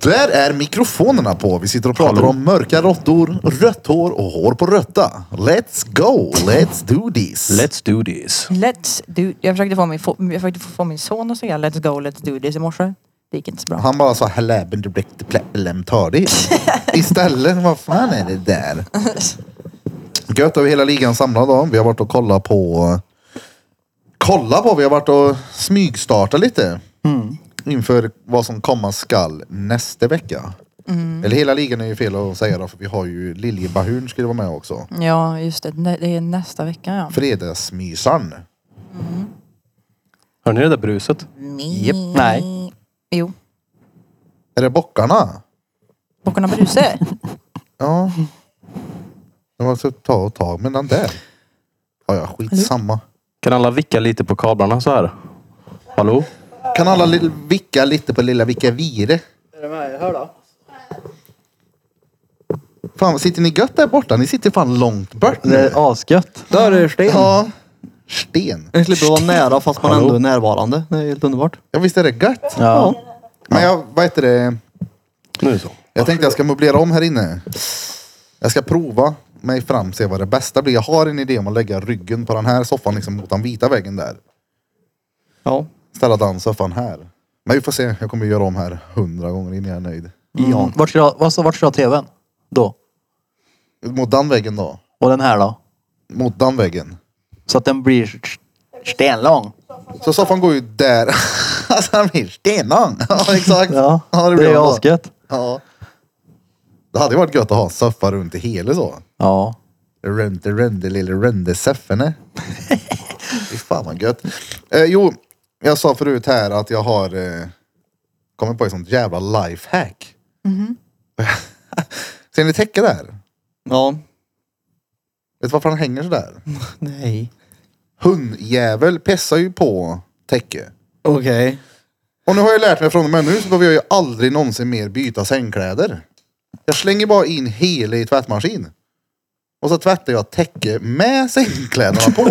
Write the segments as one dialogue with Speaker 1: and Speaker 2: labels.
Speaker 1: Där är mikrofonerna på. Vi sitter och pratar om mörka råttor, rött hår och hår på rötta. Let's go, let's do this.
Speaker 2: Let's do this.
Speaker 3: Let's do... Jag försökte få min, fo- jag försökte få min son att säga Let's go, let's do this i morse. Det gick inte så bra.
Speaker 1: Han bara sa haläben direkt plälem tar det. Istället, vad fan är det där? Gött över hela ligan samlad då. Vi har varit och kollat på... Kolla på, vi har varit och smygstarta lite. Inför vad som komma skall nästa vecka. Eller hela ligan är ju fel att säga då, för vi har ju Liljebahun skulle vara med också.
Speaker 3: Ja, just det. Nä- Det är nästa vecka ja.
Speaker 1: Fredagsmysan.
Speaker 2: Hör ni det där bruset?
Speaker 1: Japp.
Speaker 2: Nej.
Speaker 3: Jo.
Speaker 1: Är det bockarna?
Speaker 3: Bockarna Bruse.
Speaker 1: Ja. Jag måste ta och tag med den där. Ja, ja, skitsamma.
Speaker 2: Kan alla vicka lite på kablarna så här? Hallå?
Speaker 1: Kan alla li- vicka lite på lilla Vicka Vire?
Speaker 4: Är det med er här då?
Speaker 1: Fan, sitter ni gött där borta? Ni sitter fan långt bort
Speaker 4: Det
Speaker 1: nu.
Speaker 4: är asgött. Där är det sten.
Speaker 1: Ja. Sten.
Speaker 4: Jag slipper vara nära fast man
Speaker 2: Hallå?
Speaker 4: ändå är närvarande. Det är helt underbart.
Speaker 1: Ja, visst är det gött?
Speaker 4: Ja.
Speaker 1: Men jag, vad heter det?
Speaker 2: Nu så.
Speaker 1: Jag tänkte jag ska möblera om här inne. Jag ska prova mig fram, se vad det bästa blir. Jag har en idé om att lägga ryggen på den här soffan, liksom mot den vita väggen där.
Speaker 4: Ja.
Speaker 1: Ställa den soffan här. Men vi får se. Jag kommer göra om här hundra gånger innan jag är nöjd.
Speaker 5: Ja. Vart ska du ha, alltså, vart ska du ha tvn? Då?
Speaker 1: Mot den väggen då?
Speaker 5: Och den här då?
Speaker 1: Mot den väggen.
Speaker 5: Så att den blir st- stenlång.
Speaker 1: Så soffan går ju där. alltså han blir stenlång. ja exakt.
Speaker 5: Ja, det,
Speaker 1: blir han
Speaker 5: är
Speaker 1: då.
Speaker 5: asgött.
Speaker 1: Ja. Det hade ju varit gött att ha en soffa runt i hela så.
Speaker 5: Ja.
Speaker 1: Runt i runde lille runde soffene. Fy fan vad gött. Eh, jo, jag sa förut här att jag har eh, kommit på ett sånt jävla lifehack. Ser ni täcka där? Vet
Speaker 4: Ja.
Speaker 1: du varför han hänger sådär?
Speaker 4: Nej.
Speaker 1: Hundjävel pissar ju på täcke.
Speaker 4: Okej.
Speaker 1: Och nu har jag lärt mig från och med nu så behöver jag ju aldrig någonsin mer byta sängkläder. Jag slänger bara in hela i tvättmaskin. Och så tvättar jag täcke med sängkläderna på.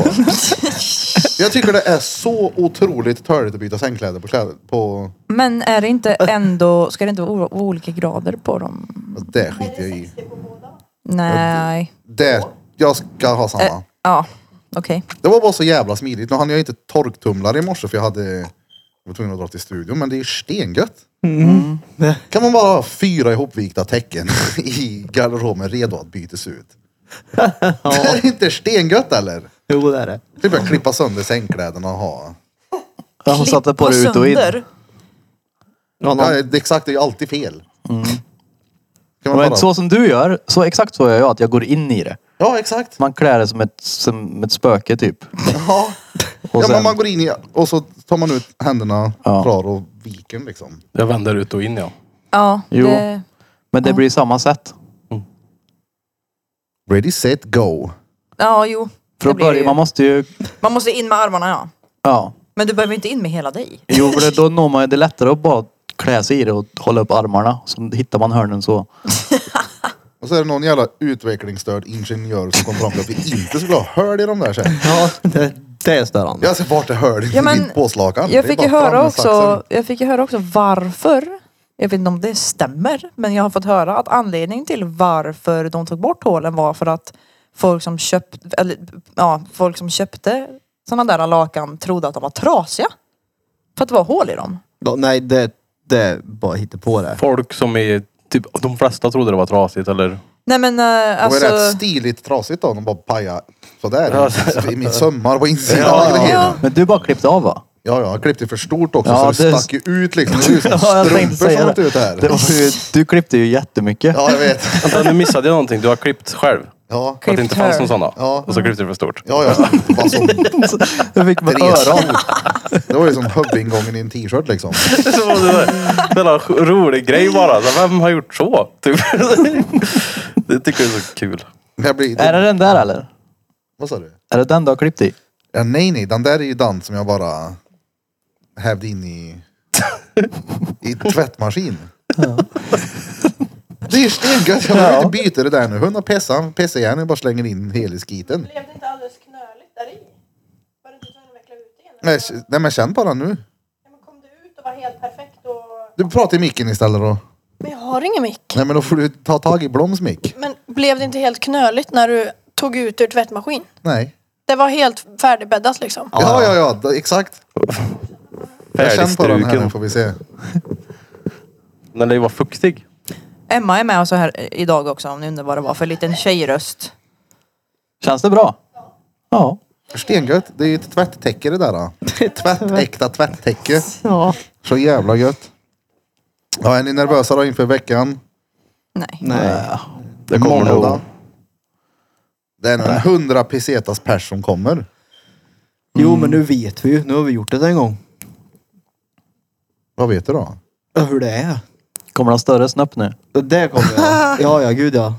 Speaker 1: jag tycker det är så otroligt törligt att byta sängkläder på kläder. På...
Speaker 3: Men är det inte ändå... Ska det inte vara o- olika grader på dem?
Speaker 1: Alltså, Det skiter jag i.
Speaker 3: Nej.
Speaker 1: Det, jag ska ha samma.
Speaker 3: Ja, okej.
Speaker 1: Det var bara så jävla smidigt. Nu hann jag inte torktumlare i morse för jag hade... Jag var tvungen att dra till studion men det är ju stengött.
Speaker 4: Mm.
Speaker 1: Mm. Kan man bara ha fyra ihopvikta tecken i garderoben redo att bytas ut? Det är inte stengött eller?
Speaker 4: Jo, det är det.
Speaker 1: Typ jag klippa sönder sängkläderna och ha.
Speaker 5: Ja, Hon satte på
Speaker 3: Klippa
Speaker 5: det ut och in.
Speaker 3: sönder.
Speaker 4: Ja, någon, Mm.
Speaker 1: Ja, det, exakt, det är ju alltid fel. Kan man bara...
Speaker 5: Men så som du gör, så exakt så gör jag. Att jag går in i det.
Speaker 1: Ja, exakt.
Speaker 5: Man klär det som ett, som ett spöke typ.
Speaker 1: Ja.
Speaker 5: Och
Speaker 1: ja, men
Speaker 5: sen-
Speaker 1: man går in i och så tar man ut händerna,
Speaker 5: Ja.
Speaker 1: drar och viker liksom.
Speaker 2: Jag vänder ut och in ja.
Speaker 3: Ja,
Speaker 5: Jo.
Speaker 3: det...
Speaker 5: Men det blir samma sätt.
Speaker 1: Ready, set, go.
Speaker 3: Ja, jo.
Speaker 5: Från
Speaker 3: det blir det
Speaker 5: början,
Speaker 3: ju.
Speaker 5: man måste ju...
Speaker 3: man måste in med armarna ja.
Speaker 5: Ja.
Speaker 3: Men du behöver inte in med hela dig.
Speaker 5: Jo, för det, då når man ju... Det är lättare att bara klä sig i det och hålla upp armarna. Så hittar man hörnen så.
Speaker 1: Och så är det någon jävla utvecklingsstörd ingenjör som kom fram till att vi inte skulle ha hörd i de där sen.
Speaker 4: ja det, det är störande.
Speaker 1: Jag ser vart det hörde
Speaker 3: Ja, men
Speaker 1: i min påslakan.
Speaker 3: Jag
Speaker 1: Det är
Speaker 3: fick,
Speaker 1: bara
Speaker 3: ju höra
Speaker 1: fram med
Speaker 3: också,
Speaker 1: saxen.
Speaker 3: jag fick ju höra också varför. Jag vet inte om det stämmer, men jag har fått höra att anledningen till varför de tog bort hålen var för att folk som, köpt, eller, ja, folk som köpte sådana där lakan trodde att de var trasiga. För att det var hål i dem.
Speaker 4: Ja, Nej, det, det är bara hittepå det.
Speaker 2: Folk som är... Typ, de flesta trodde det var trasigt eller...
Speaker 3: Nej men eh,
Speaker 1: Det var ju
Speaker 3: alltså...
Speaker 1: rätt stiligt trasigt då. De bara pajade sådär. I min sömmar på insidan och grejer.
Speaker 3: Ja.
Speaker 1: Ja,
Speaker 5: Men du bara klippte av va?
Speaker 1: ja, jag klippte för stort också
Speaker 5: Ja,
Speaker 1: så det
Speaker 5: det-
Speaker 1: stack ju ut liksom. Det var ju som strumpor som åkte ut här.
Speaker 5: Det var ju, du klippte ju jättemycket.
Speaker 1: Ja, jag vet.
Speaker 2: Vänta, nu missade jag någonting. Du har klippt själv.
Speaker 1: Ja,
Speaker 2: Att det inte fanns någon sån då.
Speaker 1: Ja.
Speaker 2: Och så klippte du för stort.
Speaker 1: ja, ja. Det var, som,
Speaker 5: Jag fick med
Speaker 1: Therese.
Speaker 5: öron.
Speaker 1: det var ju som hubbingången i en t-shirt liksom.
Speaker 2: Så var det där. Det var en rolig grej bara. Så vem har gjort så? Typ. Det tycker jag är så kul.
Speaker 1: Jag blir,
Speaker 5: Är det den där eller?
Speaker 1: Vad sa du?
Speaker 5: Är det den du har klippt i?
Speaker 1: Ja, nej, nej. Den där är ju den som jag bara hävde in i, i tvättmaskin. Det är ju stengött. Jag behöver inte byta det där nu. Hon har pissat. Han pissar igen. Jag bara slänger in hela skiten.
Speaker 6: Blev det inte alldeles knöligt där i? Var du inte tvungen att veckla ut igen?
Speaker 1: Nej, k- nej, men känn på den nu.
Speaker 6: Ja, men kom du ut och var helt perfekt och...
Speaker 1: Du pratar i micken istället då.
Speaker 6: Men jag har ingen mick.
Speaker 1: Nej men då får du ta tag i Bloms mick.
Speaker 6: Men blev det inte helt knöligt när du tog ut ur tvättmaskin?
Speaker 1: Nej.
Speaker 6: Det var helt färdigbäddat liksom.
Speaker 1: Ja, ja, ja, d- exakt. Jag känner på den här nu
Speaker 2: Färdigstruken.
Speaker 1: får vi se.
Speaker 2: När det var fuktig.
Speaker 3: Emma är med oss här eh, idag också om ni undrar vad det var för liten tjejröst.
Speaker 5: Känns det bra? Ja.
Speaker 1: Stengött. Det är ju ett tvättäcke det där. Då. Tvättäkta tvättäcke.
Speaker 4: Ja.
Speaker 1: Så jävla gött. Ja, är ni nervösa då inför veckan?
Speaker 3: Nej.
Speaker 4: Nej.
Speaker 5: Eh, Det kommer nog.
Speaker 1: Det är nog en hundra pesetas pers som kommer.
Speaker 4: Jo men nu vet vi ju. Nu har vi gjort det en gång.
Speaker 1: Vad vet du då?
Speaker 4: Ja, Hur det är.
Speaker 5: Kommer den större snöpp nu?
Speaker 4: Och Det kommer jag. Ja ja gud ja.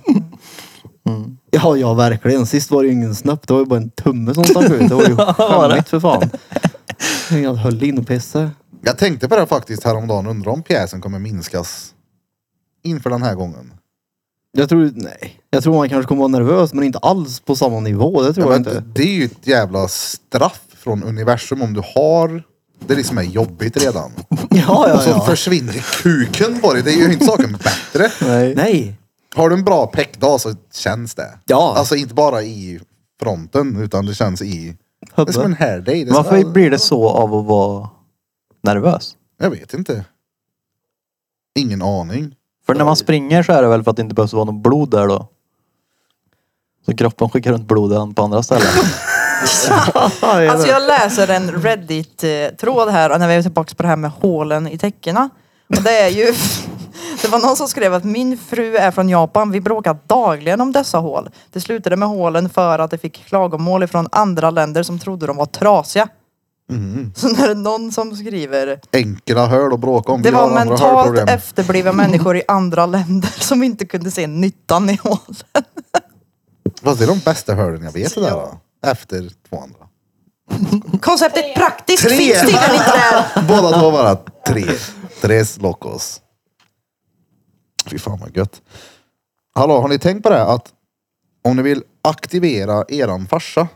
Speaker 4: Ja ja verkligen. Sist var det ju ingen snopp. Det var ju bara en tumme som stack ut. Det var ju skämmigt för fan. Jag höll in och pissade.
Speaker 1: Jag tänkte på det här faktiskt häromdagen. Undrar om pjäsen kommer minskas inför den här gången.
Speaker 4: Jag tror, nej. Jag tror man kanske kommer vara nervös men inte alls på samma nivå. Det tror
Speaker 1: Ja,
Speaker 4: jag
Speaker 1: men
Speaker 4: inte.
Speaker 1: det är ju ett jävla straff från universum om du har det liksom är jobbigt redan.
Speaker 4: Ja
Speaker 1: Och
Speaker 4: ja
Speaker 1: så
Speaker 4: ja.
Speaker 1: försvinner kuken på dig. Det är ju inte saken bättre.
Speaker 4: Nej.
Speaker 1: Har du en bra peckdag så känns det.
Speaker 4: Ja.
Speaker 1: Alltså inte bara i fronten utan det känns i... Det är som en
Speaker 4: Hubbe.
Speaker 1: hair day. Det är
Speaker 5: Varför
Speaker 1: som,
Speaker 5: blir det så av att vara nervös?
Speaker 1: jag vet inte. Ingen aning.
Speaker 5: För när man springer så är det väl för att det inte behövs vara något blod där då? Så kroppen skickar runt blodet på andra ställen.
Speaker 3: Alltså jag läser en Reddit-tråd här och när vi är tillbaka på det här med hålen i täckena. Och det är ju... Det var någon som skrev att min fru är från Japan. Vi bråkar dagligen om dessa hål. Det slutade med hålen för att det fick klagomål från andra länder som trodde de var trasiga.
Speaker 1: Mm.
Speaker 3: Så när det är någon som skriver
Speaker 1: Enkla hörl att bråka om.
Speaker 3: Det
Speaker 1: Vi
Speaker 3: var
Speaker 1: har andra hörproblem.
Speaker 3: mentalt efterblivna människor i andra länder som inte kunde se nyttan i hålen.
Speaker 1: Fast det är de bästa hörlen jag vet det där. då. Efter två andra.
Speaker 3: Konceptet praktiskt
Speaker 1: Tre.
Speaker 3: finns tydligen inte där.
Speaker 1: Båda två bara tre. Tres locos. Fy fan vad gött. Hallå, har ni tänkt på det här att om ni vill aktivera eran farsa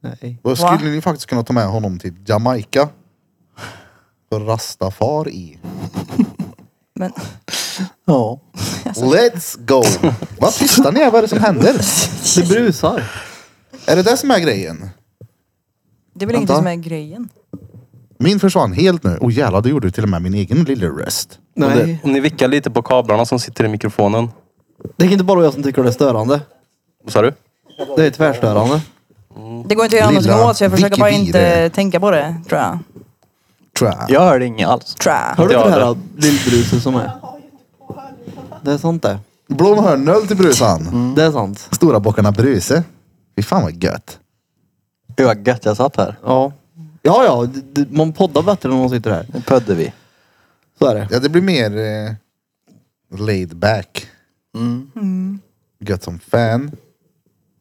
Speaker 4: Nej.
Speaker 1: då skulle
Speaker 3: Va?
Speaker 1: ni faktiskt kunna ta med honom till Jamaica. För rastafar i.
Speaker 3: Men
Speaker 5: Ja.
Speaker 1: Let's go! Vad tystar ni? här? Vad är det som händer?
Speaker 4: Det brusar.
Speaker 1: Är det det som är grejen?
Speaker 3: det är väl ingenting
Speaker 1: Vänta.
Speaker 3: som är grejen.
Speaker 1: Min försvann helt nu. Och jävlar, det gjorde ju till och med min egen lilla röst.
Speaker 2: Om, det,
Speaker 4: Nej.
Speaker 2: om ni vickar lite på kablarna som sitter i mikrofonen.
Speaker 4: Det är inte bara jag som tycker det är störande.
Speaker 2: Vad sa du?
Speaker 4: Det är tvärstörande.
Speaker 3: Det går inte att göra
Speaker 1: Lilla
Speaker 3: någonting åt så jag försöker bara
Speaker 1: Vicky
Speaker 3: inte
Speaker 1: Vide.
Speaker 3: tänka på det tror jag.
Speaker 1: Tror jag.
Speaker 5: Jag hörde inget alls.
Speaker 3: Tror jag.
Speaker 4: Hör du
Speaker 2: Ja,
Speaker 4: inte det här lillbruset som är? Det är sant det.
Speaker 1: Blom hör noll till brusan.
Speaker 4: Det är sant.
Speaker 1: Stora bockarna Bruse. Fy fan vad gött.
Speaker 5: Gud vad gött jag satt här.
Speaker 4: Ja. Ja, ja. d- d- Man poddar bättre när man sitter här.
Speaker 5: Nu pödde vi.
Speaker 4: Så är det.
Speaker 1: Ja, det blir mer eh, laid back. Mm. Gött som fan.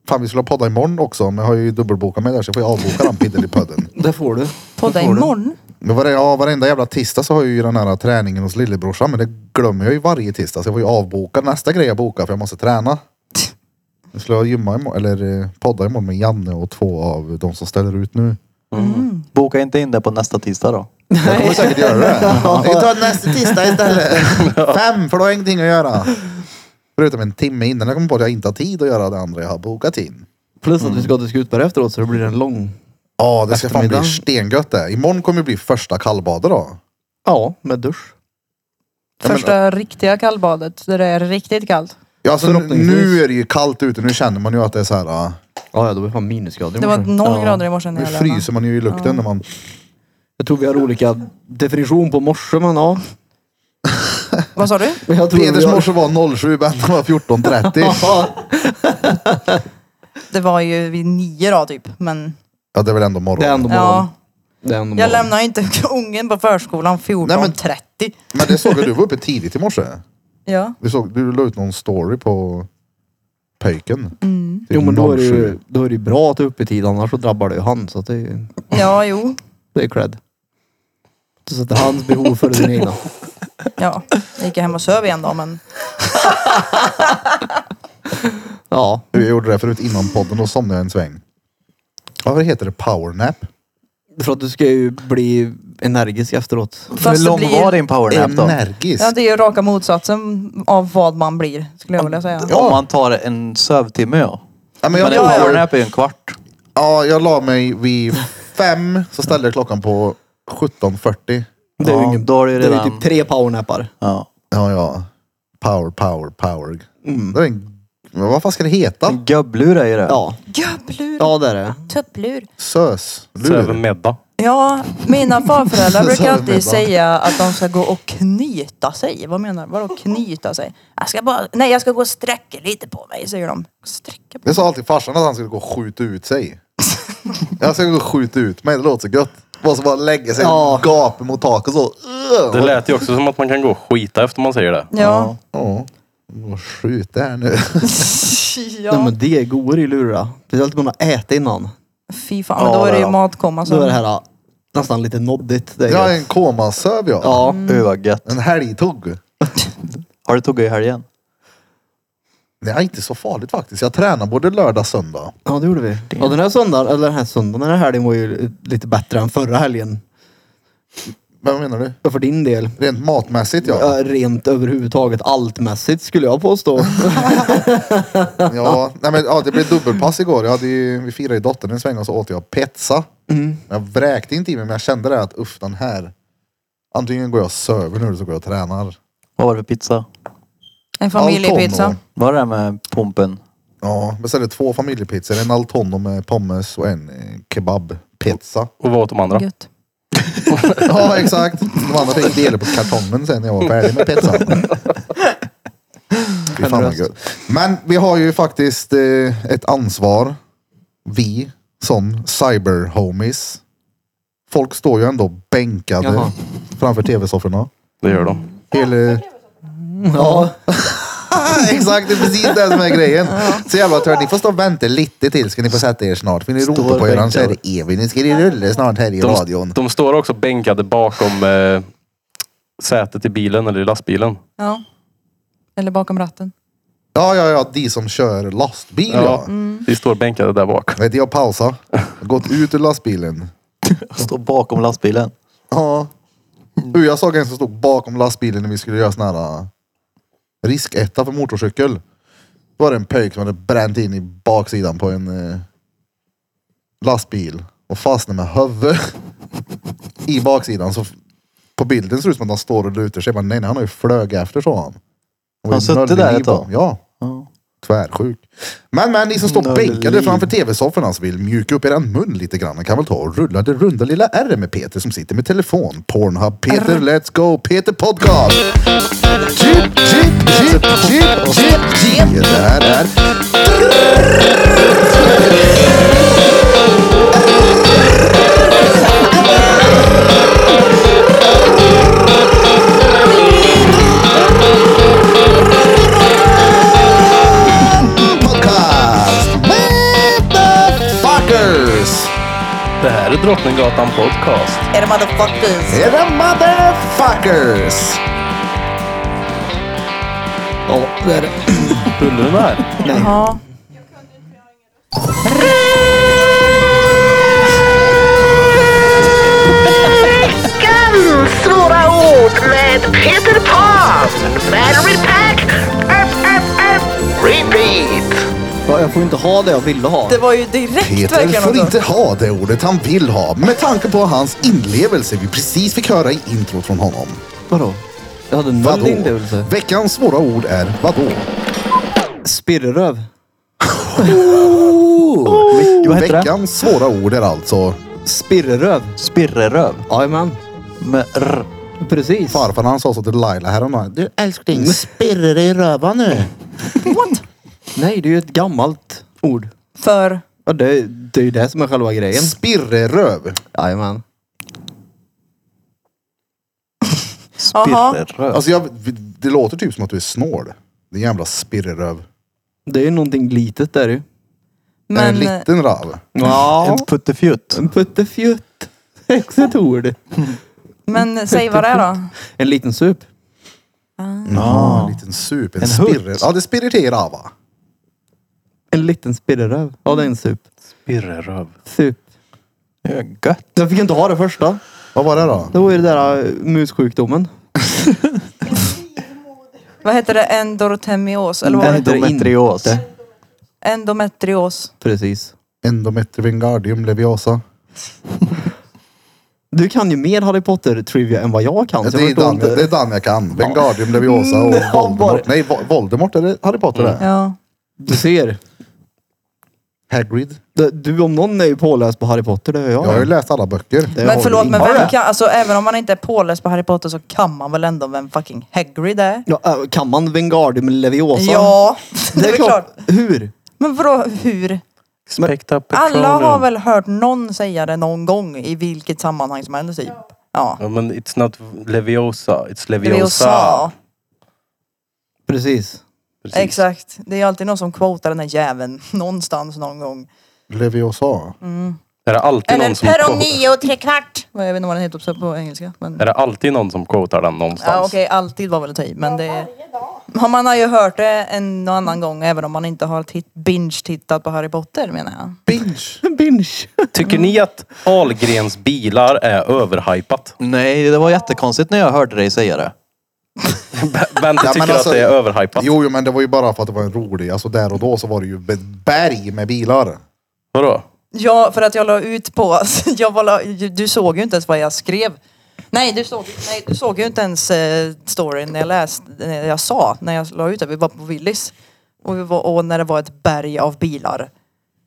Speaker 1: Fan, vi skulle ha podda imorgon också, men jag har ju dubbelbokat mig där så jag får ju avboka den piddelipudden.
Speaker 4: Det får du.
Speaker 3: Podda
Speaker 4: Det får du.
Speaker 3: imorgon.
Speaker 1: Men varje, ja, varenda jävla tisdag så har jag ju den här träningen hos lillebrorsan, men det glömmer jag ju varje tisdag så jag får ju avboka nästa grej jag bokar för jag måste träna. Jag skulle ha gymma imorgon, eller eh, podda imorgon med Janne och två av de som ställer ut nu.
Speaker 5: Boka inte in det på nästa tisdag då.
Speaker 1: Jag kommer säkert göra det. Vi tar nästa tisdag istället. Fem, för då har jag ingenting att göra. Förutom en timme innan jag kommer på att jag inte har tid att göra det andra jag har bokat in.
Speaker 4: Plus att vi ska till Skutberg efteråt så det blir en lång...
Speaker 1: Ja, det ska fan bli
Speaker 4: Eftermiddag.
Speaker 1: stengött det. Imorgon kommer det bli första kallbadet då.
Speaker 4: Ja, med dusch.
Speaker 1: Ja, men-
Speaker 3: Första riktiga kallbadet där det är riktigt kallt.
Speaker 1: Ja, alltså,
Speaker 4: Förhoppningsvis.
Speaker 1: nu är det ju kallt ute. Nu känner man ju att det är så här. ah,
Speaker 4: Ja, ja, det blir fan minusgrader
Speaker 3: Det var
Speaker 4: imorgon.
Speaker 3: noll grader i morse när
Speaker 1: Nu
Speaker 3: jag lämnade.
Speaker 1: fryser man ju i lukten när man...
Speaker 4: Jag tror vi har olika definition på morse men ja.
Speaker 3: Vad sa du?
Speaker 4: Men Jag tror
Speaker 1: Peders
Speaker 4: vi har...
Speaker 1: morse var 07, Bentan var 14.30.
Speaker 4: Ja,
Speaker 3: Det var ju vid nio då typ. Men
Speaker 1: Ja, det är väl ändå
Speaker 4: det är
Speaker 1: morgon.
Speaker 4: ändå morgon.
Speaker 3: ja,
Speaker 4: Det är ändå
Speaker 3: jag
Speaker 4: morgon.
Speaker 3: lämnar ju inte ungen på förskolan 14.30.
Speaker 1: Men det såg jag, du var uppe tidigt i morse.
Speaker 3: Ja.
Speaker 1: Du, såg, du la ut någon story på pöjken. Mm.
Speaker 4: Jo men då är, det ju, då är det ju bra att du är uppe i tid annars så drabbar det ju han så att det är ju...
Speaker 3: ja, jo.
Speaker 4: Det är cred. Du sätter hans behov före dina egna.
Speaker 3: Ja. Jag gick hem och söv igen då men
Speaker 4: Ja.
Speaker 1: Jag gjorde det förut innan podden, och somnade jag en sväng. Varför heter det powernap?
Speaker 4: För att du ska ju bli energisk efteråt.
Speaker 3: Fast
Speaker 5: Hur
Speaker 3: det
Speaker 5: lång
Speaker 3: blir-
Speaker 5: var din powernap då?
Speaker 1: Energisk.
Speaker 3: Ja, det är ju raka motsatsen av vad man blir, skulle jag vilja säga.
Speaker 5: Om man tar en sövtimme ja.
Speaker 1: Ja, men
Speaker 5: Men
Speaker 1: jag,
Speaker 5: en
Speaker 1: tror-
Speaker 3: ja.
Speaker 5: powernap är ju en kvart.
Speaker 1: ja, jag la mig vid fem, så ställde jag klockan på 17.40.
Speaker 4: Det är ju
Speaker 5: Ja,
Speaker 4: ingen...
Speaker 5: då har du ju
Speaker 4: det är ju
Speaker 5: redan-
Speaker 4: typ tre powernappar.
Speaker 5: Ja.
Speaker 1: Ja, ja. Power, power, power. Det är en, men vad fan ska det heta?
Speaker 5: En gubblur är ju det.
Speaker 4: Ja.
Speaker 3: Göblur,
Speaker 4: ja, det är det.
Speaker 3: tupplur.
Speaker 1: Sös. Lur.
Speaker 2: Söver middag.
Speaker 3: Ja, mina farföräldrar brukar
Speaker 1: Sömnmedel.
Speaker 3: alltid säga att de ska gå och knyta sig. Vad menar du? Vadå knyta sig? Jag ska bara, nej jag ska gå och sträcka lite på mig, säger de. Sträcka på
Speaker 1: Jag sa alltid farsan att han skulle gå och skjuta ut sig. jag ska gå och skjuta ut mig, det låter så gött. Och så bara lägga sig
Speaker 4: Ja.
Speaker 1: och gapa mot taket så.
Speaker 2: Det lät ju också som att man kan gå och skita efter man säger det.
Speaker 3: Ja.
Speaker 1: Ja. Gå och skjuta här nu.
Speaker 4: Nej,
Speaker 3: ja.
Speaker 4: men det är godare i lurar. Speciellt om man har ätit innan.
Speaker 3: Fy fan, men
Speaker 5: Ja,
Speaker 3: då är
Speaker 5: det
Speaker 3: det ju
Speaker 5: är-
Speaker 3: matkomma
Speaker 4: Då är det
Speaker 3: som...
Speaker 4: här ah, nästan lite noddigt. Det är
Speaker 1: Jag har
Speaker 4: ja,
Speaker 1: en komasöv jag.
Speaker 4: ja.
Speaker 5: Uy vad gött.
Speaker 1: En helgtugg.
Speaker 5: Har du tuggat i helgen?
Speaker 1: Det är inte så farligt faktiskt. Jag tränar både lördag och söndag.
Speaker 4: ja, det gjorde vi. Ja, den här söndagen, eller den här söndagen, den här helgen var ju lite bättre än förra helgen.
Speaker 1: Vad menar du?
Speaker 4: För din del.
Speaker 1: Rent matmässigt ja.
Speaker 4: Ja, Rent överhuvudtaget alltmässigt skulle jag påstå.
Speaker 1: ja. Nej, men, ja det blev dubbelpass igår. Jag hade ju, vi firade ju dottern en sväng och så åt jag pizza.
Speaker 4: Mm.
Speaker 1: Jag vräkte inte i mig men jag kände det att uff den här. Antingen går jag och söver nu eller så går jag och tränar.
Speaker 5: Vad var det för pizza?
Speaker 3: En familjepizza.
Speaker 1: Altono.
Speaker 5: Var det det med pumpen?
Speaker 1: Ja, beställde två familjepizzor. En al tonno med pommes och en eh, kebabpizza.
Speaker 2: Och vad åt de andra?
Speaker 3: Gött.
Speaker 1: Ja exakt. De andra fick dela på kartongen sen när jag var färdig med pizzan. Fy fan vad gött. Men vi har ju faktiskt eh, ett ansvar. Vi som cyberhomies. Folk står ju ändå bänkade
Speaker 4: Jaha.
Speaker 1: framför tv-sofforna.
Speaker 2: Det gör de.
Speaker 1: Hela...
Speaker 4: Ja.
Speaker 1: Exakt, det är precis det som är grejen. Så jävla trött. Ni får stå och vänta lite till ska ni få sätta er snart. För ni ropar på er, annars är det Evin. Ni ska i rulle snart här i
Speaker 2: De,
Speaker 1: radion.
Speaker 2: de står också bänkade bakom eh, sätet i bilen eller i lastbilen.
Speaker 3: Ja. Eller bakom ratten.
Speaker 1: Ja, ja, ja, de som kör lastbil ja. Mm.
Speaker 2: De står bänkade där bak.
Speaker 1: Vet du, jag pausade. Gått ut ur lastbilen.
Speaker 5: Stå bakom lastbilen.
Speaker 1: Ja. Du, Uh, jag såg en som stod bakom lastbilen när vi skulle göra sån här uh, risketta för motorcykel. Då var det en pöjk som hade bränt in i baksidan på en eh, lastbil och fastnade med huvudet i baksidan. Så f- på bilden ser det ut som att han står och lutar sig. Men nej, nej, han har ju flög efter så han. Och
Speaker 5: Han
Speaker 1: är
Speaker 5: suttit
Speaker 1: nördliv
Speaker 5: där ett
Speaker 1: då.
Speaker 5: tag?
Speaker 1: Ja.
Speaker 5: Ja.
Speaker 1: Tvärsjuk. Men men, ni som står
Speaker 5: Nördliv.
Speaker 1: bänkade framför tv-sofforna så vill mjuka upp er mun lite grann. Kan väl ta och rulla det runda lilla R med Peter som sitter med telefon. Pornhub Peter, let's go Peter Podcast! Jip, jip, jip, jip, jip, jip. Det här är... Podcast! Motherfuckers!
Speaker 2: Det här är Drottninggatan Podcast.
Speaker 3: Är det motherfuckers?
Speaker 1: Era motherfuckers!
Speaker 4: ja, det är det.
Speaker 2: Skulle den här?
Speaker 3: Ja.
Speaker 7: Veckans svåra ord med Peter Pan. Battery pack. Up, up, up. Repeat.
Speaker 4: Ja, jag får inte ha det jag ville ha.
Speaker 3: Det var ju direkt
Speaker 1: Peter
Speaker 3: verkligen
Speaker 1: får
Speaker 3: något.
Speaker 1: inte ha det ordet han vill ha med tanke på hans inlevelse vi precis fick höra i introt från honom.
Speaker 4: Vadå? Jag hade noll
Speaker 1: Vadå?
Speaker 4: inlevelse.
Speaker 1: Veckans svåra ord är vadå?
Speaker 4: Spirrröv.
Speaker 5: Vil- Vad heter det?
Speaker 1: Veckans svåra ord är alltså
Speaker 4: Spirrröv.
Speaker 5: Spirreröv.
Speaker 4: Jajamän.
Speaker 5: Med r.
Speaker 4: Precis.
Speaker 1: farfar han sa så till Laila häromdagen. Du
Speaker 4: Mm.
Speaker 1: älskling, spirrar i rövan nu.
Speaker 4: Nej, det är ju ett gammalt ord.
Speaker 3: För...
Speaker 4: Ja, det, det är ju det som är själva grejen.
Speaker 1: Spirreröv.
Speaker 4: Jajamän.
Speaker 3: Aha.
Speaker 5: Spirreröv.
Speaker 1: Alltså jag, det låter typ som att du är snål. Din jävla spirreröv.
Speaker 4: Det är ju någonting litet där ju.
Speaker 1: Men... En
Speaker 3: Men... eh,
Speaker 1: liten röv.
Speaker 4: Ja.
Speaker 5: En puttefjutt.
Speaker 4: En puttefjutt. Exakt ord.
Speaker 3: Men säg vad det är då.
Speaker 4: En liten sup.
Speaker 1: Ja, en liten sup. En,
Speaker 5: En hutt.
Speaker 1: spirrer. Ja, det spirrar till i röva.
Speaker 4: En liten spirrröv. Ja, det är en sup.
Speaker 2: Spirreröv.
Speaker 4: Sup.
Speaker 5: Det är gött.
Speaker 4: Jag fick inte ha det första.
Speaker 1: Vad var det då?
Speaker 4: Det var ju det där äh, mussjukdomen.
Speaker 3: Vad heter det? Endorotemios? Eller vad
Speaker 4: Nej.
Speaker 3: var det?
Speaker 4: heter det inte.
Speaker 5: Endometrios.
Speaker 3: Endometrios.
Speaker 4: Precis.
Speaker 1: Endometri Wingardium Leviosa.
Speaker 4: Du kan ju mer Harry Potter-trivia än vad jag kan. Så
Speaker 1: det,
Speaker 4: jag
Speaker 1: är
Speaker 4: förstår
Speaker 1: Dan, det
Speaker 4: inte.
Speaker 1: är Dan jag kan. Wingardium Leviosa och
Speaker 4: Ja, bara-
Speaker 1: Voldemort. Nej, Vo- Voldemort är det Harry Potter det?
Speaker 3: Mm. Ja.
Speaker 4: Du ser.
Speaker 1: Hagrid.
Speaker 4: Det- Du om någon är ju påläst på Harry Potter. Det är jag.
Speaker 1: Jag har ju läst alla böcker.
Speaker 4: Det har
Speaker 3: Men
Speaker 4: du
Speaker 3: förlåt, men
Speaker 4: inte.
Speaker 3: vem kan, alltså, även om man inte är påläst på Harry Potter så kan man väl ändå vem fucking Hagrid är?
Speaker 4: Ja, äh, kan man Wingardium Leviosa?
Speaker 3: Ja, det är klart.
Speaker 4: Hur?
Speaker 3: Men vadå hur?
Speaker 2: Specta
Speaker 3: Alla
Speaker 2: Petroleum.
Speaker 3: har väl hört någon säga det någon gång i vilket sammanhang som helst typ. Ja.
Speaker 2: Ja, men it's not Leviosa, it's
Speaker 3: Det är
Speaker 2: Leviosa.
Speaker 3: USA.
Speaker 4: Precis.
Speaker 2: Precis.
Speaker 3: Exakt. Det är alltid någon som quotar den här jäveln någonstans någon gång.
Speaker 1: Leviosa.
Speaker 2: Är det alltid
Speaker 3: Eller
Speaker 2: någon som
Speaker 3: per
Speaker 2: quote-
Speaker 3: om nio och tre kvart. Jag vet inte vad den heter på- på engelska. Men...
Speaker 2: Är det alltid någon som quotar den någonstans?
Speaker 3: Ja, okej, alltid var väl att ta i, men det... Ja, man har ju hört det en och annan gång även om man inte har titt, binge-tittat på Harry Potter menar jag.
Speaker 1: Binge.
Speaker 4: Binge.
Speaker 2: Tycker
Speaker 3: Mm.
Speaker 2: ni att Ahlgrens bilar är överhypat?
Speaker 5: Nej, det var jättekonstigt när jag hörde dig säga det.
Speaker 2: B- Bente
Speaker 1: Ja, men
Speaker 2: tycker
Speaker 1: alltså-
Speaker 2: att det är överhypat.
Speaker 1: Jo, jo, men det var ju bara för att det var en rolig. Alltså där och då så var det ju ett berg med bilar.
Speaker 2: Vadå?
Speaker 3: Ja, för att jag la ut på... Jag var, la- du såg ju inte ens vad jag skrev. Nej, du såg, nej, du såg ju inte ens eh, storyn när jag läste, när jag sa, när jag la ut det. Vi var på Willys. Och, vi var, och när det var ett berg av bilar.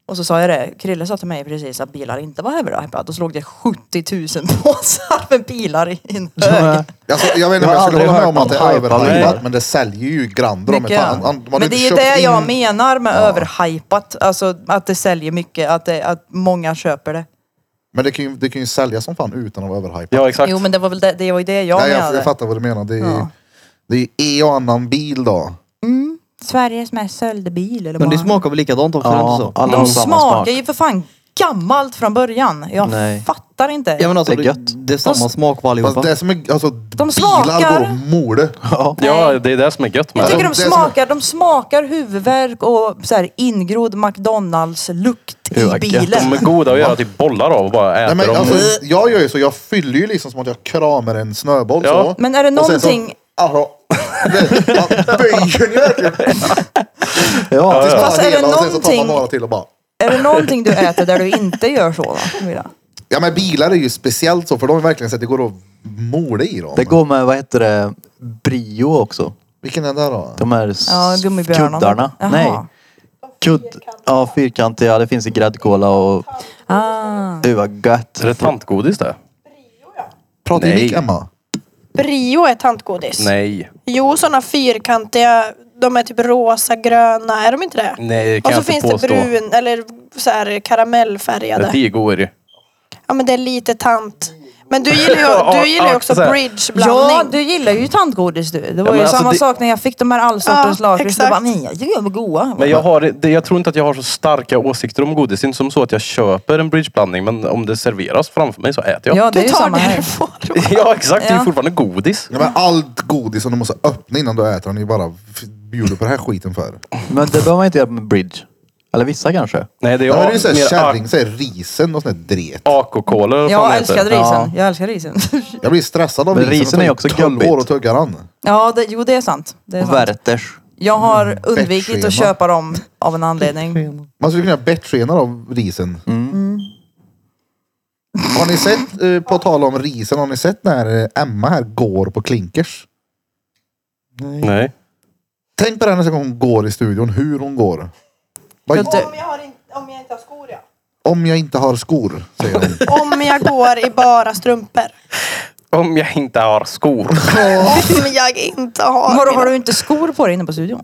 Speaker 3: Och så sa jag det, Krille sa till mig precis att bilar inte var överhypade. Då så låg det 70 000 påsar med bilar i en hög.
Speaker 1: Alltså, jag vet inte om
Speaker 5: Jag har
Speaker 1: jag skulle
Speaker 5: aldrig
Speaker 1: hålla med
Speaker 5: hört
Speaker 1: om att det
Speaker 5: någon
Speaker 1: är
Speaker 5: hypa
Speaker 1: överhypat,
Speaker 5: bilar.
Speaker 1: men det säljer ju grander om ett
Speaker 3: Mycket.
Speaker 1: fan. Man har
Speaker 3: Men
Speaker 1: inte
Speaker 3: det är ju
Speaker 1: köpt
Speaker 3: det jag
Speaker 1: in-
Speaker 3: menar med överhypat. Alltså att det säljer mycket, att, det, att många köper det.
Speaker 1: Men det kan, ju, det kan ju sälja som fan utan att vara överhypat.
Speaker 2: Ja exakt.
Speaker 3: Jo men det var väl det, det, var ju det jag
Speaker 1: Nej, jag,
Speaker 3: menade.
Speaker 1: jag fattar vad du menar. Det är,
Speaker 3: Ja.
Speaker 1: det är e och annan bil då.
Speaker 3: Sveriges mest sålda bil eller
Speaker 4: Men
Speaker 3: vad?
Speaker 4: det smakar väl likadant också?
Speaker 5: Ja,
Speaker 4: eller inte så?
Speaker 5: alla har
Speaker 3: De
Speaker 5: samma smak.
Speaker 3: smakar ju för fan gammalt från början. Jag
Speaker 5: Nej.
Speaker 3: fattar inte.
Speaker 4: Ja, men alltså,
Speaker 5: Det är gött.
Speaker 4: Det, det är samma
Speaker 3: Fast-
Speaker 4: smak på allihopa.
Speaker 1: Fast det som är, alltså, bilar
Speaker 3: smakar.
Speaker 1: går och mole.
Speaker 5: Ja.
Speaker 2: Ja, det är det som är gött med
Speaker 3: jag
Speaker 2: det.
Speaker 3: tycker
Speaker 1: det
Speaker 3: de
Speaker 1: som-
Speaker 3: smakar, de smakar huvudvärk och så här ingrodd McDonalds-lukt
Speaker 5: Hur
Speaker 3: i
Speaker 5: vad gött.
Speaker 2: De är
Speaker 3: bilen.
Speaker 2: goda att göra till bollar av och bara äta
Speaker 1: Nej, men,
Speaker 2: dem.
Speaker 1: alltså, jag gör ju så, jag fyller ju liksom som att jag kramar en snöboll
Speaker 2: Ja.
Speaker 1: så.
Speaker 3: Men är det
Speaker 1: Och sen
Speaker 3: någonting-
Speaker 1: Så, alltså, det- man böjer ju verkligen
Speaker 5: Ja.
Speaker 1: till
Speaker 3: Fast är det
Speaker 1: hela och sen så tar man
Speaker 3: någonting-
Speaker 1: några till och bara.
Speaker 3: Är det någonting du äter där du inte gör så? Va? Mira?
Speaker 1: Ja men bilar är ju speciellt så för de är verkligen så att det går att mole i dem.
Speaker 5: Det går med, vad heter det, brio också.
Speaker 1: Vilken är det då?
Speaker 5: De här s-
Speaker 3: Ja, gummibjörnarna.
Speaker 5: kuddarna.
Speaker 3: Jaha.
Speaker 5: Nej. Kudd, ja fyrkantiga, det finns i gräddkola och
Speaker 3: Ah.
Speaker 5: det var gött.
Speaker 2: Är det tantgodis det?
Speaker 1: Prata i
Speaker 2: Nej.
Speaker 1: mick Emma.
Speaker 6: Brio är tantgodis.
Speaker 2: Nej.
Speaker 6: Jo, sådana fyrkantiga. De är typ rosa, gröna. Är de inte det?
Speaker 2: Nej, det kan
Speaker 6: Och så
Speaker 2: jag
Speaker 6: finns
Speaker 2: inte påstå.
Speaker 6: det brun eller så här
Speaker 2: Det är
Speaker 6: karamellfärgade.
Speaker 2: digor.
Speaker 6: Ja men det är lite tant. Men du gillar ju,
Speaker 2: Ja,
Speaker 6: du gillar ju också
Speaker 2: så här.
Speaker 3: Ja,
Speaker 6: bridgeblandning.
Speaker 3: du gillar ju tandgodis du. Det var
Speaker 2: men
Speaker 3: ju
Speaker 2: alltså,
Speaker 3: samma
Speaker 2: det-
Speaker 3: sak när jag fick de här all sorters
Speaker 6: Ja,
Speaker 3: lakrits. Det
Speaker 6: exakt.
Speaker 3: bara, nej, jag tycker de är goda.
Speaker 2: Men jag, har, det, jag tror inte att jag har så starka åsikter om godis. Det är inte som så att jag köper en bridgeblandning men om det serveras framför mig så äter jag.
Speaker 3: ja, det är
Speaker 6: du
Speaker 3: ju
Speaker 6: tar
Speaker 3: samma
Speaker 6: det du
Speaker 3: här.
Speaker 6: får.
Speaker 2: Ja, exakt, det är
Speaker 3: Ja.
Speaker 2: ju fortfarande godis.
Speaker 1: Ja, men allt godis som du måste öppna innan du äter den, ni bara f- bjuder på den här skiten för.
Speaker 5: Men det behöver man inte göra med bridge. Eller vissa kanske.
Speaker 2: Nej, det är,
Speaker 1: Ja, men det är ju
Speaker 2: mer
Speaker 1: såhär
Speaker 2: ak-
Speaker 1: kärring, såhär risen och sån där dret.
Speaker 2: AK-cola eller vad fan
Speaker 3: Jag
Speaker 2: det
Speaker 3: älskar
Speaker 2: heter.
Speaker 3: risen.
Speaker 5: Ja.
Speaker 3: Jag älskar risen.
Speaker 1: Jag blir stressad av
Speaker 5: Men
Speaker 1: risen. Det
Speaker 5: risen
Speaker 1: tar
Speaker 5: är
Speaker 1: ju
Speaker 5: också
Speaker 1: 12
Speaker 5: gubbigt.
Speaker 1: år att tugga den.
Speaker 3: Ja, det, jo det är sant. Det är
Speaker 5: Och
Speaker 3: sant.
Speaker 5: Werthers.
Speaker 3: Jag
Speaker 2: Mm.
Speaker 3: har undvikit
Speaker 1: Bettskena.
Speaker 3: att köpa dem av en anledning.
Speaker 1: Man skulle kunna göra bettskena av risen.
Speaker 5: Mm.
Speaker 1: Har ni sett, eh, på tal om risen, har ni sett när eh, Emma här går på klinkers?
Speaker 2: Nej.
Speaker 1: Tänk på det här nästa gång hon går i studion, hur hon går. Vad-
Speaker 3: Jag dö-
Speaker 6: jag, har in, om jag inte har skor ja.
Speaker 1: Om jag inte har skor, säger hon.
Speaker 6: Om jag går i bara strumpor.
Speaker 2: Om jag inte har skor.
Speaker 6: Om jag inte har...
Speaker 3: Har, du- har du inte skor på dig inne på studion?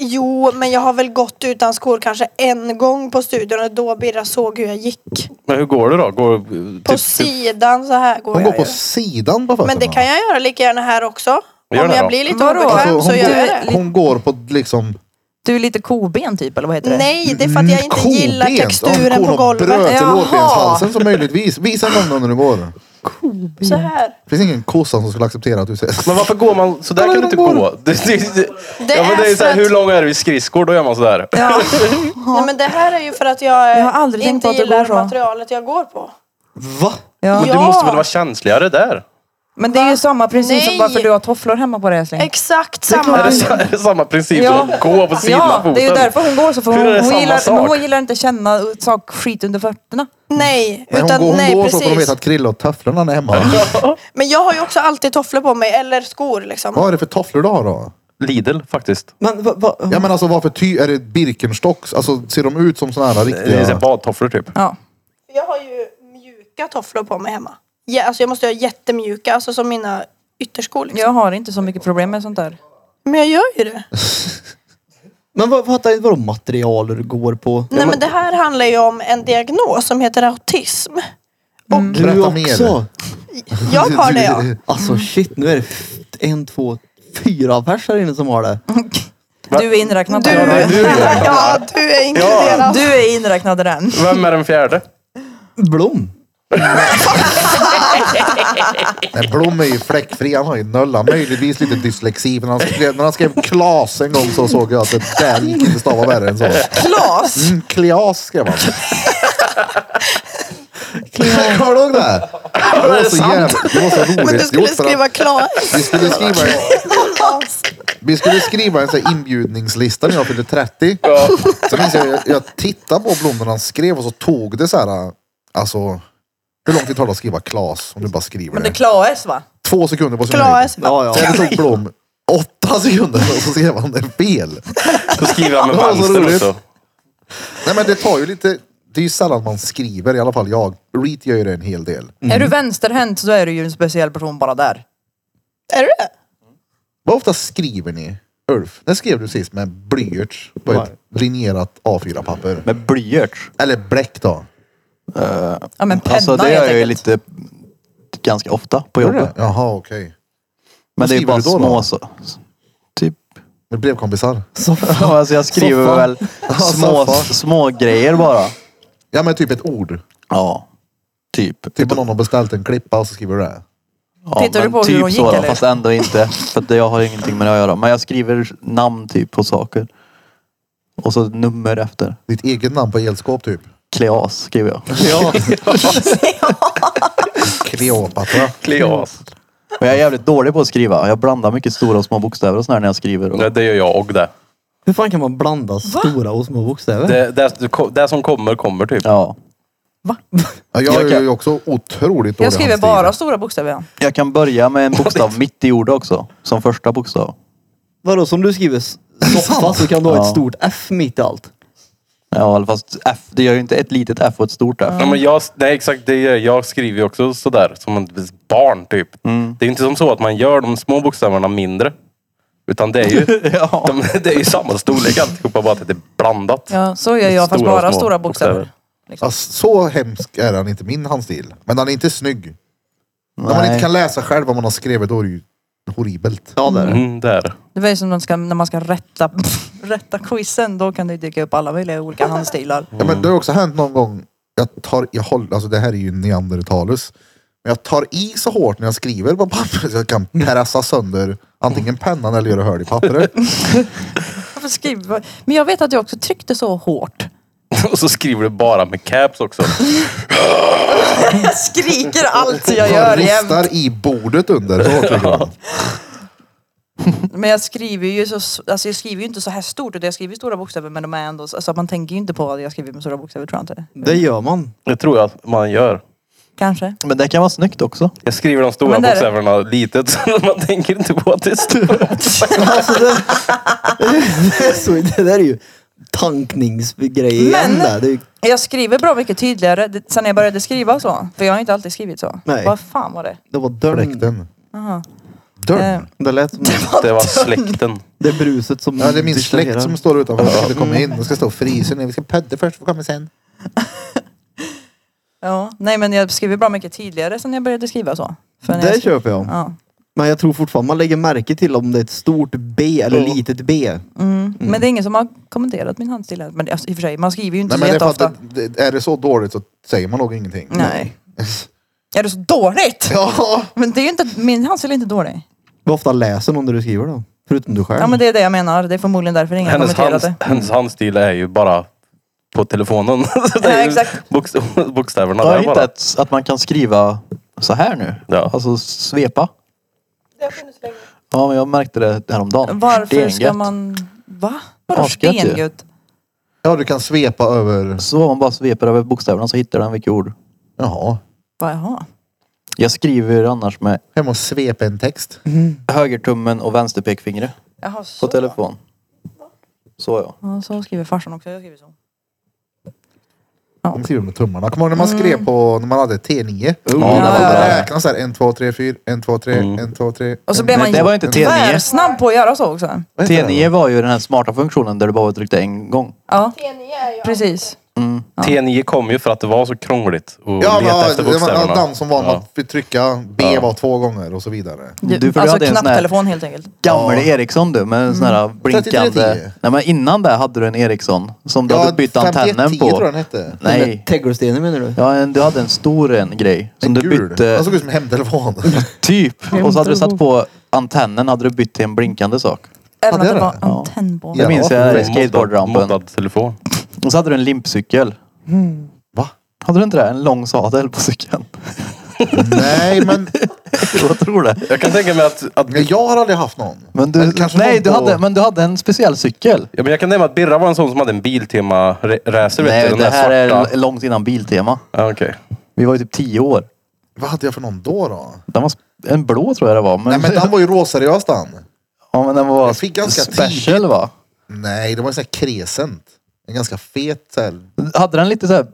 Speaker 6: Jo, men jag har väl gått utan skor kanske en gång på studion och då Birra såg hur jag gick.
Speaker 2: Men hur går det då? Går,
Speaker 6: På
Speaker 2: typ-
Speaker 6: sidan så här går
Speaker 1: Hon går
Speaker 6: jag
Speaker 1: på
Speaker 6: ju.
Speaker 1: sidan på fötterna.
Speaker 6: Men det kan jag göra lika gärna här också. Om
Speaker 2: Gör det
Speaker 6: jag
Speaker 2: då.
Speaker 6: blir lite
Speaker 3: Vadå?
Speaker 6: obekväm
Speaker 1: Alltså, hon,
Speaker 6: så gör jag
Speaker 1: går,
Speaker 6: det.
Speaker 1: hon går på liksom...
Speaker 3: Du är lite koben typ, eller vad heter det?
Speaker 6: Nej, det är för att jag inte
Speaker 1: koben.
Speaker 6: gillar
Speaker 1: Om
Speaker 6: texturen på
Speaker 1: mm, hon
Speaker 6: golvet.
Speaker 1: bröt i
Speaker 3: Jaha.
Speaker 1: lårbenshalsen så möjligtvis. Visa en gång när du går. Det
Speaker 3: Mm.
Speaker 6: Så här.
Speaker 1: finns ingen kossan som skulle acceptera att du säger...
Speaker 2: Men varför går man sådär?
Speaker 1: Kolla
Speaker 2: kan
Speaker 1: hur
Speaker 2: du inte
Speaker 1: de går.
Speaker 2: gå. Det, det, det,
Speaker 6: Det
Speaker 2: ja, men det
Speaker 6: är
Speaker 2: är så här,
Speaker 6: för att-
Speaker 2: hur lång är du i skridskor? Då gör man sådär.
Speaker 3: Ja.
Speaker 6: Nej, men det här är ju för att jag, eh,
Speaker 3: Jag har aldrig tänkt
Speaker 6: inte
Speaker 3: på att det
Speaker 6: gillar
Speaker 3: går så.
Speaker 6: materialet jag går på.
Speaker 4: Va?
Speaker 2: Men
Speaker 3: Ja.
Speaker 2: du
Speaker 6: Ja.
Speaker 2: måste väl vara känsligare där?
Speaker 3: Men det är ju samma princip som
Speaker 6: Nej.
Speaker 3: varför du har tofflor hemma på dig älskling.
Speaker 6: Exakt
Speaker 2: Är
Speaker 6: samma.
Speaker 2: det, sa- är det samma princip som
Speaker 3: Ja.
Speaker 2: att gå på sidan
Speaker 3: Ja,
Speaker 2: av foten?
Speaker 3: det är ju därför hon går så. För
Speaker 2: Hur är
Speaker 3: hon,
Speaker 2: det
Speaker 3: hon,
Speaker 2: samma
Speaker 3: gillar,
Speaker 2: sak?
Speaker 3: hon gillar inte känna sak, skit under fötterna.
Speaker 6: Nej,
Speaker 1: Nej,
Speaker 6: utan
Speaker 1: hon går, hon
Speaker 6: nej
Speaker 1: går så för hon
Speaker 6: precis.
Speaker 1: vet att Krille och tofflorna är hemma.
Speaker 6: Men jag har ju också alltid tofflor på mig eller skor liksom.
Speaker 1: Vad är det för tofflor du har då?
Speaker 2: Lidl faktiskt.
Speaker 4: Men va, va?
Speaker 1: Ja men alltså vad för ty? Är det Birkenstocks? Alltså ser de ut som såna här
Speaker 2: Det är så här
Speaker 1: riktiga?
Speaker 2: badtofflor typ.
Speaker 3: Ja.
Speaker 6: Jag har ju mjuka tofflor på mig hemma. Ja, alltså jag måste ha jättemjuka, alltså som mina ytterskor liksom.
Speaker 3: Jag har inte så mycket problem med sånt där.
Speaker 6: Men jag gör ju det.
Speaker 4: Men vad, fattar inte vadå material du går på?
Speaker 6: Nej men det här handlar ju om en diagnos som heter autism.
Speaker 4: Du
Speaker 1: Berätta mer.
Speaker 4: också?
Speaker 6: Jag har det ja.
Speaker 4: Alltså shit, nu är det f- en, två, fyra pers här inne som har det.
Speaker 3: Du är inräknad
Speaker 6: Du,
Speaker 3: där.
Speaker 2: är du, ja.
Speaker 6: ja, du är inkluderad.
Speaker 3: Du är inräknad i den.
Speaker 2: Vem är den fjärde?
Speaker 3: Mm.
Speaker 4: Blom.
Speaker 1: Nej, Blom är ju fläckfri. Han har ju nolla. Möjligtvis lite dyslexi. Men han skrev, när han skrev Klas en gång så såg jag att det där gick inte stava värre än så.
Speaker 3: Klas!
Speaker 1: Mm, Klias skrev han. Kommer du ihåg det? här? Det var så jävla, det var så roligt
Speaker 6: Men du skulle
Speaker 1: gjort för att-
Speaker 6: skriva klart.
Speaker 1: Vi skulle skriva, vi skulle skriva en sån här inbjudningslista när jag fyllde 30. Så minns jag, jag, jag tittade på Blom när han skrev och så tog det så här, alltså hur lång tid tar det att skriva Klas om du bara skriver
Speaker 3: Men det är
Speaker 1: det?
Speaker 3: Klaes va?
Speaker 1: Två sekunder på sin höjd.
Speaker 6: Klas.
Speaker 4: Ja, ja.
Speaker 1: Så det tog Blom åtta sekunder och så skrev han det fel.
Speaker 2: Så skriver han med
Speaker 1: Det var så
Speaker 2: vänster
Speaker 1: roligt.
Speaker 2: också.
Speaker 1: Nej men det tar ju lite, det är ju sällan man skriver i alla fall jag. Reet gör ju det en hel del.
Speaker 3: Är du vänsterhänt så är du ju en speciell person bara där.
Speaker 6: Är du det?
Speaker 1: Vad ofta skriver ni? Ulf, när skrev du sist med blyerts på ett linjerat A4-papper?
Speaker 5: Med blyerts.
Speaker 1: Eller bläck då.
Speaker 3: Ja men penna
Speaker 5: Alltså det
Speaker 3: helt
Speaker 5: gör jag ju
Speaker 3: enkelt.
Speaker 5: lite ganska ofta på jobbet.
Speaker 1: Jaha, okej.
Speaker 5: Men det är ju
Speaker 1: skriver
Speaker 5: bara
Speaker 1: du då,
Speaker 5: små
Speaker 1: då?
Speaker 5: så, typ.
Speaker 1: Med brevkompisar.
Speaker 5: Ja, alltså jag skriver
Speaker 4: Soffa.
Speaker 5: väl små,
Speaker 1: soffa.
Speaker 5: små grejer bara.
Speaker 1: Ja men typ ett ord.
Speaker 5: Ja, typ.
Speaker 1: Typ om någon har beställt en klippa och så skriver du det.
Speaker 5: Ja,
Speaker 3: Tittar du
Speaker 5: men
Speaker 3: på hur
Speaker 5: typ
Speaker 3: hon gick,
Speaker 5: så, då,
Speaker 3: eller?
Speaker 5: Fast ändå inte. För att det- jag har ju ingenting med det att göra. Men jag skriver namn typ på saker. Och så nummer efter.
Speaker 1: Ditt eget namn på elskåp typ.
Speaker 5: Kleas skriver jag.
Speaker 1: Kleopatra.
Speaker 2: Kleas.
Speaker 5: Och jag är jävligt dålig på att skriva. Jag blandar mycket stora och små bokstäver och sådär när jag skriver. Och...
Speaker 2: Det, det gör jag och det.
Speaker 4: Hur fan kan man blanda stora och små bokstäver?
Speaker 2: Det, det. det som kommer, kommer typ.
Speaker 5: Ja.
Speaker 1: Ja, jag
Speaker 5: Jag
Speaker 1: är
Speaker 5: kan-
Speaker 1: ju också otroligt dålig
Speaker 3: Jag skriver
Speaker 1: handstil.
Speaker 3: bara stora bokstäver ja.
Speaker 5: Jag kan börja med en bokstav mitt i ordet också. Som första bokstav.
Speaker 4: Vadå, som du skriver s- soffa så kan du ha ett
Speaker 5: Ja.
Speaker 4: stort F mitt i allt.
Speaker 5: Ja, eller fast F. Det gör ju inte ett litet F och ett stort F.
Speaker 2: Ja, men jag, nej, exakt det gör jag. jag skriver ju också sådär som ett barn typ. Det är inte som så att man gör de små bokstäverna mindre. Utan det är ju,
Speaker 5: Ja.
Speaker 2: de, det är ju samma storlek alltihopa, bara att det är blandat.
Speaker 3: ja så gör jag fast
Speaker 2: Stora och
Speaker 3: bara
Speaker 2: små
Speaker 3: stora bokstäver.
Speaker 2: bokstäver.
Speaker 1: Ja, Alltså, så hemsk är han inte min handstil. Men han är inte snygg. När man
Speaker 5: Nej.
Speaker 1: inte kan läsa själv vad man har skrivit då är det ju horribelt.
Speaker 4: Ja, det är det.
Speaker 2: Mm, där.
Speaker 3: Det var ju som när man ska, när man ska rätta, rätta quizen. Då kan det ju dyka upp alla möjliga olika handstilar.
Speaker 1: Ja, men det har också hänt någon gång. Jag tar, jag håller, alltså det här är ju neandertalus. Men jag tar i så hårt när jag skriver på pappret så jag kan pressa sönder antingen pennan eller göra hål i pappret.
Speaker 3: Varför skriver Men jag vet att jag också tryckte så hårt.
Speaker 2: Och så skriver du bara med caps också.
Speaker 3: Jag skriker allt jag
Speaker 1: Man
Speaker 3: gör
Speaker 1: ristar
Speaker 3: jämt.
Speaker 1: i bordet under. Så hårt trycker man.
Speaker 3: Men jag skriver ju så, alltså jag skriver ju inte så här stort. utan Jag skriver stora bokstäver men de är ändå, alltså man tänker ju inte på att jag skriver med stora bokstäver tror jag inte.
Speaker 4: Det gör man.
Speaker 2: Det tror jag att man gör.
Speaker 3: Kanske.
Speaker 5: Men det kan vara snyggt också.
Speaker 2: Jag skriver de stora
Speaker 3: Men där-
Speaker 2: bokstäverna litet så man tänker inte på att det är stora.
Speaker 4: Alltså det, det, är så, det där är ju tankningsgrejer igen
Speaker 3: Men-
Speaker 4: där. Det är, ju-
Speaker 3: Jag skriver bra mycket tydligare det- sen jag började skriva så. För jag har inte alltid skrivit så.
Speaker 4: Nej.
Speaker 3: Vad fan var det?
Speaker 4: det var
Speaker 3: Mm.
Speaker 4: dörren.
Speaker 1: Fläkten.
Speaker 3: Eh,
Speaker 1: Dörren.
Speaker 4: Mm. Det lät som
Speaker 2: Det var släkten.
Speaker 4: det bruset som
Speaker 1: Ja, det är min
Speaker 4: distraherar.
Speaker 1: släkt som står utanför. Jag vill komma in. De ska stå och frysa ner. Vi ska pödda först. Vi kommer sen.
Speaker 3: Ja, nej men jag skriver bra mycket tydligare sen jag började skriva så. För när
Speaker 4: Det
Speaker 3: jag skri-
Speaker 4: köper jag.
Speaker 3: ja.
Speaker 4: Men jag tror fortfarande man lägger märke till om det är ett stort B eller litet B.
Speaker 3: Men det är ingen som har kommenterat min handstil än. Men alltså, i och för sig, man skriver ju inte
Speaker 1: Nej, men
Speaker 3: så
Speaker 1: det är, för
Speaker 3: jätteofta.
Speaker 1: att det, det, är det så dåligt så säger man nog ingenting.
Speaker 3: Nej. Är det så dåligt?
Speaker 1: Ja.
Speaker 3: Men det är ju inte, min handstil är inte dålig.
Speaker 4: Hur ofta läser någon det du skriver då? Förutom du själv?
Speaker 3: Ja men det Mm. är det jag menar. Det är förmodligen därför ingen har
Speaker 2: Hennes,
Speaker 3: kommenterat
Speaker 2: hands,
Speaker 3: det.
Speaker 2: hennes handstil är ju bara på telefonen. Så det är
Speaker 3: Ja,
Speaker 2: ju
Speaker 3: exakt.
Speaker 2: Bokst- bokstäverna
Speaker 5: Jag har
Speaker 2: där
Speaker 5: hittat
Speaker 2: bara.
Speaker 5: ett- att man kan skriva så här nu.
Speaker 2: Ja.
Speaker 5: Alltså svepa.
Speaker 6: Det har funnits länge.
Speaker 5: Ja, men jag märkte det häromdagen.
Speaker 3: Varför ska
Speaker 5: Stengött.
Speaker 3: man... Va? Vadå
Speaker 5: Asgött ju.
Speaker 3: stengött?
Speaker 1: Ja, du kan svepa över...
Speaker 5: Så om man bara sveper över bokstäverna så hittar den vilket ord.
Speaker 1: Jaha.
Speaker 3: Va, Jaha.
Speaker 5: Jag skriver annars med
Speaker 1: Hemma och svepa en text.
Speaker 3: Mm.
Speaker 5: högertummen och vänsterpekfingret
Speaker 3: Jaha,
Speaker 5: på
Speaker 3: så.
Speaker 5: telefon. Så ja.
Speaker 3: Ja, så skriver farsan också. Jag skriver så.
Speaker 1: De skriver med tummarna. Kommer du ihåg när
Speaker 3: Mm.
Speaker 1: man skrev på när man hade T9? Oh, ja,
Speaker 5: det Mm. var bra.
Speaker 1: Räkna så här. En, två, tre, fyra. En, två, tre. En, två, tre.
Speaker 3: Och så
Speaker 1: en,
Speaker 3: blev
Speaker 1: två,
Speaker 3: man
Speaker 5: det
Speaker 1: tre.
Speaker 5: var inte T9.
Speaker 3: snabb på att göra så också.
Speaker 1: Vad heter det
Speaker 5: T9 var ju den här smarta funktionen där du bara tryckte en gång.
Speaker 3: Ja,
Speaker 6: T9 är ju
Speaker 3: precis.
Speaker 2: T9 kom ju för att det var så krångligt att
Speaker 1: Ja, men,
Speaker 2: leta
Speaker 1: ja,
Speaker 2: efter
Speaker 1: det var
Speaker 2: bokstäverna.
Speaker 1: ja, den som var
Speaker 2: Ja.
Speaker 1: man fick trycka B var två gånger och så vidare.
Speaker 5: Du- för
Speaker 3: alltså
Speaker 5: du hade en sån här-
Speaker 3: knapptelefon helt enkelt.
Speaker 5: Gamle Ericsson du med en sån här
Speaker 1: Mm.
Speaker 5: blinkande...
Speaker 1: 3310.
Speaker 5: Nej men innan det hade du en Ericsson som du hade bytt antennen
Speaker 1: 5110
Speaker 5: på.
Speaker 1: tror jag den hette.
Speaker 5: Nej.
Speaker 4: Tegelstenen menar du?
Speaker 5: Ja, en, du hade en stor en grej som
Speaker 1: En
Speaker 5: du
Speaker 1: gul. Alltså-
Speaker 5: bytte
Speaker 1: Den såg ut som hemtelefon.
Speaker 5: typ. Och så hade du satt på antennen hade du bytt till en blinkande sak.
Speaker 3: Även
Speaker 1: det
Speaker 3: att det
Speaker 1: är
Speaker 3: var
Speaker 1: det.
Speaker 3: antenn på.
Speaker 5: Det
Speaker 1: Ja,
Speaker 5: minns jag i
Speaker 2: Moddad-
Speaker 5: skateboardrampen.
Speaker 2: Moddad telefon.
Speaker 5: Och så hade du en limpcykel.
Speaker 1: Va?
Speaker 5: Hade du inte det? En lång sadel på cykeln.
Speaker 1: Nej, men
Speaker 5: jag tror det.
Speaker 2: Jag kan tänka mig att, att,
Speaker 1: men jag har aldrig haft någon.
Speaker 5: Men du,
Speaker 1: kanske
Speaker 5: nej,
Speaker 1: någon
Speaker 5: du
Speaker 1: på-
Speaker 5: hade, men du hade en speciell cykel.
Speaker 2: ja, men jag kan nämna att Birra var en sån som hade en Biltema-racer.
Speaker 5: Nej,
Speaker 2: den
Speaker 5: det
Speaker 2: där
Speaker 5: här
Speaker 2: svarta.
Speaker 5: är långt innan Biltema.
Speaker 2: Ja, okej.
Speaker 5: Vi var ju typ tio år.
Speaker 1: Vad hade jag för någon då då?
Speaker 5: Den var sp- en blå tror jag det var. Men,
Speaker 1: Nej, men den var ju råseriös den.
Speaker 5: ja, men den var
Speaker 1: Jag fick ganska
Speaker 5: special va?
Speaker 1: Nej, det var ju såhär crescent. En ganska fet så här.
Speaker 5: Hade den lite så här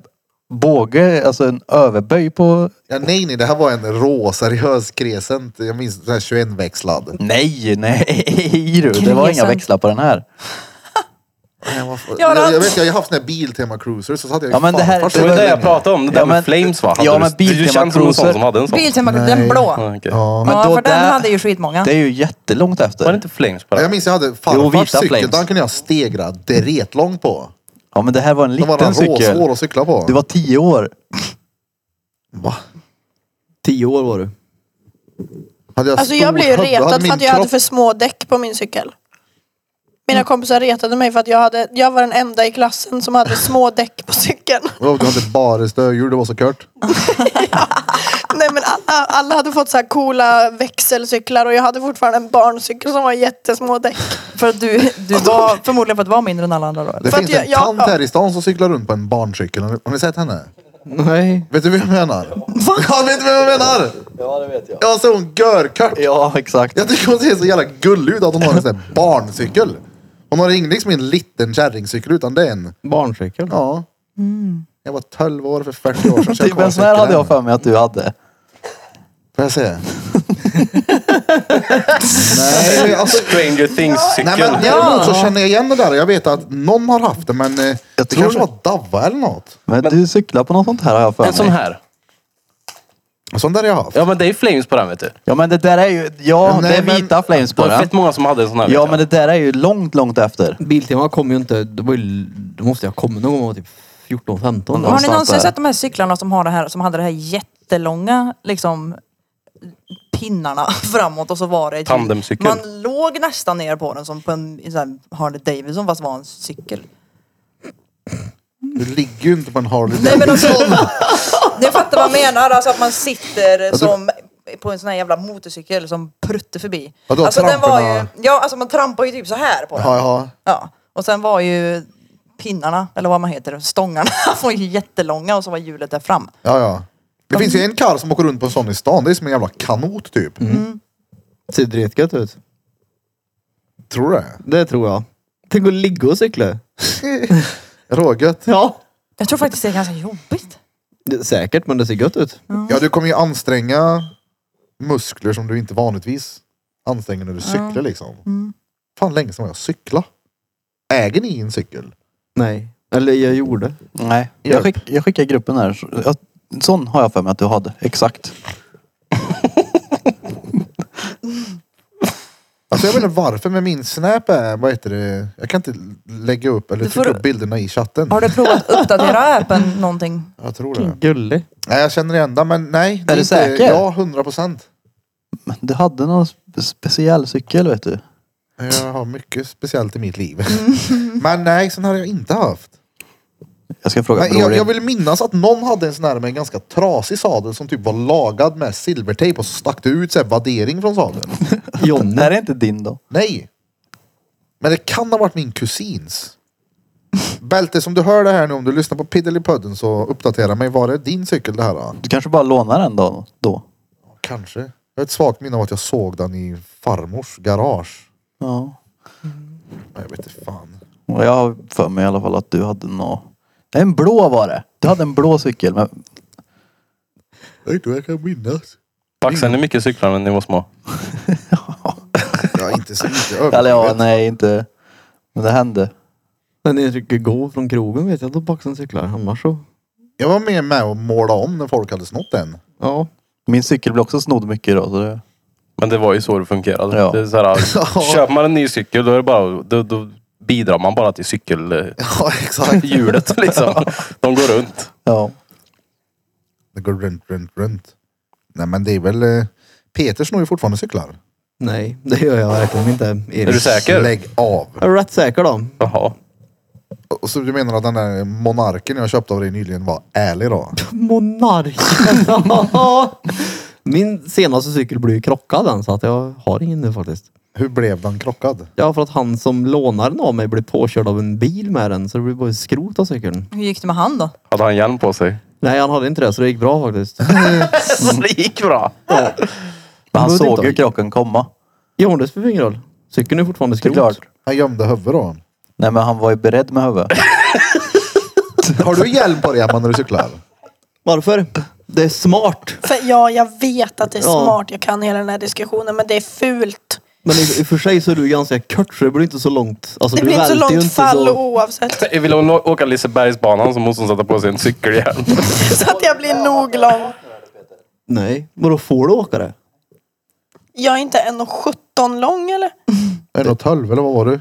Speaker 5: båge, alltså en överböj på...
Speaker 1: Ja, nej, nej, det här var en råseriös crescent. Jag minns den här 21-växlad.
Speaker 5: Nej, nej du. Det var inga
Speaker 3: Kresen.
Speaker 5: växlar på den här.
Speaker 1: Nej, vad fan.
Speaker 3: Ja, då-
Speaker 1: Jag, jag vet, jag har ju haft sån här Biltema Cruiser så hade jag ju
Speaker 5: Ja, men det här-
Speaker 1: farfars-
Speaker 2: Det var det jag
Speaker 5: men-
Speaker 2: pratade om. Det där
Speaker 5: Ja, men-
Speaker 2: med Flames va?
Speaker 5: Ja,
Speaker 2: Hade
Speaker 5: men
Speaker 2: du- du
Speaker 5: Biltema
Speaker 2: känns som en sån
Speaker 5: Cruiser-
Speaker 2: som hade en sån.
Speaker 3: Biltema, den blå.
Speaker 2: Ja, okej.
Speaker 1: Ja.
Speaker 5: Men
Speaker 3: Ja,
Speaker 5: då
Speaker 3: för den
Speaker 5: där-
Speaker 3: hade ju skitmånga.
Speaker 5: Det är ju jättelångt efter.
Speaker 2: Var det inte Flames på
Speaker 1: Ja, Jag
Speaker 2: det?
Speaker 1: minns jag hade
Speaker 5: Jo, vita
Speaker 1: farfars cykel.
Speaker 5: flames.
Speaker 1: Den kunde jag stegra det långt på.
Speaker 5: Ja men det här var en
Speaker 1: Den var
Speaker 5: liten
Speaker 1: råsvår
Speaker 5: cykel.
Speaker 1: att cykla på.
Speaker 5: Du var tio år.
Speaker 1: Va?
Speaker 4: Tio år var du.
Speaker 1: Hade jag
Speaker 6: Alltså
Speaker 1: stor
Speaker 6: jag blev ju
Speaker 1: hubb? Hade
Speaker 6: retad
Speaker 1: min
Speaker 6: för att jag hade
Speaker 1: kropp-
Speaker 6: för små däck på min cykel. Mina kompisar retade mig för att jag, hade, jag var den enda i klassen som hade små däck på cykeln.
Speaker 1: Ja, Du hade bara stödhjul, det var så kört.
Speaker 6: Nej men alla, alla hade fått så här coola växelcyklar och jag hade fortfarande en barncykel som var jättesmå däck.
Speaker 3: För att du, du
Speaker 5: Alltså-
Speaker 3: var förmodligen för att vara mindre än alla andra då. eller?
Speaker 1: Det
Speaker 6: För
Speaker 1: finns
Speaker 6: att jag-
Speaker 1: en
Speaker 6: jag-
Speaker 1: tant här i stan som cyklar runt på en barncykel. Har ni- har ni sett henne?
Speaker 4: Nej.
Speaker 1: Vet du vem jag menar? Va? Ja, vet du vem jag menar?
Speaker 5: Ja det vet jag.
Speaker 1: Ja, så hon görkört.
Speaker 5: Ja exakt.
Speaker 1: Jag tycker hon ser så jävla gullig ut att hon har en sån här barncykel. Hon har ingen liksom en liten kärringcykel utan det är en,
Speaker 4: Barncykel?
Speaker 1: ja. Jag var 12 år för 40 år sedan. så jag
Speaker 5: Typ
Speaker 1: kommer
Speaker 5: en sån här
Speaker 1: cykla
Speaker 5: hade
Speaker 1: än.
Speaker 5: jag för mig att du hade.
Speaker 1: Får jag se? Nej, men alltså.
Speaker 2: Stranger
Speaker 1: Nej
Speaker 2: Things-cykeln.
Speaker 1: men däremot så känner jag igen det där. Jag vet att någon har haft det men eh, det
Speaker 5: tror
Speaker 1: kanske
Speaker 5: det.
Speaker 1: var Davva eller något.
Speaker 5: Men, du cyklar på något sånt här har jag för
Speaker 2: En
Speaker 5: mig.
Speaker 2: sån här.
Speaker 1: Sån där har jag haft.
Speaker 2: Ja men det är ju Flames på den vet du.
Speaker 5: Ja men det där är ju, ja
Speaker 1: Nej,
Speaker 5: det är
Speaker 1: men-
Speaker 5: vita flames
Speaker 2: Det
Speaker 5: på
Speaker 2: var
Speaker 5: den.
Speaker 2: fett många som hade en sån här. liksom.
Speaker 5: Ja
Speaker 2: vet
Speaker 5: men
Speaker 2: jag.
Speaker 5: det där är ju långt, långt efter.
Speaker 4: Biltema kom ju inte, det var ju, det måste jag komma någon gång, jag var typ 14, 15.
Speaker 3: Har ni
Speaker 5: någonstans
Speaker 3: någonsin
Speaker 5: där.
Speaker 3: sett de här cyklarna som, har det här, som hade det här jättelånga liksom, pinnarna framåt och så var det ett hjul?
Speaker 2: Tandemcykel.
Speaker 3: Man låg nästan ner på den som på en en sån här Harley Davidson fast var en cykel.
Speaker 1: Du ligger ju inte på en Harley
Speaker 3: Nej men
Speaker 1: Davidson.
Speaker 3: också, ni fattar vad jag menar, alltså att man sitter
Speaker 4: Alltså,
Speaker 3: som på en sån här jävla motorcykel som prutter förbi.
Speaker 1: Ja, då
Speaker 3: alltså, den var ju,
Speaker 1: tramporna-
Speaker 3: ja, alltså man trampar ju typ så här på den.
Speaker 1: Ja, ja.
Speaker 3: Ja, och sen var ju pinnarna, eller vad man heter, stångarna var ju jättelånga och så var hjulet där fram.
Speaker 1: ja, ja. Det finns ju en karl som åker runt på en sån i stan. Det är som en jävla kanot typ.
Speaker 4: Ser dretgött ut.
Speaker 1: Tror du det?
Speaker 4: Det tror jag. Tänk att ligga och cykla.
Speaker 1: Rågött.
Speaker 4: Ja.
Speaker 3: Jag tror faktiskt det är ganska jobbigt.
Speaker 4: Det, säkert, men det ser gött ut.
Speaker 3: Mm.
Speaker 1: Ja, du kommer ju anstränga muskler som du inte vanligtvis anstränger när du cyklar liksom. Fan länge sedan var jag cykla. Äger ni en cykel?
Speaker 4: Nej. Eller jag gjorde.
Speaker 5: Nej. Jag,
Speaker 1: Hjälp.
Speaker 5: skick, jag skickar i gruppen här. Så- jag- Sån har jag för mig att du hade. Exakt.
Speaker 1: Alltså jag vet inte varför, men min Snap är, vad heter det, jag kan inte lägga upp eller
Speaker 3: Du får-
Speaker 1: trycka upp bilderna i chatten.
Speaker 3: Har du provat att uppdatera appen någonting?
Speaker 1: Jag tror det.
Speaker 4: Gullig.
Speaker 1: Nej, jag känner igen den, men nej. det
Speaker 5: du
Speaker 1: inte-
Speaker 5: säker?
Speaker 1: Ja, hundra procent.
Speaker 5: Men du hade någon spe- speciell cykel vet du.
Speaker 1: Jag har mycket speciellt i mitt liv. men nej, sån hade jag inte haft.
Speaker 5: Jag ska fråga
Speaker 1: Men jag,
Speaker 5: bror.
Speaker 1: jag vill minnas att någon hade en sån här med en ganska trasig sadel som typ var lagad med silvertejp och så stack det ut så här vaddering från sadeln.
Speaker 5: Det
Speaker 4: Jonne.
Speaker 5: här är inte din då?
Speaker 1: Nej. Men det kan ha varit min kusins. Bälte, som du hör det här nu, om du lyssnar på Piddelipudden så uppdatera mig. Var det din cykel det här då?
Speaker 5: Du kanske bara lånar den då? då.
Speaker 1: Kanske. Jag har ett svagt minne av att jag såg den i farmors garage.
Speaker 5: Ja.
Speaker 1: Nej, Jag vet inte fan.
Speaker 5: Och jag har för mig i alla fall att du hade nå... Nej, En blå var det. Du hade en blå cykel. Men...
Speaker 1: Jag vet inte vad jag kan minnas.
Speaker 2: Baxade ni mycket cyklar när ni var små?
Speaker 1: Jag är inte så mycket överdrivet.
Speaker 5: Eller ja, nej inte. Men det hände.
Speaker 4: När ni tycker gå från krogen vet jag då Baxen cyklar. Annars så.
Speaker 1: Jag var med med och måla om när folk hade snott den.
Speaker 4: Ja.
Speaker 5: Min cykel blev också snodd mycket då. Så det...
Speaker 2: Men det var ju så det fungerade.
Speaker 5: Ja.
Speaker 2: Det är så här, köper man en ny cykel då, är det bara, då, då bidrar man bara till cykelhjulet.
Speaker 1: Ja, exakt.
Speaker 2: Liksom. De går runt.
Speaker 5: Ja.
Speaker 1: Det går runt, runt, runt. Nej, men det är väl... eh, Peter snor ju fortfarande cyklar.
Speaker 4: Nej, det gör jag verkligen inte. Erik.
Speaker 2: Är du säker?
Speaker 1: Lägg av.
Speaker 4: Jag är rätt säker då.
Speaker 2: Jaha.
Speaker 1: Och Så du menar att den där monarken jag köpte av dig nyligen var ärlig då?
Speaker 4: Monarken. Min senaste cykel blev ju krockad den så att jag har ingen nu faktiskt.
Speaker 1: Hur blev den krockad?
Speaker 4: Ja för att han som lånar den av mig blev påkörd av en bil med den så det blev bara skrot av cykeln.
Speaker 3: Hur gick det med han då?
Speaker 2: Hade han hjälm på sig?
Speaker 4: Nej han hade inte det så det gick bra faktiskt.
Speaker 2: Så det gick bra.
Speaker 5: Men han
Speaker 4: behövde
Speaker 5: såg
Speaker 4: inte
Speaker 5: ju
Speaker 4: ha-
Speaker 5: krocken komma.
Speaker 4: Jo men det spelar ingen roll. Cykeln är fortfarande
Speaker 5: Det är
Speaker 4: skrot.
Speaker 5: klart.
Speaker 1: Han gömde huvudet då.
Speaker 5: Nej men han var ju beredd med huvudet.
Speaker 1: Har du hjälm på dig Emma när du cyklar?
Speaker 4: Varför? Det är smart.
Speaker 6: För ja, jag vet att det är
Speaker 4: Ja.
Speaker 6: smart. Jag kan hela den här diskussionen, men det är fult.
Speaker 4: Men i, i och för sig så är du ganska kort så det blir inte så långt. Alltså,
Speaker 6: Det
Speaker 4: du
Speaker 6: blir inte så
Speaker 4: välter ju
Speaker 6: långt
Speaker 4: inte
Speaker 6: fall
Speaker 4: så-
Speaker 6: oavsett.
Speaker 2: Vill hon å- åka Lisebergsbanan så måste hon sätta på sig en cykelhjälm.
Speaker 6: Så att jag blir nog lång.
Speaker 4: Nej, vadå får du åka det?
Speaker 6: Jag är inte 1,17 lång eller?
Speaker 1: 1,12 eller vad var du?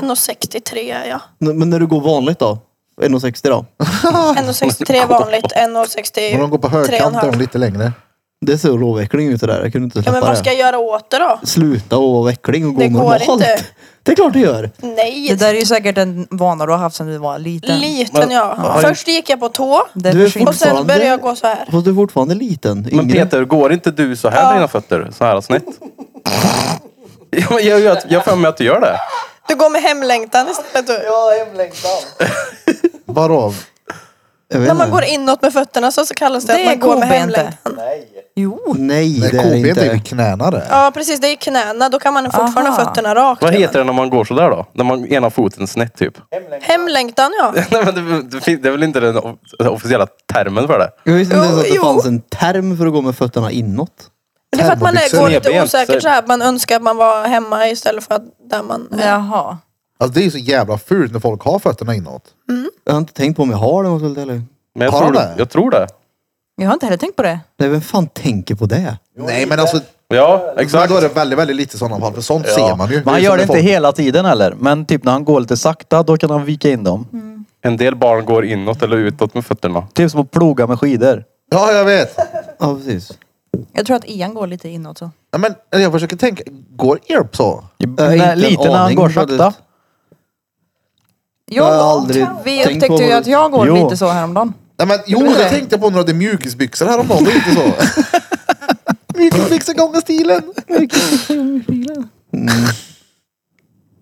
Speaker 6: 1,63 är jag.
Speaker 4: N- Men när du går vanligt då? 1,60 då?
Speaker 6: 1,63 vanligt,
Speaker 1: Om de går på
Speaker 6: 1,63
Speaker 1: högkant är de lite längre.
Speaker 4: Det ser råväckling ut det där. Jag kunde inte
Speaker 6: Ja
Speaker 4: släppa
Speaker 6: men vad ska
Speaker 4: det.
Speaker 6: jag göra åt det då?
Speaker 4: Sluta och vara väckling och gå
Speaker 6: Det går
Speaker 4: normalt.
Speaker 6: inte.
Speaker 4: Det är klart du gör.
Speaker 6: Nej.
Speaker 3: Det där är ju säkert en vana du har haft sedan du var liten.
Speaker 6: Liten ja. Först gick jag på tå.
Speaker 3: Det
Speaker 4: Du är
Speaker 3: försvinner.
Speaker 6: Och sen
Speaker 4: Fortfarande-
Speaker 6: började jag gå så här.
Speaker 4: Fast du är fortfarande liten. Yngre.
Speaker 2: Men Peter, går inte du så här med dina fötter? Så här snett? Ja, men Jag jag- jag har för mig att du gör det.
Speaker 6: Du går med hemlängtan istället du.
Speaker 1: Varav?
Speaker 4: Jag vet
Speaker 6: När man
Speaker 4: inte.
Speaker 6: går inåt med fötterna så, så kallas det, att
Speaker 3: Det är
Speaker 6: man går med
Speaker 3: kobent
Speaker 6: hemlängtan.
Speaker 3: det. Jo.
Speaker 4: Nej,
Speaker 1: Nej,
Speaker 4: det är det
Speaker 1: kobent är
Speaker 4: inte.
Speaker 1: ju knäna det.
Speaker 6: Ja precis, det är knäna. Då kan man fortfarande ha
Speaker 3: Aha.
Speaker 6: fötterna rakt.
Speaker 2: Vad heter det när man går så där då? När man ena foten snett typ?
Speaker 6: Hemlängtan ja.
Speaker 2: Nej, men det, det, fin- det är väl inte den o- den officiella termen för det?
Speaker 4: Jag visste inte ens att det
Speaker 6: Jo,
Speaker 4: fanns en term för att gå med fötterna inåt.
Speaker 6: Men det är för att man är, går lite
Speaker 2: Knäbent,
Speaker 6: osäker
Speaker 2: säg.
Speaker 6: så här. Man önskar att man var hemma istället för att där man är.
Speaker 3: Jaha.
Speaker 1: Alltså det är ju så jävla fult när folk har fötterna inåt.
Speaker 4: Jag har inte tänkt på om jag har det. om jag ska vara helt ärlig.
Speaker 2: Men jag,
Speaker 1: Har
Speaker 2: tror,
Speaker 1: de det?
Speaker 2: jag tror det.
Speaker 3: Jag har inte heller tänkt på det.
Speaker 4: Nej, vem fan tänker på det?
Speaker 1: Nej men alltså,
Speaker 2: Ja,
Speaker 1: men
Speaker 2: exakt.
Speaker 1: då är det väldigt, väldigt lite sådana fall. För sånt ser man ju.
Speaker 5: Men
Speaker 1: är
Speaker 5: han
Speaker 1: ju
Speaker 5: gör
Speaker 1: som
Speaker 5: det
Speaker 1: när
Speaker 5: inte
Speaker 1: folk-
Speaker 5: hela tiden heller. Men typ när han går lite sakta då kan han vika in dem.
Speaker 2: En del barn går inåt eller utåt med fötterna.
Speaker 5: Typ som att ploga med skidor.
Speaker 1: Ja, jag vet.
Speaker 4: Ja, precis.
Speaker 3: Jag tror att Ian går lite inåt så.
Speaker 1: Ja, men jag försöker tänka, går Erp så?
Speaker 4: har inte
Speaker 5: Nej,
Speaker 4: en
Speaker 5: lite när han
Speaker 4: aning
Speaker 5: går
Speaker 4: faktiskt.
Speaker 5: sakta.
Speaker 4: Jag har aldrig
Speaker 3: vi
Speaker 4: tänkt
Speaker 3: upptäckte
Speaker 4: på
Speaker 3: ju
Speaker 4: det.
Speaker 3: att jag går
Speaker 5: Jo.
Speaker 3: lite så häromdagen.
Speaker 1: Nej, men, jo,
Speaker 3: Nej.
Speaker 1: jag tänkte på när du hade mjukisbyxor häromdagen. Det är inte så. Mjukisbyxor gånger stilen.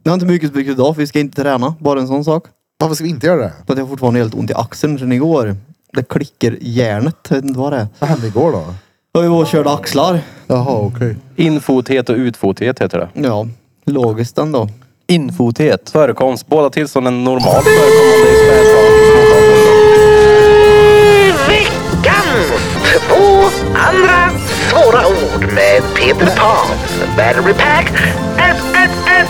Speaker 4: Jag har inte mjukisbyxor idag för vi ska inte träna. Bara en sån sak.
Speaker 1: Varför ska vi inte göra det?
Speaker 4: För att jag har fortfarande helt ont i axeln sedan igår. Det klickar järnet. Jag vet inte vad det är.
Speaker 1: Vad hände igår då?
Speaker 4: Jag har ju påkörda axlar.
Speaker 1: Jaha, okej.
Speaker 2: Infothet och utfothet heter det.
Speaker 4: Ja, logiskt ändå.
Speaker 5: Infothet.
Speaker 2: Förekomst. Båda tillstånden normalt förekommande i spädbarn.
Speaker 7: Veckans två andra svåra ord med Peter Pan. Battery pack. FFF.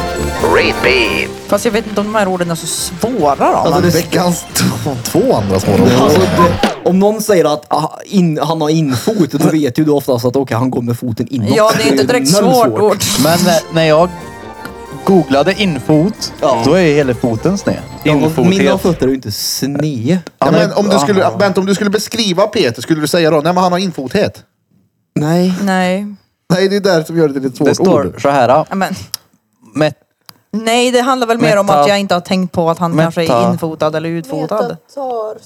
Speaker 7: Repeat.
Speaker 3: Fast jag vet inte om de här orden är så svåra då.
Speaker 4: Alltså,
Speaker 1: Men
Speaker 4: det-
Speaker 1: veckans t- två andra små då.
Speaker 4: Alltså, det, om någon säger att ah, in, han har infot, då vet ju du oftast att okej, han går med foten inåt.
Speaker 3: ja, det är inte direkt
Speaker 4: noll
Speaker 3: svårt ord.
Speaker 5: Men eh, när- när jag googlade infot, då är ju hela foten sned.
Speaker 4: Ja, Mina
Speaker 2: Infothet.
Speaker 4: fötter är ju inte sned.
Speaker 1: Ja, men om du skulle, vänta, om du skulle beskriva Peter, skulle du säga då, nej men han har infothet?
Speaker 4: Nej.
Speaker 3: Nej.
Speaker 1: Nej, det är där som gör det till ett svårt
Speaker 5: Det står
Speaker 1: ord.
Speaker 5: så här.
Speaker 3: Ja, Men,
Speaker 5: Met-
Speaker 3: Nej, det handlar väl mer om
Speaker 5: Meta-
Speaker 3: att jag inte har tänkt på att han
Speaker 5: Meta-
Speaker 3: kanske är infotad eller utfotad.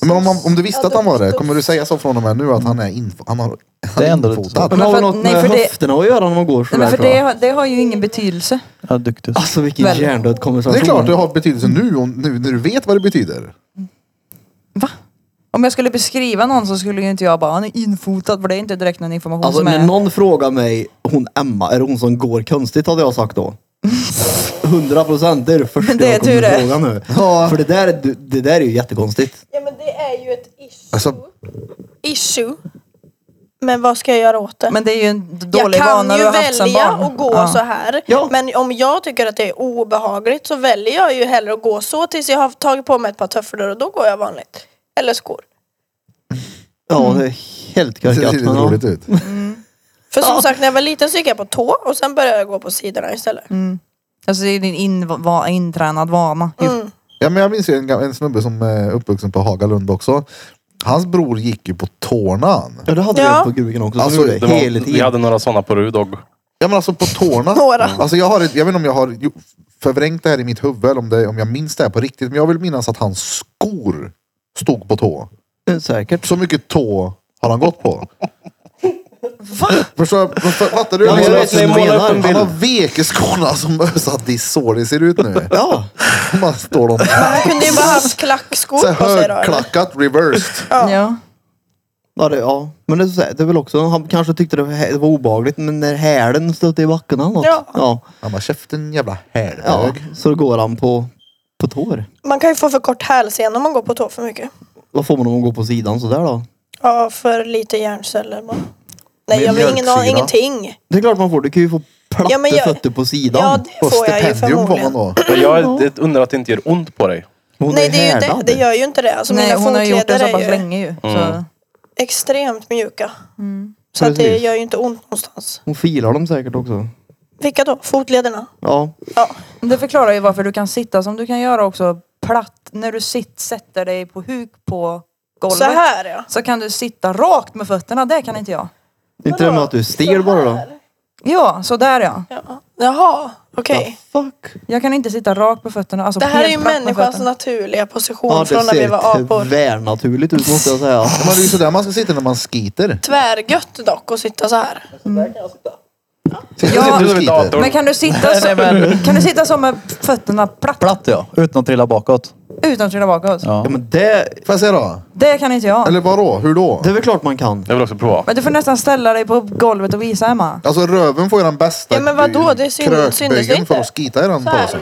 Speaker 1: Men om, man, om du visste att han var det, kommer du säga så från och med nu att han är info, han har, han
Speaker 5: Det är
Speaker 1: är
Speaker 5: ändå lite
Speaker 1: infotad?
Speaker 4: Men har
Speaker 3: för-
Speaker 4: väl något
Speaker 3: nej,
Speaker 4: med
Speaker 3: för det-
Speaker 4: höfterna att göra när man går
Speaker 3: Nej, men
Speaker 4: sådär
Speaker 3: för
Speaker 4: tror
Speaker 3: det,
Speaker 4: jag.
Speaker 3: har- det har ju ingen betydelse.
Speaker 5: Ja, duktig.
Speaker 4: Alltså vilken
Speaker 3: Väl-
Speaker 4: hjärndöd konversation.
Speaker 1: Det är klart det har betydelse nu, om, nu när du vet vad det betyder.
Speaker 3: Va? Om jag skulle beskriva någon så skulle ju inte jag bara, han är infotad för det är inte direkt någon information
Speaker 4: Alltså
Speaker 3: som
Speaker 4: när
Speaker 3: är...
Speaker 4: någon frågar mig, hon Emma, är det hon som går konstigt hade jag sagt då. 100 procent, det är det första
Speaker 3: Men det är
Speaker 4: jag kommer
Speaker 3: tur det.
Speaker 4: att fråga nu. För det där, är- det där är ju jättekonstigt.
Speaker 6: Ja men det är ju ett issue.
Speaker 1: Alltså-
Speaker 6: Issue. Men vad ska jag göra åt det?
Speaker 3: Men det är ju en
Speaker 6: jag
Speaker 3: dålig
Speaker 6: kan
Speaker 3: vana du
Speaker 6: ju
Speaker 3: har haft sedan
Speaker 6: välja
Speaker 3: barn.
Speaker 6: att gå
Speaker 3: Ja.
Speaker 6: så här.
Speaker 4: Ja.
Speaker 6: Men om jag tycker att det är obehagligt så väljer jag ju hellre att gå så tills jag har tagit på mig ett par tofflor och då går jag vanligt. Eller skor.
Speaker 4: Ja,
Speaker 6: Mm.
Speaker 4: det är helt
Speaker 1: Det ser
Speaker 4: korkat.
Speaker 1: lite
Speaker 4: men ja.
Speaker 1: roligt ut.
Speaker 6: För som sagt när jag var liten så gick jag på tå och sen började jag gå på sidorna istället.
Speaker 3: Alltså det är din inv- va- intränad vana. ju.
Speaker 1: Ja, men jag minns ju en, gam- en snubbe som är uppvuxen på Hagalund också. Hans bror gick ju på tårna. han.
Speaker 4: Ja, det hade
Speaker 6: Ja.
Speaker 4: vi på Gugen också.
Speaker 1: Alltså,
Speaker 4: Alltså, det
Speaker 1: det
Speaker 2: Det var,
Speaker 4: hela tiden.
Speaker 2: vi hade några sådana på Rudog.
Speaker 1: Ja men alltså på tårna.
Speaker 6: Några.
Speaker 1: Alltså jag, har ett, jag vet inte om jag har jo- förvrängt det här i mitt huvud eller om, det, om jag minns det här på riktigt. Men jag vill minnas att hans skor stod på tå.
Speaker 4: Säkert.
Speaker 1: Så mycket tå har han gått på. Förstår, förstår, fattar du?
Speaker 4: Ja, men jag
Speaker 1: Alltså,
Speaker 4: vet vad du
Speaker 1: han-
Speaker 4: menar.
Speaker 1: han har vek i skorna som ösat. Det är så det ser ut nu.
Speaker 4: Ja,
Speaker 1: Man står de
Speaker 6: Man kunde ju bara haft klackskor
Speaker 1: så här
Speaker 6: på sig då. eller?
Speaker 1: högklackat reversed.
Speaker 6: Ja.
Speaker 3: Ja.
Speaker 4: ja, det, ja. men det, är så här, det är väl också, han kanske tyckte det var, hä- det var obehagligt men när hälen stötte i backen eller något.
Speaker 6: Ja.
Speaker 4: Ja.
Speaker 1: Han bara käften jävla hälbög.
Speaker 4: ja. Så då går han på, på tår.
Speaker 6: Man kan ju få för kort hälsena om man går på tå för mycket.
Speaker 4: Vad får man om man går på sidan sådär då?
Speaker 6: Ja, för lite hjärnceller bara.
Speaker 4: Med
Speaker 6: Nej, jag har ingen,
Speaker 4: mjölksyra.
Speaker 6: ingenting.
Speaker 4: Det är klart man får. Du kan ju få platta
Speaker 6: Ja, men jag-
Speaker 4: fötter på sidan.
Speaker 6: Ja, det
Speaker 1: På
Speaker 6: får jag ju
Speaker 1: stipendium får man
Speaker 6: förmodligen.
Speaker 1: då.
Speaker 2: Men jag det- undrar att det inte gör ont på dig.
Speaker 4: Hon
Speaker 6: Nej, det, är ju det,
Speaker 4: härdad.
Speaker 6: det gör ju inte det. Alltså,
Speaker 3: Nej,
Speaker 6: mina
Speaker 3: hon har gjort det
Speaker 6: fotleder
Speaker 3: så pass
Speaker 6: är ju
Speaker 3: länge ju.
Speaker 4: Mm.
Speaker 3: Så.
Speaker 6: extremt mjuka.
Speaker 3: Mm.
Speaker 6: Så att det
Speaker 4: Precis.
Speaker 6: gör ju inte ont någonstans.
Speaker 4: Hon filar dem säkert också.
Speaker 6: Vilka då? Fotlederna?
Speaker 4: Ja.
Speaker 3: Det förklarar ju varför du kan sitta som du kan göra också platt. När du sitt, sätter dig på huk på golvet.
Speaker 6: Så här ja.
Speaker 3: så kan du sitta rakt med fötterna. Det kan inte jag.
Speaker 4: Inte det med att du är stel bara då?
Speaker 3: Ja, så där ja.
Speaker 6: ja. Jaha, okej.
Speaker 4: Fuck.
Speaker 3: Jag kan inte sitta rakt på fötterna. Alltså
Speaker 6: Det här är
Speaker 3: helt
Speaker 6: ju
Speaker 3: platt med
Speaker 6: människans
Speaker 3: fötterna.
Speaker 6: naturliga position
Speaker 4: Ja, det
Speaker 6: från när vi var
Speaker 4: ser
Speaker 6: apor.
Speaker 4: tvärnaturligt ut måste jag säga.
Speaker 1: Men det är ju sådär man ska sitta när man skiter.
Speaker 6: Tvärgött dock att sitta så här.
Speaker 1: Sitter
Speaker 3: Ja.
Speaker 1: sitter du
Speaker 2: Vid
Speaker 1: skiter.
Speaker 2: datorn.
Speaker 3: Men kan du sitta så, kan du sitta så med fötterna platt
Speaker 5: Platt ja, utan att trilla bakåt.
Speaker 3: utan att trilla bakåt?
Speaker 5: Ja.
Speaker 4: Ja men det,
Speaker 1: Får jag se då?
Speaker 3: Det kan inte jag.
Speaker 1: Eller vadå? Hur då?
Speaker 4: det är väl klart man kan.
Speaker 2: Jag vill också prova.
Speaker 3: Men du får nästan ställa dig på golvet och visa Emma.
Speaker 1: Alltså röven får ju den bästa
Speaker 6: Ja, men vadå? Det synd-
Speaker 1: krökböjen
Speaker 6: syndes det inte?
Speaker 1: för att skita i den
Speaker 6: Så här.
Speaker 1: på sig.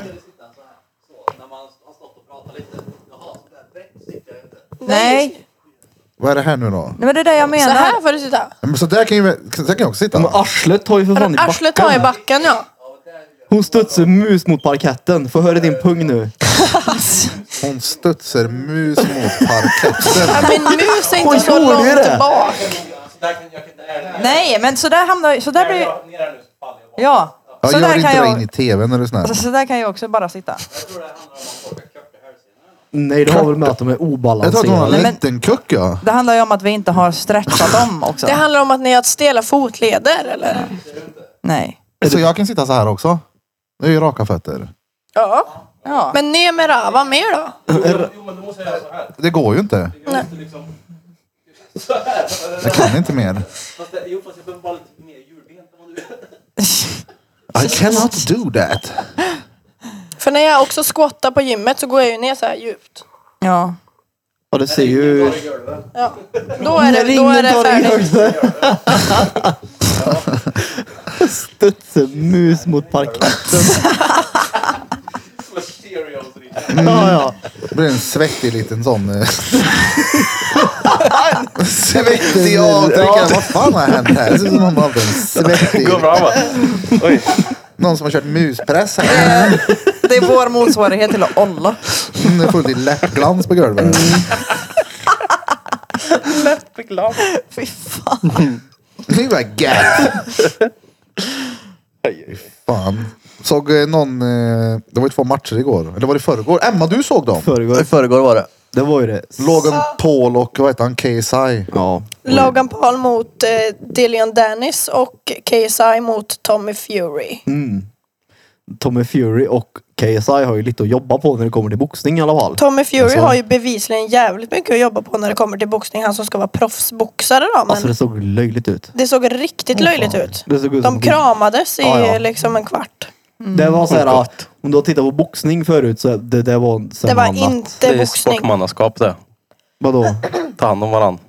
Speaker 3: Nej.
Speaker 6: Nej.
Speaker 1: Vad är det här nu då?
Speaker 3: Nej men det är det jag
Speaker 6: Så
Speaker 3: menar.
Speaker 6: här får du sitta.
Speaker 1: Ja, Men så där kan ju så där kan jag också sitta.
Speaker 4: Men arslet tar ju för fan i
Speaker 6: Arslet har i backen ja.
Speaker 4: Hon studsar mus mot parketten. Få höra din pung nu.
Speaker 1: Hon studsar mus mot parketten.
Speaker 6: Ja, Min mus är inte
Speaker 4: Hon
Speaker 6: så
Speaker 4: gjorde ju det.
Speaker 6: långt bak.
Speaker 3: Nej men så där hamnar så där blir Ja.
Speaker 1: Ja,
Speaker 3: Så
Speaker 1: gör
Speaker 3: där
Speaker 1: inte
Speaker 3: kan
Speaker 1: det in i
Speaker 3: jag alltså,
Speaker 1: tvn är du snäll.
Speaker 3: så där kan jag också bara sitta.
Speaker 4: Nej det har väl med att de är
Speaker 1: Jag tror att hon har
Speaker 4: obalanserade.
Speaker 3: Nej, men-
Speaker 1: liten kuck ja.
Speaker 3: Det handlar ju om att vi inte har stretchat dem också.
Speaker 6: Det handlar om att ni har stela fotleder eller?
Speaker 3: Mm. Nej.
Speaker 1: Så jag kan sitta så här också. Det är ju raka fötter.
Speaker 6: Ja.
Speaker 3: Ja.
Speaker 6: Men ner med rava mer då.
Speaker 1: Det går ju inte. Jag kan inte mer. I cannot do that.
Speaker 6: För när jag också squattar på gymmet så går jag ju ner så här djupt.
Speaker 3: ja.
Speaker 4: Ja det ser ju...
Speaker 6: Ja. Då är det, då är det färdigt.
Speaker 4: Studsar mus mot parketten. Ja ja.
Speaker 1: Det blir en svettig liten sån... eh, svettig Afrika. Vad fan har hänt här? Det ser ut som någon hade en svettig...
Speaker 2: Går bra va? Oj.
Speaker 1: Någon som har kört muspress här.
Speaker 3: Det är vår motsvarighet till att olla.
Speaker 1: Mm, Det är fullt i läppglans på golvet.
Speaker 3: Fy fan.
Speaker 1: Det var gött. Fan. Såg eh, någon... eh, Det var ju två matcher igår. Eller var det förrgår? Emma, du såg dem?
Speaker 4: Föregår.
Speaker 5: I förrgår var det.
Speaker 4: Det var ju det.
Speaker 1: Logan Paul och vad heter han? KSI.
Speaker 4: Ja.
Speaker 6: Logan Paul mot
Speaker 4: Mm.
Speaker 6: eh, Dillian Dennis och KSI mot Tommy Fury.
Speaker 4: Tommy Fury och KSI har ju lite att jobba på när det kommer till boxning i alla fall.
Speaker 6: Tommy Fury
Speaker 4: Alltså-
Speaker 6: har ju bevisligen jävligt mycket att jobba på när det kommer till boxning. Han som ska vara proffsboxare då. Men
Speaker 4: Alltså det såg löjligt ut.
Speaker 6: det såg riktigt löjligt ut.
Speaker 4: Det såg ut som-
Speaker 6: De kramades i
Speaker 4: Ja, ja.
Speaker 6: liksom en kvart.
Speaker 4: Det var så här, om du har tittat på boxning förut så det, det var så
Speaker 6: Det
Speaker 4: här
Speaker 6: var
Speaker 4: annat.
Speaker 2: Det
Speaker 6: inte
Speaker 2: är
Speaker 6: boxning.
Speaker 2: sportmannaskap det.
Speaker 4: Vadå?
Speaker 2: Ta hand om varandra.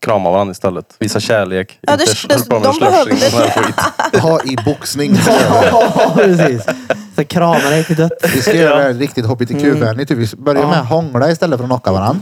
Speaker 2: Krama varandra istället. Visa kärlek.
Speaker 6: Ja, det-
Speaker 2: Inte slå
Speaker 6: det-
Speaker 2: på
Speaker 6: de
Speaker 2: någon slösning
Speaker 6: behövde
Speaker 2: och sån här skit.
Speaker 1: Ha i boxning.
Speaker 4: Ja, precis. Så kramar dig till dött.
Speaker 1: Vi ska göra det här riktigt hbtq-vänligt. Vi börjar med att hångla istället för att knocka varandra.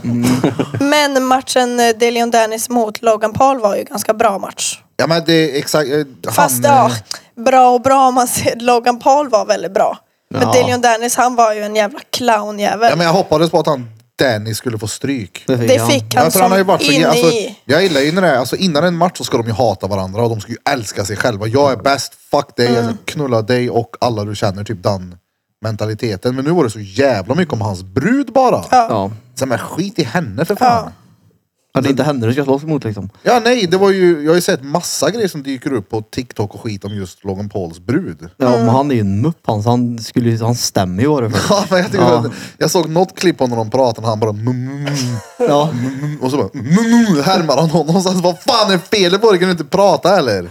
Speaker 6: Men matchen eh, Deleon Dennis mot Logan Paul var ju ganska bra match.
Speaker 1: Ja men det är exakt. eh, Han,
Speaker 6: Fast ja, bra och bra om man ser. Logan Paul var väldigt bra. Men Deleon Dennis han var ju en jävla clownjävel.
Speaker 1: ja, men jag hoppades på att han Danny skulle få stryk.
Speaker 6: det fick han
Speaker 1: Ja, för han har ju
Speaker 6: som
Speaker 1: varit så,
Speaker 6: in
Speaker 1: alltså,
Speaker 6: i.
Speaker 1: jag gillar ju när det är, alltså, innan en match så ska de ju hata varandra och de ska ju älska sig själva. Jag är bäst, fuck dig, jag
Speaker 6: Mm.
Speaker 1: ska knulla dig och alla du känner, typ den mentaliteten. Men nu var det så jävla mycket om hans brud bara.
Speaker 4: Ja.
Speaker 1: Sen men skit i henne för fan.
Speaker 6: Ja.
Speaker 4: Ja, det är inte henne du ska slåss mot liksom.
Speaker 1: Ja, nej, det var ju, jag har ju sett massa grejer som dyker upp på TikTok och skit om just Logan Pauls brud.
Speaker 4: Ja,
Speaker 6: Mm.
Speaker 4: men han är ju en mupp han, så han, skulle, ju- han stämmer ju vad det för.
Speaker 1: Ja, men jag, tycker att, jag såg något klipp på när de pratade och han bara mm, mm,
Speaker 4: Ja.
Speaker 1: mm, och så bara mm, mm, mm, härmar han honom. Så, vad fan är felet på dig? Kan du inte prata eller?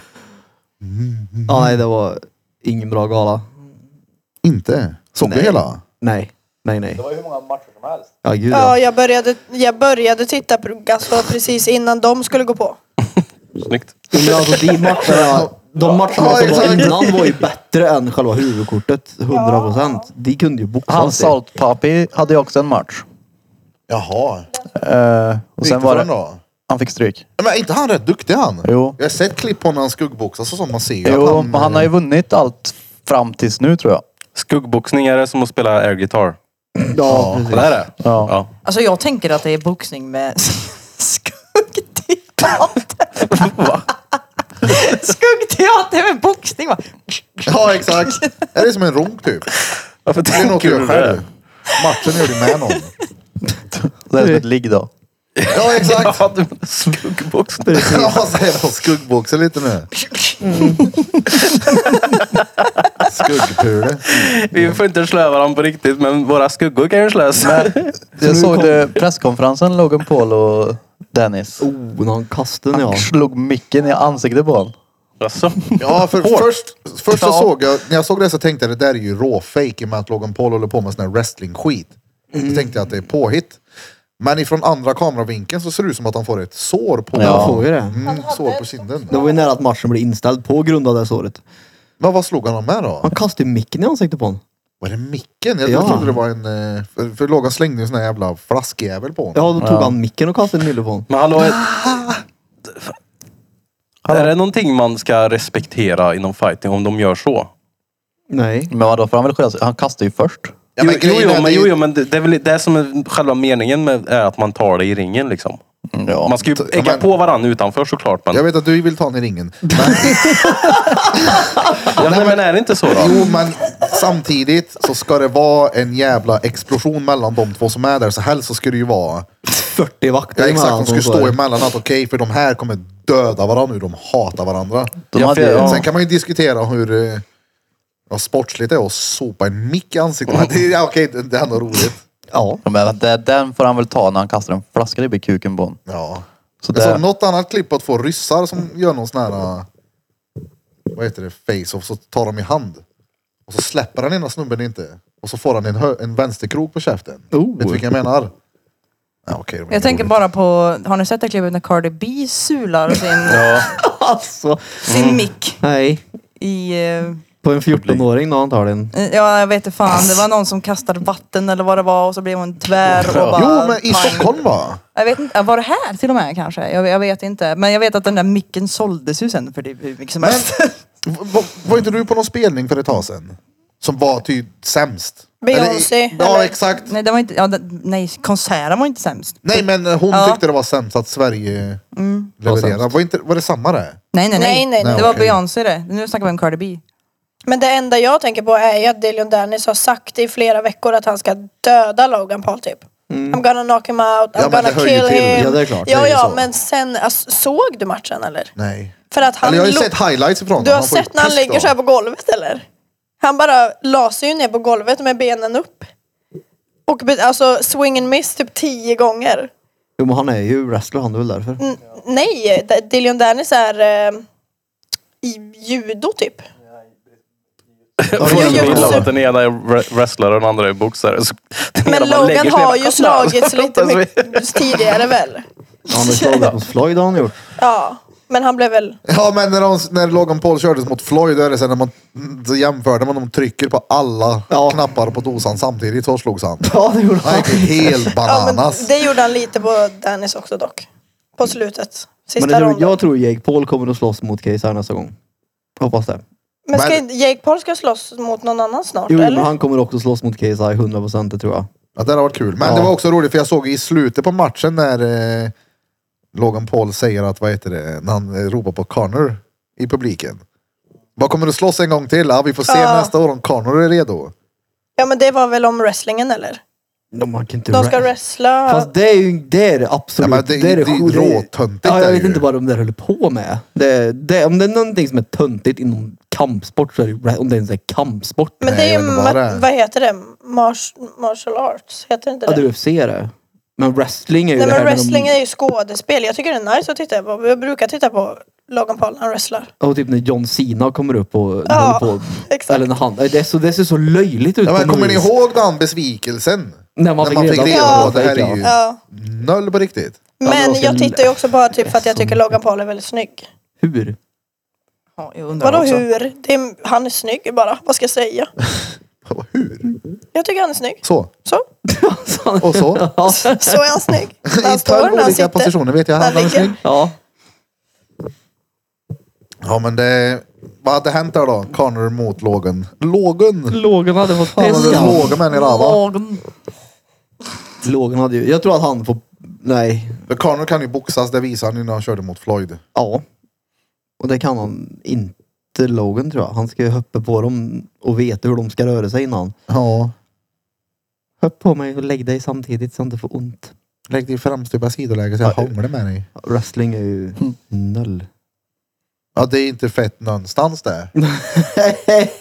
Speaker 4: ja, nej det var ingen bra gala.
Speaker 1: Inte? Såg du
Speaker 4: Nej.
Speaker 1: hela?
Speaker 4: Nej, nej, nej. Det var ju hur många matcher som helst. Ja,
Speaker 6: Ja,
Speaker 4: gud ja.
Speaker 6: jag började, jag började titta på alltså, precis innan de skulle gå på.
Speaker 2: Snyggt.
Speaker 4: Jo, Men alltså de matcherna, de matcherna som
Speaker 1: Ja,
Speaker 4: var
Speaker 1: exakt.
Speaker 4: innan var ju bättre än själva huvudkortet. 100 procent. De kunde ju
Speaker 5: Han
Speaker 4: boxas.
Speaker 5: Salt Papi hade ju också en match.
Speaker 1: Jaha.
Speaker 5: Eh, och sen var det,
Speaker 1: då?
Speaker 5: han fick stryk.
Speaker 1: Men är inte han rätt duktig han?
Speaker 5: Jo.
Speaker 1: Jag har sett klipp på när han skuggboxas och sånt. Man ser ju
Speaker 5: Jo, men han har ju vunnit allt fram tills nu tror jag.
Speaker 2: Skuggboxning är det som att spela airgitarr.
Speaker 4: Ja, precis.
Speaker 2: Det är det.
Speaker 5: Ja.
Speaker 3: Alltså jag tänker att det är boxning med skuggteater. skuggteater med boxning va?
Speaker 1: Ja, exakt. Är det som en ronk typ?
Speaker 2: Varför
Speaker 1: Det är något du
Speaker 2: tänker
Speaker 1: gör
Speaker 2: du det?
Speaker 1: själv. Matchen gör du med någon.
Speaker 5: Det är som ett ligg då.
Speaker 1: Ja, exakt.
Speaker 2: Ja, du menar skuggboxning.
Speaker 1: Ja, så är det. Skuggboxa lite nu.
Speaker 5: Mm.
Speaker 1: Skuggpule.
Speaker 2: Vi får inte slöa varandra på riktigt, men våra skuggor kan ju slöas.
Speaker 5: Jag såg det presskonferensen Logan Paul och Dennis.
Speaker 4: Oh, när han kastade ja.
Speaker 5: Han slog micken i ansiktet på honom.
Speaker 2: Alltså.
Speaker 1: Ja, för, först, först så
Speaker 5: Ja.
Speaker 1: såg jag, när jag såg det så tänkte jag det där är ju råfejk i och med att Logan Paul håller på med sån här wrestling-skit. Så tänkte jag att det är påhitt. Men ifrån andra kameravinkeln så ser det ut som att han får ett sår på
Speaker 4: Han får ju det.
Speaker 1: Mm, sår på kinden.
Speaker 4: Det var ju nära att matchen blev inställd på grund av det här såret.
Speaker 1: Men vad slog han honom med då?
Speaker 4: Han kastade ju micken i ansiktet på honom.
Speaker 1: Var det micken? Jag
Speaker 4: Ja.
Speaker 1: trodde det var en... eh, För, för Logan slängde ju en sån här jävla flaskjävel på honom.
Speaker 4: Ja, då tog han micken och kastade en nylle på honom.
Speaker 2: Men hallå. Är det någonting man ska respektera inom fighting om de gör så?
Speaker 4: Nej.
Speaker 5: Men vadå, för han vill skydda sig. Han kastade ju först.
Speaker 1: Ja,
Speaker 2: jo,
Speaker 1: men
Speaker 2: jo,
Speaker 1: grejen
Speaker 2: jo,
Speaker 1: är att
Speaker 2: men,
Speaker 1: det-
Speaker 2: jo, jo, men det, det är väl det som är själva meningen med är att man tar det i ringen liksom.
Speaker 5: Mm, Ja.
Speaker 2: Man ska ju ägga
Speaker 1: men-
Speaker 2: på varandra utanför såklart. Men,
Speaker 1: Jag vet att du vill ta honom i ringen. Men,
Speaker 2: ja, nej, men är det inte så då?
Speaker 1: jo, men samtidigt så ska det vara en jävla explosion mellan de två som är där. Så helst så ska det ju vara...
Speaker 4: 40 vakter
Speaker 1: Ja, exakt, de
Speaker 4: allt
Speaker 1: skulle
Speaker 4: som
Speaker 1: stå
Speaker 4: står.
Speaker 1: emellan att okej, för de här kommer döda varandra nu. De hatar varandra.
Speaker 5: De
Speaker 2: Ja,
Speaker 5: hade,
Speaker 2: för-
Speaker 5: ja.
Speaker 1: Sen kan man ju diskutera hur eh, vad sportsligt det är att sopa en mick i ansiktet. Men det, ja, okej, det, det är ändå roligt.
Speaker 4: Ja.
Speaker 5: Ja, men det, den får han väl ta när han kastar en flaska i kuken på honom.
Speaker 1: Ja.
Speaker 5: Så
Speaker 1: Jag såg
Speaker 5: det,
Speaker 1: något annat klipp på att få ryssar som gör någon sån här, eh, vad heter det, face-off, så tar de i hand. Och så släpper han ena snubben inte. Och så får han en, hö- en vänsterkrok på käften.
Speaker 4: Oh.
Speaker 1: Vet du vilka jag menar? Ja, okej, det var
Speaker 3: Jag tänker
Speaker 1: roligt.
Speaker 3: bara på, har ni sett det klippet när Cardi B sular sin,
Speaker 1: Mm.
Speaker 4: Alltså.
Speaker 3: sin mick
Speaker 4: Nej.
Speaker 3: i... eh,
Speaker 4: På en 14-åring då antagligen.
Speaker 3: Ja, jag vet inte fan. Det var någon som kastade vatten eller vad det var och så blev hon tvär och bara...
Speaker 1: Jo, men i
Speaker 3: pang.
Speaker 1: Stockholm va?
Speaker 3: Jag vet inte, var det här till och med kanske? Jag, jag vet inte. Men jag vet att den där micken såldes ju sen för det hur mycket som
Speaker 1: Men-
Speaker 3: helst.
Speaker 1: V- va- Var inte du på någon spelning för ett tag sedan? Som var typ sämst?
Speaker 6: Beyoncé,
Speaker 1: Eller- Ja,
Speaker 6: eller? Mm.
Speaker 1: exakt.
Speaker 3: Nej, det var inte, ja, den, nej, konserten var inte sämst.
Speaker 1: Nej, men eh, hon
Speaker 3: Ja.
Speaker 1: tyckte det var sämst att Sverige
Speaker 6: Mm.
Speaker 1: levererade. Var, inte, var det samma det?
Speaker 3: Nej, nej, nej.
Speaker 6: Nej, nej, nej.
Speaker 3: Det var
Speaker 1: okej.
Speaker 3: Beyoncé det. Nu snackar vi om Cardi B.
Speaker 6: Men det enda jag tänker på är ju att Deleon Dennis har sagt i flera veckor att han ska döda Logan Paul typ. I'm gonna knock him out, I'm
Speaker 1: Mm. men det
Speaker 6: gonna
Speaker 1: hör ju
Speaker 6: kill
Speaker 1: till.
Speaker 6: him.
Speaker 4: Ja, det är klart,
Speaker 6: Ja,
Speaker 1: det är ju
Speaker 6: ja,
Speaker 1: så.
Speaker 6: men sen, alltså, såg du matchen eller?
Speaker 1: Nej.
Speaker 6: För att han
Speaker 1: Eller jag har ju
Speaker 6: låg-
Speaker 1: sett highlights ifrån
Speaker 6: Du har
Speaker 1: Han får ju
Speaker 6: sett när han
Speaker 1: pisk
Speaker 6: ligger
Speaker 1: då.
Speaker 6: så här på golvet eller? Han bara la sig ju ner på golvet med benen upp. Och be- alltså swing and miss typ tio gånger.
Speaker 4: Jo, men han är ju wrestler han är väl därför.
Speaker 6: N- nej, D- Dillion Dennis är eh, i judo typ.
Speaker 2: Jag får
Speaker 6: jo,
Speaker 2: en
Speaker 6: jo,
Speaker 2: bild av
Speaker 6: så-
Speaker 2: att den ena är wre- wrestler och den andra är boxare. Så den ena
Speaker 6: Men
Speaker 2: bara lägger sig
Speaker 6: Logan
Speaker 2: ner
Speaker 6: har
Speaker 2: på
Speaker 6: ju
Speaker 2: knä.
Speaker 6: slagits lite mycket tidigare väl?
Speaker 4: Han har slagit mot Floyd har han gjort.
Speaker 6: Ja, men han blev väl...
Speaker 1: Ja, men när, de, när Logan Paul kördes mot Floyd, då är det sen när man så jämförde man, de trycker på alla
Speaker 4: Ja.
Speaker 1: knappar på dosan samtidigt, så slogs han.
Speaker 4: Ja, det gjorde
Speaker 1: Han
Speaker 4: han.
Speaker 1: gick helt
Speaker 6: Ja, men
Speaker 1: bananas.
Speaker 6: det gjorde han lite på Dennis också dock. På slutet.
Speaker 4: Men
Speaker 6: Sista
Speaker 4: jag tror,
Speaker 6: ronden.
Speaker 4: jag tror Jake Paul kommer att slåss mot Case här nästa gång. Hoppas det.
Speaker 6: Men ska
Speaker 1: Men-
Speaker 6: inte Jake Paul ska slåss mot någon annan snart
Speaker 4: Jo, men
Speaker 6: eller?
Speaker 4: han kommer också slåss mot KSI 100% det tror jag.
Speaker 1: Ja, det hade varit kul. Men
Speaker 4: Ja.
Speaker 1: det var också roligt för jag såg i slutet på matchen när eh, Logan Paul säger att, vad heter det, när han eh, ropar på Connor i publiken. Vad kommer du slåss en gång till? Ja, vi får se
Speaker 6: Ja.
Speaker 1: nästa år om Connor är redo.
Speaker 6: Ja men det var väl om wrestlingen eller?
Speaker 4: De, man kan inte
Speaker 6: De ska
Speaker 4: ra-
Speaker 6: wrestla.
Speaker 4: Fast det är ju det är det absolut.
Speaker 1: Ja, men det-
Speaker 4: är
Speaker 1: det är
Speaker 4: sjukt.
Speaker 1: råtöntigt
Speaker 4: Ja,
Speaker 1: är
Speaker 4: jag
Speaker 1: det
Speaker 4: vet
Speaker 1: ju.
Speaker 4: inte vad de där höll på med. Det, det, om det är någonting som är töntigt inom kampsport så är det ju ra- om det ens är kampsport.
Speaker 6: men det är ju,
Speaker 1: Nej, jag vet inte vad det är.
Speaker 6: ma- vad heter det? Mars, martial arts, heter inte
Speaker 4: Ja,
Speaker 6: det?
Speaker 4: du ser det. Men wrestling är ju
Speaker 6: Nej
Speaker 4: det
Speaker 6: men
Speaker 4: här
Speaker 6: wrestling
Speaker 4: när
Speaker 6: är ju skådespel. Jag tycker det är nice att titta på. Jag brukar titta på Logan Paul när han wrestlar.
Speaker 4: de, och typ när John Cena kommer upp och
Speaker 6: Ja,
Speaker 4: håller på.
Speaker 6: exakt.
Speaker 4: Eller när han, det, är så, det ser så löjligt ut.
Speaker 1: Ja,
Speaker 4: på
Speaker 1: men
Speaker 4: något
Speaker 1: kommer ni
Speaker 4: vis.
Speaker 1: ihåg den besvikelsen?
Speaker 4: När man,
Speaker 1: när man fick reda
Speaker 6: på
Speaker 1: på
Speaker 6: att
Speaker 1: att det här är ju
Speaker 6: Ja.
Speaker 1: noll på riktigt.
Speaker 4: Ja,
Speaker 6: Men
Speaker 4: de ska
Speaker 6: jag tittar ju också bara typ för att jag
Speaker 4: Som-
Speaker 6: tycker Logan Paul är väldigt snygg.
Speaker 4: Hur?
Speaker 3: Ja, jag undrar
Speaker 6: Vadå
Speaker 3: också.
Speaker 6: hur? Det är, han är snygg bara. Vad ska jag säga?
Speaker 1: Hur?
Speaker 6: Jag tycker han är snygg.
Speaker 1: Så.
Speaker 6: Så.
Speaker 1: Och så.
Speaker 6: Så är han snygg. När
Speaker 1: I
Speaker 6: han står,
Speaker 1: tolv
Speaker 6: när han
Speaker 1: olika
Speaker 6: sitter.
Speaker 1: positioner vet jag.
Speaker 6: När
Speaker 1: Han
Speaker 6: han
Speaker 1: var snygg.
Speaker 6: ligger.
Speaker 4: Ja.
Speaker 1: Ja men det... Vad hade hänt där då? Connor mot Logan. Logan!
Speaker 4: Lågen hade fått
Speaker 1: Fan vad du
Speaker 4: piska.
Speaker 1: lågar med i rava.
Speaker 3: Morgon.
Speaker 4: Lågen hade ju... Jag tror att han får... Nej.
Speaker 1: För Connor kan ju boxas, det visade han ju när han körde mot Floyd.
Speaker 4: Ja. Och det kan han inte Logan tror jag. Han ska ju hoppa på dem och veta hur de ska röra sig innan.
Speaker 1: Ja.
Speaker 4: Hopp på mig och lägg dig samtidigt så jag inte får ont.
Speaker 1: Lägg dig i framstupa sidoläge så jag
Speaker 4: Ja.
Speaker 1: hånglar med dig.
Speaker 4: Wrestling är ju noll.
Speaker 1: Ja det är inte fett någonstans det.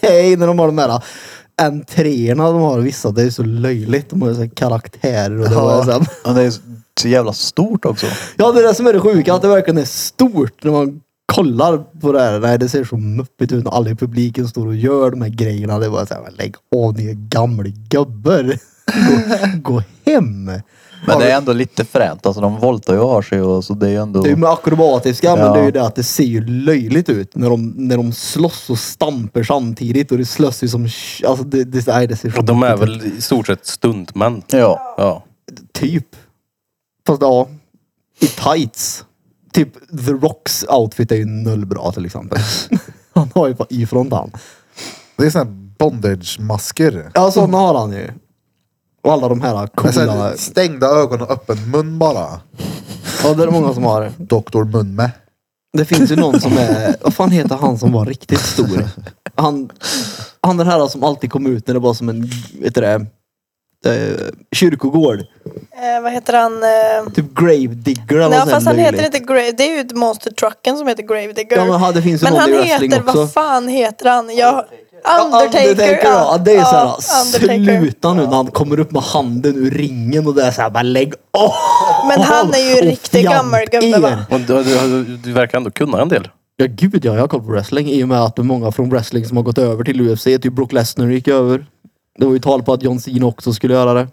Speaker 4: Hej, när de har de här entréerna de har vissa. Det är ju så löjligt. De har ju så här karaktärer och det
Speaker 1: Ja.
Speaker 4: var sen.
Speaker 5: Men det är så jävla stort också.
Speaker 4: Ja, det är det som är det sjuka. Att det verkligen är stort när man kollar på det här. Nej, det ser så muppigt ut när alla i publiken står och gör de här grejerna. Det är bara så här, men lägg av ni är gamla gubbar. gå, gå hem.
Speaker 5: Men det är ändå lite fränt. Alltså de voltar ju och har sig och så det är ju ändå...
Speaker 4: Det är ju med akrobatiska, men
Speaker 5: Ja.
Speaker 4: det är ju det att det ser ju löjligt ut när de, när de slåss och stampar samtidigt och det slåss ju som... sh- Alltså det, det, nej, det ser så
Speaker 2: Och de är
Speaker 4: muppigt
Speaker 2: väl i stort sett stuntmän.
Speaker 5: Ja.
Speaker 2: Ja.
Speaker 4: ut. Typ. Fast ja, i tights. Typ The Rocks outfit är ju noll bra till exempel. han har ju bara ifrån han.
Speaker 1: Det är såna här bondage-masker.
Speaker 4: Ja, sådana har han ju. Och alla de här
Speaker 1: Med så här
Speaker 4: coola...
Speaker 1: Stängda ögon och öppen mun bara.
Speaker 4: Ja, det är det många som har.
Speaker 1: Doktor Mun med.
Speaker 4: Det finns ju någon som är... Vad fan heter han som var riktigt stor? Han, han den här som alltid kom ut när det var som en... Vet du det? Eh, kyrkogård.
Speaker 6: Eh, vad heter han? Eh,
Speaker 4: Typ Gravedigger eller
Speaker 6: nej
Speaker 4: något
Speaker 6: fast
Speaker 4: sånt
Speaker 6: han heter
Speaker 4: löjligt.
Speaker 6: inte Grave. Det är ju monster trucken som heter Gravedigger.
Speaker 4: Ja, men, ha, det finns ju
Speaker 6: Men
Speaker 4: någon
Speaker 6: han
Speaker 4: i wrestling
Speaker 6: heter,
Speaker 4: också.
Speaker 6: vad fan heter han? Jag,
Speaker 4: Ja,
Speaker 6: Undertaker.
Speaker 4: ja. Det är ju
Speaker 6: ja,
Speaker 4: såhär,
Speaker 6: Undertaker.
Speaker 4: sluta nu när han kommer upp med handen ur ringen och det är såhär, bara lägg av!
Speaker 6: Men han är ju
Speaker 4: Och
Speaker 6: riktig
Speaker 4: fjant
Speaker 6: gammelgubbe, va?
Speaker 4: er.
Speaker 2: Och du, du, du, du verkar ändå kunna en del.
Speaker 4: Ja gud ja, jag har koll på wrestling i och med att det är många från wrestling som har gått över till UFC. Typ Brock Lesnar gick över. Det var ju tal på att John Cena också skulle göra det.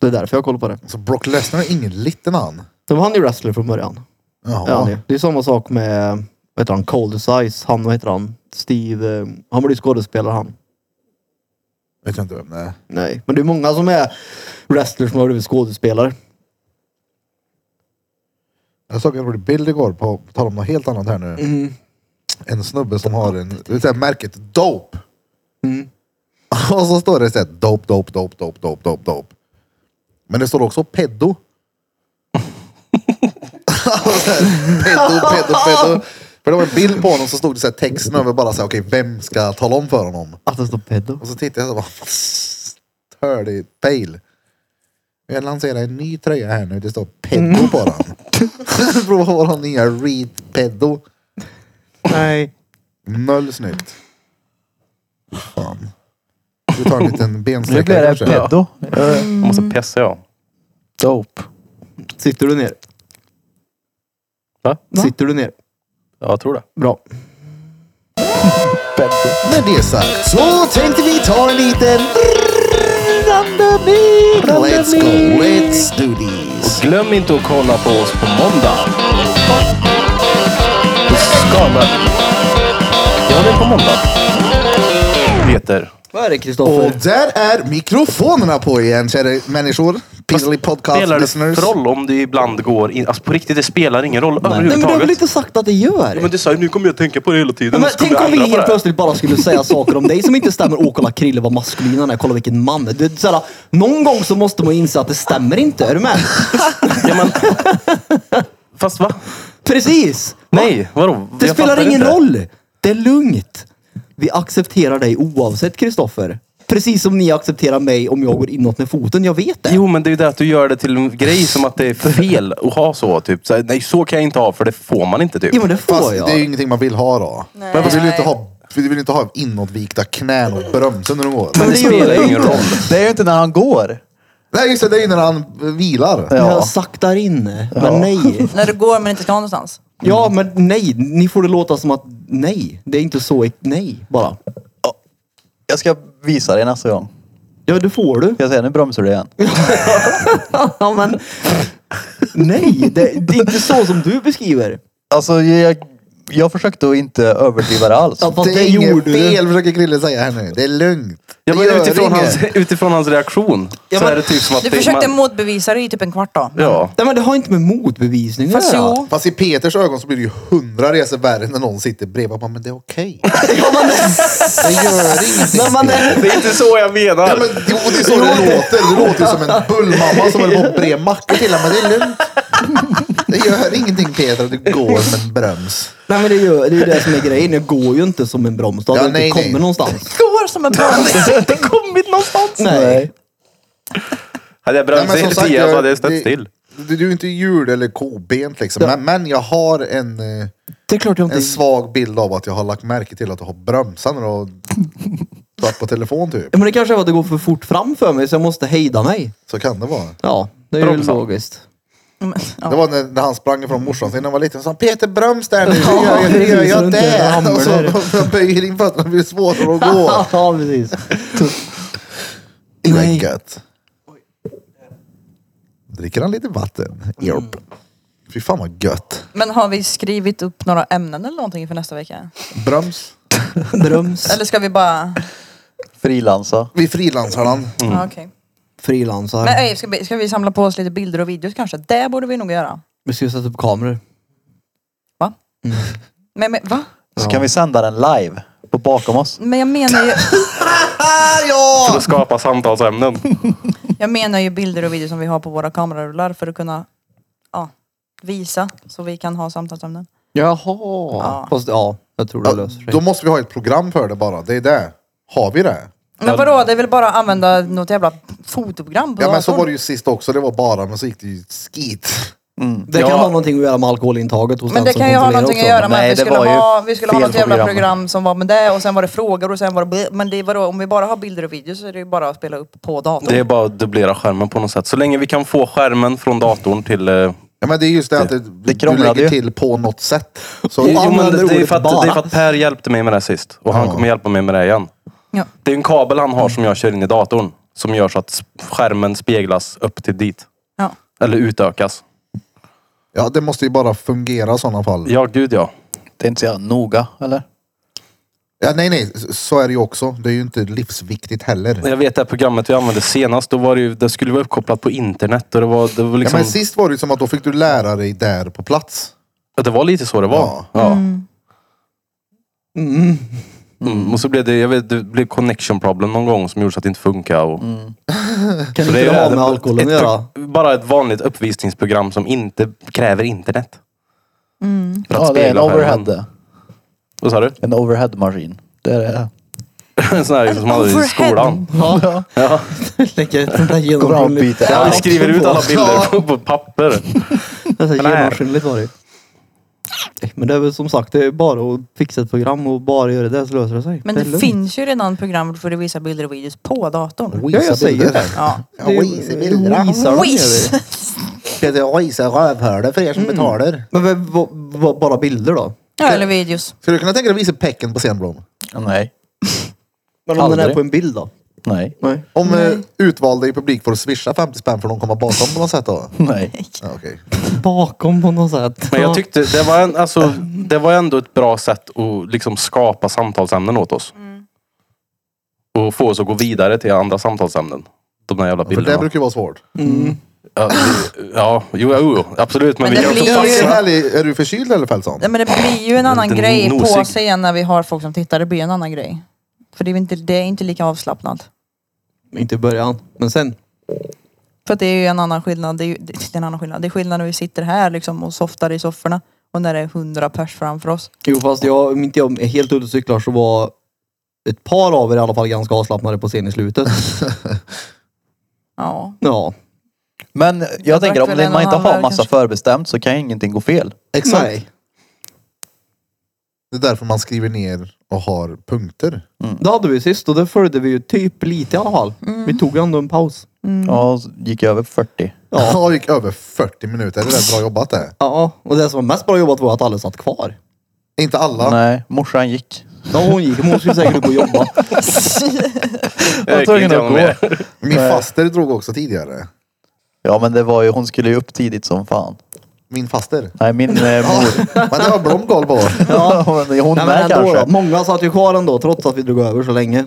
Speaker 4: Det är därför jag har koll på det.
Speaker 1: Så Brock Lesnar är ingen liten han.
Speaker 4: Så var han ju wrestler från början. Ja. han är. det är samma sak med, vad heter han, Cold Size. Han, vad heter han? Steve, eh, han blir ju skådespelare han.
Speaker 1: Vet jag inte vem det är.
Speaker 4: Nej, men det är många som är wrestlers som har blivit skådespelare.
Speaker 1: Jag såg en rolig bild igår på, på tal om något helt annat här nu. En snubbe som har en, det vill säga märket Dope. Och så står det så här, Dope, Dope, Dope, Dope, Dope, Dope, Dope. Men det står också Peddo. Så här, peddo, peddo, peddo. För det var en bild på honom så stod det så här texten över bara så här, okej vem ska tala om för honom?
Speaker 4: Att det står pedo.
Speaker 1: Och så tittade jag så bara, tördig fail. Jag lanserar en ny tröja här nu, det står peddo på den. Prova våran nya Reed peddo.
Speaker 4: Nej.
Speaker 1: Noll snyggt. Fan. Vi tar en liten
Speaker 5: Nu blir
Speaker 1: bensträckare
Speaker 5: det
Speaker 1: kanske.
Speaker 5: pedo. Eh,
Speaker 2: Jag
Speaker 6: Mm.
Speaker 2: måste pissa ja.
Speaker 5: Dope.
Speaker 4: Sitter du ner?
Speaker 2: Va?
Speaker 4: Sitter du ner?
Speaker 2: Ja, jag tror det.
Speaker 4: Bra.
Speaker 1: Med det sagt så tänkte vi ta en liten randomik. Let's go, let's do this.
Speaker 2: Glöm inte att kolla på oss på måndag. Då ska man... Ja, det är på måndag. Peter.
Speaker 4: Vad är det Kristoffer?
Speaker 1: Och där är mikrofonerna på igen kära människor. Pizzly podcast
Speaker 2: Spelar
Speaker 1: listeners.
Speaker 2: det roll om du ibland går in... Alltså på riktigt, det spelar ingen roll
Speaker 4: Nej men du har
Speaker 2: överhuvudtaget.
Speaker 4: väl inte sagt att det gör?
Speaker 2: Ja, Men du sa ju nu kommer jag tänka på det hela tiden.
Speaker 4: Men,
Speaker 2: så kommer
Speaker 4: tänk om
Speaker 2: jag ändra
Speaker 4: vi
Speaker 2: på
Speaker 4: helt
Speaker 2: det här.
Speaker 4: plötsligt bara skulle säga saker om dig som inte stämmer. Åh, kolla Krille vad maskulin han är. Kolla vilken man. Det är såhär, någon gång så måste man inse att det stämmer inte. Är du med?
Speaker 2: Ja, men- Fast va?
Speaker 4: Precis!
Speaker 2: Nej, vadå?
Speaker 4: Det
Speaker 2: Jag
Speaker 4: spelar
Speaker 2: fattar
Speaker 4: ingen
Speaker 2: inte.
Speaker 4: roll. Det är lugnt. Vi accepterar dig oavsett Kristoffer. Precis som ni accepterar mig om jag går inåt med foten. Jag vet det.
Speaker 2: Jo, men det är ju det att du gör det till en grej som att det är fel att ha så. Typ. så här, nej, så kan jag inte ha för det får man inte. Typ.
Speaker 4: Jo, men det får
Speaker 1: Fast
Speaker 4: jag.
Speaker 1: det är ju ingenting man vill ha då.
Speaker 3: Nej.
Speaker 1: Men vi vill ju inte ha, vi vill inte ha inåtvikta knän och brömsen när de går.
Speaker 2: Men det spelar ju ingen roll.
Speaker 5: Det är ju inte när han går.
Speaker 1: Nej just det, det är ju när han vilar.
Speaker 5: Ja.
Speaker 4: Jag saktar in. Men nej.
Speaker 3: När du går men inte ska någonstans.
Speaker 4: Ja, men nej. Ni får det låta som att nej. Det är inte så. Nej, bara.
Speaker 5: Jag ska visa dig nästa gång.
Speaker 4: Ja, det får du.
Speaker 5: Jag säger nu bromsar du igen.
Speaker 4: Ja, men... Nej, det, det är inte så som du beskriver.
Speaker 5: Alltså jag, jag försökte att inte överdriva det alls.
Speaker 4: Ja, fast
Speaker 1: Det är inget fel försöker Krille säga här nu. Det är lugnt.
Speaker 2: Ja,
Speaker 1: Det
Speaker 2: men
Speaker 1: gör
Speaker 2: utifrån,
Speaker 1: inget.
Speaker 2: hans, utifrån hans reaktion
Speaker 4: Ja,
Speaker 2: så
Speaker 4: men-
Speaker 2: är det typ som att...
Speaker 3: Du
Speaker 2: det-
Speaker 3: försökte
Speaker 2: man-
Speaker 3: motbevisa det i typ en kvart då.
Speaker 2: Ja.
Speaker 4: Nej, men det har inte med motbevisning
Speaker 3: Fast
Speaker 4: att göra.
Speaker 3: jo.
Speaker 1: Fast i Peters ögon så blir det ju hundra resor värre när någon sitter bredvid och bara, men det är okej.
Speaker 4: Ja, men,
Speaker 1: Det gör ingenting.
Speaker 4: när man är,
Speaker 2: Det är inte så jag menar.
Speaker 1: Ja, men, jo, det är så det låter. Det låter ju som en bullmamma som håller på att bre mackor till en, men det är lugnt. Det gör ingenting Peter att du går som en bröms.
Speaker 4: nej, men det är ju det, är ju det som är grejen. Jag går ju inte som en broms. Då hade
Speaker 1: Ja,
Speaker 4: jag inte
Speaker 1: nej,
Speaker 4: kommit
Speaker 1: nej.
Speaker 4: någonstans.
Speaker 3: Går som en broms.
Speaker 2: inte kommit någonstans.
Speaker 4: Nej.
Speaker 2: Hade jag
Speaker 1: Nej,
Speaker 2: bromsat
Speaker 1: men som
Speaker 2: hela
Speaker 1: sagt,
Speaker 2: tiden så
Speaker 1: jag-
Speaker 2: hade jag stött
Speaker 1: det-
Speaker 2: still.
Speaker 1: Du, du är ju inte djur eller kobent liksom. Men, men jag har en, eh,
Speaker 4: Det är klart jag
Speaker 1: en
Speaker 4: inte...
Speaker 1: svag bild av att jag har lagt märke till att du har bromsat när du har varit på telefon typ.
Speaker 4: Ja, Men det kanske är att det går för fort fram för mig så jag måste hejda mig.
Speaker 1: Så kan det vara.
Speaker 4: Ja, det är ju
Speaker 2: Bromsa.
Speaker 4: logiskt.
Speaker 3: Men, ja.
Speaker 1: Det var när, när han sprang ifrån morsan sin när han var liten. Så han Peter bröms där nu. Hur
Speaker 4: Ja,
Speaker 1: gör jag, hur gör
Speaker 4: precis, så
Speaker 1: jag
Speaker 4: du inte
Speaker 1: det?
Speaker 4: ramlar
Speaker 1: Och så
Speaker 4: där.
Speaker 1: och jag böjer in fötterna och blir svårare att gå.
Speaker 4: Ja, precis.
Speaker 1: Det var
Speaker 4: Nej.
Speaker 1: gött. Dricker han lite vatten? Jorp. Fy fan vad gött.
Speaker 3: men har vi skrivit upp några ämnen eller någonting för nästa vecka?
Speaker 1: Bröms.
Speaker 4: Broms.
Speaker 3: Eller ska vi bara...
Speaker 5: Frilansa.
Speaker 1: Vi frilansar han.
Speaker 3: Ja, okej.
Speaker 4: Frilansar.
Speaker 3: Men ej, ska, vi, ska vi samla på oss lite bilder och videos kanske? Det borde vi nog göra.
Speaker 4: Vi ska sätta upp kameror.
Speaker 3: Va? Men, men va?
Speaker 5: Så kan vi sända den live. På bakom oss.
Speaker 3: Men jag menar ju...
Speaker 2: För att skapa samtalsämnen.
Speaker 3: Jag menar ju bilder och videor som vi har på våra kamerarullar för att kunna ja, visa så vi kan ha samtalsämnen.
Speaker 4: Jaha.
Speaker 3: Ja.
Speaker 4: Fast ja, jag tror det löser sig.
Speaker 1: Då måste vi ha ett program för det bara. Det är det. Har vi det?
Speaker 3: Men vadå, det är väl bara att använda något jävla fotoprogram på
Speaker 1: Ja men så
Speaker 3: datorn?
Speaker 1: var det ju sist också. Det var bara men så gick det ju skit.
Speaker 4: Det kan ha någonting att göra med alkoholintaget hos
Speaker 3: Men
Speaker 4: den
Speaker 3: det
Speaker 4: som
Speaker 3: kan ju ha
Speaker 4: kontrollerar
Speaker 3: någonting att
Speaker 4: också.
Speaker 3: göra med
Speaker 5: Nej,
Speaker 3: att
Speaker 5: det
Speaker 3: vi skulle,
Speaker 5: var ju
Speaker 3: ha, vi skulle ha
Speaker 5: fel
Speaker 3: något
Speaker 5: på
Speaker 3: jävla
Speaker 5: programmet.
Speaker 3: program som var med det och sen var det frågor och sen var det bli- Men det är vadå, om vi bara har bilder och videor så är det ju bara att spela upp på datorn.
Speaker 2: Det är bara att dubblera skärmen på något sätt. Så länge vi kan få skärmen från datorn till... eh,
Speaker 1: Ja men det är just det att det, du
Speaker 5: krånglade
Speaker 1: lägger
Speaker 5: ju.
Speaker 1: till på något sätt. Så,
Speaker 4: Jo,
Speaker 2: Jo, men
Speaker 4: använder
Speaker 2: det, det, är
Speaker 4: ordet
Speaker 2: för att,
Speaker 4: bara.
Speaker 2: det är för att Per hjälpte mig med det här sist. Och han
Speaker 1: Ja.
Speaker 2: kommer hjälpa mig med det igen.
Speaker 3: Ja.
Speaker 2: Det är en kabel han har som jag kör in i datorn. Som gör så att sp- skärmen speglas upp till dit.
Speaker 3: Ja.
Speaker 2: Eller utökas.
Speaker 1: ja det måste ju bara fungera i sådana fall.
Speaker 2: Ja, gud ja.
Speaker 5: Det är inte så jävla noga, eller?
Speaker 1: Ja, nej nej, så är det ju också. Det är ju inte livsviktigt heller.
Speaker 2: Jag vet det här programmet vi använde senast. Då var det ju, det skulle vara uppkopplat på internet. Och det var, det var
Speaker 1: Ja,
Speaker 2: liksom...
Speaker 1: men sist var det ju som att då fick du lära dig där på plats.
Speaker 2: Ja, det var lite så det var.
Speaker 1: Ja.
Speaker 2: Ja. Mm, Och så blev det, jag vet, det blev connection problem någon gång som gjorde så att det inte funkade. Och...
Speaker 4: Kan
Speaker 2: Så
Speaker 4: inte
Speaker 2: är
Speaker 4: det ha
Speaker 2: ju
Speaker 4: med alkoholen att
Speaker 2: ett-
Speaker 4: göra?
Speaker 2: Bara ett vanligt uppvisningsprogram som inte kräver internet.
Speaker 3: Mm.
Speaker 2: För att
Speaker 5: Ja, det är en
Speaker 2: spegla skärmen.
Speaker 5: overhead. det.
Speaker 2: Vad sa du?
Speaker 5: En overhead-maskin. Det är det.
Speaker 2: En sån här som man hade i
Speaker 3: overhead.
Speaker 2: skolan.
Speaker 4: Ja.
Speaker 2: Ja.
Speaker 4: Lägger ett sånt där
Speaker 5: Går bra att
Speaker 4: genomskinligt...
Speaker 5: byta.
Speaker 2: Ja, vi
Speaker 5: Ja.
Speaker 2: skriver ut alla bilder på, på papper.
Speaker 4: Alltså,
Speaker 2: här.
Speaker 4: genomskinligt var det ju. Eh, Men det är väl som sagt, det är bara att fixa ett program och bara göra det så löser det sig.
Speaker 3: Men
Speaker 4: är
Speaker 3: det,
Speaker 4: lugnt.
Speaker 3: finns ju redan program för att visa bilder och videos på datorn.
Speaker 4: Ja, jag säger det.
Speaker 3: Ja.
Speaker 1: Ja, visa bilderna.
Speaker 4: Visa dem,
Speaker 3: Wish!
Speaker 4: gör vi.
Speaker 1: Jag visar rövhålet för er som
Speaker 3: Mm.
Speaker 1: betalar.
Speaker 4: Men vad- vad- vad- bara bilder då?
Speaker 3: Ja, eller videos.
Speaker 1: Skulle du kunna tänka dig att visa pecken på scen Blom?
Speaker 5: Nej.
Speaker 4: Men om den är
Speaker 5: Aldrig.
Speaker 4: på en bild då?
Speaker 5: Nej.
Speaker 4: Nej.
Speaker 1: Om eh, utvalda i publik får swisha 50 spänn för att de kommer bakom på något sätt då?
Speaker 5: Nej.
Speaker 1: Ja, okej.
Speaker 4: Bakom på något sätt.
Speaker 2: Men
Speaker 4: Ja.
Speaker 2: jag tyckte det var, en, alltså, det var ändå ett bra sätt att liksom skapa samtalsämnen åt oss.
Speaker 3: Mm.
Speaker 2: Och få oss att gå vidare till andra samtalsämnen. De där jävla
Speaker 1: För det
Speaker 2: bilderna.
Speaker 1: brukar ju vara svårt.
Speaker 2: Ja, det- ja, jo, jo, jo, absolut. Men,
Speaker 3: Men
Speaker 2: vi
Speaker 3: det
Speaker 2: kan
Speaker 3: blir
Speaker 2: också
Speaker 1: Är
Speaker 3: ju-
Speaker 1: du,
Speaker 2: passa.
Speaker 1: ärlig, är du förkyld eller Fältson?
Speaker 3: Nej, men det blir ju en annan
Speaker 2: Lite
Speaker 3: grej på
Speaker 2: nosig.
Speaker 3: scen när vi har folk som tittar. Det blir en annan grej. För det är, inte, det är inte lika avslappnat.
Speaker 4: Inte i början, men sen.
Speaker 3: För att det är ju en annan skillnad. Det är, ju, det är en annan skillnad. Det är skillnad när vi sitter här liksom och softar i sofforna och när det är hundra pers framför oss.
Speaker 4: Jo fast jag, om inte jag är helt ute och cyklar så var ett par av er i alla fall ganska avslappnade på scen i slutet.
Speaker 3: Ja.
Speaker 4: Ja.
Speaker 5: Men jag,
Speaker 3: Jag
Speaker 5: tänker
Speaker 3: drack väl en
Speaker 5: om man inte
Speaker 3: och en halv
Speaker 5: har massa
Speaker 3: kanske.
Speaker 5: förbestämt så kan ju ingenting gå fel.
Speaker 1: Exakt.
Speaker 4: Nej.
Speaker 1: Det är därför man skriver ner och har punkter.
Speaker 4: Det hade vi sist och det följde vi ju typ lite i alla fall. Vi tog ändå en paus.
Speaker 5: Ja, och så gick jag över 40.
Speaker 1: Ja. Jag gick över 40 minuter. Det är bra jobbat det.
Speaker 4: Ja, och det som var mest bra jobbat var att alla satt kvar.
Speaker 1: Inte alla.
Speaker 5: Nej, morsan gick.
Speaker 4: Ja, hon gick. Men hon skulle säkert gå och jobba.
Speaker 2: Jag
Speaker 5: Jag tror
Speaker 2: gick
Speaker 5: inte
Speaker 2: igenom
Speaker 5: jag
Speaker 2: det.
Speaker 1: Min faster drog också tidigare.
Speaker 5: Ja men det var ju, hon skulle ju upp tidigt som fan.
Speaker 1: Min faster.
Speaker 5: Nej min eh,
Speaker 1: Ja,
Speaker 5: mor.
Speaker 1: men det har Blom koll på.
Speaker 5: Ja, men hon
Speaker 4: Nej, men
Speaker 5: med
Speaker 4: ändå, då.
Speaker 5: kanske.
Speaker 4: många satt ju kvar ändå trots att vi drog över så länge.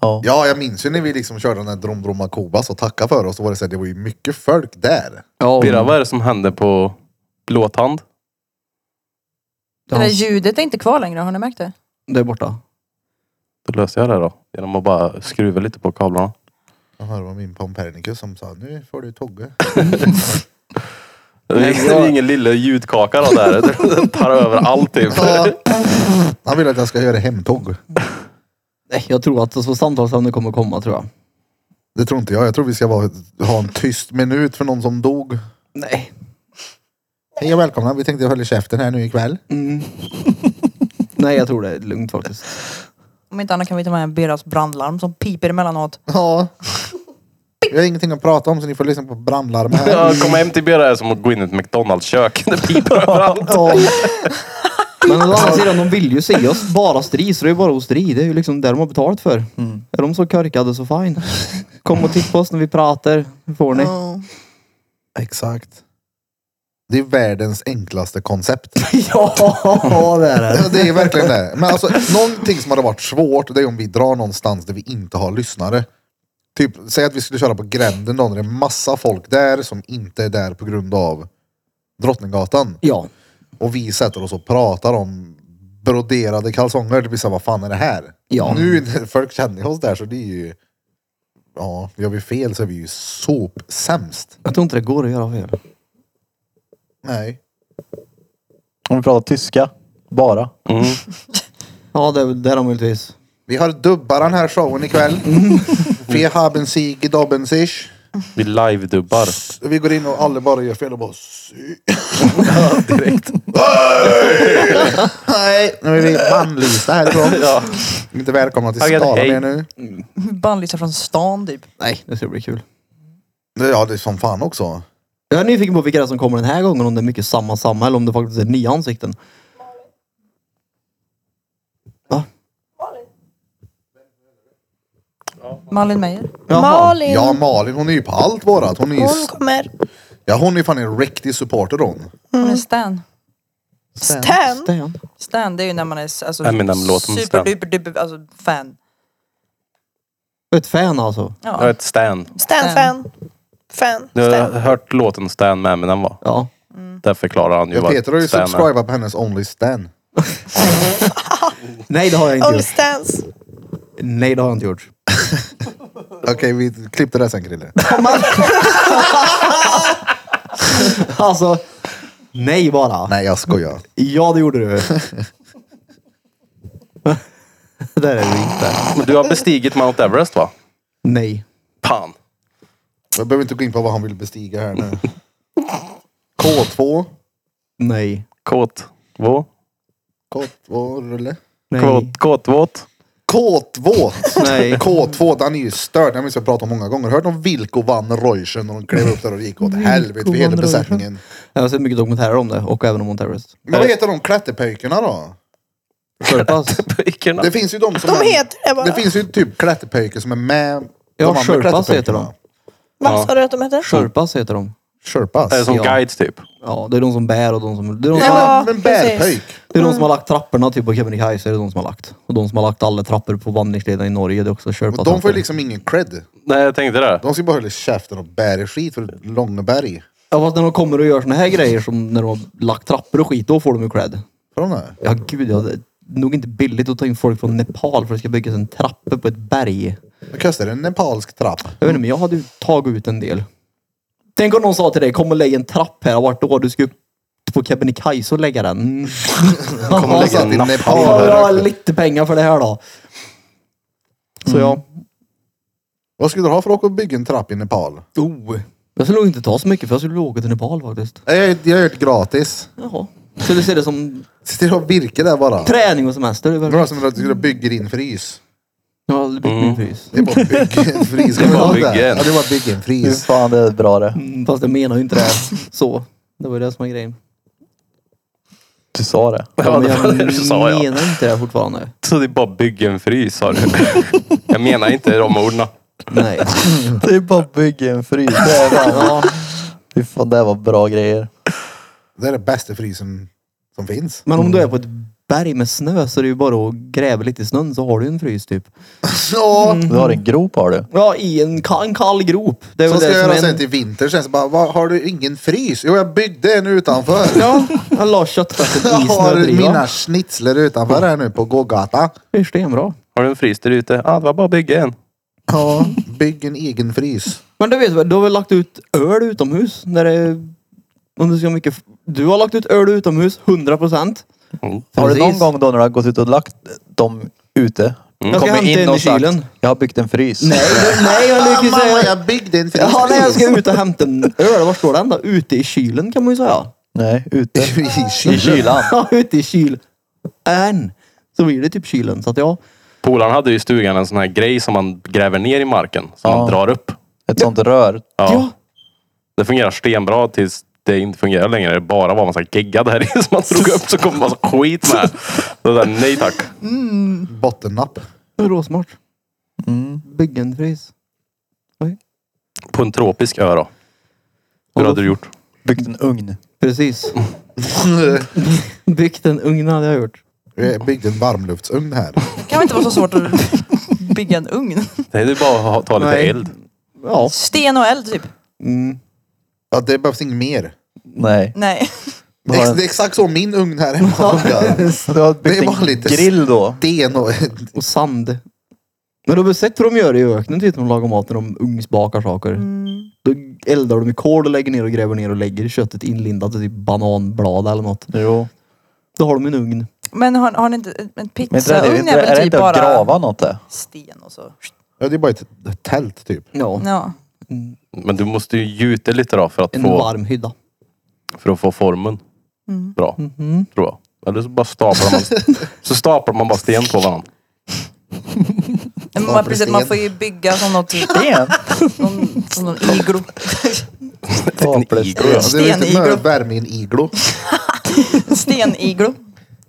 Speaker 5: Ja.
Speaker 1: Ja, jag minns ju när vi liksom körde den där Dromdroma Kobas och tackade för oss. Då var det så här, det var ju mycket folk där.
Speaker 4: Ja,
Speaker 2: Birra, vad är det som hände på låthand?
Speaker 3: Det där ljudet är inte kvar längre, har ni märkt det?
Speaker 4: det är borta.
Speaker 2: Då löser jag det då. Genom att bara skruva lite på kablarna.
Speaker 1: Jaha, det var min Pompernicus som sa nu får du tugga.
Speaker 2: Det är ingen lilla ljudkaka då där. Den tar över allt typ.
Speaker 1: Ja. Han vill att jag ska göra hemtugg.
Speaker 4: Nej, jag tror att så samtalsämnet kommer komma tror jag.
Speaker 1: Det tror inte jag. Jag tror vi ska vara, ha en tyst minut för någon som dog.
Speaker 4: Nej.
Speaker 1: Hej och välkomna. Vi tänkte hålla käften här nu ikväll.
Speaker 4: Mm. Nej, jag tror det är lugnt faktiskt.
Speaker 3: Om inte annat kan vi ta med en Birras brandlarm som piper emellanåt.
Speaker 1: Ja. Vi har ingenting att prata om så ni får lyssna på brandlarmet.
Speaker 2: Ja, komma hem till Birra är som att gå in i ett McDonalds kök. Det piper överallt.
Speaker 4: Men å andra sidan, de vill ju se oss bara stri, så det är bara att stri. Det är ju liksom det de har betalt för. Är de så korkade så fine. Kom och titta på oss när vi pratar. Det får ni.
Speaker 1: Exakt. Det är världens enklaste koncept.
Speaker 4: Ja, det är
Speaker 1: Ja, det är verkligen det. Men alltså, någonting som hade varit svårt, det är om vi drar någonstans där vi inte har lyssnare. Typ, säg att vi skulle köra på gränden då, när det är massa folk där som inte är där på grund av Drottninggatan.
Speaker 4: Ja.
Speaker 1: Och vi sätter oss och pratar om broderade kalsonger. Det blir såhär, vad fan är det här?
Speaker 4: Ja.
Speaker 1: Nu när folk känner oss där så det är ju... Ja, gör vi fel så är vi ju sopsämst.
Speaker 4: Jag tror inte det går att göra fel.
Speaker 1: Nej.
Speaker 5: Om vi pratar tyska.
Speaker 4: Mm.
Speaker 5: Bara.
Speaker 4: Ja, det är väl det de möjligtvis.
Speaker 1: Vi har dubbar den här showen ikväll.
Speaker 2: Mm.
Speaker 1: Vi haben sig gedobben sich.
Speaker 2: Vi live-dubbar.
Speaker 1: Vi går in och alla bara gör fel och bara...
Speaker 2: Direkt.
Speaker 1: Nej, nu är vi bannlysta härifrån. ja. Inte välkomna till
Speaker 2: Okej,
Speaker 1: Skala mer
Speaker 2: hej.
Speaker 1: nu.
Speaker 3: Bannlysa från stan typ.
Speaker 4: Nej, det ska bli kul.
Speaker 1: Ja, det är som fan också.
Speaker 4: Jag är nyfiken på vilka det är som kommer den här gången. Om det är mycket samma samma eller om det faktiskt är nya ansikten. Va?
Speaker 3: Malin Meyer.
Speaker 6: Malin,
Speaker 1: Ja, Malin hon är ju på allt vårat. Hon är ju,
Speaker 6: Mm. hon kommer.
Speaker 1: ja, hon är fan en riktig supporter hon.
Speaker 3: Hon är Stan.
Speaker 6: Stan.
Speaker 4: Stan.
Speaker 3: Stan det är ju när man är s- alltså,
Speaker 2: Eminem-låten Stan.
Speaker 3: superduper alltså, fan.
Speaker 4: Ett fan alltså.
Speaker 2: Jag är
Speaker 3: Ja.
Speaker 2: ett Stan.
Speaker 6: Stan-fan. Fan.
Speaker 2: Du har
Speaker 6: Stan.
Speaker 2: hört låten Stan med Eminem va?
Speaker 4: Ja.
Speaker 2: Där förklarar han ju
Speaker 1: Mm. Ja,
Speaker 2: vad
Speaker 1: Peter har ju
Speaker 2: Stan är.
Speaker 1: subscribat på hennes Only Stan.
Speaker 4: Nej, det har jag inte
Speaker 6: Only
Speaker 4: gjort.
Speaker 6: Stans.
Speaker 4: Nej, det har jag inte gjort.
Speaker 1: Okej, vi klippte det sen Krille.
Speaker 4: Alltså. Nej bara.
Speaker 1: Nej, jag skojar.
Speaker 4: Ja, det gjorde du. Där är du inte.
Speaker 2: Men Du har bestigit Mount Everest va?
Speaker 4: Nej.
Speaker 2: Pan.
Speaker 1: Jag behöver inte gå in på vad han vill bestiga här nu. K2.
Speaker 4: Nej.
Speaker 2: Kåt. Vå?
Speaker 1: Kåtvårulle?
Speaker 4: Nej.
Speaker 2: Kåt, kåtvåt?
Speaker 1: Kåtvåt!
Speaker 4: Nej.
Speaker 1: Kåtvåt, han är ju störd. Den har vi pratat om många gånger. Hört om Vilko van Reuschen när de klev upp där och gick åt helvete
Speaker 4: Wilco
Speaker 1: för hela
Speaker 4: van Reuschen.
Speaker 1: besättningen.
Speaker 4: Jag har sett mycket dokumentärer om det och även om Monterrest.
Speaker 1: Men vad heter de klätterpöjkarna då?
Speaker 4: Sherpas.
Speaker 2: Pojkarna.
Speaker 1: Det finns ju de som...
Speaker 6: De
Speaker 1: är-
Speaker 6: heter det bara.
Speaker 1: Det finns ju typ klätterpöjkar som är med.
Speaker 4: Ja,
Speaker 1: de andra
Speaker 4: Sherpas
Speaker 1: klätterpöjkarna.
Speaker 4: heter de.
Speaker 6: Vad sa du att de hette?
Speaker 4: Sherpas heter de.
Speaker 1: Sherpas?
Speaker 2: Är det som
Speaker 4: Ja.
Speaker 2: guides typ?
Speaker 4: Ja, det är de som bär och de som... Det är de som,
Speaker 6: Ja,
Speaker 1: Ja, men
Speaker 6: precis.
Speaker 1: bärpöjk.
Speaker 4: det är de som har lagt trapporna typ på Kebnekaise, är det de som har lagt. Och de som har lagt alla trappor på vandringslederna i Norge, det är också Sherpas.
Speaker 1: Men de får ju liksom ingen cred.
Speaker 2: Nej, jag tänkte det.
Speaker 1: De ska bara hålla i käften och bära skit för Långeberg.
Speaker 4: Ja, fast när de kommer och gör såna här grejer som när de har lagt trappor och skit, då får de ju cred.
Speaker 1: För de där.
Speaker 4: Ja, gud ja. Det är nog inte billigt att ta in folk från Nepal för det ska byggas en trappa på ett berg.
Speaker 1: Det kostar en nepalsk trapp.
Speaker 4: Jag vet inte, men jag hade ju tagit ut en del. Tänk om någon sa till dig, kom och lägg en trapp här. Vart då? Du ska upp på Kebnekaise och lägga den. Mm.
Speaker 1: Kommer
Speaker 4: Ja,
Speaker 1: lägga
Speaker 4: så-
Speaker 1: den i
Speaker 2: nappa
Speaker 1: Nepal.
Speaker 4: Ja, jag har
Speaker 1: där uppe.
Speaker 4: lite pengar för det här då. Så ja.
Speaker 1: Vad skulle du ha för att åka och bygga en trapp i Nepal?
Speaker 4: Oh. Jag skulle nog inte ta så mycket för jag skulle åka till Nepal faktiskt.
Speaker 1: Nej, Jag jag gör det gratis.
Speaker 4: Jaha. Så du ser det som
Speaker 1: Sitter och virke där bara.
Speaker 4: träning och semester? Det är
Speaker 1: Det
Speaker 4: väl...
Speaker 1: var som att du skulle bygga din frys.
Speaker 4: Ja, det blir
Speaker 2: Mm.
Speaker 4: min frys.
Speaker 1: Det är bara att bygga en frys. Kommer
Speaker 2: Det
Speaker 1: du
Speaker 2: var
Speaker 1: ihåg det?
Speaker 2: bygga en.
Speaker 1: Ja, det var att bygga en
Speaker 5: Fy
Speaker 1: frys.
Speaker 5: fan, det är bra det.
Speaker 4: Mm, Fast jag menar ju inte det så. Det var ju det som var grejen.
Speaker 5: Du sa det.
Speaker 2: Ja, det
Speaker 4: men
Speaker 2: var det du sa ja.
Speaker 4: menar inte det fortfarande.
Speaker 2: Så det är bara bygga en frys sa du. Jag menar inte de orden.
Speaker 4: Nej. Mm.
Speaker 5: Det är bara att bygga en frys. Det är fan, ja. Fy fan, det var bra grejer.
Speaker 1: Det är den bästa frysen som finns.
Speaker 4: Men om du är på ett berg med snö så är det ju bara att gräva lite i snön så har du en frys typ.
Speaker 1: Så,
Speaker 5: Du har en grop har du.
Speaker 4: Ja, i en, ka- en kall grop. Mm. Det är
Speaker 1: så
Speaker 4: väl
Speaker 1: ska
Speaker 4: det
Speaker 1: jag
Speaker 4: som
Speaker 1: göra
Speaker 4: är
Speaker 1: sen
Speaker 4: en...
Speaker 1: till vinter. Sen så bara, vad, har du ingen frys? Jo, jag byggde en utanför.
Speaker 4: Ja, jag la köttfärsen
Speaker 1: Jag
Speaker 4: i
Speaker 1: har mina
Speaker 4: snödrivan.
Speaker 1: schnitzler utanför här nu på gågata.
Speaker 4: Det är stenbra.
Speaker 2: Har du en frys där ute? Ja, ah, det var bara att bygga en.
Speaker 1: Ja, bygg en egen frys.
Speaker 4: Men du vet väl, du har väl lagt ut öl utomhus när det är... Om du ska ha mycket... f- Du har lagt ut öl utomhus, 100 procent.
Speaker 2: Mm.
Speaker 5: Har du någon
Speaker 4: Precis. Mm.
Speaker 5: gång då när du har gått ut och lagt dem ute?
Speaker 4: Jag ska
Speaker 5: kommit
Speaker 4: hämta in i
Speaker 5: och sagt,
Speaker 4: kylen.
Speaker 5: Jag har byggt en frys.
Speaker 4: Nej, nej, jag lyckas
Speaker 1: Mamma,
Speaker 4: säga...
Speaker 1: jag byggde en frys.
Speaker 4: Ja, nej, jag ska ut och hämta en öl. Var står den då? Ute i kylen kan man ju säga.
Speaker 5: Nej, ute.
Speaker 1: I
Speaker 5: I
Speaker 1: kylen.
Speaker 5: kylan.
Speaker 4: Ja, ute i kyl. Än. Så blir det typ kylen. Så att ja.
Speaker 2: Polaren hade ju i stugan en sån här grej som man gräver ner i marken. Som man
Speaker 5: Ja.
Speaker 2: drar upp.
Speaker 5: Ett sånt rör.
Speaker 2: Ja.
Speaker 4: Ja.
Speaker 2: Det fungerar stenbra tills det inte fungerar längre. Det bara var en massa gegga där i som man drog upp så kom en massa skit med. Det där, nej tack.
Speaker 1: Bottennapp.
Speaker 4: det är Råsmart.
Speaker 5: Mm.
Speaker 4: Bygga en frys.
Speaker 2: På en tropisk ö då. Hur hade du gjort?
Speaker 5: Byggt en ugn.
Speaker 4: Precis. Byggt en ugn hade jag gjort.
Speaker 1: Jag byggde en varmluftsugn här.
Speaker 3: Det kan väl inte vara så svårt att bygga en ugn?
Speaker 2: Nej, det är bara att ha- ta lite
Speaker 4: Nej.
Speaker 2: eld.
Speaker 4: Ja.
Speaker 3: Sten och eld typ?
Speaker 4: Mm.
Speaker 1: Ja, det behövs inget mer.
Speaker 5: Nej.
Speaker 3: Nej.
Speaker 5: Du har,
Speaker 1: Ex- Det är exakt så min ugn här hemma funkar.
Speaker 5: du har
Speaker 1: Det är
Speaker 5: byggt
Speaker 1: bara
Speaker 5: en
Speaker 1: lite-
Speaker 5: grill då.
Speaker 1: Det är nog...
Speaker 4: Och sand. Men du har väl sett hur de gör i öknen typ när de lagar mat när de ugnsbakar saker. Då eldar de i kol och lägger ner och gräver ner och lägger köttet inlindat i typ bananblad eller något.
Speaker 5: Jo.
Speaker 4: Då har de en ugn.
Speaker 3: Men har, har ni inte... En
Speaker 5: Men inte det, det, är
Speaker 3: pizzaugn
Speaker 5: inte-
Speaker 3: är
Speaker 5: är
Speaker 3: väl
Speaker 5: det
Speaker 3: typ
Speaker 5: inte att
Speaker 3: bara
Speaker 5: grava något det?
Speaker 3: sten och så?
Speaker 1: Ja, det är bara ett ett tält typ.
Speaker 4: Ja.
Speaker 3: Ja.
Speaker 2: Men du måste ju gjuta lite då för att,
Speaker 4: En
Speaker 2: få,
Speaker 4: varm hydda.
Speaker 2: för att få formen
Speaker 4: Mm.
Speaker 2: bra.
Speaker 4: Mhm.
Speaker 2: Tror jag. Eller så bara staplar man, så staplar man bara sten på varandra.
Speaker 3: Men
Speaker 1: Varför
Speaker 3: man, precis,
Speaker 1: sten?
Speaker 3: man får ju bygga som något...
Speaker 5: Sten?
Speaker 3: Som, som någon iglo.
Speaker 1: Ja, det är lite
Speaker 3: Steniglo.
Speaker 1: mer värme i en iglo.
Speaker 3: Steniglo.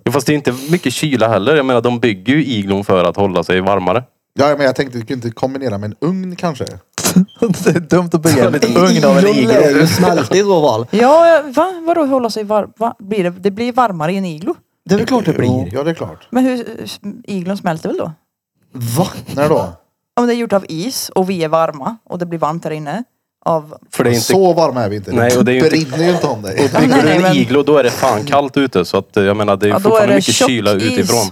Speaker 2: Ja, Fast det är inte mycket kyla heller. Jag menar de bygger ju iglon för att hålla sig varmare.
Speaker 1: Ja, men jag tänkte du kunde inte kombinera med en ugn kanske?
Speaker 5: Det är dumt att bygga en ugn av en
Speaker 4: Iglon lär
Speaker 5: igel.
Speaker 4: ju smälta i så fall.
Speaker 3: Ja, va? Vadå hålla sig varm? Va? Blir det, det blir varmare i en iglo.
Speaker 4: Det är väl klart det blir.
Speaker 1: Ja, det är klart.
Speaker 3: Men hur... Iglon smälter väl då?
Speaker 4: Va?
Speaker 1: När då?
Speaker 3: Om det är gjort av is och vi är varma och det blir varmt där inne av...
Speaker 2: För det är inte...
Speaker 1: Så varma är vi inte.
Speaker 2: Nej, och det är ju inte-
Speaker 1: brinner ju inte om dig.
Speaker 2: Bygger
Speaker 3: Nej,
Speaker 2: du en
Speaker 3: men-
Speaker 2: iglo då är det fan kallt ute. Så att eh, jag menar det är
Speaker 3: Ja, då är
Speaker 2: fortfarande
Speaker 3: det
Speaker 2: mycket
Speaker 3: tjock
Speaker 2: kyla
Speaker 3: is.
Speaker 2: utifrån.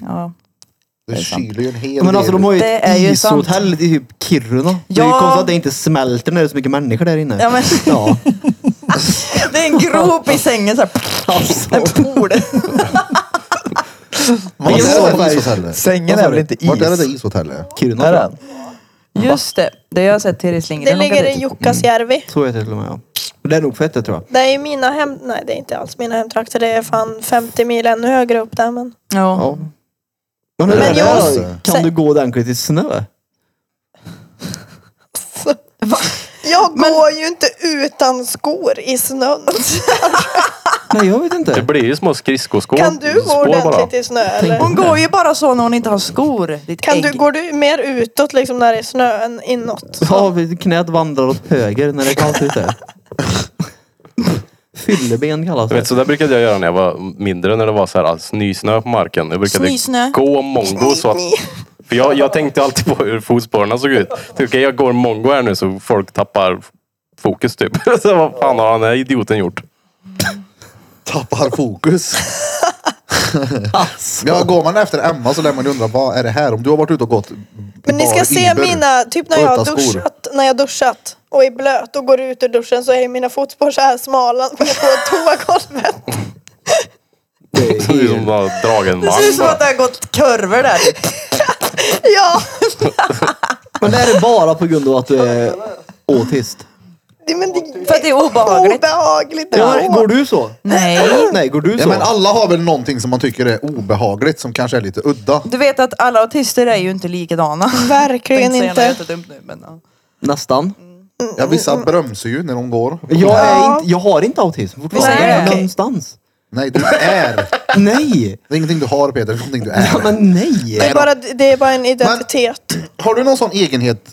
Speaker 3: Ja.
Speaker 1: Det kyler ju en hel
Speaker 4: Men
Speaker 1: del.
Speaker 4: alltså de har ju
Speaker 3: Det är
Speaker 4: ett
Speaker 3: ju
Speaker 4: ishotell i typ Kiruna. Det är ju
Speaker 3: Ja.
Speaker 4: konstigt att det inte smälter när det är så mycket människor där inne.
Speaker 3: Ja, men-
Speaker 4: ja.
Speaker 3: Det är en grop i sängen så här.
Speaker 4: Alltså.
Speaker 3: En pool.
Speaker 1: Vart
Speaker 4: Det är så
Speaker 1: är det där
Speaker 4: färg-
Speaker 1: ishotellet?
Speaker 5: Sängen är väl inte is?
Speaker 1: Vart är det där ishotellet?
Speaker 4: Kiruna
Speaker 5: Är
Speaker 4: tror jag.
Speaker 5: den?
Speaker 3: Just det. Det har jag sett Teres Lindgren
Speaker 6: Det ligger
Speaker 3: åka
Speaker 6: i
Speaker 3: dit.
Speaker 6: Jukkasjärvi.
Speaker 4: Så heter det till och med ja. Det är nog fettet tror jag.
Speaker 6: Det är ju mina hem... Nej, det är inte alls mina hemtrakter. Det är fan 50 mil ännu högre upp där. Men...
Speaker 3: Ja.
Speaker 4: Ja. Men, det
Speaker 6: Men
Speaker 4: där
Speaker 6: jag-
Speaker 4: är- kan du gå ordentligt i snö?
Speaker 6: Jag går ju inte utan skor i snön.
Speaker 4: Nej, jag vet
Speaker 2: Det
Speaker 4: inte.
Speaker 2: blir ju små skridskoskor.
Speaker 6: Kan du gå
Speaker 2: spår
Speaker 6: ordentligt i snö eller?
Speaker 3: Hon går ju bara så när hon inte har skor. Ditt
Speaker 6: Kan
Speaker 3: ägg.
Speaker 6: du, går du mer utåt liksom när det är snö än inåt?
Speaker 4: Ja, vi- knät vandrar åt höger när det är kallt ute. Fylleben kallas
Speaker 2: Du vet,
Speaker 4: det.
Speaker 2: så där brukade jag göra när jag var mindre, när det var så här all snysnö på marken. Jag brukade
Speaker 3: Snysnö.
Speaker 2: gå mongo så att... För jag, jag tänkte alltid på hur fotspåren såg ut. Okej, jag går mongo här nu så folk tappar fokus typ. Så vad fan har den här idioten gjort?
Speaker 1: Tappar fokus.
Speaker 6: Alltså.
Speaker 1: ja, går man efter Emma så lär man ju undra vad är det här? Om du har varit ute och gått
Speaker 6: Men ni ska
Speaker 1: bar
Speaker 6: se
Speaker 1: iver.
Speaker 6: mina, typ när jag har
Speaker 1: Utan skor.
Speaker 6: duschat, när jag duschat och är blöt och går ut ur duschen så är mina fotspår så här smala på toagolvet.
Speaker 2: Det ser ut som att ha dragit en
Speaker 3: Det ser ut som
Speaker 2: vagn.
Speaker 3: att det har gått kurvor där.
Speaker 6: Ja,
Speaker 4: Men det är det bara på grund av att du är autist.
Speaker 6: det, men det,
Speaker 3: För att det är obehagligt.
Speaker 6: obehagligt.
Speaker 4: Ja, går du så?
Speaker 3: Oh, Nej.
Speaker 4: Nej, går du så?
Speaker 1: Ja, men alla har väl någonting som man tycker är obehagligt som kanske är lite udda.
Speaker 3: Du vet att alla autister är ju inte likadana. Jag
Speaker 6: Verkligen
Speaker 3: tänkte säga
Speaker 6: inte.
Speaker 3: något jättedumt nu men ja.
Speaker 4: Nästan.
Speaker 1: Ja, vissa bromsar ju när de går.
Speaker 4: Jag, är
Speaker 6: Ja.
Speaker 4: inte, jag har inte autism fortfarande.
Speaker 3: Nej,
Speaker 4: Jag är
Speaker 3: okej.
Speaker 4: någonstans.
Speaker 1: Nej, du är.
Speaker 4: Nej!
Speaker 1: Det är ingenting du har Peter, det är någonting du
Speaker 4: Ja,
Speaker 1: är.
Speaker 4: men nej!
Speaker 6: Det är, bara, det är bara en identitet.
Speaker 1: Har du någon sån egenhet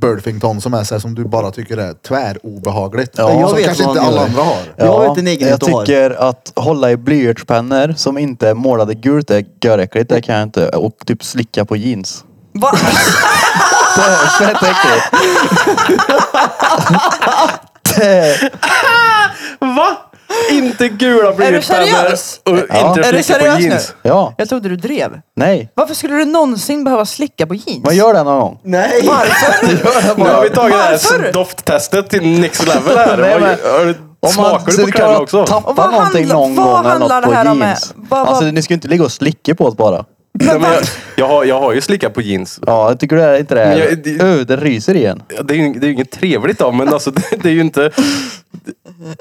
Speaker 1: Burfington som är så här, som du bara tycker är tvärobehagligt?
Speaker 5: Ja,
Speaker 1: som
Speaker 5: jag
Speaker 4: vet
Speaker 1: kanske
Speaker 4: vad
Speaker 1: inte
Speaker 4: han
Speaker 1: alla
Speaker 4: gör.
Speaker 1: andra har.
Speaker 4: Jag vet en egen
Speaker 5: jag
Speaker 4: du har.
Speaker 5: tycker att hålla i blyertspennor som inte är målade gult är göräckligt. Det kan jag inte. Och typ slicka på jeans.
Speaker 3: Va?
Speaker 5: Det är fett äckligt. Det är-
Speaker 2: Va? Inte gula blyertspennor
Speaker 3: seriös?
Speaker 2: och
Speaker 5: Ja.
Speaker 2: inte
Speaker 3: Är
Speaker 2: flickor
Speaker 3: du
Speaker 2: på
Speaker 3: seriös
Speaker 2: jeans.
Speaker 3: nu?
Speaker 5: Ja,
Speaker 3: Jag trodde du drev.
Speaker 5: nej.
Speaker 3: Varför skulle du någonsin behöva slicka på jeans?
Speaker 5: Man gör det någon gång.
Speaker 4: Nej!
Speaker 3: Varför?
Speaker 2: Nu har vi tagit det
Speaker 3: Varför?
Speaker 2: här dofttestet till next level här.
Speaker 5: Nej,
Speaker 2: Vad
Speaker 5: men-
Speaker 2: gör- har du-
Speaker 5: Om man,
Speaker 2: Smakar
Speaker 5: så
Speaker 2: du på
Speaker 5: det kan
Speaker 2: kläderna
Speaker 5: vara
Speaker 2: också?
Speaker 5: Tappa
Speaker 3: Och vad
Speaker 5: någonting
Speaker 3: handlar-
Speaker 5: någon
Speaker 3: vad
Speaker 5: gång eller
Speaker 3: handlar
Speaker 5: något
Speaker 3: det
Speaker 5: på
Speaker 3: här om?
Speaker 5: jeans.
Speaker 3: Vad- vad-
Speaker 5: Alltså ni ska ju inte ligga och slicka på oss bara.
Speaker 2: Nej, men jag, jag, har, jag har ju slickat på jeans.
Speaker 5: Ja, jag tycker det är inte det.
Speaker 2: Men
Speaker 5: Här.
Speaker 2: jag- det-
Speaker 5: Ö, det ryser igen.
Speaker 2: Ja, Det är ju det är ju inget trevligt av men alltså, det, det är ju inte...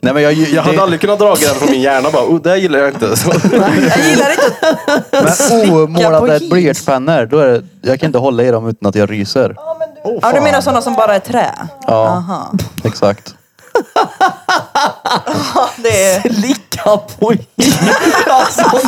Speaker 5: Nej men jag,
Speaker 2: Jag hade
Speaker 5: det,
Speaker 2: aldrig kunnat dra den från min hjärna bara, oh, det här gillar jag inte. Så,
Speaker 3: Jag gillar inte att
Speaker 5: men
Speaker 3: på
Speaker 5: omålade
Speaker 3: jeans.
Speaker 5: blyertspennor, då är det, jag kan inte hålla i dem utan att jag ryser.
Speaker 3: Ja, du menar sådana som bara är trä?
Speaker 5: Ja,
Speaker 3: Aha.
Speaker 5: exakt.
Speaker 3: Det är...
Speaker 4: Slicka på alltså,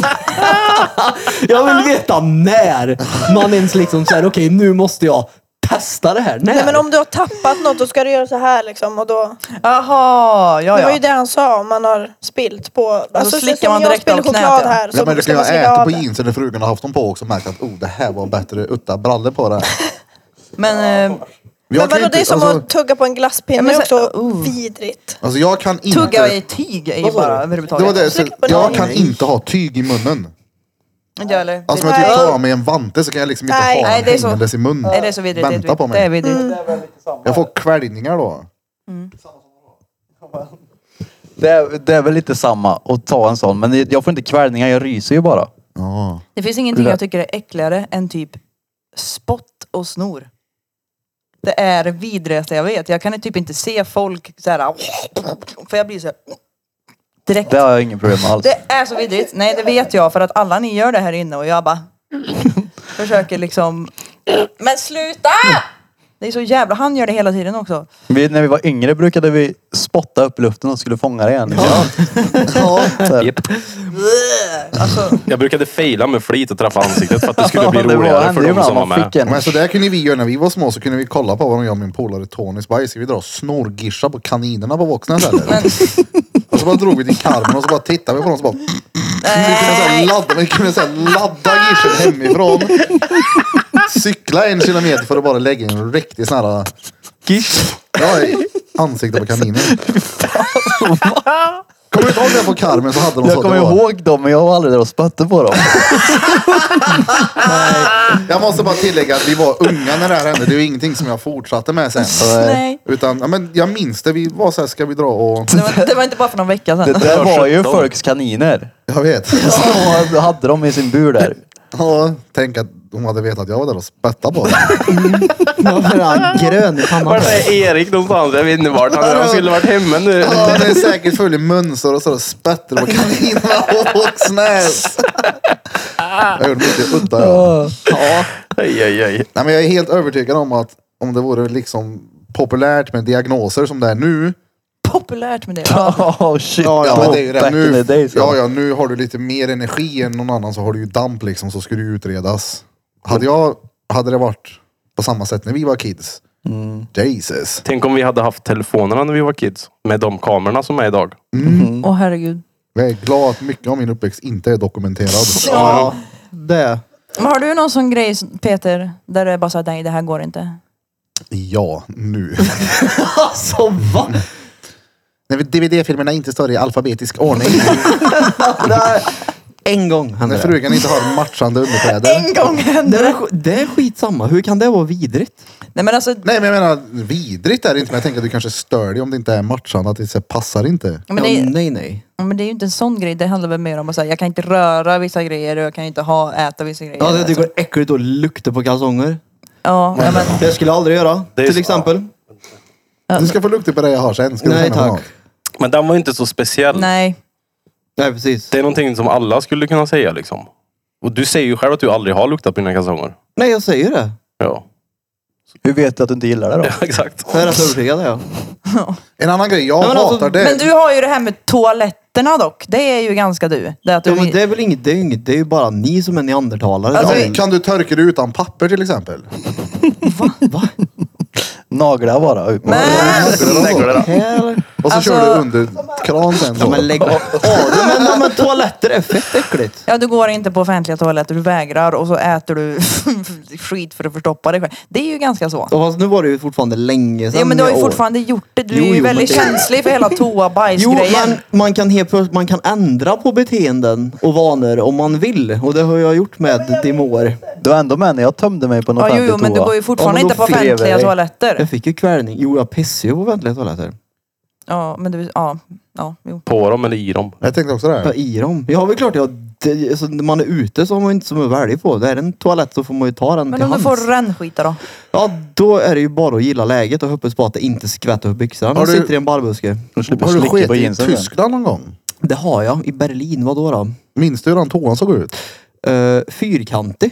Speaker 4: Jag vill veta när man ens liksom säger okej nu måste jag testa det här. När?
Speaker 6: Nej, men om du har tappat något då ska du göra så här liksom och då.
Speaker 3: Aha, ja
Speaker 6: Det var
Speaker 3: ja.
Speaker 6: ju det han sa om man har spilt på. Alltså,
Speaker 3: slickar
Speaker 6: som
Speaker 3: man
Speaker 6: jag
Speaker 3: direkt
Speaker 6: spiller
Speaker 3: av knät,
Speaker 6: choklad
Speaker 3: ja.
Speaker 6: här
Speaker 1: Ja, men
Speaker 6: så
Speaker 1: du
Speaker 6: ska
Speaker 1: kan
Speaker 6: man
Speaker 1: ju
Speaker 6: slicka
Speaker 1: äta
Speaker 6: av
Speaker 1: på
Speaker 6: det.
Speaker 1: jeansen när frugan har haft dem på också och märkt att oh, det här var bättre utan brallor på det.
Speaker 3: Men eh,
Speaker 1: Jag kan
Speaker 6: Men
Speaker 1: ju
Speaker 6: vadå, det är
Speaker 1: inte-
Speaker 6: som
Speaker 1: alltså-
Speaker 6: att tugga på en glasspinne
Speaker 3: Ja, men
Speaker 6: det är
Speaker 3: så-
Speaker 6: också.
Speaker 3: oh.
Speaker 6: Vidrigt.
Speaker 1: Alltså jag kan inte...
Speaker 3: tugga i tyg är ju bara
Speaker 1: Det var
Speaker 3: överhuvudtaget.
Speaker 1: det, så,
Speaker 6: Slicka på
Speaker 1: jag
Speaker 6: någon.
Speaker 1: kan inte ha tyg i munnen.
Speaker 3: Inte jag heller.
Speaker 1: Alltså om jag
Speaker 6: Nej.
Speaker 1: typ tar av mig en vante så kan jag liksom inte
Speaker 6: Nej.
Speaker 1: ha
Speaker 3: Nej,
Speaker 1: den
Speaker 3: det är så-
Speaker 1: hängandes i munnen.
Speaker 3: Nej, det är så vidrigt.
Speaker 1: Vänta på
Speaker 3: Det är
Speaker 1: mig.
Speaker 3: vidrigt.
Speaker 1: Jag får kväljningar då.
Speaker 5: Det är, det är väl lite samma att ta en sån, men jag får inte kvällningar, jag ryser ju bara.
Speaker 1: Ja.
Speaker 3: Det finns ingenting jag tycker är äckligare än typ spott och snor. Det är det vidrigaste jag vet. Jag kan typ inte se folk så här. För jag blir så här. Direkt.
Speaker 5: Det har jag ingen problem med alls.
Speaker 3: Det är så vidrigt. Nej, det vet jag för att alla ni gör det här inne och jag bara försöker liksom. Men sluta! Det är så jävla, han gör det hela tiden också.
Speaker 5: Vi, när vi var yngre brukade vi spotta upp luften och skulle fånga det igen. Så här.
Speaker 2: Japp.
Speaker 3: Alltså,
Speaker 2: jag brukade fejla med flit och träffa ansiktet för att det skulle bli
Speaker 5: Det var-
Speaker 2: roligare för
Speaker 5: det
Speaker 2: de
Speaker 5: var-
Speaker 2: som var
Speaker 5: man
Speaker 2: med.
Speaker 5: fick en-
Speaker 1: Men så där kunde vi göra när vi var små så kunde vi kolla på vad de gör min polare Tony Spice. Ska vi dra snorgischa på kaninerna på vuxna eller? och så bara drog vi till karmen och så bara tittade vi på dem och så bara... Vi kunde såhär ladda, vi kunde såhär ladda gischen hemifrån. Cykla en kilometer för att bara lägga en riktig sån här...
Speaker 5: Gish.
Speaker 1: Ja, i ansiktet på kaninen. Kommer du inte ihåg det på karmen så hade de så
Speaker 5: Jag
Speaker 1: att
Speaker 5: kommer
Speaker 1: det var-
Speaker 5: ihåg dem, men jag var aldrig där och spötte på dem.
Speaker 1: Jag måste bara tillägga att vi var unga när det här hände. Det är ju ingenting som jag fortsatte med sen.
Speaker 3: nej.
Speaker 1: Utan, ja, men jag minns det. Vi var så här, ska vi dra och...
Speaker 3: Det var, det var inte bara för någon vecka
Speaker 5: Det
Speaker 3: sedan.
Speaker 5: där var ju
Speaker 2: 17.
Speaker 5: folks kaniner.
Speaker 1: Jag vet.
Speaker 5: Så hade de i sin bur där.
Speaker 1: Ja, tänk att hon hade vetat att jag var där och spättade på den.
Speaker 4: Varför är han grön i pannan?
Speaker 2: Vart är Erik någonstans? Jag vet inte vart han är. Han skulle varit hemma nu.
Speaker 1: Ja, den är säkert full i munsår och sådär spettel på kaninerna och snäs. Jag gjorde mycket udda ja.
Speaker 2: Aj, aj, aj.
Speaker 1: Nej, men jag är helt övertygad om att om det vore liksom populärt med diagnoser som det är nu.
Speaker 3: Populärt med det. Ja.
Speaker 5: Oh shit.
Speaker 1: Ja, men det är ju det.
Speaker 5: Back in the
Speaker 1: Nu,
Speaker 5: days.
Speaker 1: ja, ja, nu har du lite mer energi än någon annan så har du ju damp liksom så ska du utredas. Hade jag, hade det varit på samma sätt när vi var kids. Jesus.
Speaker 2: Tänk om vi hade haft telefonerna när vi var kids. Med de kamerorna som är idag.
Speaker 3: Åh herregud.
Speaker 1: Jag är glad att mycket av min uppväxt inte är dokumenterad.
Speaker 4: Ja, det.
Speaker 3: Men har du någon sån grej Peter, där det är bara så att nej det här går inte?
Speaker 1: Ja, nu.
Speaker 4: Alltså va?
Speaker 1: När DVD-filmerna inte står i alfabetisk ordning.
Speaker 4: Där. En gång hände
Speaker 1: När
Speaker 4: det.
Speaker 1: frugan inte har matchande underkläder.
Speaker 3: En gång hände
Speaker 4: Det är,
Speaker 3: det!
Speaker 4: sk- det är skitsamma. Hur kan det vara vidrigt?
Speaker 3: Nej men alltså,
Speaker 1: Nej men jag menar vidrigt är det inte men jag tänker att du kanske stör dig om det inte är matchande, att det så här passar inte.
Speaker 3: men det,
Speaker 4: ja,
Speaker 3: är-
Speaker 4: nej, nej.
Speaker 3: men det är ju inte en sån grej. Det handlar väl mer om att säga jag kan inte röra vissa grejer och jag kan inte ha, äta vissa grejer.
Speaker 4: Ja, det tycker det är äckligt att lukta på kalsonger.
Speaker 3: ja, ja, men,
Speaker 4: Det skulle jag aldrig göra.
Speaker 2: Det är
Speaker 4: Till
Speaker 2: så-
Speaker 4: exempel.
Speaker 1: Du ska få lukta på det jag har sen. Ska du
Speaker 4: Nej
Speaker 1: känna på
Speaker 4: tack.
Speaker 1: något?
Speaker 2: Men den var ju inte så speciell.
Speaker 3: nej.
Speaker 4: Nej precis.
Speaker 2: Det är någonting som alla skulle kunna säga liksom. Och du säger ju själv att du aldrig har luktat på dina kalsonger.
Speaker 4: Nej jag säger det.
Speaker 2: Ja,
Speaker 5: Hur vet du att du inte gillar det då?
Speaker 2: ja exakt.
Speaker 4: Jag är rätt övertygad ja.
Speaker 1: En annan grej jag
Speaker 4: Nej, men
Speaker 1: hatar
Speaker 4: alltså,
Speaker 1: det
Speaker 3: Men du har ju det här med toaletterna dock. Det är ju ganska du. Det att
Speaker 4: ja
Speaker 3: du
Speaker 4: men det är väl inget, det är ju inget, det är ju bara ni som är neandertalare.
Speaker 3: Alltså,
Speaker 1: Ja, Kan du törka dig utan papper till exempel?
Speaker 4: Va?
Speaker 5: Nagla bara. Ut.
Speaker 3: Men-
Speaker 4: Här?
Speaker 1: Och så
Speaker 3: Alltså-
Speaker 1: kör du under kran sen.
Speaker 4: Ja
Speaker 1: Så.
Speaker 4: men lägg av. Ja, Men, ja, men toaletter är fett äckligt.
Speaker 3: Ja, du går inte på offentliga toaletter, du vägrar och så äter du skit för att förstoppa dig själv. Det är ju ganska så.
Speaker 4: Och fast nu var det ju fortfarande länge sedan.
Speaker 3: Ja, men du har ju
Speaker 4: jag åt.
Speaker 3: fortfarande gjort det. Du
Speaker 4: Jo,
Speaker 3: är ju
Speaker 4: jo, men
Speaker 3: väldigt
Speaker 4: det-
Speaker 3: känslig för hela
Speaker 4: Jo,
Speaker 3: toabajsgrejen.
Speaker 4: men man kan, helt, plötsligt- man kan ändra på beteenden och vanor om man vill. Och det har jag gjort med Dimor.
Speaker 5: Du var ändå med när jag tömde mig på en
Speaker 3: Ja, jo,
Speaker 5: offentlig
Speaker 3: jo, men du
Speaker 5: toa.
Speaker 3: går ju fortfarande
Speaker 4: Ja, men
Speaker 3: inte
Speaker 4: då
Speaker 3: på
Speaker 4: fel
Speaker 5: är
Speaker 3: offentliga
Speaker 5: det.
Speaker 4: Jag
Speaker 3: toaletter.
Speaker 4: fick ju kvällning. Jo, jag pissar ju på offentliga toaletter.
Speaker 3: Ja, men du, ja, ja, jo.
Speaker 2: På dem eller i dem.
Speaker 1: Jag tänkte också det.
Speaker 4: Ja,
Speaker 1: Här.
Speaker 4: i dem. Ja, väl klart. Jag, det, alltså, när man är ute så har man ju inte så mycket att välja på. Det är en toalett så får man ju ta den
Speaker 3: Men
Speaker 4: till
Speaker 3: om du
Speaker 4: hands.
Speaker 3: får rännskita då?
Speaker 4: Ja, då är det ju bara att gilla läget och hoppas på att det inte skvätter upp byxan.
Speaker 1: Har
Speaker 4: Jag
Speaker 1: du-
Speaker 4: sitter i en barrbuske.
Speaker 5: Du slipper
Speaker 1: Har du
Speaker 5: slicka på
Speaker 1: skitit i
Speaker 5: jeansen sen.
Speaker 1: Tyskland någon gång?
Speaker 4: Det har jag. I Berlin. Vad då? då?
Speaker 1: Minns du hur den toan såg ut?
Speaker 4: Eh, fyrkantig.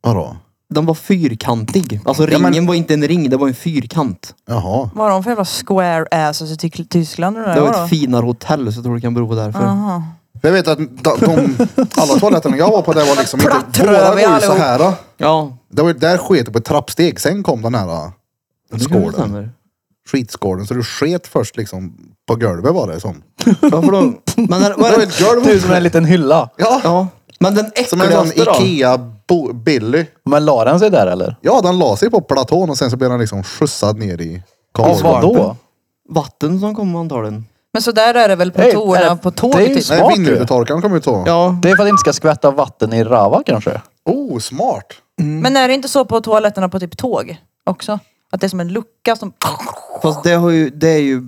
Speaker 1: Vadå?
Speaker 4: Den var fyrkantig. Alltså
Speaker 1: Ja, men-
Speaker 4: ringen var inte en ring, det var en fyrkant.
Speaker 1: Jaha.
Speaker 3: Vad har de för jävla square asses i Tyk- Tyskland? eller
Speaker 4: Det
Speaker 3: vad
Speaker 4: var
Speaker 3: då?
Speaker 4: ett finare hotell så jag tror det kan bero på därför.
Speaker 3: Jaha.
Speaker 1: Jag vet att da- de, alla toaletterna jag var på där var liksom inte...
Speaker 3: Plattröv i
Speaker 1: Våra var ju så
Speaker 3: allihop.
Speaker 1: här. då.
Speaker 4: Ja,
Speaker 1: Det var ju där sket det på ett trappsteg. Sen kom den här då,
Speaker 4: det kanske
Speaker 1: skålen.
Speaker 4: stämmer.
Speaker 1: Skitskålen. Så du sket först liksom på golvet var det som.
Speaker 4: Varför då? Men den, vad
Speaker 1: Det
Speaker 4: är
Speaker 1: var
Speaker 4: det?
Speaker 1: ett golv.
Speaker 5: Du Typ som är en liten hylla.
Speaker 1: Ja.
Speaker 4: Ja. Men den
Speaker 1: Som en sån
Speaker 4: äckligaste då?
Speaker 1: Ikea bo- Billy.
Speaker 5: Men la den sig där eller?
Speaker 1: Ja, den la sig på platån och sen så blev den liksom skjutsad ner i
Speaker 5: Av vad då?
Speaker 4: Vatten som kom antagligen.
Speaker 3: Men så där är det väl på
Speaker 5: Hej, är
Speaker 3: toorna
Speaker 5: det-
Speaker 3: på
Speaker 5: det är
Speaker 3: tåget?
Speaker 5: ju
Speaker 3: typ.
Speaker 5: smart.
Speaker 1: Nej,
Speaker 5: Smart ju.
Speaker 1: vindrutetorkaren kom ut så.
Speaker 4: Ja.
Speaker 5: Det är för att det inte ska skvätta vatten i rava kanske?
Speaker 1: Oh, smart.
Speaker 3: Men är det inte så på toaletterna på typ tåg också? Att det är som en lucka som...
Speaker 4: Fast det, har ju, det är ju,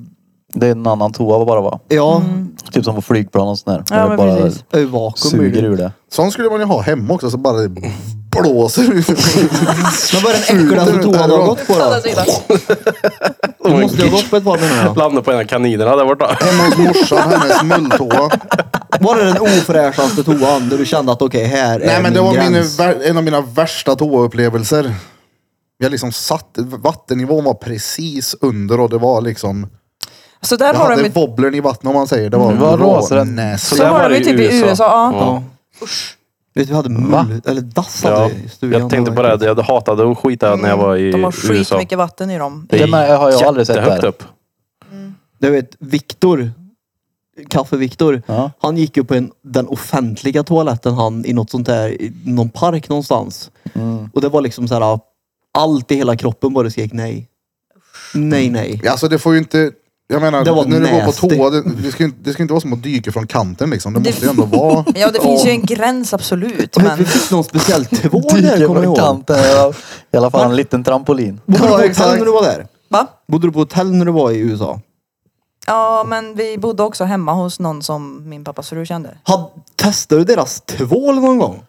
Speaker 5: Det är en annan toa bara va?
Speaker 4: ja,
Speaker 1: Mm.
Speaker 5: Typ som på flygplan och sånt där.
Speaker 3: Ja,
Speaker 5: Där det
Speaker 3: men
Speaker 5: bara
Speaker 3: precis.
Speaker 4: det är ju vakuum. i
Speaker 5: suger
Speaker 4: det.
Speaker 5: ur det.
Speaker 1: Sån skulle man ju ha hemma också så bara det blåser ut.
Speaker 4: Men vad är den äckligaste toan du har gått på då?
Speaker 3: Alltså,
Speaker 4: Du måste ju ha gått på ett par menar jag.
Speaker 2: Landade på en av kaninerna där borta.
Speaker 1: Hemma hos morsan, hennes mulltoa.
Speaker 4: Var det den ofräschaste toan där du kände att okej, här är
Speaker 1: Nej men det
Speaker 4: min
Speaker 1: var min,
Speaker 4: gräns?
Speaker 1: vär- en av mina värsta toaupplevelser. Jag liksom satt, vattennivån var precis under och det var liksom,
Speaker 3: Så där
Speaker 1: jag
Speaker 3: har de
Speaker 1: hade
Speaker 3: ju
Speaker 1: wobblern i vattnet om man säger. Det var
Speaker 5: Vad
Speaker 1: rå-
Speaker 5: rasar den?
Speaker 1: näs.
Speaker 3: Så var det ju typ i USA. Ja.
Speaker 4: Ja. Vet du, vi hade mull, eller dass
Speaker 2: Ja.
Speaker 4: hade vi i stugan.
Speaker 2: Jag tänkte på det, här, jag hatade att skita när jag var i
Speaker 3: De har
Speaker 2: USA.
Speaker 3: skitmycket vatten i dem.
Speaker 5: Det med har jag aldrig sett
Speaker 2: Jättehögt
Speaker 5: där.
Speaker 2: upp.
Speaker 4: Du vet, Viktor, Kaffe-Viktor,
Speaker 5: Ja.
Speaker 4: han gick ju på en, den offentliga toaletten han i något sånt där, i någon park någonstans.
Speaker 2: Mm.
Speaker 4: Och det var liksom så här, allt i hela kroppen bara skrek nej. Nej, nej.
Speaker 1: Alltså det får ju inte, jag menar
Speaker 4: Det var
Speaker 1: när du går på
Speaker 4: nasty.
Speaker 1: toa, det, det, ska ju, inte- det ska inte vara som att dyka från kanten liksom. Det måste ju ändå vara.
Speaker 3: Ja, det finns ju en gräns absolut.
Speaker 4: Men... Vi
Speaker 3: Men
Speaker 4: fick någon speciell tvål där,
Speaker 5: Dyker
Speaker 4: kommer jag
Speaker 5: från
Speaker 4: ihåg.
Speaker 5: kanten. ja. I alla fall en liten trampolin.
Speaker 4: Bodde du på
Speaker 1: Ja,
Speaker 4: hotell
Speaker 1: exakt.
Speaker 4: när du var där?
Speaker 3: va?
Speaker 4: Bodde du på hotell när du var i USA?
Speaker 3: Ja, men vi bodde också hemma hos någon som min pappas fru kände.
Speaker 4: Had, testade du deras tvål någon gång?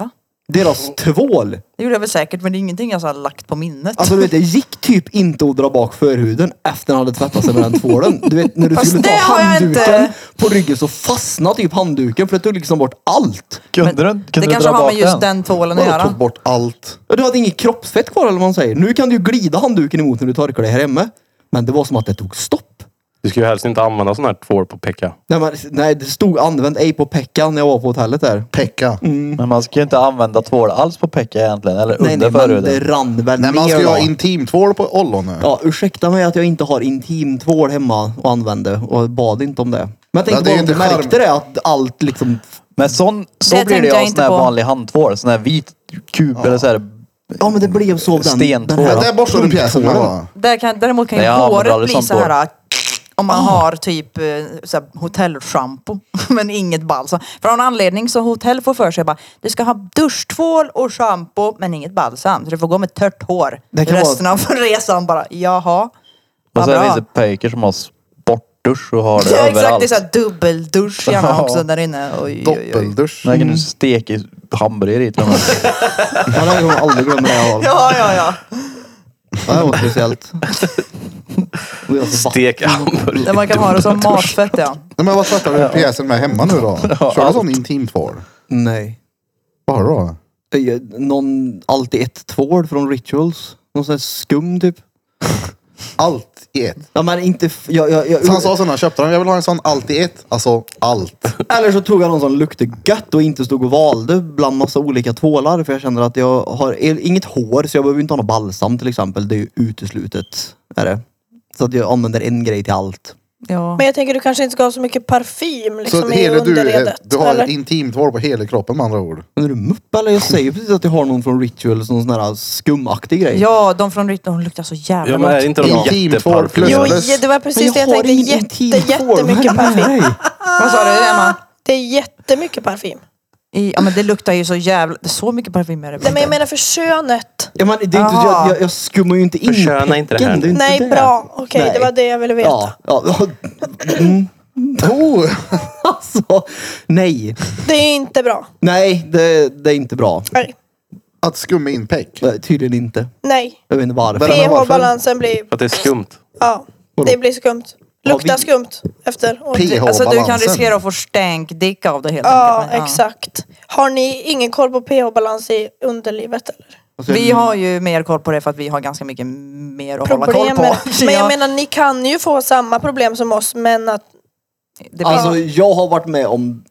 Speaker 3: Va?
Speaker 4: Deras tvål.
Speaker 3: Det gjorde jag väl säkert men det är ingenting jag så här lagt på minnet.
Speaker 4: Alltså du vet, det gick typ inte att dra bak förhuden efter han hade tvättat sig med den tvålen. Du vet när du
Speaker 3: Fast
Speaker 4: skulle ta
Speaker 3: det har jag
Speaker 4: handduken
Speaker 3: inte.
Speaker 4: på ryggen så fastnade typ handduken för det tog liksom bort allt.
Speaker 5: Kunde
Speaker 3: Men
Speaker 5: du, kunde
Speaker 3: det
Speaker 5: du
Speaker 3: kanske
Speaker 5: dra
Speaker 3: har
Speaker 5: bak
Speaker 3: med just
Speaker 5: den?
Speaker 3: den tvålen att
Speaker 1: Vadå tog
Speaker 3: göra.
Speaker 1: bort allt?
Speaker 4: Ja, Du hade inget kroppsfett kvar eller vad man säger. Nu kan du ju glida handduken emot när du torkar dig här hemma. Men det var som att det tog stopp.
Speaker 2: Du ska ju helst inte använda sån här tvål på pecka.
Speaker 4: Nej, men, nej det stod använd ej på peckan när jag var på hotellet där.
Speaker 1: Pekka.
Speaker 5: Men man ska ju inte använda tvål alls på pecka egentligen. Eller
Speaker 4: Nej, nej,
Speaker 5: under
Speaker 4: men
Speaker 5: förhuden.
Speaker 4: det rann väl
Speaker 1: Nej, alltså, man ska
Speaker 4: ner
Speaker 1: ju ha
Speaker 4: då.
Speaker 1: intimtvål på ollonet.
Speaker 4: Ja, ursäkta mig att jag inte har intimtvål hemma och använde och bad inte om det. Men jag
Speaker 1: Ja,
Speaker 4: tänkte
Speaker 1: det är
Speaker 4: bara om
Speaker 1: ju
Speaker 4: du
Speaker 1: inte
Speaker 4: märkte det att allt liksom...
Speaker 5: Men sån, så
Speaker 3: Det
Speaker 5: blir
Speaker 3: tänkte
Speaker 5: det
Speaker 3: jag
Speaker 5: av sån
Speaker 3: inte
Speaker 5: här
Speaker 3: på.
Speaker 5: vanlig handtvål. Sån här vit kub eller så här.
Speaker 4: Ja men det blev så av den.
Speaker 5: Stentvål.
Speaker 4: den
Speaker 1: Ja,
Speaker 4: här-
Speaker 1: där borstade du pjäsen med va?
Speaker 3: Där kan, däremot kan ju
Speaker 5: Nej, jag använder
Speaker 3: håret
Speaker 5: aldrig
Speaker 3: bli
Speaker 5: sånt
Speaker 3: så här äh, om man har typ eh, så här, hotellschampo men inget balsam. För av någon anledning så hotell får för sig bara du ska ha duschtvål och schampo men inget balsam. Så du får gå med tört hår.
Speaker 4: Det kan
Speaker 3: Resten av resan bara jaha.
Speaker 5: Och
Speaker 3: Vad
Speaker 5: så
Speaker 3: bra.
Speaker 5: finns det pöjker som har sportdusch och har det
Speaker 3: Ja, exakt,
Speaker 5: överallt.
Speaker 3: det är såhär dubbeldusch gärna också där inne. Oj, oj, oj.
Speaker 1: Doppeldusch.
Speaker 5: Där kan
Speaker 4: Mm.
Speaker 5: du steka i hamburgare i tror jag.
Speaker 4: Ja, det kommer jag aldrig glömma det jag har.
Speaker 3: Ja, ja, ja.
Speaker 4: Ja, Det var speciellt. Och jag så
Speaker 2: Stek hamburgare.
Speaker 3: Där man kan ha det som matfett ja.
Speaker 1: Nej, men vad tvättar du pjäsen med hemma nu då? Kör du sån intimtvål?
Speaker 4: bara, Nej.
Speaker 1: Vad har du då?
Speaker 4: Eh, Någon, alltid ett tvål från Rituals. Någon sån här skum typ.
Speaker 1: Allt i ett.
Speaker 4: Ja men inte... f- Jag, jag, jag,
Speaker 1: Så han sa så när han köpte den, jag vill ha en sån allt i ett. Alltså allt.
Speaker 4: Eller så tog jag någon som luktade gött och inte stod och valde bland massa olika tvålar. För jag känner att jag har inget hår så jag behöver inte ha något balsam till exempel. Det är ju uteslutet. Är det. Så att jag använder en grej till allt.
Speaker 3: ja.
Speaker 6: Men jag tänker du kanske inte ska ha så mycket parfym liksom,
Speaker 1: så
Speaker 6: i
Speaker 1: hela du, eh,
Speaker 6: underredet.
Speaker 1: du har
Speaker 6: eller?
Speaker 1: intimtvål på hela kroppen med andra ord.
Speaker 4: Men är du mupp eller? Jag säger precis att jag har någon från Rituals, någon sån här skumaktig grej.
Speaker 3: ja, de från Rytm, de luktar så
Speaker 2: Ja,
Speaker 3: jävla
Speaker 2: men
Speaker 3: gott.
Speaker 2: är inte de
Speaker 1: Intimtvål
Speaker 2: jätteparfymerade?
Speaker 6: Jo,
Speaker 1: plus-
Speaker 6: ja, det var precis det jag
Speaker 4: har
Speaker 6: tänkte.
Speaker 4: ingen
Speaker 6: Jätte,
Speaker 4: intim tvål.
Speaker 6: jättemycket
Speaker 4: Vad är det med
Speaker 6: parfym.
Speaker 4: dig?
Speaker 3: Vad sa du Emma?
Speaker 6: Det är jättemycket parfym.
Speaker 3: I, ja men det luktar ju så jävla... det är Så mycket parfym är det väl
Speaker 6: Nej, men jag
Speaker 3: inte?
Speaker 6: menar för könet.
Speaker 4: Ja, men det är inte,
Speaker 3: Jaha.
Speaker 4: jag, jag, jag skummar ju inte in
Speaker 2: Försköna inte det här
Speaker 4: pecken,
Speaker 2: nu.
Speaker 4: är inte
Speaker 6: Nej,
Speaker 4: det.
Speaker 6: bra. Okej,
Speaker 4: Nej.
Speaker 6: det var det jag ville veta.
Speaker 4: Ja, ja. Mm.
Speaker 1: Oh,
Speaker 4: Alltså, nej.
Speaker 6: Det är inte bra.
Speaker 4: Nej, det, det är inte bra.
Speaker 6: Nej.
Speaker 1: att skumma in peck.
Speaker 4: Nej, Tydligen inte.
Speaker 6: Nej.
Speaker 4: Jag vet inte varför.
Speaker 1: Berätta varför.
Speaker 6: pH-balansen blir...
Speaker 2: För att det är skumt.
Speaker 6: Ja, det blir skumt. Luktar
Speaker 4: vi-
Speaker 6: skumt efter. och-
Speaker 1: pH.
Speaker 3: Alltså du kan
Speaker 1: balansen.
Speaker 3: riskera att få stänkdick av det helt
Speaker 6: Ja,
Speaker 3: enkelt. men,
Speaker 6: exakt. Har ni ingen koll på pH-balans i underlivet eller?
Speaker 4: Alltså, jag-
Speaker 3: Vi har ju mer koll på det för att vi har ganska mycket mer att hålla koll
Speaker 6: Problemet.
Speaker 3: på.
Speaker 6: Men
Speaker 3: Ja,
Speaker 6: jag menar, ni kan ju få samma problem som oss, men att...
Speaker 3: det blir-
Speaker 4: Alltså jag har varit med om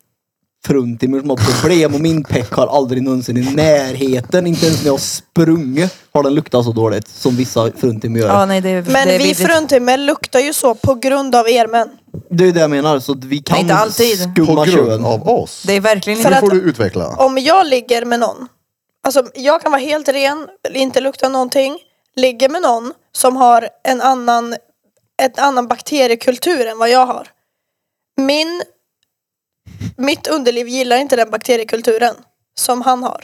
Speaker 4: fruntimmer som har problem och min peck har aldrig någonsin i närheten, inte ens när jag har sprungit har den luktat så dåligt som vissa fruntimmer gör.
Speaker 3: ja, nej, det,
Speaker 6: Men
Speaker 3: det är
Speaker 6: vi
Speaker 3: vidrigt.
Speaker 6: fruntimmer luktar ju så på grund av er män.
Speaker 4: Det är det jag menar, så att vi kan
Speaker 3: Inte alltid.
Speaker 1: På
Speaker 4: skumma
Speaker 1: grund
Speaker 4: kön.
Speaker 1: av oss.
Speaker 3: Det är verkligen
Speaker 6: För
Speaker 1: Nu
Speaker 3: inte...
Speaker 6: att-
Speaker 1: får du utveckla.
Speaker 6: Om jag ligger med någon, alltså jag kan vara helt ren, inte lukta någonting, ligger med någon som har en annan, ett annan bakteriekultur än vad jag har. Min, mitt underliv gillar inte den bakteriekulturen som han har.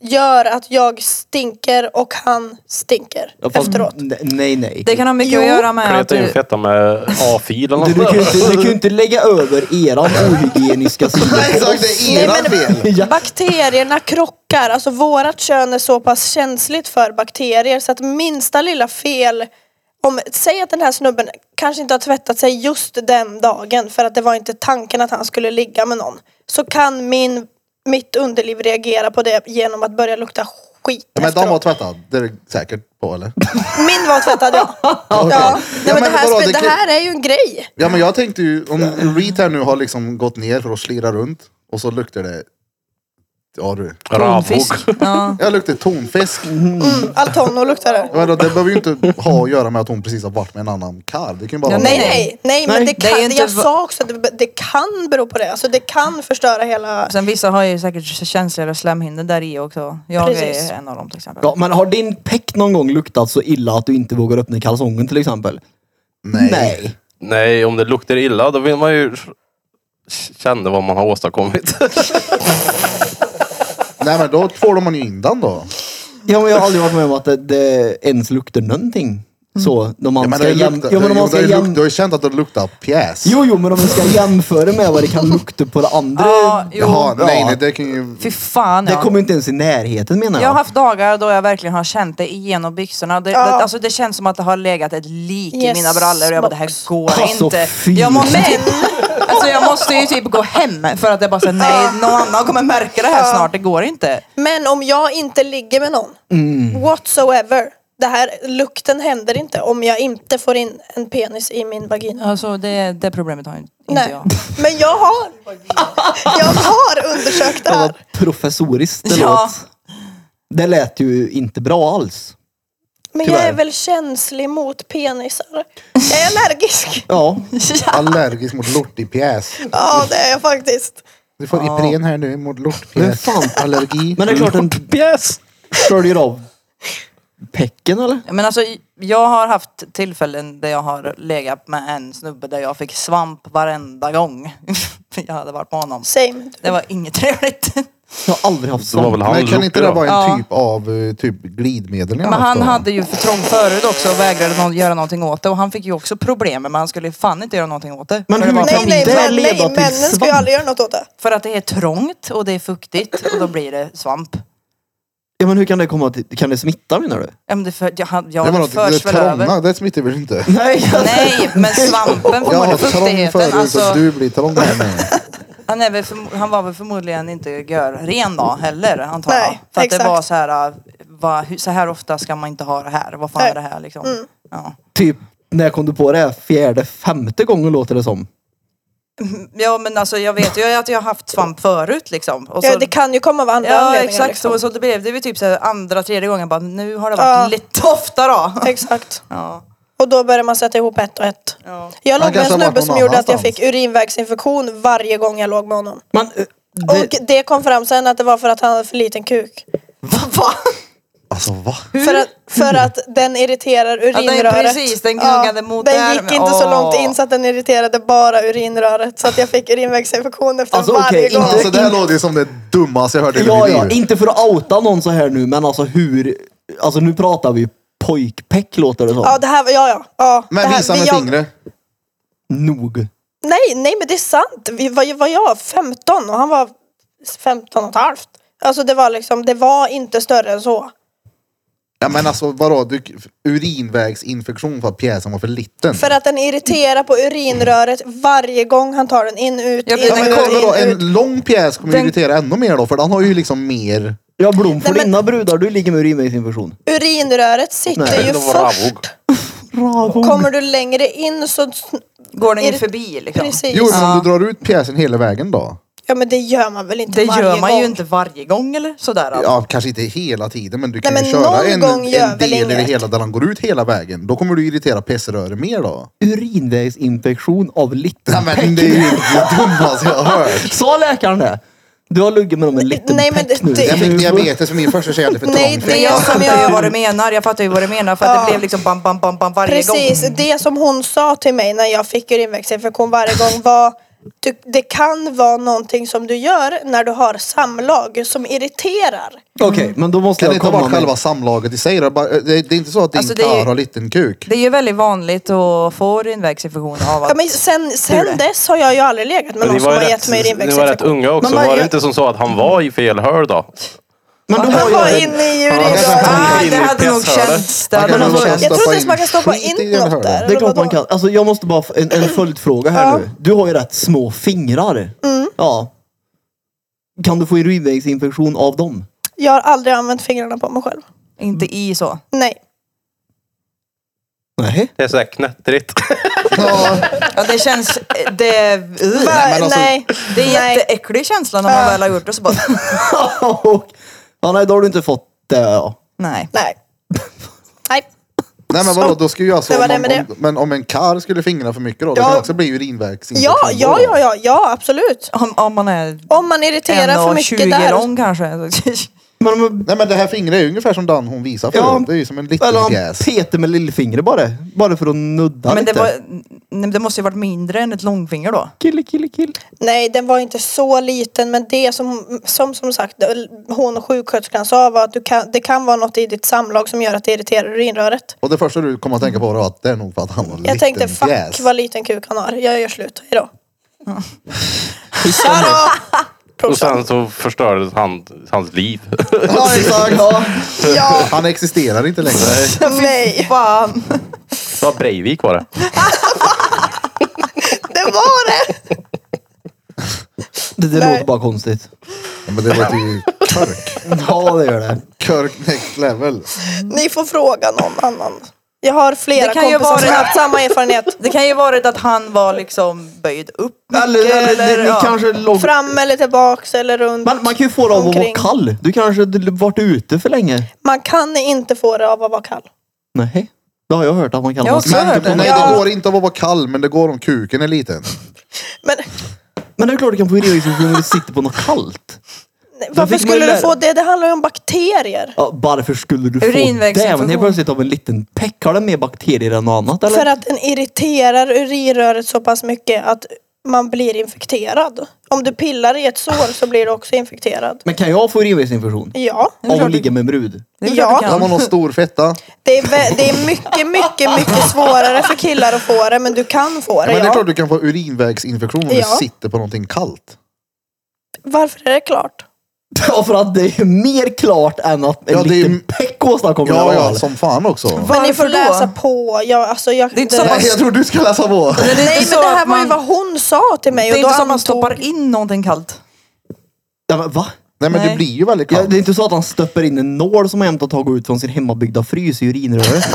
Speaker 6: Gör att jag stinker och han stinker
Speaker 4: Ja, fast-
Speaker 6: efteråt.
Speaker 4: ne- Nej nej.
Speaker 3: Det kan ha mycket
Speaker 6: Jo,
Speaker 3: att göra med att
Speaker 2: Kleta in
Speaker 3: du...
Speaker 2: fetta med A-fil eller
Speaker 4: Du,
Speaker 2: något.
Speaker 4: du, kan ju inte, du kan ju inte lägga över eran ohygieniska sida på
Speaker 1: Exakt, det
Speaker 4: oss.
Speaker 1: är era fel.
Speaker 4: Ja.
Speaker 6: Bakterierna krockar, alltså vårat kön är så pass känsligt för bakterier så att minsta lilla fel, om, säg att den här snubben kanske inte har tvättat sig just den dagen för att det var inte tanken att han skulle ligga med någon, så kan min, mitt underliv reagera på det genom att börja lukta skit
Speaker 1: Men de var
Speaker 6: efteråt.
Speaker 1: tvättad, det är det säkert på eller?
Speaker 6: Min var tvättad ja. ja.
Speaker 1: men
Speaker 6: Nej, men det, här,
Speaker 1: vadå,
Speaker 6: spe-
Speaker 1: det
Speaker 6: det
Speaker 1: kan-
Speaker 6: här är ju en grej.
Speaker 1: Ja men jag tänkte ju, om Reet här nu har liksom gått ner för att slira runt och så luktar det, ja du.
Speaker 2: Ravhåg.
Speaker 3: Ja.
Speaker 1: Jag luktar tonfisk.
Speaker 6: Mm, Altono luktar det.
Speaker 1: Men då, det behöver ju inte ha att göra med att hon precis har varit med en annan karl. Det kan ju bara
Speaker 3: Ja,
Speaker 1: vara
Speaker 6: Nej,
Speaker 1: någon-
Speaker 6: nej, nej,
Speaker 3: Nej,
Speaker 6: men det
Speaker 3: det är
Speaker 6: kan,
Speaker 3: ju inte
Speaker 6: jag
Speaker 3: va-
Speaker 6: sa också att det, det kan bero på det. Alltså det kan förstöra hela...
Speaker 3: Sen vissa har ju säkert känsligare slemhinnor där i också. Jag
Speaker 6: Precis.
Speaker 3: är en av dem till exempel.
Speaker 4: Ja, men har din peck någon gång luktat så illa att du inte vågar öppna kalsongen till exempel?
Speaker 1: Nej.
Speaker 4: Nej.
Speaker 2: Nej, om det luktar illa då vill man ju känna vad man har åstadkommit.
Speaker 1: Nej men då tvålar man ju in den då.
Speaker 4: Ja, men jag har aldrig varit med om att det, det ens luktar någonting. Så, när man
Speaker 1: Ja, men
Speaker 4: ska
Speaker 1: det
Speaker 4: jäm-
Speaker 1: luktar,
Speaker 4: jo, men om man ska
Speaker 1: det luktar,
Speaker 4: jäm-
Speaker 1: du har ju känt att det luktar pjäs.
Speaker 4: Jo, jo, men om man ska jämföra med vad det kan lukta på det andra.
Speaker 3: Ja, jo.
Speaker 1: Jaha,
Speaker 4: Ja.
Speaker 1: nej, nej, det kan ju...
Speaker 3: Fy fan
Speaker 4: Det
Speaker 3: ja.
Speaker 4: kommer ju inte ens i närheten menar
Speaker 3: Jag har
Speaker 4: jag.
Speaker 3: haft dagar då jag verkligen har känt det igenom byxorna. Det,
Speaker 6: Ja.
Speaker 3: det, alltså det känns som att det har legat ett lik i
Speaker 6: Yes,
Speaker 3: mina brallor och jag bara det här
Speaker 6: smocks.
Speaker 3: går
Speaker 4: Alltså,
Speaker 3: inte.
Speaker 4: fy.
Speaker 3: Jag måste, alltså jag måste ju typ gå hem för att jag bara säger nej, någon annan kommer märka det här snart. Det går inte.
Speaker 6: Men om jag inte ligger med någon,
Speaker 3: Mm.
Speaker 6: whatsoever. Det här lukten händer inte om jag inte får in en penis i min vagina.
Speaker 3: Alltså det, det problemet har ju inte
Speaker 6: Nej,
Speaker 3: jag.
Speaker 6: men jag har, jag har undersökt det
Speaker 4: Det
Speaker 6: här.
Speaker 4: var professoriskt det
Speaker 3: Ja.
Speaker 4: låt. Det lät ju inte bra alls.
Speaker 6: Men jag
Speaker 4: tyvärr.
Speaker 6: är väl känslig mot penisar. Jag är allergisk.
Speaker 4: Ja,
Speaker 1: Allergisk mot lortipjäs.
Speaker 6: Ja, det är jag faktiskt.
Speaker 1: Du får Ipren här nu mot
Speaker 4: Men
Speaker 1: lortpjäs.
Speaker 4: fan.
Speaker 1: Allergi.
Speaker 4: men det är klart den
Speaker 2: Pjäs!
Speaker 4: sköljer av pecken eller?
Speaker 3: Men alltså jag har haft tillfällen där jag har legat med en snubbe där jag fick svamp varenda gång jag hade varit på honom.
Speaker 6: Same.
Speaker 3: Det var inget trevligt.
Speaker 4: Jag har aldrig haft
Speaker 2: Det var
Speaker 4: sånt.
Speaker 2: väl han
Speaker 1: Men kan inte det
Speaker 2: Loke då?
Speaker 1: vara en
Speaker 3: Ja.
Speaker 1: typ av eh, typ glidmedel ni har
Speaker 3: Men
Speaker 1: haft
Speaker 3: han
Speaker 1: då?
Speaker 3: hade ju förtrång förut också och vägrade någon, göra någonting åt det. Och han fick ju också problem men han skulle ju fan inte göra någonting åt det.
Speaker 4: Men
Speaker 3: för, det
Speaker 4: hur
Speaker 3: var,
Speaker 4: kan
Speaker 6: Nej, nej,
Speaker 4: det
Speaker 6: men,
Speaker 4: leda
Speaker 6: nej,
Speaker 4: till
Speaker 6: männen ska ju
Speaker 4: svamp?
Speaker 6: aldrig göra något åt det.
Speaker 3: för att det är trångt och det är fuktigt och då blir det svamp.
Speaker 4: Ja men hur kan det komma till, kan det smitta menar du?
Speaker 3: Ja, men det för, jag, han- ja,
Speaker 1: Det var
Speaker 3: det
Speaker 1: något, det
Speaker 3: förs väl över.
Speaker 1: trånga, det smittar väl inte?
Speaker 4: Nej,
Speaker 3: Nej, men svampen
Speaker 1: Jag
Speaker 3: får
Speaker 1: har
Speaker 3: väl
Speaker 1: trång
Speaker 3: fuktigheten.
Speaker 1: förut
Speaker 3: Alltså,
Speaker 1: och du blir trång här nu.
Speaker 3: han, är väl förmo- han var väl förmodligen inte gör ren då heller antar jag.
Speaker 6: Nej,
Speaker 3: För att det
Speaker 6: exakt.
Speaker 3: var så här, äh, va, hur- så här ofta ska man inte ha det här. Vad fan
Speaker 6: Nej. Mm.
Speaker 3: är det här liksom? Ja.
Speaker 4: typ när jag kom på det här, fjärde, femte gången låter det som.
Speaker 3: ja men alltså jag vet ju att jag har haft svamp förut liksom. Och
Speaker 6: Ja,
Speaker 3: så-
Speaker 6: det kan ju komma av andra
Speaker 3: Ja
Speaker 6: anledningar.
Speaker 3: exakt,
Speaker 6: liksom.
Speaker 3: så, så det blev det var typ så här andra, tredje gången bara nu har det varit
Speaker 6: Ja.
Speaker 3: lite ofta då.
Speaker 6: Exakt.
Speaker 3: Ja.
Speaker 6: Och då börjar man sätta ihop ett och ett.
Speaker 3: Ja.
Speaker 6: Jag
Speaker 1: Han
Speaker 6: låg med en
Speaker 1: kanske har varit
Speaker 6: snubbe som
Speaker 1: någon
Speaker 6: gjorde att jag
Speaker 1: annanstans.
Speaker 6: fick urinvägsinfektion varje gång jag låg med honom.
Speaker 4: Men, eh, det,
Speaker 6: Och det kom fram sen att det var för att han hade för liten kuk.
Speaker 1: Alltså va?
Speaker 6: För att, för att den irriterar urinröret.
Speaker 3: precis, den gnuggade mot
Speaker 6: Den
Speaker 3: där.
Speaker 6: gick inte så
Speaker 3: Åh.
Speaker 6: långt in så att den irriterade bara urinröret. Så att jag fick urinvägsinfektion efter
Speaker 4: Alltså,
Speaker 6: varje
Speaker 4: okej,
Speaker 6: gång.
Speaker 4: inte-
Speaker 1: Alltså det här låter ju som det dummaste jag hört i hela
Speaker 4: ja,
Speaker 1: mitt
Speaker 4: ja,
Speaker 1: liv.
Speaker 4: inte för att outa någon så här nu men alltså hur, alltså nu pratar vi pojkpeck låter det som.
Speaker 6: Ja, det här var- ja, ja. ja det
Speaker 1: Men
Speaker 6: här,
Speaker 1: visa
Speaker 6: vi-
Speaker 1: med
Speaker 6: jag-
Speaker 1: fingret.
Speaker 4: Nog.
Speaker 6: Nej, nej men det är sant. Vi var, var jag 15 och han var 15 och ett halvt. Alltså det var liksom, det var inte större än så.
Speaker 1: Ja men alltså vadå? Du, urinvägsinfektion för att pjäsen var för liten.
Speaker 6: För att den irriterar på urinröret varje gång han tar den in ut,
Speaker 3: Ja,
Speaker 6: in,
Speaker 3: men
Speaker 1: Ja, men
Speaker 3: den
Speaker 6: ut,
Speaker 1: kolla
Speaker 6: in,
Speaker 1: då,
Speaker 6: ut.
Speaker 1: en lång pjäs kommer ju
Speaker 3: Den-
Speaker 1: irritera ännu mer då för den har ju liksom mer...
Speaker 4: Ja Blom, för
Speaker 6: Nej, men-
Speaker 4: dina brudar du ligger med urinvägsinfektion.
Speaker 6: Urinröret sitter
Speaker 4: Nej,
Speaker 6: ju
Speaker 2: det var
Speaker 6: först.
Speaker 2: Ravog.
Speaker 6: Kommer du längre in så...
Speaker 3: Går den
Speaker 6: Är
Speaker 3: ju
Speaker 6: det-
Speaker 3: förbi liksom?
Speaker 6: Precis.
Speaker 1: Jo men om du drar ut pjäsen hela vägen då?
Speaker 6: Ja men det gör man väl inte
Speaker 3: Det
Speaker 6: varje
Speaker 3: gör man
Speaker 6: gång.
Speaker 3: ju inte varje gång eller sådär. alltså.
Speaker 1: Ja kanske inte hela tiden men du kan
Speaker 6: men
Speaker 1: ju
Speaker 6: någon
Speaker 1: köra en,
Speaker 6: gång gör
Speaker 1: en
Speaker 6: väl
Speaker 1: del i det
Speaker 6: inget.
Speaker 1: hela där den går ut hela vägen. Då kommer du irritera pissröret mer då.
Speaker 4: Urinvägsinfektion av liten
Speaker 1: Ja, men det är ju det dummaste jag har hört.
Speaker 4: Sa läkaren det? Du har legat med dem en liten
Speaker 6: Nej, men
Speaker 4: peck
Speaker 6: det-
Speaker 4: nu.
Speaker 6: det-
Speaker 1: Jag fick diabetes för min första tjej hade för trång
Speaker 6: Nej, det-
Speaker 3: Men
Speaker 1: fick-
Speaker 3: jag fattar ju vad du menar, jag fattar ju vad du menar för att det blev liksom bam, bam, bam, bam varje
Speaker 6: Precis,
Speaker 3: gång.
Speaker 6: det som hon sa till mig när jag fick urinvägsinfektion varje gång var du, det kan vara någonting som du gör när du har samlag som irriterar.
Speaker 4: Okej, men då måste
Speaker 1: Kan det
Speaker 4: jag
Speaker 1: inte ha
Speaker 4: komma
Speaker 1: varit
Speaker 4: med.
Speaker 1: själva samlaget i sig? då? Bara, Det det är inte så att din
Speaker 3: Alltså, det är ju-
Speaker 1: kar har liten kuk?
Speaker 3: Det är ju väldigt vanligt att få urinvägsinfektion av
Speaker 6: Ja,
Speaker 3: att...
Speaker 6: men sen
Speaker 3: Hur det?
Speaker 6: sen dess har jag ju aldrig legat med
Speaker 2: Men
Speaker 6: någon
Speaker 2: ni
Speaker 6: som
Speaker 2: var,
Speaker 6: har
Speaker 2: ju
Speaker 6: gett mig
Speaker 2: rätt, ni var rätt
Speaker 6: urinvägsinfektion.
Speaker 2: unga också.
Speaker 4: Men man-
Speaker 2: var det inte som så att han var i fel hörn då?
Speaker 4: Men då har
Speaker 6: Han var
Speaker 4: jag en...
Speaker 6: inne i
Speaker 1: Ja,
Speaker 6: urinröret.
Speaker 3: Ah,
Speaker 2: in i
Speaker 3: det hade nog
Speaker 2: pissröret.
Speaker 3: känts. Det
Speaker 1: Man
Speaker 3: hade
Speaker 1: kan
Speaker 3: nog
Speaker 1: nog
Speaker 3: känts.
Speaker 1: känna-
Speaker 6: alltså,
Speaker 1: Stoppa
Speaker 6: Jag trodde att man kan
Speaker 1: in
Speaker 6: stoppa
Speaker 1: skit
Speaker 6: in
Speaker 1: i den
Speaker 6: något
Speaker 1: hörnan.
Speaker 6: där.
Speaker 4: Det är
Speaker 6: eller
Speaker 4: klart man
Speaker 6: vadå?
Speaker 4: kan. Alltså jag måste bara, få en, en följdfråga här
Speaker 6: Ja. Mm.
Speaker 4: nu. Du har ju rätt små fingrar. Ja. Kan du få urinvägsinfektion av dem?
Speaker 6: Jag har aldrig använt fingrarna på mig själv.
Speaker 3: Inte i så.
Speaker 6: Nej.
Speaker 4: Nej.
Speaker 2: Det är sådär knättrigt.
Speaker 1: Ja,
Speaker 3: Ja det känns... Det...
Speaker 6: Va-
Speaker 1: men alltså-
Speaker 6: nej.
Speaker 3: Det är en
Speaker 6: Nej.
Speaker 3: jätteäcklig känsla när man
Speaker 6: Ja.
Speaker 3: väl har gjort det så bara...
Speaker 4: Och, ja, nej, då har du inte fått det. Ja.
Speaker 3: Nej.
Speaker 6: Nej. Nej.
Speaker 1: Nej men vadå, då skulle ju alltså,
Speaker 6: Det var
Speaker 1: om man,
Speaker 6: det med
Speaker 1: Om, men om en kar skulle fingra för mycket då, det
Speaker 6: Ja.
Speaker 1: kan också bli urinvägsinfektion.
Speaker 6: Ja, ja,
Speaker 1: då.
Speaker 6: ja, ja, ja, absolut.
Speaker 3: Om, om man är
Speaker 6: Om man irriterar för mycket
Speaker 3: 1,20
Speaker 6: där.
Speaker 3: lång kanske.
Speaker 4: Men om,
Speaker 1: Nej men det här fingret är ju ungefär som den hon visar förut.
Speaker 4: Ja,
Speaker 1: det är ju som en
Speaker 4: eller
Speaker 1: liten
Speaker 4: om
Speaker 1: gäs.
Speaker 4: peter med lillfingret bara. Bara för att nudda
Speaker 3: Men det,
Speaker 4: lite.
Speaker 3: var, nej, det måste ju varit mindre än ett långfinger då.
Speaker 4: Kille, kille, kille.
Speaker 6: Nej, den var inte så liten men det som som, som sagt hon och sjuksköterskan sa var att du kan, det kan vara något i ditt samlag som gör att det irriterar urinröret.
Speaker 1: Och det första du kommer att tänka på var att det är nog för att han har en liten
Speaker 6: Jag tänkte fuck
Speaker 1: gäs.
Speaker 6: vad liten kuk han har. Jag gör slut. Hejdå.
Speaker 2: Och sen så förstördes han, hans liv.
Speaker 4: Ja, exakt. Ja.
Speaker 6: Ja,
Speaker 1: Han existerar inte längre.
Speaker 6: nej.
Speaker 3: Fan.
Speaker 2: Det var Breivik var det.
Speaker 6: Det var det.
Speaker 4: Det, det
Speaker 6: Nej.
Speaker 4: låter bara konstigt.
Speaker 1: Men det låter ju Kirk.
Speaker 4: Ja, det gör det.
Speaker 1: Kirk next level.
Speaker 6: Ni får fråga någon annan. Jag har flera
Speaker 3: Det kan ju
Speaker 6: kompisar
Speaker 3: vara
Speaker 6: som
Speaker 3: det.
Speaker 6: haft samma erfarenhet.
Speaker 3: Det kan ju varit att han var liksom böjd upp mycket,
Speaker 4: Eller, eller, det- det
Speaker 3: ja.
Speaker 4: kanske låg...
Speaker 6: Fram eller tillbaks eller runt.
Speaker 4: Man, man kan ju få det av att vara
Speaker 6: Omkring.
Speaker 4: kall. Du kanske d- varit ute för länge.
Speaker 6: Man kan inte få det av att vara kall.
Speaker 4: Nej, det har jag hört att man kan
Speaker 3: Jag
Speaker 4: vara.
Speaker 3: också.
Speaker 1: Men,
Speaker 3: hört det.
Speaker 1: nej,
Speaker 6: Ja.
Speaker 1: det går inte att vara kall, men det går om kuken är liten.
Speaker 6: Men
Speaker 4: Men det är klart du kan få urinvägsinfektion när du sitter på något kallt.
Speaker 6: nej, varför
Speaker 4: fick man ju
Speaker 6: skulle du
Speaker 4: lära.
Speaker 6: få det? Det handlar ju om bakterier.
Speaker 4: Ja, varför skulle du få det?
Speaker 3: Urinvägsinfektion.
Speaker 4: Men helt plötsligt av en liten peck. Har den mer bakterier än något annat eller?
Speaker 6: För att den irriterar urinröret så pass mycket att man blir infekterad. Om du pillar i ett sår så blir du också infekterad.
Speaker 4: Men kan jag få urinvägsinfektion?
Speaker 6: Ja,
Speaker 4: Av att ligga med en brud?
Speaker 3: Det är klart
Speaker 6: Ja.
Speaker 3: du
Speaker 1: Har
Speaker 3: kan.
Speaker 1: man någon stor fetta?
Speaker 6: det är, vä- det är mycket, mycket, mycket svårare för killar att få det, men du kan få
Speaker 1: Ja,
Speaker 6: det.
Speaker 1: men det är
Speaker 6: Ja.
Speaker 1: klart du kan få urinvägsinfektion om
Speaker 6: Ja.
Speaker 1: du sitter på någonting kallt.
Speaker 6: Varför är det klart?
Speaker 4: Ja, för att det är mer klart än att en
Speaker 1: Ja, det är
Speaker 4: liten
Speaker 1: ju-
Speaker 4: peck åstadkommer
Speaker 1: Ja,
Speaker 4: det,
Speaker 1: ja,
Speaker 4: eller?
Speaker 1: som fan också.
Speaker 6: Men ni
Speaker 3: Varför
Speaker 6: får
Speaker 3: då?
Speaker 6: läsa på. Jag, alltså, jag,
Speaker 3: Det är inte som att-
Speaker 1: Nej, jag tror du ska läsa på.
Speaker 3: Det är inte
Speaker 6: Nej
Speaker 3: så
Speaker 6: men det här
Speaker 3: att
Speaker 6: var ju
Speaker 3: man-
Speaker 6: vad hon sa till mig.
Speaker 3: Det är
Speaker 6: och då
Speaker 3: inte som man
Speaker 6: antog-
Speaker 3: stoppar in någonting kallt.
Speaker 4: Ja, men, va?
Speaker 1: Nej, men det
Speaker 3: Nej.
Speaker 1: blir ju väldigt
Speaker 4: Ja,
Speaker 1: kallt.
Speaker 4: det är inte så att han stöpper in en nål som han hämtat och tagit ut från sin hemmabyggda frys i urinröret.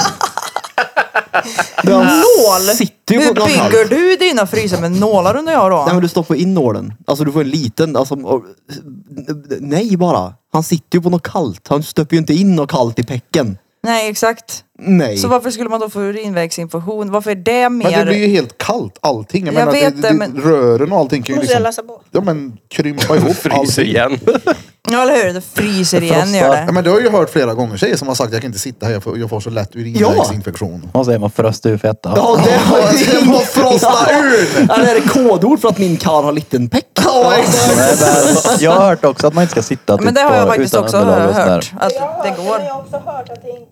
Speaker 4: Den
Speaker 3: Nål?
Speaker 4: Sitter ju
Speaker 3: Hur
Speaker 4: på något kallt.
Speaker 3: bygger du dina fryser med nålar undrar jag då?
Speaker 4: Nej men du stoppar in nålen. Alltså du får en liten, alltså, och- nej bara. Han sitter ju på något kallt. Han stöper ju inte in något kallt i pecken.
Speaker 3: Nej exakt.
Speaker 4: Nej.
Speaker 3: Så varför skulle man då få urinvägsinfektion? Varför är det mer?
Speaker 1: Men det blir ju helt kallt allting. Jag,
Speaker 3: Jag
Speaker 1: menar,
Speaker 3: vet
Speaker 1: det,
Speaker 3: det,
Speaker 1: det,
Speaker 3: men-
Speaker 1: Rören och allting kan ju
Speaker 6: Måste jag
Speaker 1: liksom
Speaker 6: läsa på.
Speaker 1: ja, men, krympa ihop.
Speaker 2: Fryser
Speaker 1: allting.
Speaker 2: igen.
Speaker 3: Ja eller hur? Det fryser igen gör
Speaker 5: frostar.
Speaker 1: Ja,
Speaker 3: det.
Speaker 1: men det har jag ju hört flera gånger tjejer som har sagt jag kan inte sitta här, jag får, jag får så lätt urinvägsinfektion.
Speaker 5: Vad säger man? Fröst ur fetta.
Speaker 4: Ja det har jag
Speaker 1: Det var frosta ur!
Speaker 4: Eller är det kodord för att min karl har liten peck? Ja exakt.
Speaker 5: Nej, men jag har hört också att man inte ska sitta typ
Speaker 3: Men det har
Speaker 5: på-
Speaker 4: typ
Speaker 3: jag faktiskt
Speaker 5: utan
Speaker 3: också
Speaker 5: underlag och sån där.
Speaker 3: hört. Att det går.
Speaker 6: också hört att det inte går.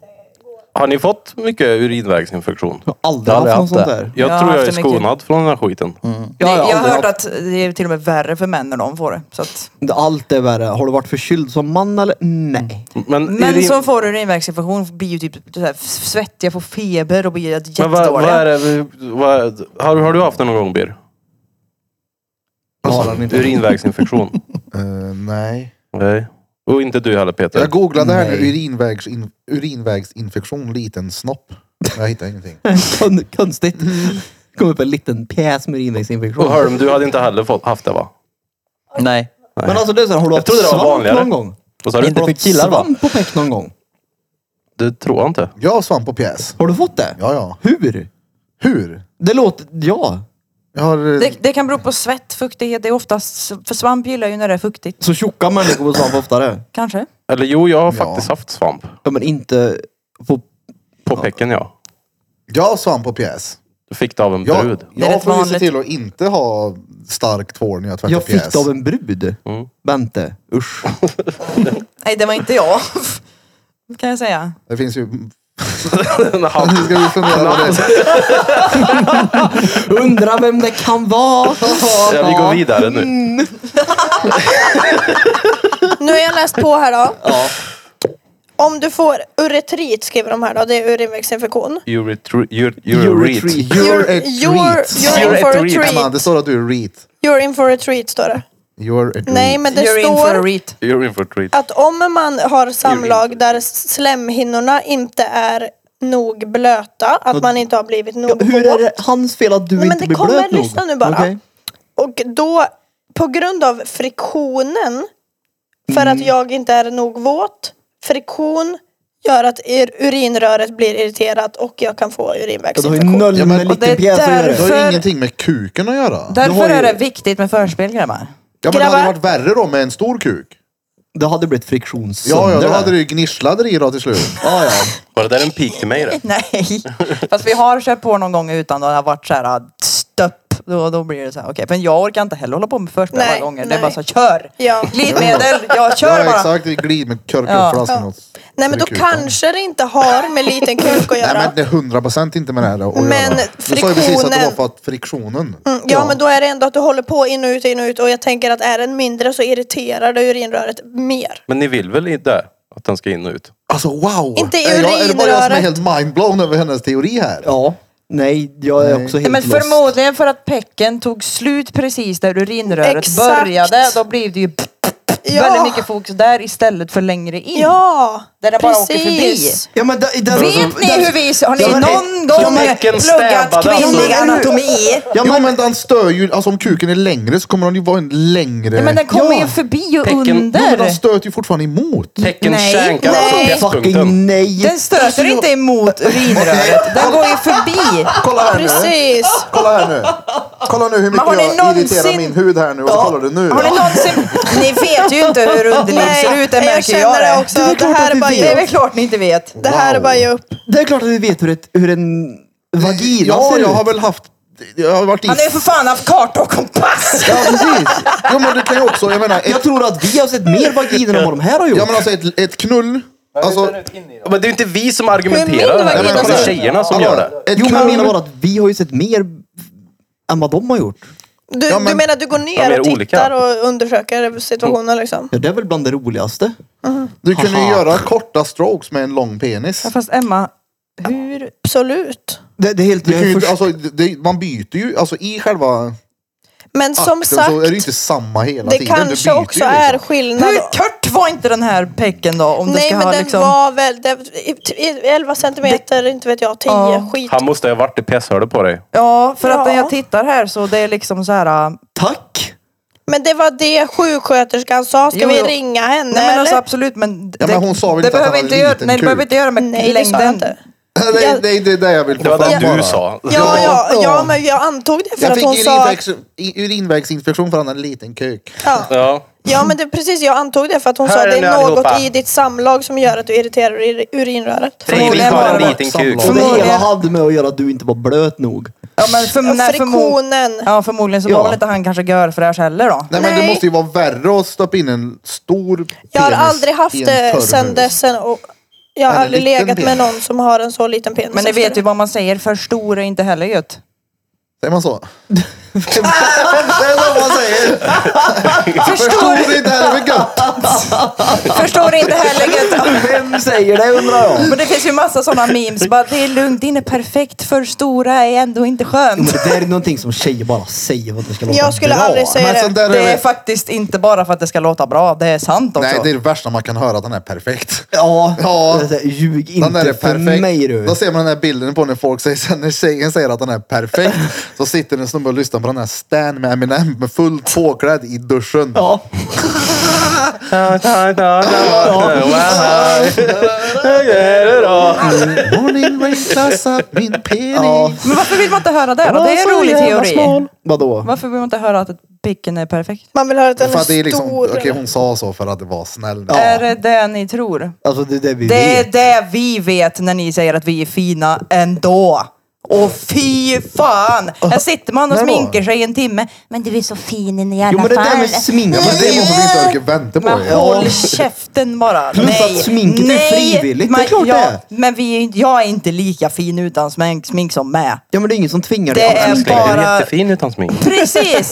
Speaker 2: Har ni fått mycket urinvägsinfektion?
Speaker 4: Jag har aldrig haft något sånt där.
Speaker 2: Jag
Speaker 3: Jag har
Speaker 2: tror jag
Speaker 3: haft
Speaker 2: är
Speaker 3: det mycket.
Speaker 2: skonad från den här skiten.
Speaker 4: Ja,
Speaker 3: Nej,
Speaker 4: jag har
Speaker 3: jag har
Speaker 4: aldrig
Speaker 3: hört att det är till och med värre för män när de får det. Så att,
Speaker 4: Allt är värre. Har du varit förkyld som man eller? Nej.
Speaker 2: Men,
Speaker 3: män
Speaker 2: urin-
Speaker 3: som får urinvägsinfektion blir ju typ så här svettiga, får feber och blir
Speaker 2: men vad, vad
Speaker 3: jättedåliga.
Speaker 2: är det, vad är, har, har du haft det någon gång Bir? Mm.
Speaker 4: Har han inte.
Speaker 2: Urinvägsinfektion?
Speaker 1: Eh, nej.
Speaker 2: Nej. Och inte du heller Peter?
Speaker 1: Jag googlade här nu,
Speaker 4: Nej.
Speaker 1: urinvägsin, urinvägsinfektion, liten snopp. Men Jag hittar ingenting.
Speaker 4: Kon- Konstigt. Kom upp en liten pjäs med
Speaker 2: Och
Speaker 4: urinvägsinfektion.
Speaker 2: Hörm, du hade inte heller fått, haft det va?
Speaker 5: Nej.
Speaker 4: Men alltså det är så här, har du
Speaker 2: Jag
Speaker 4: haft
Speaker 2: trodde det var
Speaker 4: svamp
Speaker 2: vanligare.
Speaker 4: någon gång?
Speaker 2: Vad sa du?
Speaker 5: Inte för killar va?
Speaker 4: Svamp på peck någon gång?
Speaker 2: Det tror jag inte.
Speaker 1: Jag har svamp och pjäs.
Speaker 4: Har du fått det?
Speaker 1: Ja, ja.
Speaker 4: Hur?
Speaker 1: Hur?
Speaker 4: Det låter... Ja.
Speaker 1: Jag har... eh,
Speaker 3: Det, det kan bero på svett, fuktighet. Det är oftast, för svamp gillar ju när det är fuktigt.
Speaker 4: Så tjocka människor får svamp oftare?
Speaker 3: Kanske.
Speaker 2: Eller jo, jag har faktiskt haft svamp.
Speaker 4: Ja men inte... På...
Speaker 2: På pecken ja.
Speaker 1: Jag har svamp och pjäs.
Speaker 2: Du fick det av en
Speaker 1: Jag,
Speaker 2: brud.
Speaker 3: Det är
Speaker 1: jag
Speaker 3: rätt
Speaker 1: får ju se
Speaker 3: vanligt.
Speaker 1: till att inte ha starkt hår när jag tvättar
Speaker 4: Jag fick
Speaker 1: pjäs.
Speaker 4: det av en brud. Vänta. Usch.
Speaker 3: Nej, det var inte jag. Kan jag säga.
Speaker 1: Det finns ju...
Speaker 2: Han-
Speaker 1: Nu ska vi fundera på det.
Speaker 4: Undrar vem det kan vara.
Speaker 2: ja, vi går vidare nu.
Speaker 6: Nu har jag läst på här då. Om du får uretrit skriver de här då, det är urinvägsinfektion.
Speaker 2: Uretreat.
Speaker 4: Uretreat.
Speaker 1: You're a
Speaker 6: You're,
Speaker 1: treat.
Speaker 6: you're in
Speaker 2: You're a
Speaker 6: for a
Speaker 2: treat.
Speaker 1: Emma,
Speaker 6: treat.
Speaker 1: det står att du är reet.
Speaker 6: You're in for a treat står det.
Speaker 1: You're a treat.
Speaker 6: Nej men det
Speaker 3: Mm. You're in for a
Speaker 6: står
Speaker 3: reat.
Speaker 2: Uretreat.
Speaker 6: att om man har samlag där slemhinnorna inte är nog blöta, att man inte har blivit nog
Speaker 4: Hur är
Speaker 6: våt.
Speaker 4: det hans fel att du
Speaker 6: Nej, men
Speaker 4: inte
Speaker 6: det
Speaker 4: blir
Speaker 6: kommer-
Speaker 4: blöt nog?
Speaker 6: lyssna nu bara.
Speaker 4: Okej.
Speaker 6: Och då, på grund av friktionen, för att
Speaker 4: Mm.
Speaker 6: jag inte är nog våt, friktion gör att er urinröret blir irriterat och jag kan få
Speaker 4: Ja, Det har ju
Speaker 6: urinvägsinfektion.
Speaker 4: noll
Speaker 1: Ja, men-
Speaker 4: med
Speaker 1: och
Speaker 3: det är
Speaker 4: liten pjäs att
Speaker 1: Det
Speaker 4: göra.
Speaker 3: därför-
Speaker 1: har ju
Speaker 3: För-
Speaker 1: ingenting med kuken att göra.
Speaker 3: Därför
Speaker 4: har ju-
Speaker 3: är det viktigt med förspel grabbar.
Speaker 1: Ja, men det hade
Speaker 6: Grabbar.
Speaker 1: varit värre då med en stor kuk.
Speaker 4: Det hade blivit friktion sönder
Speaker 1: Ja, ja, då
Speaker 4: där.
Speaker 1: hade du ju gnisslat i då till slut.
Speaker 4: Ja, ja.
Speaker 2: Var det där en pik till mig det?
Speaker 3: Nej, fast vi har kört på någon gång utan att det har varit så här stöpp. Då, då blir det så här, okej. Men jag orkar inte heller hålla på med förspel
Speaker 6: Nej,
Speaker 3: alla gånger. Det är
Speaker 6: nej.
Speaker 3: bara så här, kör!
Speaker 6: Ja.
Speaker 3: Glidmedel, jag kör
Speaker 1: Ja,
Speaker 3: bara.
Speaker 1: exakt. Det är glid med körk
Speaker 3: Ja.
Speaker 1: upp flaskan.
Speaker 6: Ja.
Speaker 1: och-
Speaker 6: Nej men då
Speaker 1: med kuken.
Speaker 6: kanske det inte har med liten kuk att
Speaker 1: Nej,
Speaker 6: göra.
Speaker 1: men det är hundra procent inte med det här att
Speaker 6: Men
Speaker 1: göra. Du sa ju precis att det var
Speaker 6: friktionen-
Speaker 1: för att friktionen.
Speaker 6: Mm, ja, men då är det ändå att du håller på in och ut, in och ut och jag tänker att är den mindre så irriterar det urinröret mer.
Speaker 2: Men ni vill väl inte att den ska in och ut?
Speaker 1: Alltså wow!
Speaker 6: Inte i
Speaker 1: Är jag- Är det bara jag som är
Speaker 6: urinröret.
Speaker 1: helt mindblown över hennes teori här?
Speaker 4: ja. Nej, jag är också helt
Speaker 3: Men
Speaker 4: lost.
Speaker 3: förmodligen för att pecken tog slut precis där urinröret
Speaker 6: Exakt.
Speaker 3: började. Då blev det ju
Speaker 6: Ja,
Speaker 3: väldigt mycket fokus där istället för längre in.
Speaker 6: ja
Speaker 3: Där den bara åker
Speaker 6: precis.
Speaker 4: Ja, men där, där,
Speaker 3: Vet ni hur vi... Har ni
Speaker 4: Alltså, Ja, men-
Speaker 3: någon
Speaker 2: Ja,
Speaker 3: gång
Speaker 2: men- Pecken
Speaker 3: pluggat
Speaker 2: stävade alltså.
Speaker 3: kvinnlig
Speaker 4: Ja, men-
Speaker 3: anatomi?
Speaker 4: Ja,
Speaker 1: Jo
Speaker 4: men,
Speaker 1: men den stör ju, alltså om kuken är längre så kommer den ju vara en längre...
Speaker 3: Ja, men den kommer
Speaker 4: Ja.
Speaker 3: ju förbi och
Speaker 2: Pecken-
Speaker 1: Jo, men den
Speaker 3: under.
Speaker 1: stöter ju fortfarande emot.
Speaker 2: Tecken
Speaker 3: Nej.
Speaker 2: shankar alltså
Speaker 6: Nej.
Speaker 2: p-punkten.
Speaker 4: fucking nej.
Speaker 3: Den
Speaker 4: Alltså,
Speaker 3: stöter inte emot urinröret. Den går ju förbi.
Speaker 1: Kolla här nu.
Speaker 6: precis.
Speaker 1: Kolla här nu. Kolla nu hur mycket
Speaker 3: har ni
Speaker 1: jag irriterar
Speaker 3: någonsin-
Speaker 1: min hud här nu. Och så kollar du nu.
Speaker 3: Har ni någonsin... Ni vet ju inte hur underliv
Speaker 6: Nej,
Speaker 3: ser ut, det
Speaker 6: jag
Speaker 3: märker
Speaker 6: känner
Speaker 3: jag
Speaker 6: det
Speaker 3: det.
Speaker 6: också. Det här är bara
Speaker 3: Det är väl
Speaker 6: upp.
Speaker 3: klart ni inte vet.
Speaker 6: Det här är bara ge upp.
Speaker 4: Det är klart att vi vet hur, ett, hur en vagina
Speaker 1: Ja,
Speaker 4: ser
Speaker 1: jag har
Speaker 4: ut.
Speaker 1: väl haft... Jag har varit i...
Speaker 3: Han har ju för fan haft karta och kompass!
Speaker 1: Ja, precis. Jo, men du kan ju också, jag menar... Ett,
Speaker 4: Jag tror att vi har sett mer vaginor än vad de här har gjort.
Speaker 1: ja, men alltså ett, ett knull... Alltså,
Speaker 2: Men det är ju inte vi som
Speaker 6: Hur min
Speaker 2: argumenterar. här.
Speaker 6: vagina
Speaker 2: Det är
Speaker 1: ser ut.
Speaker 2: tjejerna som gör det.
Speaker 1: Ett
Speaker 4: jo, men jag
Speaker 1: knull...
Speaker 4: menar bara att vi har ju sett mer än vad de har gjort.
Speaker 6: Du,
Speaker 1: Ja, men-
Speaker 6: du menar att du går
Speaker 2: De är
Speaker 6: ner och tittar
Speaker 2: olika. Mm.
Speaker 6: och undersöker situationen liksom?
Speaker 4: Ja, det är väl bland det roligaste.
Speaker 1: Du kunde ju
Speaker 4: Haha.
Speaker 1: göra korta strokes med en lång penis.
Speaker 3: Fast Emma,
Speaker 6: Hur? Absolut.
Speaker 4: Det, det är helt...
Speaker 1: Du
Speaker 4: jag
Speaker 1: kan
Speaker 4: är
Speaker 1: ju,
Speaker 4: först-
Speaker 1: alltså, det, man byter ju, alltså i själva
Speaker 6: Men som
Speaker 1: akten Ah, så är det ju
Speaker 6: sagt,
Speaker 1: inte samma hela
Speaker 6: det
Speaker 1: tiden. Du byter
Speaker 6: kanske
Speaker 1: ju
Speaker 6: också är
Speaker 1: liksom.
Speaker 6: skillnad.
Speaker 3: hur kort var inte den här pecken då? Om det
Speaker 6: Nej
Speaker 3: ska
Speaker 6: men
Speaker 3: ha
Speaker 6: den
Speaker 3: liksom...
Speaker 6: var väl, det, i- i- 11 centimeter, inte vet jag, 10,
Speaker 3: Ja.
Speaker 6: skit.
Speaker 2: Han måste ha varit i pisshörde på dig.
Speaker 3: Ja, för
Speaker 6: Ja.
Speaker 3: att när jag tittar här så det är liksom så här... äh,
Speaker 4: Tack!
Speaker 6: Men det var det sjuksköterskan sa, ska
Speaker 3: Jo,
Speaker 6: vi
Speaker 3: jo.
Speaker 6: ringa henne
Speaker 3: Nej men
Speaker 6: eller?
Speaker 3: alltså absolut men...
Speaker 1: Ja,
Speaker 3: det-
Speaker 1: men hon sa väl
Speaker 3: det
Speaker 1: inte att han
Speaker 3: behöver
Speaker 1: hade
Speaker 3: inte göra,
Speaker 1: liten
Speaker 3: Nej det behöver
Speaker 1: kuk?
Speaker 3: inte göra med
Speaker 6: Nej det sa jag
Speaker 3: längden.
Speaker 6: inte.
Speaker 1: Nej, nej, det är det jag vill få
Speaker 2: Det var
Speaker 1: fram
Speaker 2: det
Speaker 1: bara.
Speaker 2: du sa.
Speaker 6: Ja, ja, ja men jag antog det för
Speaker 1: Jag
Speaker 6: att
Speaker 1: fick
Speaker 6: hon sa...
Speaker 1: urinvägs, i- urinvägsinfektion för han hade en liten kuk.
Speaker 6: Ja.
Speaker 2: Ja.
Speaker 6: ja men det, precis, jag antog det för att hon
Speaker 2: Hör
Speaker 6: sa det
Speaker 2: ni
Speaker 6: är något
Speaker 2: allihopa?
Speaker 6: i ditt samlag som gör att du irriterar i urinröret.
Speaker 2: Fredrik har en
Speaker 3: Förmodligen
Speaker 2: liten kuk.
Speaker 4: Och det
Speaker 3: Förmodligen.
Speaker 4: hela hade med att göra att du inte var blöt nog.
Speaker 3: Ja men för,
Speaker 6: Ja,
Speaker 3: nej, förmo-
Speaker 6: Friktionen.
Speaker 3: ja, förmodligen så
Speaker 4: Ja.
Speaker 3: var väl inte han kanske görfräsch heller då.
Speaker 1: Nej, men det
Speaker 6: Nej.
Speaker 1: måste ju vara värre att stoppa in en stor penis
Speaker 6: Jag har aldrig haft
Speaker 1: i en
Speaker 6: det
Speaker 1: törr
Speaker 6: sen
Speaker 1: mus.
Speaker 6: dess. sen- Och jag har
Speaker 1: Men en
Speaker 6: aldrig
Speaker 1: liten
Speaker 6: legat med
Speaker 1: penis.
Speaker 6: någon som har en så liten penis.
Speaker 3: Men ni
Speaker 6: efter
Speaker 3: vet
Speaker 6: det.
Speaker 3: ju vad man säger, för stor är inte heller gött.
Speaker 1: Säger man så? det är så man säger. Förstod inte heller för gött.
Speaker 4: Alltså.
Speaker 3: Förstår inte heller gött.
Speaker 4: Vem säger det undrar jag?
Speaker 3: Men det finns ju massa sådana memes. Bara, det är lugnt, din är perfekt. För stora är ändå inte
Speaker 4: Men
Speaker 3: skönt.
Speaker 4: det där är någonting som tjejer bara säger för att det ska låta
Speaker 6: Jag skulle
Speaker 4: bra.
Speaker 6: aldrig säga
Speaker 1: Men
Speaker 6: det.
Speaker 1: sånt där
Speaker 3: Det
Speaker 1: är
Speaker 3: är
Speaker 1: väl-
Speaker 3: faktiskt inte bara för att det ska låta bra. Det är sant också.
Speaker 1: Nej, det är det värsta man kan höra att den är perfekt.
Speaker 4: Ja,
Speaker 1: Ja.
Speaker 4: det är så här, ljug
Speaker 1: Den där är
Speaker 4: inte för
Speaker 1: perfekt.
Speaker 4: mig du.
Speaker 1: Då ser man den här bilden på när folk säger så här, när tjejen säger att den är perfekt. Så sitter en snubbe och lyssnar på den här Stan med Eminem med fullt påklädd i duschen.
Speaker 4: Ja,
Speaker 1: Morning rain klassar min penis.
Speaker 4: Ja.
Speaker 3: Men varför vill man inte höra det då? Det är en rolig teori.
Speaker 4: vadå?
Speaker 3: Varför vill man inte höra att picken är perfekt?
Speaker 6: Man vill höra att den
Speaker 1: För
Speaker 6: är
Speaker 1: att det är liksom,
Speaker 6: stor.
Speaker 1: okej hon sa så för att det var snäll.
Speaker 3: Är det det ni tror?
Speaker 4: Alltså det är det vi
Speaker 3: Det är
Speaker 4: vet.
Speaker 3: det vi vet när ni säger att vi är fina ändå. Och fy fan! Här sitter man och
Speaker 1: Nej då.
Speaker 3: sminkar sig i en timme. Men du är så fin i alla
Speaker 4: Jo men det där
Speaker 3: fall.
Speaker 4: med smink.
Speaker 1: Ja, men det är något som vi inte orkar vänta på.
Speaker 3: Men
Speaker 1: ju.
Speaker 3: håll käften bara.
Speaker 4: Plus
Speaker 3: Nej.
Speaker 4: att sminken är frivilligt, det är klart
Speaker 3: ja,
Speaker 4: det är.
Speaker 3: Men vi, är inte- jag är inte lika fin utan smink, smink som med.
Speaker 4: Ja men det är ingen som tvingar
Speaker 3: Det
Speaker 4: dig.
Speaker 3: är
Speaker 4: att-
Speaker 2: Du är
Speaker 3: Bara-
Speaker 2: jättefin utan smink.
Speaker 3: Precis!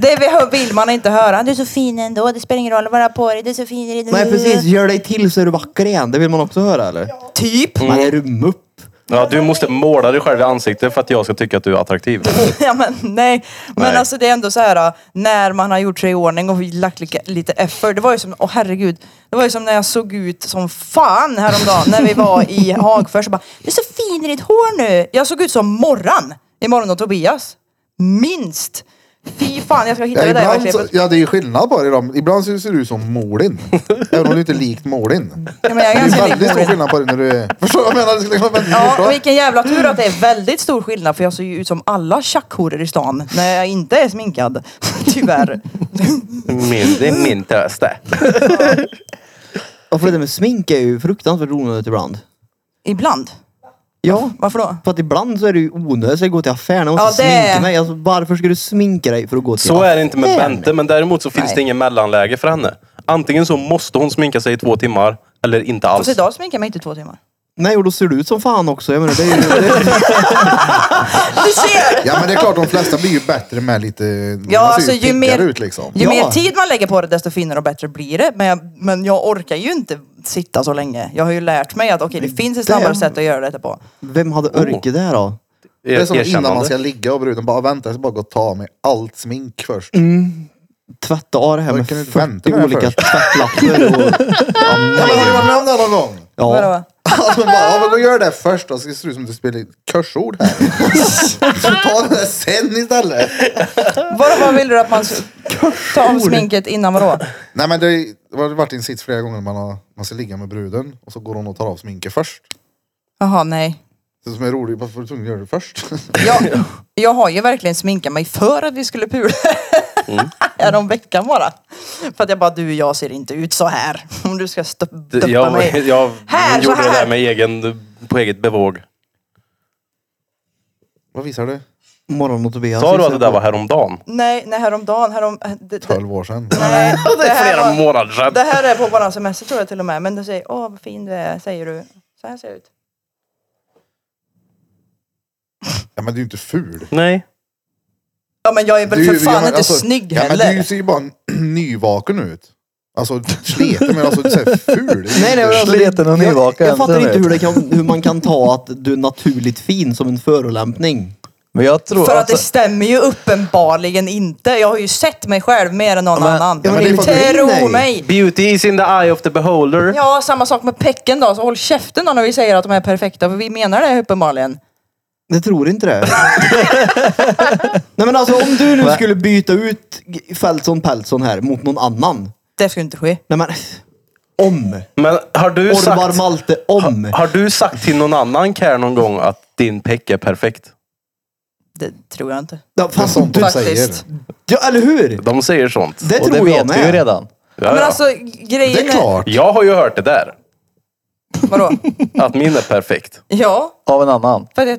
Speaker 3: Det vi hör vill man inte höra. Du är så fin ändå, det spelar ingen roll vad du har på dig. Du är så fin. i-
Speaker 4: Nej precis, gör dig till så är du vacker igen. Det vill man också höra eller?
Speaker 3: Typ.
Speaker 4: Men är du mupp?
Speaker 2: Ja, du måste måla dig själv i ansiktet för att jag ska tycka att du är attraktiv.
Speaker 3: Ja, men, nej. men
Speaker 2: Nej.
Speaker 3: alltså det är ändå så här när man har gjort sig i ordning och lagt lika, lite effort. Det var ju som, åh herregud. Det var ju som när jag såg ut som fan häromdagen när vi var i Hagfors. och Bara, du är så fin i ditt hår nu. Jag såg ut som Morran i Morgon och Tobias. Minst. Fy fan, jag ska hitta
Speaker 1: Ja,
Speaker 3: det där
Speaker 1: ibland så,
Speaker 3: verkligen.
Speaker 1: ja, det är ju skillnad på det. i dem. Ibland så ser du ut som Molin. Även om du inte är likt Molin.
Speaker 3: Ja, men jag
Speaker 1: Det
Speaker 3: är
Speaker 1: är
Speaker 3: ganska lik
Speaker 1: väldigt stor
Speaker 3: Morin.
Speaker 1: skillnad på det när du är... Förstår du liksom vad jag menar? Det skulle kunna vara väldigt
Speaker 3: Ja, och
Speaker 1: bra.
Speaker 3: vilken jävla tur att det är väldigt stor skillnad för jag ser ju ut som alla tjackhoror i stan när jag inte är sminkad. Tyvärr.
Speaker 2: Min, det är min tröst det.
Speaker 4: Ja, för det där med smink är ju fruktansvärt onödigt ibland.
Speaker 3: Ibland.
Speaker 4: Ja,
Speaker 3: Varför då?
Speaker 4: för att ibland så är det ju onödigt. Så jag går till affären och måste
Speaker 3: Ja, det-
Speaker 4: sminka mig. Alltså, varför ska du sminka dig för att gå till
Speaker 2: Så är det inte med
Speaker 4: affären?
Speaker 2: Bente, men däremot så finns
Speaker 3: Nej.
Speaker 2: det ingen mellanläge för henne. Antingen så måste hon sminka sig i två timmar, eller inte alls. E-
Speaker 3: Fast idag sminkar jag mig inte i två timmar.
Speaker 4: Nej, och då ser du ut som fan också. Jag menar, det är ju, det är,
Speaker 3: Du ser!
Speaker 1: Ja, men det är klart de flesta blir ju bättre med lite... man ser
Speaker 3: Ja, alltså, ju
Speaker 1: piggare
Speaker 3: mer-
Speaker 1: ut liksom.
Speaker 3: Ju
Speaker 4: Ja.
Speaker 3: mer tid man lägger på det desto finare och bättre blir det. Men jag, men jag orkar ju inte sitta så länge. Jag har ju lärt mig att okej det finns ett snabbare sätt att göra detta på.
Speaker 4: vem hade örke där då?
Speaker 1: Det är som innan
Speaker 2: Erkännande.
Speaker 1: man ska ligga och bruden bara vänta, jag ska bara gå och ta mig allt smink först.
Speaker 3: Mm.
Speaker 4: Tvätta av det här
Speaker 1: Jag
Speaker 4: med
Speaker 1: kan inte vänta
Speaker 4: 40
Speaker 1: med det
Speaker 4: olika
Speaker 1: först.
Speaker 4: tvättlappar. Och,
Speaker 1: Ja, men har ni varit med om det någon gång?
Speaker 4: ja,
Speaker 3: Vadå?
Speaker 1: Alltså bara, ja men då gör det först då, så det ser ut som du spelar kursord här. Så ta det där sen istället.
Speaker 3: Vadå, vad vill du att man s- tar av sminket innan vadå?
Speaker 1: Nej men det är- det har varit en sits flera gånger man, har, man ska ligga med bruden och så går hon och tar av sminket först.
Speaker 3: Jaha, nej.
Speaker 1: Det som är roligt, varför var du tvungen att göra det först?
Speaker 3: Jag, jag har ju verkligen sminkat mig för att vi skulle pula. Härom veckan bara. För att jag bara, du jag ser inte ut så här. Om du ska stö- döpa
Speaker 2: Jag,
Speaker 3: mig.
Speaker 2: jag
Speaker 3: Här, så
Speaker 2: gjorde det
Speaker 3: här.
Speaker 2: där med egen, på eget bevåg.
Speaker 1: Vad visar du?
Speaker 4: morgon och Tobias.
Speaker 2: Sa du att det där var häromdagen?
Speaker 3: Nej, nej häromdagen, härom... Det, det,
Speaker 1: 12 år sedan.
Speaker 3: nej,
Speaker 2: Det är
Speaker 3: här
Speaker 2: flera
Speaker 3: var-
Speaker 2: månader sedan.
Speaker 3: Det här är på våran semester tror jag till och med. Men du säger, åh vad fin du är, säger du. Så här ser jag ut.
Speaker 1: Ja men du är ju inte ful.
Speaker 2: Nej.
Speaker 3: Ja men jag är väl
Speaker 1: Du-
Speaker 3: för
Speaker 1: ja,
Speaker 3: fan
Speaker 1: men
Speaker 3: inte
Speaker 1: alltså,
Speaker 3: snygg
Speaker 1: ja, men
Speaker 3: heller.
Speaker 1: Du ser ju bara nyvaken ut. Alltså sleten men alltså du är så här ful.
Speaker 4: Nej, nej, men alltså, det-
Speaker 5: Sliten och nyvaken,
Speaker 4: Jag, jag fattar
Speaker 5: så
Speaker 4: inte
Speaker 5: vet.
Speaker 4: hur, det kan, hur man kan ta att du är naturligt fin som en förolämpning.
Speaker 5: Men jag tror
Speaker 3: För att
Speaker 5: alltså-
Speaker 3: det stämmer ju uppenbarligen inte. Jag har ju sett mig själv mer än någon
Speaker 5: men-
Speaker 3: annan.
Speaker 4: ja, men det är ju för att du är
Speaker 3: Tro
Speaker 4: inne i.
Speaker 3: mig!
Speaker 2: Beauty is in the eye of the beholder.
Speaker 3: Ja, samma sak med pecken då. Så håll käften då när vi säger att de är perfekta. För vi menar det uppenbarligen.
Speaker 4: Det tror inte det. nej men alltså om du nu skulle byta ut G- Feltson Peltson här mot någon annan.
Speaker 3: Det skulle inte ske.
Speaker 4: Nej men om.
Speaker 2: Men har du
Speaker 4: Orvar
Speaker 2: sagt...
Speaker 4: Malte om.
Speaker 2: Har du sagt till någon annan Care någon gång att din peck är perfekt?
Speaker 3: Det tror jag inte.
Speaker 4: Ja, fast
Speaker 1: sånt
Speaker 4: du,
Speaker 1: du
Speaker 3: Faktiskt.
Speaker 1: säger.
Speaker 4: ja, eller hur?
Speaker 2: De säger sånt.
Speaker 4: Det
Speaker 5: och det
Speaker 4: tror jag
Speaker 5: vet vi ju
Speaker 4: med.
Speaker 5: redan.
Speaker 2: Ja,
Speaker 3: Men
Speaker 2: ja.
Speaker 3: alltså grejen
Speaker 1: Det är klart.
Speaker 2: Jag har ju hört det där.
Speaker 3: Vadå?
Speaker 2: Att min är perfekt.
Speaker 3: Ja,
Speaker 5: Av en annan.
Speaker 3: för att jag,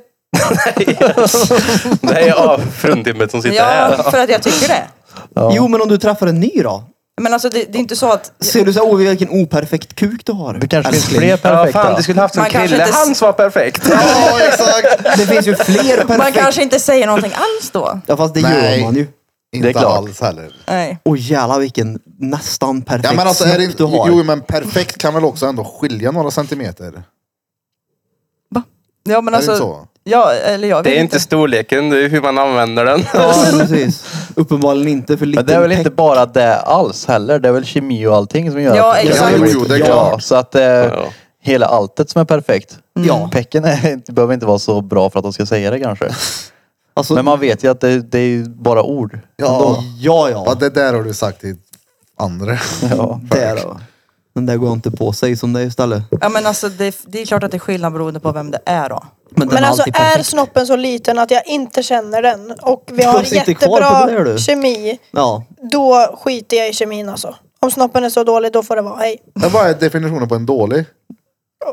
Speaker 2: Det är av fruntimmet som sitter
Speaker 3: ja,
Speaker 2: här.
Speaker 3: för att jag tycker det.
Speaker 4: Jo men om du träffar en ny då?
Speaker 3: Men alltså det, det är inte så att...
Speaker 4: Ser du så här, åh vilken operfekt kuk du har.
Speaker 5: Det kanske finns
Speaker 4: Älskling.
Speaker 5: fler
Speaker 2: Ja,
Speaker 5: perfekta.
Speaker 2: fan, du skulle haft en
Speaker 3: Man kanske
Speaker 2: kille.
Speaker 3: inte-
Speaker 2: Hans var perfekt.
Speaker 1: Ja exakt!
Speaker 4: Det finns ju fler perfekta.
Speaker 3: Man kanske inte säger någonting alls då.
Speaker 4: Ja fast det
Speaker 1: Nej.
Speaker 4: gör man ju.
Speaker 1: Inte
Speaker 5: klart.
Speaker 1: alls heller.
Speaker 3: Nej.
Speaker 4: Åh jävlar vilken nästan perfekt
Speaker 1: Ja men alltså är det
Speaker 4: snopp
Speaker 1: inte,
Speaker 4: du har.
Speaker 1: jo men perfekt kan väl också ändå skilja några centimeter?
Speaker 3: Ja men
Speaker 1: är det inte
Speaker 3: alltså...
Speaker 1: så?
Speaker 3: Ja, eller jag
Speaker 2: Det
Speaker 3: vet
Speaker 2: är inte storleken, det är hur man använder den.
Speaker 4: Ja, precis. Uppenbarligen inte för
Speaker 5: Men
Speaker 4: liten
Speaker 5: det är väl inte
Speaker 4: peck.
Speaker 5: bara det alls heller. Det är väl kemi och allting som gör
Speaker 3: Ja,
Speaker 5: att det
Speaker 3: exakt.
Speaker 1: Jo, jo, det är
Speaker 5: ja,
Speaker 1: klart.
Speaker 5: Så att eh,
Speaker 2: Ja.
Speaker 5: hela alltet som är perfekt.
Speaker 3: Mm.
Speaker 4: Ja.
Speaker 5: Pecken är, inte- behöver inte vara så bra för att de ska säga det kanske.
Speaker 4: Alltså,
Speaker 5: Men man vet ju att det, det är ju bara ord.
Speaker 1: Ja.
Speaker 4: ja, ja.
Speaker 1: ja, det där har du sagt till andra.
Speaker 5: Ja.
Speaker 4: där då. Den där går inte på sig som det är istället.
Speaker 3: Ja men alltså det, det är klart att det är skillnad beroende på vem det är då.
Speaker 4: Men den
Speaker 6: Men
Speaker 4: är
Speaker 6: alltså
Speaker 4: alltid
Speaker 6: är
Speaker 4: perfekt.
Speaker 6: snoppen så liten att jag inte känner den och vi
Speaker 4: Jag
Speaker 6: har
Speaker 4: sitter kvar på
Speaker 6: jättebra
Speaker 4: det där, du.
Speaker 6: kemi,
Speaker 4: Ja.
Speaker 6: då skiter jag i kemin alltså. Om snoppen är så dålig då får det vara hej.
Speaker 1: Det var definitionen på en dålig.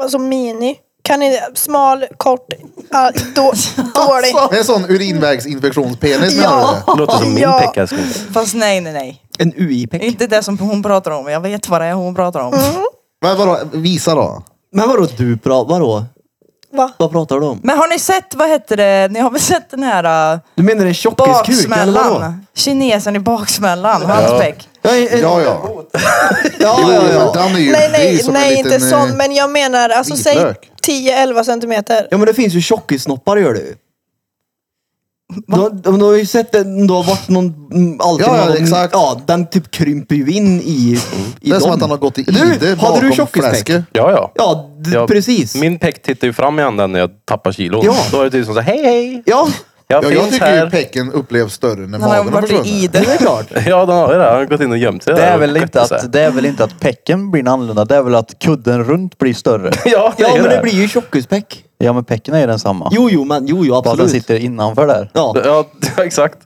Speaker 6: Alltså mini. Kan ni, smal, kort, ah, då, dålig.
Speaker 1: En Alltså, sån urinvägsinfektionspenis menar du?
Speaker 2: Låter som min
Speaker 6: Ja.
Speaker 2: peck älskling.
Speaker 3: Fast nej, nej, nej.
Speaker 4: En UI-peck.
Speaker 3: Inte det som hon pratar om. Jag vet vad det är hon pratar om.
Speaker 1: Men vadå, visa då.
Speaker 4: Men vadå du pratar, vadå?
Speaker 6: Va?
Speaker 4: Vad pratar du om?
Speaker 3: Men har ni sett, vad heter det, ni har väl sett den här äh,
Speaker 4: Du menar en tjockiskuk eller vadå?
Speaker 3: baksmällan? Kinesen i baksmällan, hans peck.
Speaker 4: Ja, en-
Speaker 1: Ja, ja.
Speaker 4: ja,
Speaker 1: Jo,
Speaker 4: ja, ja.
Speaker 1: Den är ju,
Speaker 6: Nej,
Speaker 1: det är ju
Speaker 6: nej,
Speaker 1: som
Speaker 6: nej
Speaker 1: en liten,
Speaker 6: inte sån
Speaker 1: eh,
Speaker 6: men jag menar alltså säg
Speaker 1: vitlök.
Speaker 6: 10-11 centimeter.
Speaker 4: Ja men det finns ju tjockisnoppar gör det ju. Du, du har ju sett den, du har varit någon, mm, alltid
Speaker 1: Ja, ja,
Speaker 4: någon,
Speaker 1: exakt.
Speaker 4: ja den typ krymper ju in i, i
Speaker 1: Det är som
Speaker 4: dem.
Speaker 1: att han har gått i
Speaker 4: Eller hur?
Speaker 1: ide
Speaker 4: Hade du
Speaker 1: bakom
Speaker 4: tjockispeck?
Speaker 1: fläsket.
Speaker 2: Ja, ja.
Speaker 4: Ja, d-
Speaker 2: Jag-
Speaker 4: precis.
Speaker 2: Min peck tittar ju fram i änden när jag tappar kilon.
Speaker 4: Ja.
Speaker 2: Då är det typ som så här, hej hej.
Speaker 4: Ja,
Speaker 2: Jag
Speaker 1: Ja,
Speaker 2: finns
Speaker 1: jag tycker ju
Speaker 2: här.
Speaker 1: pecken upplevs större när
Speaker 3: Den har
Speaker 1: magen har
Speaker 3: varit i
Speaker 1: försvunnit.
Speaker 3: det. Det är klart.
Speaker 2: Ja, den har ju det. Han har gått in och gömt sig
Speaker 5: Det
Speaker 2: där
Speaker 5: är,
Speaker 2: och
Speaker 5: väl inte
Speaker 2: gött sig.
Speaker 5: att, det är väl inte att pecken blir annorlunda, det är väl att kudden runt blir större.
Speaker 2: Ja, det
Speaker 4: Ja,
Speaker 2: är ju
Speaker 4: men det
Speaker 2: det.
Speaker 4: blir ju tjockispäck.
Speaker 5: Ja men pecken är ju densamma.
Speaker 4: Jo, jo, men jo, jo,
Speaker 5: Bara den
Speaker 4: absolut.
Speaker 5: sitter innanför där.
Speaker 4: Ja.
Speaker 2: Ja, exakt.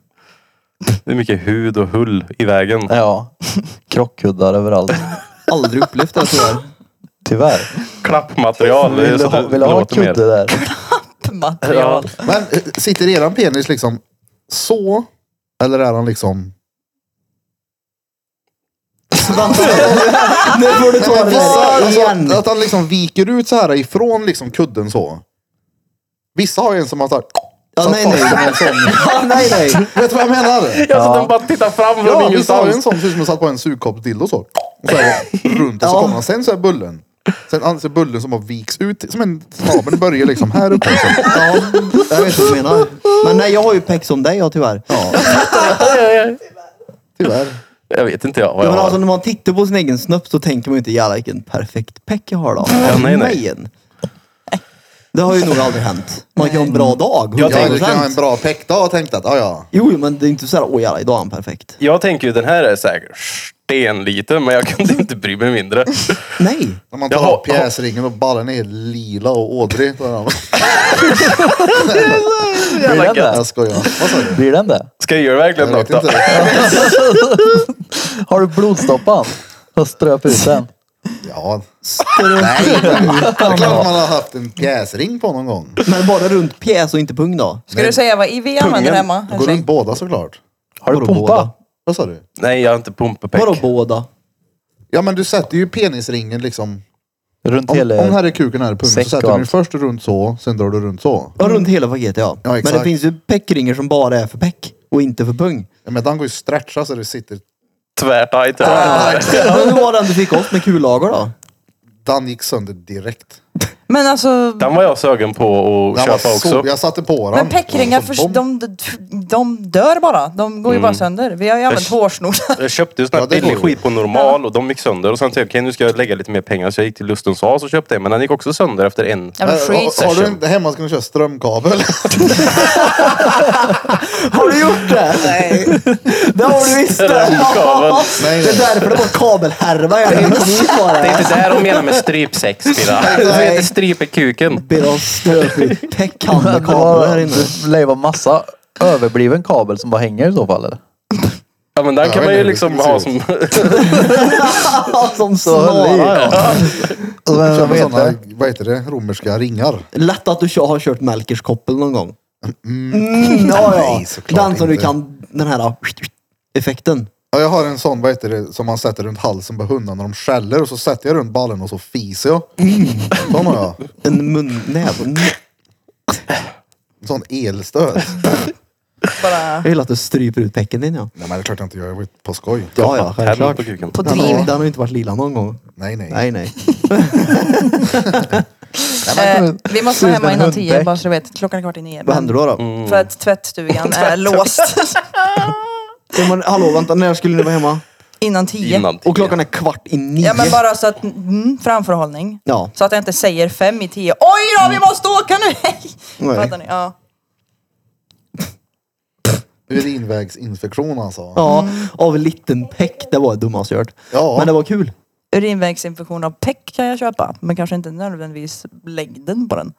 Speaker 2: Det är mycket hud och hull i vägen.
Speaker 5: Ja. Krockkuddar överallt.
Speaker 4: Aldrig upplevt det tyvärr.
Speaker 5: Tyvärr.
Speaker 2: Klappmaterial. det är
Speaker 5: Vill du
Speaker 2: så
Speaker 5: ha,
Speaker 2: det
Speaker 5: vill du ha
Speaker 2: låter mer.
Speaker 5: kudde där?
Speaker 2: Ja.
Speaker 3: material.
Speaker 1: Men eh, sitter eran penis liksom så? Eller är han liksom...
Speaker 4: Nu får du ta det där igen.
Speaker 1: Alltså, att han liksom viker ut så här ifrån liksom kudden så. Vissa har ju en som har såhär...
Speaker 4: Ja, nej, nej. Ja, nej, nej.
Speaker 1: Vet du vad jag menar?
Speaker 2: Ja, så den Alltså, bara tittar fram från
Speaker 1: Ja, vissa har ju en
Speaker 2: ingenstans.
Speaker 1: sån som man satt på en sugkoppsdildo så. Och så är det runt och så
Speaker 4: Ja.
Speaker 1: kommer han. Sen så är bullen. Sen anser bullen som har viks ut. Som en snabel börjar liksom här uppe. Så.
Speaker 4: Ja, jag vet vad du menar. Men nej, jag har ju peck som dig, ja, tyvärr.
Speaker 1: Ja, tyvärr.
Speaker 2: Jag vet inte jag vad
Speaker 4: Ja,
Speaker 2: jag
Speaker 4: men alltså,
Speaker 2: har.
Speaker 4: när man tittar på sin egen snopp så tänker man ju inte jävlar vilken perfekt peck jag har då.
Speaker 2: nej, nej.
Speaker 4: Majen. Det har ju nog aldrig hänt. Man kan ha en bra dag.
Speaker 2: Jag
Speaker 1: Jag tänkte
Speaker 4: 100%.
Speaker 1: att jag har en bra peckdag och tänkte att, ja ja.
Speaker 4: Jo, jo, men det är inte så här, åh jävlar, idag är han perfekt.
Speaker 2: Jag tänker ju den här är säkert stenliten men jag kunde inte bry mig mindre.
Speaker 4: Nej.
Speaker 1: När man tar
Speaker 2: Jaha,
Speaker 1: av pjäsringen och ballen är lila och ådrig. Så här.
Speaker 5: Blir den det?
Speaker 1: Jag skojar. Vad sa du?
Speaker 5: Blir den det?
Speaker 2: Ska jag göra verkligen
Speaker 1: Jag
Speaker 2: något
Speaker 1: vet
Speaker 2: då?
Speaker 1: inte.
Speaker 5: Har du blodstoppan? Så ströp ut den.
Speaker 1: Ja. Nej. Det är klart man har haft en pjäsring på någon gång.
Speaker 4: Men bara runt pjäs och inte pung då?
Speaker 3: Ska du säga vad IV använder hemma?
Speaker 1: Då går runt båda såklart.
Speaker 5: Har du
Speaker 4: Vadå båda?
Speaker 5: pumpa?
Speaker 1: Vad sa du?
Speaker 2: Nej, jag har inte pumpepäck.
Speaker 4: Vadå båda?
Speaker 1: Ja men du sätter ju penisringen liksom.
Speaker 5: Runt
Speaker 1: Om,
Speaker 5: hela...
Speaker 1: om här är kuken här är pungen så
Speaker 5: säck och
Speaker 1: sätter du den
Speaker 5: allt.
Speaker 1: först runt så, sen drar du runt så.
Speaker 4: Ja, runt hela paketet ja.
Speaker 1: Ja, exakt.
Speaker 4: men det finns ju peckringar som bara är för peck och inte för pung.
Speaker 1: Ja, Men den går ju att stretcha så det sitter.
Speaker 2: Tvärtajt.
Speaker 1: Ah.
Speaker 4: Men hur var den du fick oss med kullager då?
Speaker 1: Den gick sönder direkt.
Speaker 3: Men alltså,
Speaker 2: Den var jag sugen på att
Speaker 1: Den var
Speaker 2: köpa
Speaker 1: så,
Speaker 2: också.
Speaker 1: jag satte på den.
Speaker 3: men peckringar,
Speaker 1: Och så
Speaker 3: för,
Speaker 1: bom.
Speaker 3: de, de dör bara. De går ju
Speaker 2: Mm.
Speaker 3: bara sönder. Vi har ju använt hårsnoddar.
Speaker 2: Jag köpte ju sån här
Speaker 1: Ja, det
Speaker 2: billig
Speaker 1: går ju.
Speaker 2: skit på normal och de gick sönder. Och sen tänkte jag okej nu ska jag lägga lite mer pengar. Så jag gick till Lustens As och köpte en. Men den gick också sönder efter en.
Speaker 3: Ja,
Speaker 1: Äh,
Speaker 3: men skit.
Speaker 1: Har, har du inte hemma ska du köra strömkabel?
Speaker 4: Har du gjort det? Nej. Det har du visst det.
Speaker 2: Strömkabel.
Speaker 1: Nej,
Speaker 4: Det
Speaker 1: nej.
Speaker 4: är därför det var kabelhärva. Jag kan inte komma på
Speaker 2: Det är
Speaker 4: det.
Speaker 2: inte där de menar med strypsex Birra. Det heter stryp i kuken.
Speaker 4: Ber oss stöpa ut
Speaker 5: Men
Speaker 4: täckande
Speaker 5: det var-
Speaker 4: kablar här inne.
Speaker 5: Det lär ju vara massa överbliven kabel som bara hänger i så fall eller?
Speaker 2: Ja men den kan
Speaker 1: Ja,
Speaker 2: man ju
Speaker 1: men det
Speaker 2: liksom
Speaker 1: ser
Speaker 2: ha
Speaker 1: ut.
Speaker 2: som...
Speaker 4: Som
Speaker 5: höll i.
Speaker 4: snara ja.
Speaker 5: Och men,
Speaker 1: Kör
Speaker 5: vad
Speaker 1: med
Speaker 5: heter
Speaker 1: sådana,
Speaker 5: det?
Speaker 1: vad heter det, romerska ringar.
Speaker 4: Lätt att du kör, har kört Melkers koppel någon gång. Mm, ja, ja.
Speaker 1: Nej, såklart
Speaker 4: den som du
Speaker 1: inte.
Speaker 4: kan, den här effekten.
Speaker 1: Ja, jag har en sån, vad heter det, som man sätter runt halsen på hundar när de skäller och så sätter jag runt ballen och så fiser jag.
Speaker 5: Mm.
Speaker 1: Sån har jag.
Speaker 4: En munnäv.
Speaker 1: En sån elstöt. Nej
Speaker 3: Bara
Speaker 4: Jag gillar att du stryper ut pecken din ja.
Speaker 1: men det är klart jag inte gör, jag var ju på skoj.
Speaker 4: Ja,
Speaker 2: Tänder
Speaker 4: ja, självklart.
Speaker 2: på kuken.
Speaker 3: på
Speaker 4: Den har,
Speaker 3: driv.
Speaker 4: den har inte varit lila någon gång.
Speaker 1: Nej nej.
Speaker 4: Nej, nej.
Speaker 3: Eh, vi måste vara
Speaker 5: Ser ut som
Speaker 3: hemma
Speaker 5: en
Speaker 3: innan tio,
Speaker 5: hundbäck.
Speaker 3: bara så du vet. Klockan är kvart i nio.
Speaker 4: Vad händer då? då?
Speaker 3: Men För att tvättstugan är låst
Speaker 4: Ja, men, hallå, vänta, när skulle ni vara hemma?
Speaker 3: innan tio.
Speaker 2: Innan
Speaker 4: Och klockan är kvart i nio.
Speaker 3: Ja men bara så att, mm, framförhållning.
Speaker 4: Ja.
Speaker 3: Så att jag inte säger fem i tio. Oj då, vi måste åka nu! Hej!
Speaker 4: Nej.
Speaker 3: Fattar ni? Ja.
Speaker 1: Urinvägsinfektion alltså.
Speaker 4: Ja, av liten peck. Det var dummast jag hört.
Speaker 1: Ja.
Speaker 4: Men det var kul.
Speaker 3: Urinvägsinfektion av peck kan jag köpa. Men kanske inte nödvändigtvis längden på den.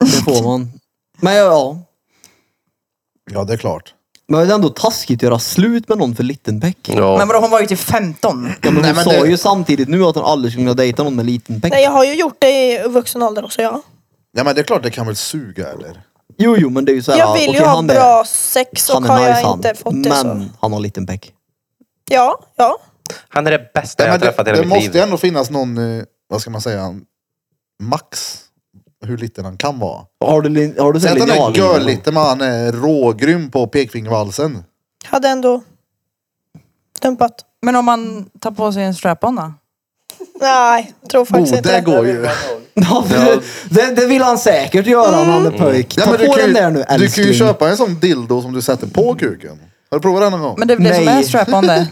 Speaker 4: Det får man. Men ja, ja.
Speaker 1: Ja det är klart.
Speaker 4: Men det är ändå taskigt att göra slut med någon för liten peck. Ja,
Speaker 3: Men
Speaker 2: Ja.
Speaker 3: vadå, hon var ju typ till 15.
Speaker 4: men hon
Speaker 1: Nej, men
Speaker 4: sa
Speaker 1: det-
Speaker 4: ju samtidigt nu att hon aldrig skulle kunna dejta någon med liten peck.
Speaker 6: Nej, jag har ju gjort det i vuxen ålder också, ja.
Speaker 1: Ja men det är klart det kan väl suga eller?
Speaker 4: Jo, jo, men det är ju såhär.
Speaker 6: Jag vill ju ha bra sex och
Speaker 4: Han
Speaker 6: har
Speaker 4: är nice
Speaker 6: jag
Speaker 4: han.
Speaker 6: inte fått det så.
Speaker 4: Men han har liten peck.
Speaker 6: Ja, ja.
Speaker 2: Han är det bästa
Speaker 1: Ja,
Speaker 2: jag har
Speaker 1: men det
Speaker 2: träffat i
Speaker 1: det
Speaker 2: hela mitt
Speaker 1: måste
Speaker 2: liv.
Speaker 1: ju ändå finnas någon, eh, vad ska man säga, max. Hur liten han kan vara.
Speaker 4: Har du, lin- har du
Speaker 1: Säg
Speaker 4: sett
Speaker 1: att han är
Speaker 4: linjalen?
Speaker 1: görliten men han är rågrym på pekfingervalsen.
Speaker 6: Hade ändå dumpat.
Speaker 3: Men om man tar på sig en strap-on då?
Speaker 6: Nej, tror faktiskt
Speaker 1: Oh,
Speaker 6: inte
Speaker 1: det går ju.
Speaker 4: Ja, för- det, det vill han säkert göra om
Speaker 6: Mm.
Speaker 4: han är pöjk.
Speaker 1: Ja,
Speaker 4: Ta
Speaker 1: men du,
Speaker 4: på
Speaker 1: kan
Speaker 4: den
Speaker 1: ju,
Speaker 4: där nu
Speaker 1: du kan ju
Speaker 4: älskling.
Speaker 1: köpa en sån dildo som du sätter på kuken. Har du provat den någon gång?
Speaker 3: Men det är väl det som
Speaker 4: Nej.
Speaker 3: är strap-on det?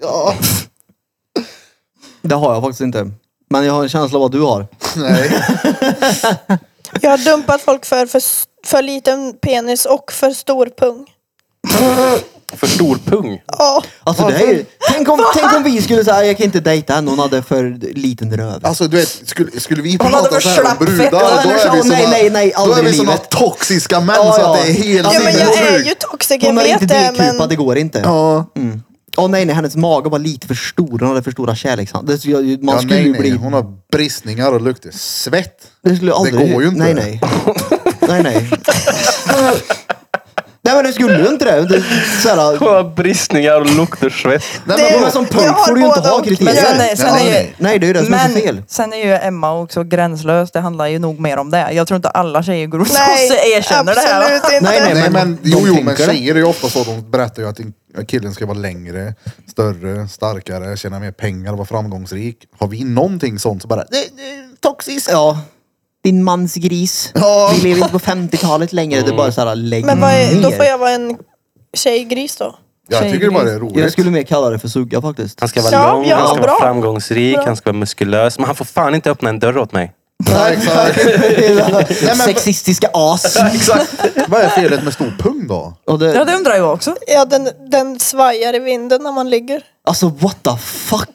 Speaker 1: Ja,
Speaker 4: Det har jag faktiskt inte. Men jag har en känsla av vad du har.
Speaker 1: nej.
Speaker 6: Jag har dumpat folk för, för s- för liten penis och för stor pung.
Speaker 2: För stor pung.
Speaker 6: Ja,
Speaker 4: Alltså det är ju, tänk, om, tänk om vi skulle säga jag kan inte dejta henne, hon hade för liten röv.
Speaker 1: Alltså du vet, skulle, skulle vi
Speaker 3: hade
Speaker 1: prata
Speaker 3: varit
Speaker 1: så här om
Speaker 3: slappfett,
Speaker 1: brudar, då
Speaker 3: eller
Speaker 1: är vi
Speaker 4: så. Nej,
Speaker 1: såna,
Speaker 4: nej, nej,
Speaker 1: då är
Speaker 4: aldrig
Speaker 1: vi
Speaker 4: i
Speaker 1: såna
Speaker 4: livet.
Speaker 1: toxiska män
Speaker 4: Ja,
Speaker 1: så
Speaker 4: ja.
Speaker 1: att det är hela
Speaker 6: ja men
Speaker 1: tiden
Speaker 6: jag är
Speaker 1: sjukt.
Speaker 6: ju toxic, jag
Speaker 4: Hon har
Speaker 6: vet
Speaker 4: inte
Speaker 6: det.
Speaker 4: dillkupa,
Speaker 6: Men
Speaker 4: det går inte. Åh
Speaker 1: Ja.
Speaker 4: nej, nej, hennes mage var lite för stor, hon hade för stora kärlekshandskar. Det- jag- Man
Speaker 1: Ja,
Speaker 4: skulle
Speaker 1: nej,
Speaker 4: ju
Speaker 1: nej.
Speaker 4: bli...
Speaker 1: Hon har bristningar och luktar svett.
Speaker 4: Det skulle jag
Speaker 1: Det
Speaker 4: aldrig...
Speaker 1: går ju inte.
Speaker 4: Nej, nej. nej, nej. nej men det skulle ju inte det. det är så här,
Speaker 2: Kolla, Bristningar och lukter svett.
Speaker 1: Nej,
Speaker 6: Det-
Speaker 1: men,
Speaker 4: men som
Speaker 6: jag
Speaker 4: punk
Speaker 6: har
Speaker 4: får du ju inte
Speaker 6: båda
Speaker 4: ha
Speaker 6: och.
Speaker 4: kritik.
Speaker 3: Men sen,
Speaker 1: Nej,
Speaker 3: är- sen
Speaker 1: nej,
Speaker 3: är ju,
Speaker 1: nej.
Speaker 4: Nej, det är ju det som är så fel.
Speaker 3: men sen är ju Emma också gränslös. Det handlar ju nog mer om det. Jag tror inte alla tjejer går och
Speaker 6: nej,
Speaker 3: erkänner det här. va?
Speaker 6: absolut inte.
Speaker 4: Nej, nej.
Speaker 1: nej,
Speaker 4: men
Speaker 1: men
Speaker 4: de
Speaker 1: jo, jo, men
Speaker 4: tänker det.
Speaker 1: tjejer är ju ofta så. De berättar ju att en- att killen ska vara längre, större, starkare, tjäna mer pengar, vara framgångsrik. Har vi någonting sånt så bara, det, det, toxiskt.
Speaker 4: Ja. Din mans gris.
Speaker 1: Ja.
Speaker 4: Vi lever inte på 50-talet längre. Det är bara såhär, lägg
Speaker 6: Men vad är,
Speaker 4: ner.
Speaker 6: då får jag vara en tjejgris då.
Speaker 1: Jag tycker bara det är roligt.
Speaker 4: Jag skulle mer kalla det för sugga faktiskt.
Speaker 2: Han ska vara
Speaker 6: Ja,
Speaker 2: lång,
Speaker 6: ja,
Speaker 2: han ska
Speaker 6: bra.
Speaker 2: vara framgångsrik,
Speaker 6: Bra.
Speaker 2: han ska vara muskulös. Men han får fan inte öppna en dörr åt mig.
Speaker 1: Ja, exakt. men-
Speaker 4: Sexistiska as.
Speaker 1: exakt. Vad är felet med stor pung då?
Speaker 4: Och det,
Speaker 3: Ja, det undrar jag också.
Speaker 6: Ja, den, den svajar i vinden när man ligger.
Speaker 4: Alltså what the fuck?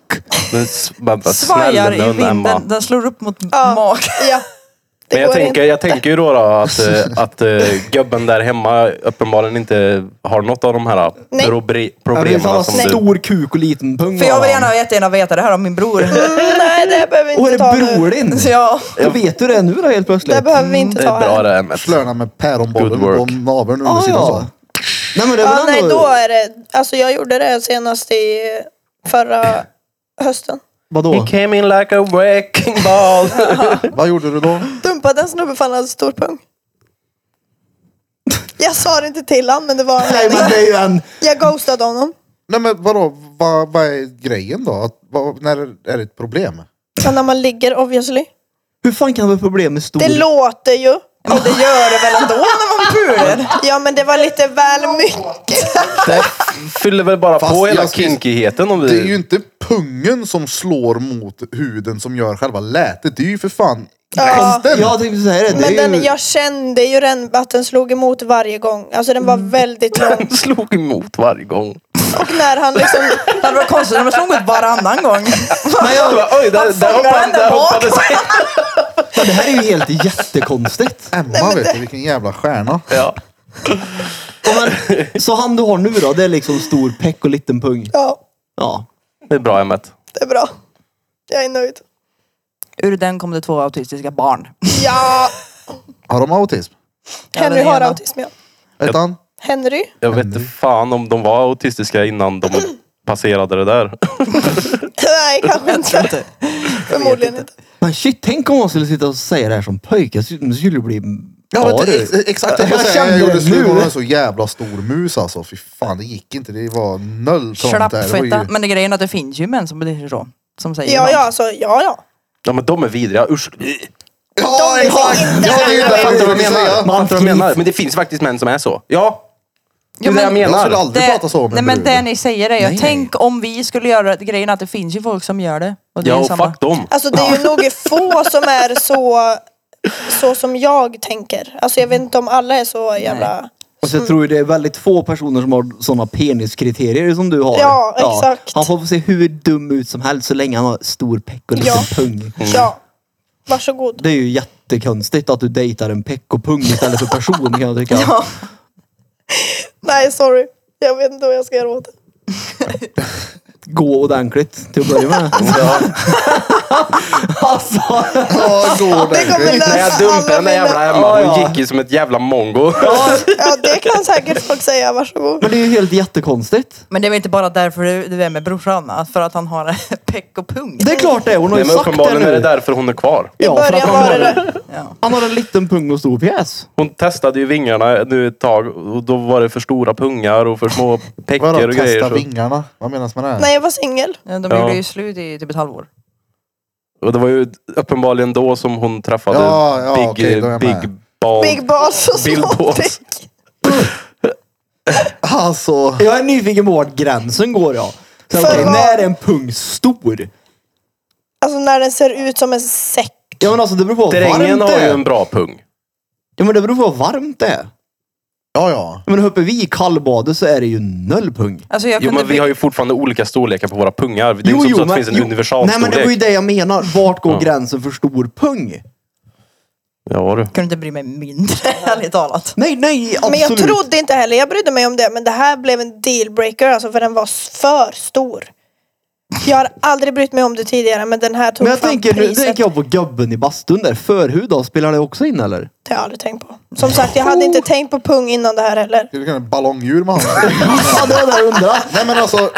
Speaker 2: Men s- bara- bara,
Speaker 3: Svajar i
Speaker 2: snälla nån,
Speaker 3: vinden.
Speaker 2: Emma.
Speaker 3: Den, slår upp mot
Speaker 6: Ja.
Speaker 3: magen.
Speaker 6: Ja, det
Speaker 2: Men jag
Speaker 6: går
Speaker 2: tänker, jag tänker ju då, då att, eh, att eh, gubben där hemma uppenbarligen inte har något av de här eh,
Speaker 6: Nej.
Speaker 2: probri-
Speaker 4: Ja, det är
Speaker 2: problemen
Speaker 4: fan
Speaker 2: som du...
Speaker 4: stor kuk och liten pung.
Speaker 3: För jag vill
Speaker 4: bara.
Speaker 3: gärna jättegärna veta det här om min bror.
Speaker 6: inte. Nej, det behöver vi
Speaker 4: Och är
Speaker 6: inte
Speaker 4: det
Speaker 6: ta nu.
Speaker 4: bror din?
Speaker 3: Så jag,
Speaker 4: Då vet du det nu då helt plötsligt.
Speaker 6: Det behöver vi inte
Speaker 2: Det är
Speaker 6: ta
Speaker 2: bra
Speaker 6: här.
Speaker 2: det här med.
Speaker 1: Slörna med päronbollen
Speaker 2: Good work.
Speaker 1: på naveln under
Speaker 4: ah,
Speaker 1: sidan så.
Speaker 4: ja. Nej men det är
Speaker 6: Ja,
Speaker 4: väl
Speaker 6: nej,
Speaker 4: ändå...
Speaker 6: då är det... Alltså jag gjorde det senast i förra hösten.
Speaker 4: Vadå?
Speaker 2: He came in like a wrecking ball.
Speaker 1: Vad gjorde du då?
Speaker 6: Dumpade en snubbe för han hade stor pung. Jag sa det inte till han, men det var
Speaker 4: Nej men
Speaker 6: anledningen.
Speaker 4: det är ju en...
Speaker 6: Jag ghostade honom.
Speaker 1: Nej men vadå, vad, vad är grejen då? Att, vad, när är det ett problem?
Speaker 6: Men när man ligger obviously.
Speaker 4: Hur fan kan det vara problem med stor...
Speaker 6: Det låter ju.
Speaker 3: men det gör det väl ändå när man pular?
Speaker 6: Ja men det var lite väl mycket.
Speaker 2: det fyller väl bara
Speaker 1: Fast
Speaker 2: på hela
Speaker 1: jag ska-
Speaker 2: kinkigheten om
Speaker 1: Det är ju
Speaker 2: du...
Speaker 1: inte pungen som slår mot huden som gör själva lätet. Det är ju för fan
Speaker 6: Ja.
Speaker 1: resten.
Speaker 4: Jag tänkte säga det. det
Speaker 6: Men
Speaker 4: är
Speaker 6: den,
Speaker 4: ju...
Speaker 6: jag kände ju den, att den slog emot varje gång. Alltså den var väldigt lång.
Speaker 2: slog emot varje gång.
Speaker 6: Och när han liksom...
Speaker 3: Det hade varit konstigt om jag slog ut varannan gång.
Speaker 2: Jag bara, Oj, där, där hoppade, där hoppade sig.
Speaker 4: Det här är ju helt jättekonstigt.
Speaker 1: Emma vet du, vilken jävla stjärna.
Speaker 2: Ja.
Speaker 4: Ja, men, så han du har nu då, det är liksom stor peck och liten pung?
Speaker 6: Ja,
Speaker 4: Ja.
Speaker 2: Det är bra Emmet.
Speaker 6: det är bra. Jag är nöjd.
Speaker 3: Ur den kom det två autistiska barn.
Speaker 6: Ja,
Speaker 1: Har de autism?
Speaker 6: Henry
Speaker 3: den
Speaker 6: har
Speaker 3: ena.
Speaker 6: autism ja.
Speaker 1: Vet han?
Speaker 6: Henry?
Speaker 2: Jag vet inte fan om de var autistiska innan de passerade det där.
Speaker 6: Nej, kanske inte.
Speaker 3: inte.
Speaker 6: Förmodligen inte.
Speaker 4: Men shit, tänk om man skulle sitta och säga det här som pojk. Jag skulle- skulle bli...
Speaker 1: Ja, vet
Speaker 4: du.
Speaker 1: du, ex- exakt det jag,
Speaker 4: Jag
Speaker 1: jag, säga. jag
Speaker 4: kände
Speaker 1: gjorde
Speaker 4: det
Speaker 1: slut
Speaker 4: nu.
Speaker 1: med en så jävla stor mus alltså. Fy fan, det gick inte. Det var noll sånt där. Det var ju-
Speaker 3: Slappfetta. Men det grejen är att det finns ju män som beter sig så. Som säger
Speaker 6: Ja,
Speaker 3: något.
Speaker 6: ja, alltså ja, ja.
Speaker 2: Ja men de är vidriga, usch.
Speaker 1: Ja, exakt! Ja, det är ju
Speaker 2: Jag fattar
Speaker 1: därför jag
Speaker 2: vad de
Speaker 1: ville säga.
Speaker 2: menar. Fattar vad de menar. Men det finns faktiskt män som är så. Ja. Det är
Speaker 3: Jo,
Speaker 2: det jag
Speaker 3: men-
Speaker 1: Jag
Speaker 2: menar.
Speaker 1: skulle aldrig
Speaker 3: Det-
Speaker 1: prata så om
Speaker 3: Nej
Speaker 1: en
Speaker 3: men
Speaker 1: brud.
Speaker 3: det ni säger är ju,
Speaker 4: Nej,
Speaker 3: tänk om vi skulle göra det. Grejen är att det finns ju folk som gör det. Och det
Speaker 2: Ja,
Speaker 3: är
Speaker 2: och
Speaker 3: samma.
Speaker 2: fuck dem.
Speaker 6: Alltså det är ju nog få som är så, så som jag tänker. Alltså jag vet inte om alla är så jävla...
Speaker 4: Alltså, jag tror ju det är väldigt få personer som har sådana peniskriterier som du har.
Speaker 6: Ja, exakt.
Speaker 4: Han får se hur dum ut som helst så länge han har stor peck och liten
Speaker 6: Ja.
Speaker 4: pung.
Speaker 6: Ja, varsågod.
Speaker 4: Det är ju jättekonstigt att du dejtar en peck och pung istället för person kan jag tycka.
Speaker 3: Ja.
Speaker 6: Nej, sorry. Jag vet inte vad jag ska göra åt det.
Speaker 4: Gå ordentligt till att börja med. alltså,
Speaker 1: Ja, går
Speaker 6: Det kommer
Speaker 1: det.
Speaker 2: När
Speaker 6: lösa
Speaker 2: jag dumpade
Speaker 6: alltså, alla
Speaker 2: den där
Speaker 6: mina...
Speaker 2: jävla Emma, hon gick ju som ett jävla mongo.
Speaker 6: Ja, det kan säkert folk säga. Varsågod.
Speaker 4: men det är ju helt jättekonstigt.
Speaker 3: Men det är väl inte bara därför du du är med brorsan? att- För att han har peck och pung?
Speaker 4: Det är klart det är, hon har
Speaker 2: Nej,
Speaker 4: ju
Speaker 2: men
Speaker 4: sagt det
Speaker 2: uppenbarligen är det
Speaker 4: nu.
Speaker 2: därför hon är kvar.
Speaker 6: I
Speaker 4: Ja, för att
Speaker 6: början
Speaker 4: han
Speaker 6: var det
Speaker 4: har-
Speaker 6: det.
Speaker 4: Han har en liten pung och stor pjäs.
Speaker 2: Hon testade ju vingarna nu ett tag och då var det för stora pungar och för små peckor och
Speaker 1: Vadå,
Speaker 2: grejer.
Speaker 1: testa
Speaker 2: Så.
Speaker 1: vingarna? Vad menas med det? här?
Speaker 6: Nej, jag var singel.
Speaker 3: Ja, De
Speaker 2: Ja.
Speaker 3: gjorde ju slut i typ ett halvår.
Speaker 2: Och det var ju uppenbarligen då som hon träffade
Speaker 1: Ja, ja,
Speaker 2: Big,
Speaker 1: okej, då är jag med.
Speaker 2: big Ball.
Speaker 6: Big balls och
Speaker 2: Bill
Speaker 6: små
Speaker 2: balls.
Speaker 6: dick.
Speaker 1: Alltså...
Speaker 4: Jag är nyfiken på vart gränsen går ja. Så,
Speaker 6: För
Speaker 4: okej,
Speaker 6: vad?
Speaker 4: när är en pung stor?
Speaker 6: Alltså när den ser ut som en säck.
Speaker 4: Ja men alltså det beror på
Speaker 2: Drängen
Speaker 4: varmt
Speaker 2: har
Speaker 4: det
Speaker 2: ju
Speaker 4: är.
Speaker 2: en bra pung.
Speaker 4: Ja men det beror på hur varmt det är.
Speaker 1: Ja, ja.
Speaker 4: Men uppe vi i kallbadet så är det ju noll pung.
Speaker 3: Alltså jag
Speaker 2: Jo
Speaker 3: kunde
Speaker 2: men vi
Speaker 3: bli-
Speaker 2: har ju fortfarande olika storlekar på våra pungar. Det är ju inte så att det finns en
Speaker 4: jo,
Speaker 2: universal
Speaker 4: Nej men det var ju
Speaker 2: storlek.
Speaker 4: det jag menar. Vart går gränsen för stor pung?
Speaker 2: Ja du.
Speaker 3: kunde inte bry mig mindre, ärligt talat.
Speaker 4: Nej, nej, absolut.
Speaker 6: Men jag trodde inte heller, jag brydde mig om det, men det här blev en dealbreaker alltså för den var s- för stor. Jag har aldrig brytt mig om det tidigare men den här tog
Speaker 4: Men jag
Speaker 6: fan
Speaker 4: tänker, nu
Speaker 6: priset.
Speaker 4: tänker jag på gubben i bastun där. Förhud då, spelar det också in eller?
Speaker 6: Det har jag aldrig tänkt på. Som sagt, jag hade
Speaker 4: Oh.
Speaker 6: inte tänkt på pung innan det här heller.
Speaker 1: Skulle kunna ha en ballongdjur med honom.
Speaker 4: Ja, det var det jag undrade.
Speaker 1: Nej men alltså.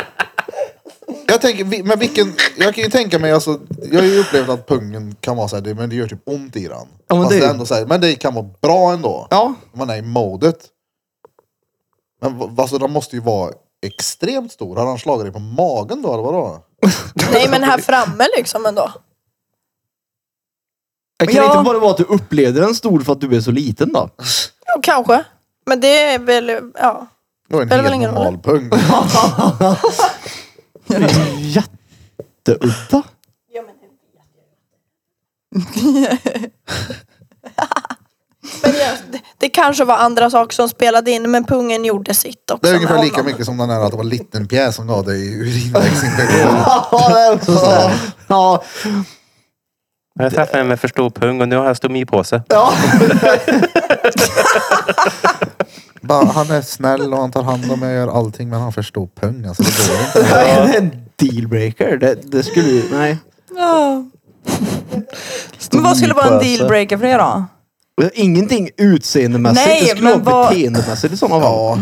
Speaker 1: Jag tänker, vi- men vilken, jag kan ju tänka mig alltså, jag har ju upplevt att pungen kan vara såhär, men det gör typ ont i den.
Speaker 4: Ja, men
Speaker 1: Fast
Speaker 4: det-
Speaker 1: det är ändå så här, men det kan vara bra ändå.
Speaker 4: Ja.
Speaker 1: Om man är i modet. Men v- alltså den måste ju vara extremt stor. Har han slagit dig på magen då eller vadå?
Speaker 6: Nej men här framme liksom ändå.
Speaker 4: Det kan
Speaker 3: Ja.
Speaker 4: inte bara vara att du upplevde den stor för att du är så liten då.
Speaker 6: Ja, kanske. Men det är väl, ja.
Speaker 1: Det var en
Speaker 6: Spelar väl
Speaker 1: helt
Speaker 6: ingen roll.
Speaker 1: normal pung.
Speaker 4: Jätteudda.
Speaker 6: Men jag, det, det kanske var andra saker som spelade in men pungen gjorde sitt också.
Speaker 1: Det är
Speaker 6: med
Speaker 1: ungefär lika
Speaker 6: honom.
Speaker 1: mycket som den här att det var en liten pjäs som gav dig urinvägsinfektion.
Speaker 4: Ja, det är också så här. Ja,
Speaker 2: Jag träffade en med för stor pung och nu har jag stomipåse.
Speaker 4: ja.
Speaker 1: Bara, han är snäll och han tar hand om mig och gör allting men han förstår pung alltså. Det går inte.
Speaker 4: Det är en dealbreaker. Det, det skulle ju... Nej.
Speaker 3: Ja. Men vad skulle vara en dealbreaker för er då?
Speaker 4: Ingenting utseendemässigt.
Speaker 3: Nej,
Speaker 4: det skulle
Speaker 3: men
Speaker 4: vara
Speaker 3: vad-
Speaker 4: beteendemässigt i sådana fall.
Speaker 1: Ja,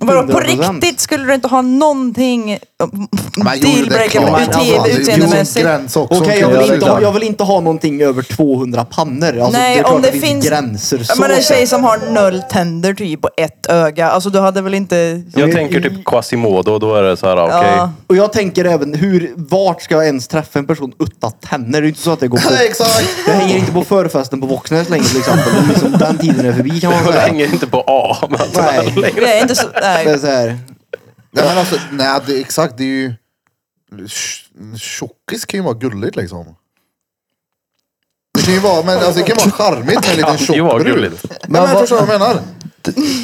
Speaker 3: Mm. Vadå, på
Speaker 4: 100%.
Speaker 3: riktigt skulle du inte ha någonting eh,
Speaker 1: men jo, det är
Speaker 3: dealbreaker
Speaker 1: klart.
Speaker 4: men alltså,
Speaker 3: bete-
Speaker 4: det är
Speaker 1: Det
Speaker 4: ju
Speaker 1: är
Speaker 3: utseendemässigt?
Speaker 1: ju en gräns också.
Speaker 4: Okej, jag,
Speaker 1: Kan
Speaker 4: vill
Speaker 1: jag
Speaker 4: inte
Speaker 1: säga.
Speaker 4: ha- jag vill inte ha någonting över 200 pannor. Alltså,
Speaker 3: Nej,
Speaker 4: det är klart
Speaker 3: om det
Speaker 4: att
Speaker 3: finns-
Speaker 4: gränser
Speaker 3: Ja,
Speaker 4: så.
Speaker 3: Men en tjej som har noll tänder typ och ett öga. Alltså du hade väl inte...
Speaker 2: Jag tänker typ Quasimodo, då är det så här, okej.
Speaker 3: Ja.
Speaker 4: Och jag tänker även, hur, vart ska jag ens träffa en person utan tänder? Det är ju inte så att det går på...
Speaker 1: Nej, Exakt!
Speaker 4: Det hänger inte på förfesten på Våxnäs längre till exempel. Det är Liksom, den tiden är förbi kan man
Speaker 2: Det
Speaker 4: säga.
Speaker 2: hänger inte på A. Men
Speaker 4: Nej.
Speaker 3: Det är inte så...
Speaker 4: Det är
Speaker 3: Nej.
Speaker 4: så här.
Speaker 1: Nej men alltså, nej det, exakt det är ju... Sh- Tjockis kan ju vara gulligt liksom. Det kan ju vara, men alltså, det kan vara charmigt med en liten
Speaker 2: det var
Speaker 1: tjock brud.
Speaker 2: gulligt.
Speaker 1: Men, men förstår du vad jag menar?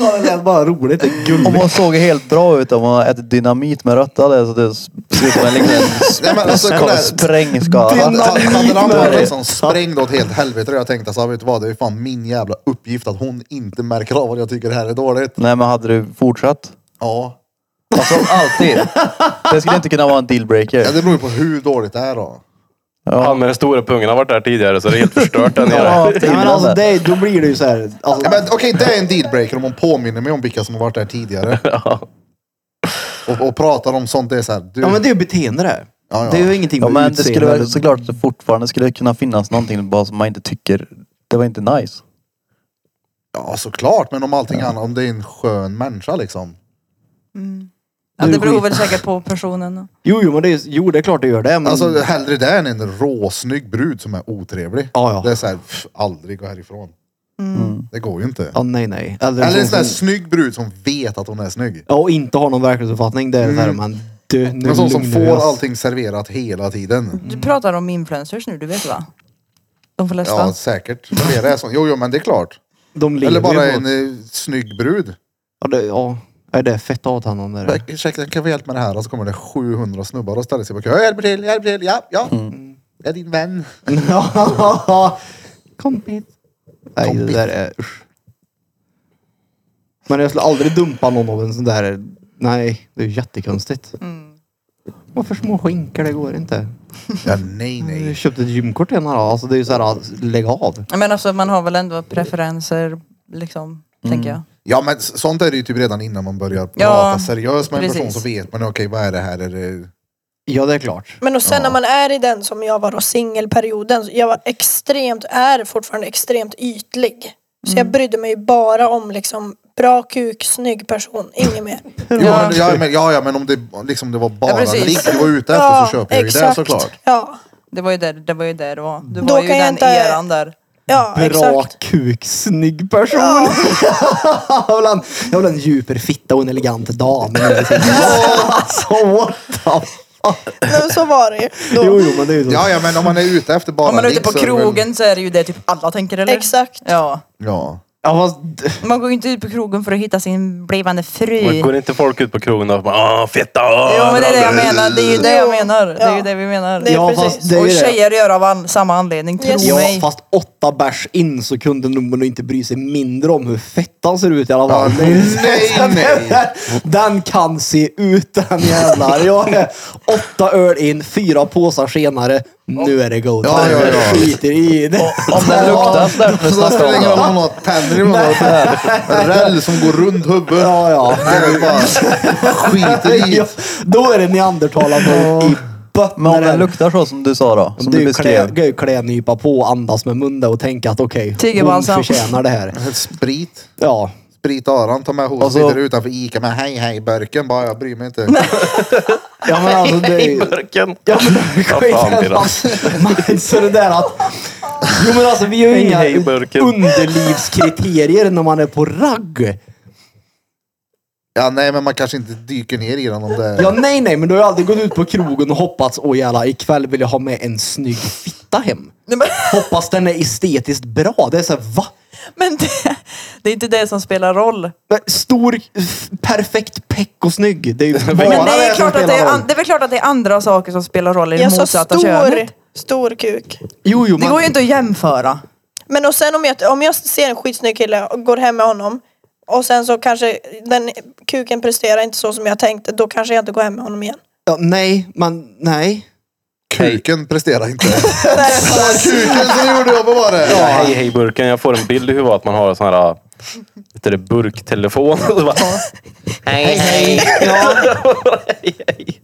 Speaker 4: Ja, Det är bara roligt. Det är
Speaker 5: Om
Speaker 4: gulligt.
Speaker 5: hon såg helt bra ut, om hon hade ätit dynamit med rött, hade det så det ser ut som en liten sp-
Speaker 1: Nej, men alltså, kolla här.
Speaker 5: sprängskada.
Speaker 1: Hade- hade- Hade han
Speaker 4: med
Speaker 1: varit
Speaker 4: det.
Speaker 1: liksom sprängd åt helt helvete och jag tänkte så här, vet du vad, det är fan min jävla uppgift att hon inte märker av att jag tycker det här är dåligt.
Speaker 5: Nej men hade du fortsatt?
Speaker 1: Ja.
Speaker 5: Alltså alltid. Det skulle inte kunna vara en dealbreaker.
Speaker 1: ja, det beror ju på hur dåligt det är då.
Speaker 2: Han med den stora pungen har varit där tidigare så det är helt förstört där
Speaker 5: Ja,
Speaker 2: nere.
Speaker 5: det
Speaker 4: Nej,
Speaker 5: är
Speaker 4: men alltså,
Speaker 5: det.
Speaker 4: det, då blir det ju så här. Alltså,
Speaker 1: Ja, men Okej, det är en dealbreaker om hon påminner mig om vilka som har varit där tidigare. Och, och pratar om sånt, det är så här, du...
Speaker 4: ja, men det är ju beteende det. här.
Speaker 1: Ja, ja.
Speaker 4: Det är ju ingenting
Speaker 5: Ja,
Speaker 4: med
Speaker 5: men det skulle
Speaker 4: utseende.
Speaker 5: väl såklart att det fortfarande skulle kunna finnas någonting bara som man inte tycker, det var inte nice.
Speaker 1: Ja, såklart. Men om allting annat, om det är en skön människa liksom.
Speaker 3: Ja, det beror väl säkert på personen.
Speaker 4: Jo, jo, men det är, jo, det är klart det gör det. Men...
Speaker 1: Alltså hellre det än en råsnygg brud som är otrevlig.
Speaker 4: Ja, ja. Mm.
Speaker 1: Det är såhär, pff, aldrig gå härifrån. Det går ju inte.
Speaker 4: Ja, nej, nej.
Speaker 1: Eller en sån här
Speaker 4: som-
Speaker 1: snygg brud som vet att hon är snygg.
Speaker 4: Ja, och inte har någon verklighetsuppfattning. Det är mm. så här, men du, nu
Speaker 1: En sån som
Speaker 4: lugnar vi
Speaker 1: får
Speaker 4: oss.
Speaker 1: allting serverat hela
Speaker 4: Mm.
Speaker 1: tiden.
Speaker 3: Du pratar om influencers nu, du vet va? De får läsa.
Speaker 1: Ja, säkert. Flera är sån. Jo, jo, men det är klart.
Speaker 4: De lever
Speaker 1: Eller bara
Speaker 4: ju på-
Speaker 1: en eh, snygg brud.
Speaker 4: Ja, det, ja. Nej, det är fett avtändande. det.
Speaker 1: Ursäkta, kan vi hjälpa med det här? Och så kommer det 700 snubbar och ställer sig på kö. Jag hjälper till, jag hjälper till, ja, ja. Mm. Jag är din vän.
Speaker 4: Ja. Kompis. Nej, det
Speaker 1: Kompis.
Speaker 4: där är... Usch. Men jag skulle aldrig dumpa någon av en sån där... Nej, det är ju jättekonstigt. Varför små skinkor? Det går inte.
Speaker 1: Ja, nej,
Speaker 4: Jag
Speaker 1: nej.
Speaker 4: köpte ett gymkort till en här. Alltså det är ju såhär, lägg av.
Speaker 3: Men alltså man har väl ändå preferenser, liksom,
Speaker 4: Mm.
Speaker 3: tänker jag.
Speaker 1: Ja men s- sånt är det ju typ redan innan man börjar
Speaker 3: Ja,
Speaker 1: prata seriöst med en person
Speaker 3: precis.
Speaker 1: så vet man okej vad är det här? Är det...
Speaker 4: Ja, det är klart.
Speaker 6: Men och sen när man är i den som jag var då, singelperioden, så jag var extremt, är fortfarande extremt ytlig. Så
Speaker 1: Mm.
Speaker 6: jag brydde mig ju bara om liksom bra kuk, snygg person, inget mer.
Speaker 1: Ja. Ja, men, ja, men, ja, ja men om det, liksom, det var bara
Speaker 3: Ja, precis.
Speaker 1: ligg du var ute efter så köper jag ju det såklart.
Speaker 6: Ja,
Speaker 3: Det var ju där det var. Ju där det var. Du
Speaker 6: Då
Speaker 3: var ju i
Speaker 6: kan jag
Speaker 3: den
Speaker 6: inte-
Speaker 3: eran där.
Speaker 6: ja
Speaker 4: Bra
Speaker 6: exakt.
Speaker 4: kuk, snygg person. jag, vill ha en, jag vill ha en djuper fitta och en elegant dam. alltså what the...
Speaker 6: Nej, så var det ju. Då.
Speaker 4: Jo, jo, men det är ju så.
Speaker 1: Ja, ja men om man är ute efter bara
Speaker 3: Om man är ute
Speaker 1: ligg
Speaker 3: på
Speaker 1: så är det väl-
Speaker 3: krogen så är det ju det typ alla tänker eller?
Speaker 6: Exakt.
Speaker 3: Ja.
Speaker 1: Ja.
Speaker 4: Ja, fast,
Speaker 3: Man går ju inte ut på krogen för att hitta sin blivande fru.
Speaker 2: Men går inte folk ut på krogen och bara ah fetta, ah,
Speaker 3: Jo men det är det jag menar. Det är ju det jag
Speaker 6: Jo,
Speaker 3: menar. Det är ju
Speaker 6: ja.
Speaker 3: det vi menar.
Speaker 6: Det är
Speaker 4: ja,
Speaker 6: precis.
Speaker 4: fast det är
Speaker 3: och
Speaker 4: ju det.
Speaker 3: tjejer gör av an- samma anledning, tro
Speaker 6: Yes.
Speaker 4: Ja,
Speaker 3: mig.
Speaker 4: fast åtta bärs in så kunde nog inte bry sig mindre om hur fett han ser ut i alla fall.
Speaker 1: Ja,
Speaker 4: Det är ju-
Speaker 1: nej, nej.
Speaker 4: Den kan se ut den jävlar. Jag är åtta öl in, fyra påsar senare. Nu är det god.
Speaker 1: Ja, ja, ja.
Speaker 4: Skiter i det.
Speaker 5: Om det luktar
Speaker 1: Så
Speaker 5: särskilt
Speaker 1: då spelar det ingen roll
Speaker 5: starkt.
Speaker 1: om man har tänder i munnen. Räll som går runt huvudet.
Speaker 4: Ja, ja.
Speaker 1: Det är bara skiter i.
Speaker 4: Ja, Då är det neandertalaren i botten.
Speaker 5: Men om den luktar så som du sa då, som
Speaker 4: det är
Speaker 5: du
Speaker 4: ju klä,
Speaker 5: beskrev.
Speaker 4: det är ju klänypa på och andas med munnen och tänka att okej, hon
Speaker 3: Tigerbalsam.
Speaker 4: förtjänar det här.
Speaker 1: Sprit.
Speaker 4: Ja,
Speaker 1: Sprit Aran tar med hosen
Speaker 5: Och så-
Speaker 1: sitter utanför Ica med hej hej burken. Bara jag bryr mig inte.
Speaker 4: ja men alltså det är
Speaker 2: I
Speaker 4: ju...
Speaker 2: burken.
Speaker 4: Ja men
Speaker 2: fan, Pira.
Speaker 4: skiten Så det där att... Jo men alltså vi har ju
Speaker 2: Hej,
Speaker 4: inga
Speaker 2: hej, burken.
Speaker 4: underlivskriterier när man är på ragg.
Speaker 1: Ja, nej, men man kanske inte dyker ner i den om det är...
Speaker 4: Ja nej nej men du har ju aldrig gått ut på krogen och hoppats åh jävlar ikväll vill jag ha med en snygg fitta hem.
Speaker 3: Nej, men-
Speaker 4: Hoppas den är estetiskt bra. Det är såhär va?
Speaker 3: Men det, det är inte det som spelar roll.
Speaker 4: Men Stor, f- perfekt peck och snygg. Det är ju bara
Speaker 3: Men det
Speaker 4: det
Speaker 3: är,
Speaker 4: som
Speaker 3: klart att det,
Speaker 4: spelar
Speaker 3: är
Speaker 4: roll.
Speaker 3: an, det är väl klart att det är andra saker som spelar roll i det
Speaker 6: Jag sa
Speaker 3: motsatta
Speaker 6: stor,
Speaker 3: könet.
Speaker 6: stor kuk.
Speaker 4: Jo jo
Speaker 3: Det
Speaker 4: men...
Speaker 3: går ju inte att jämföra.
Speaker 6: Men och sen om jag, om jag ser en skitsnygg kille och går hem med honom och sen så kanske den kuken presterar inte så som jag tänkte, då kanske jag inte går hem med honom igen.
Speaker 4: Ja, nej, man, nej.
Speaker 1: Kuken presterar inte. Kuken som gjorde jobbet var det.
Speaker 2: Ja, hej hej burken. Jag får en bild i huvudet att man har en sån här äh, vet du det, burktelefon. Och så bara,
Speaker 8: Hej, hej.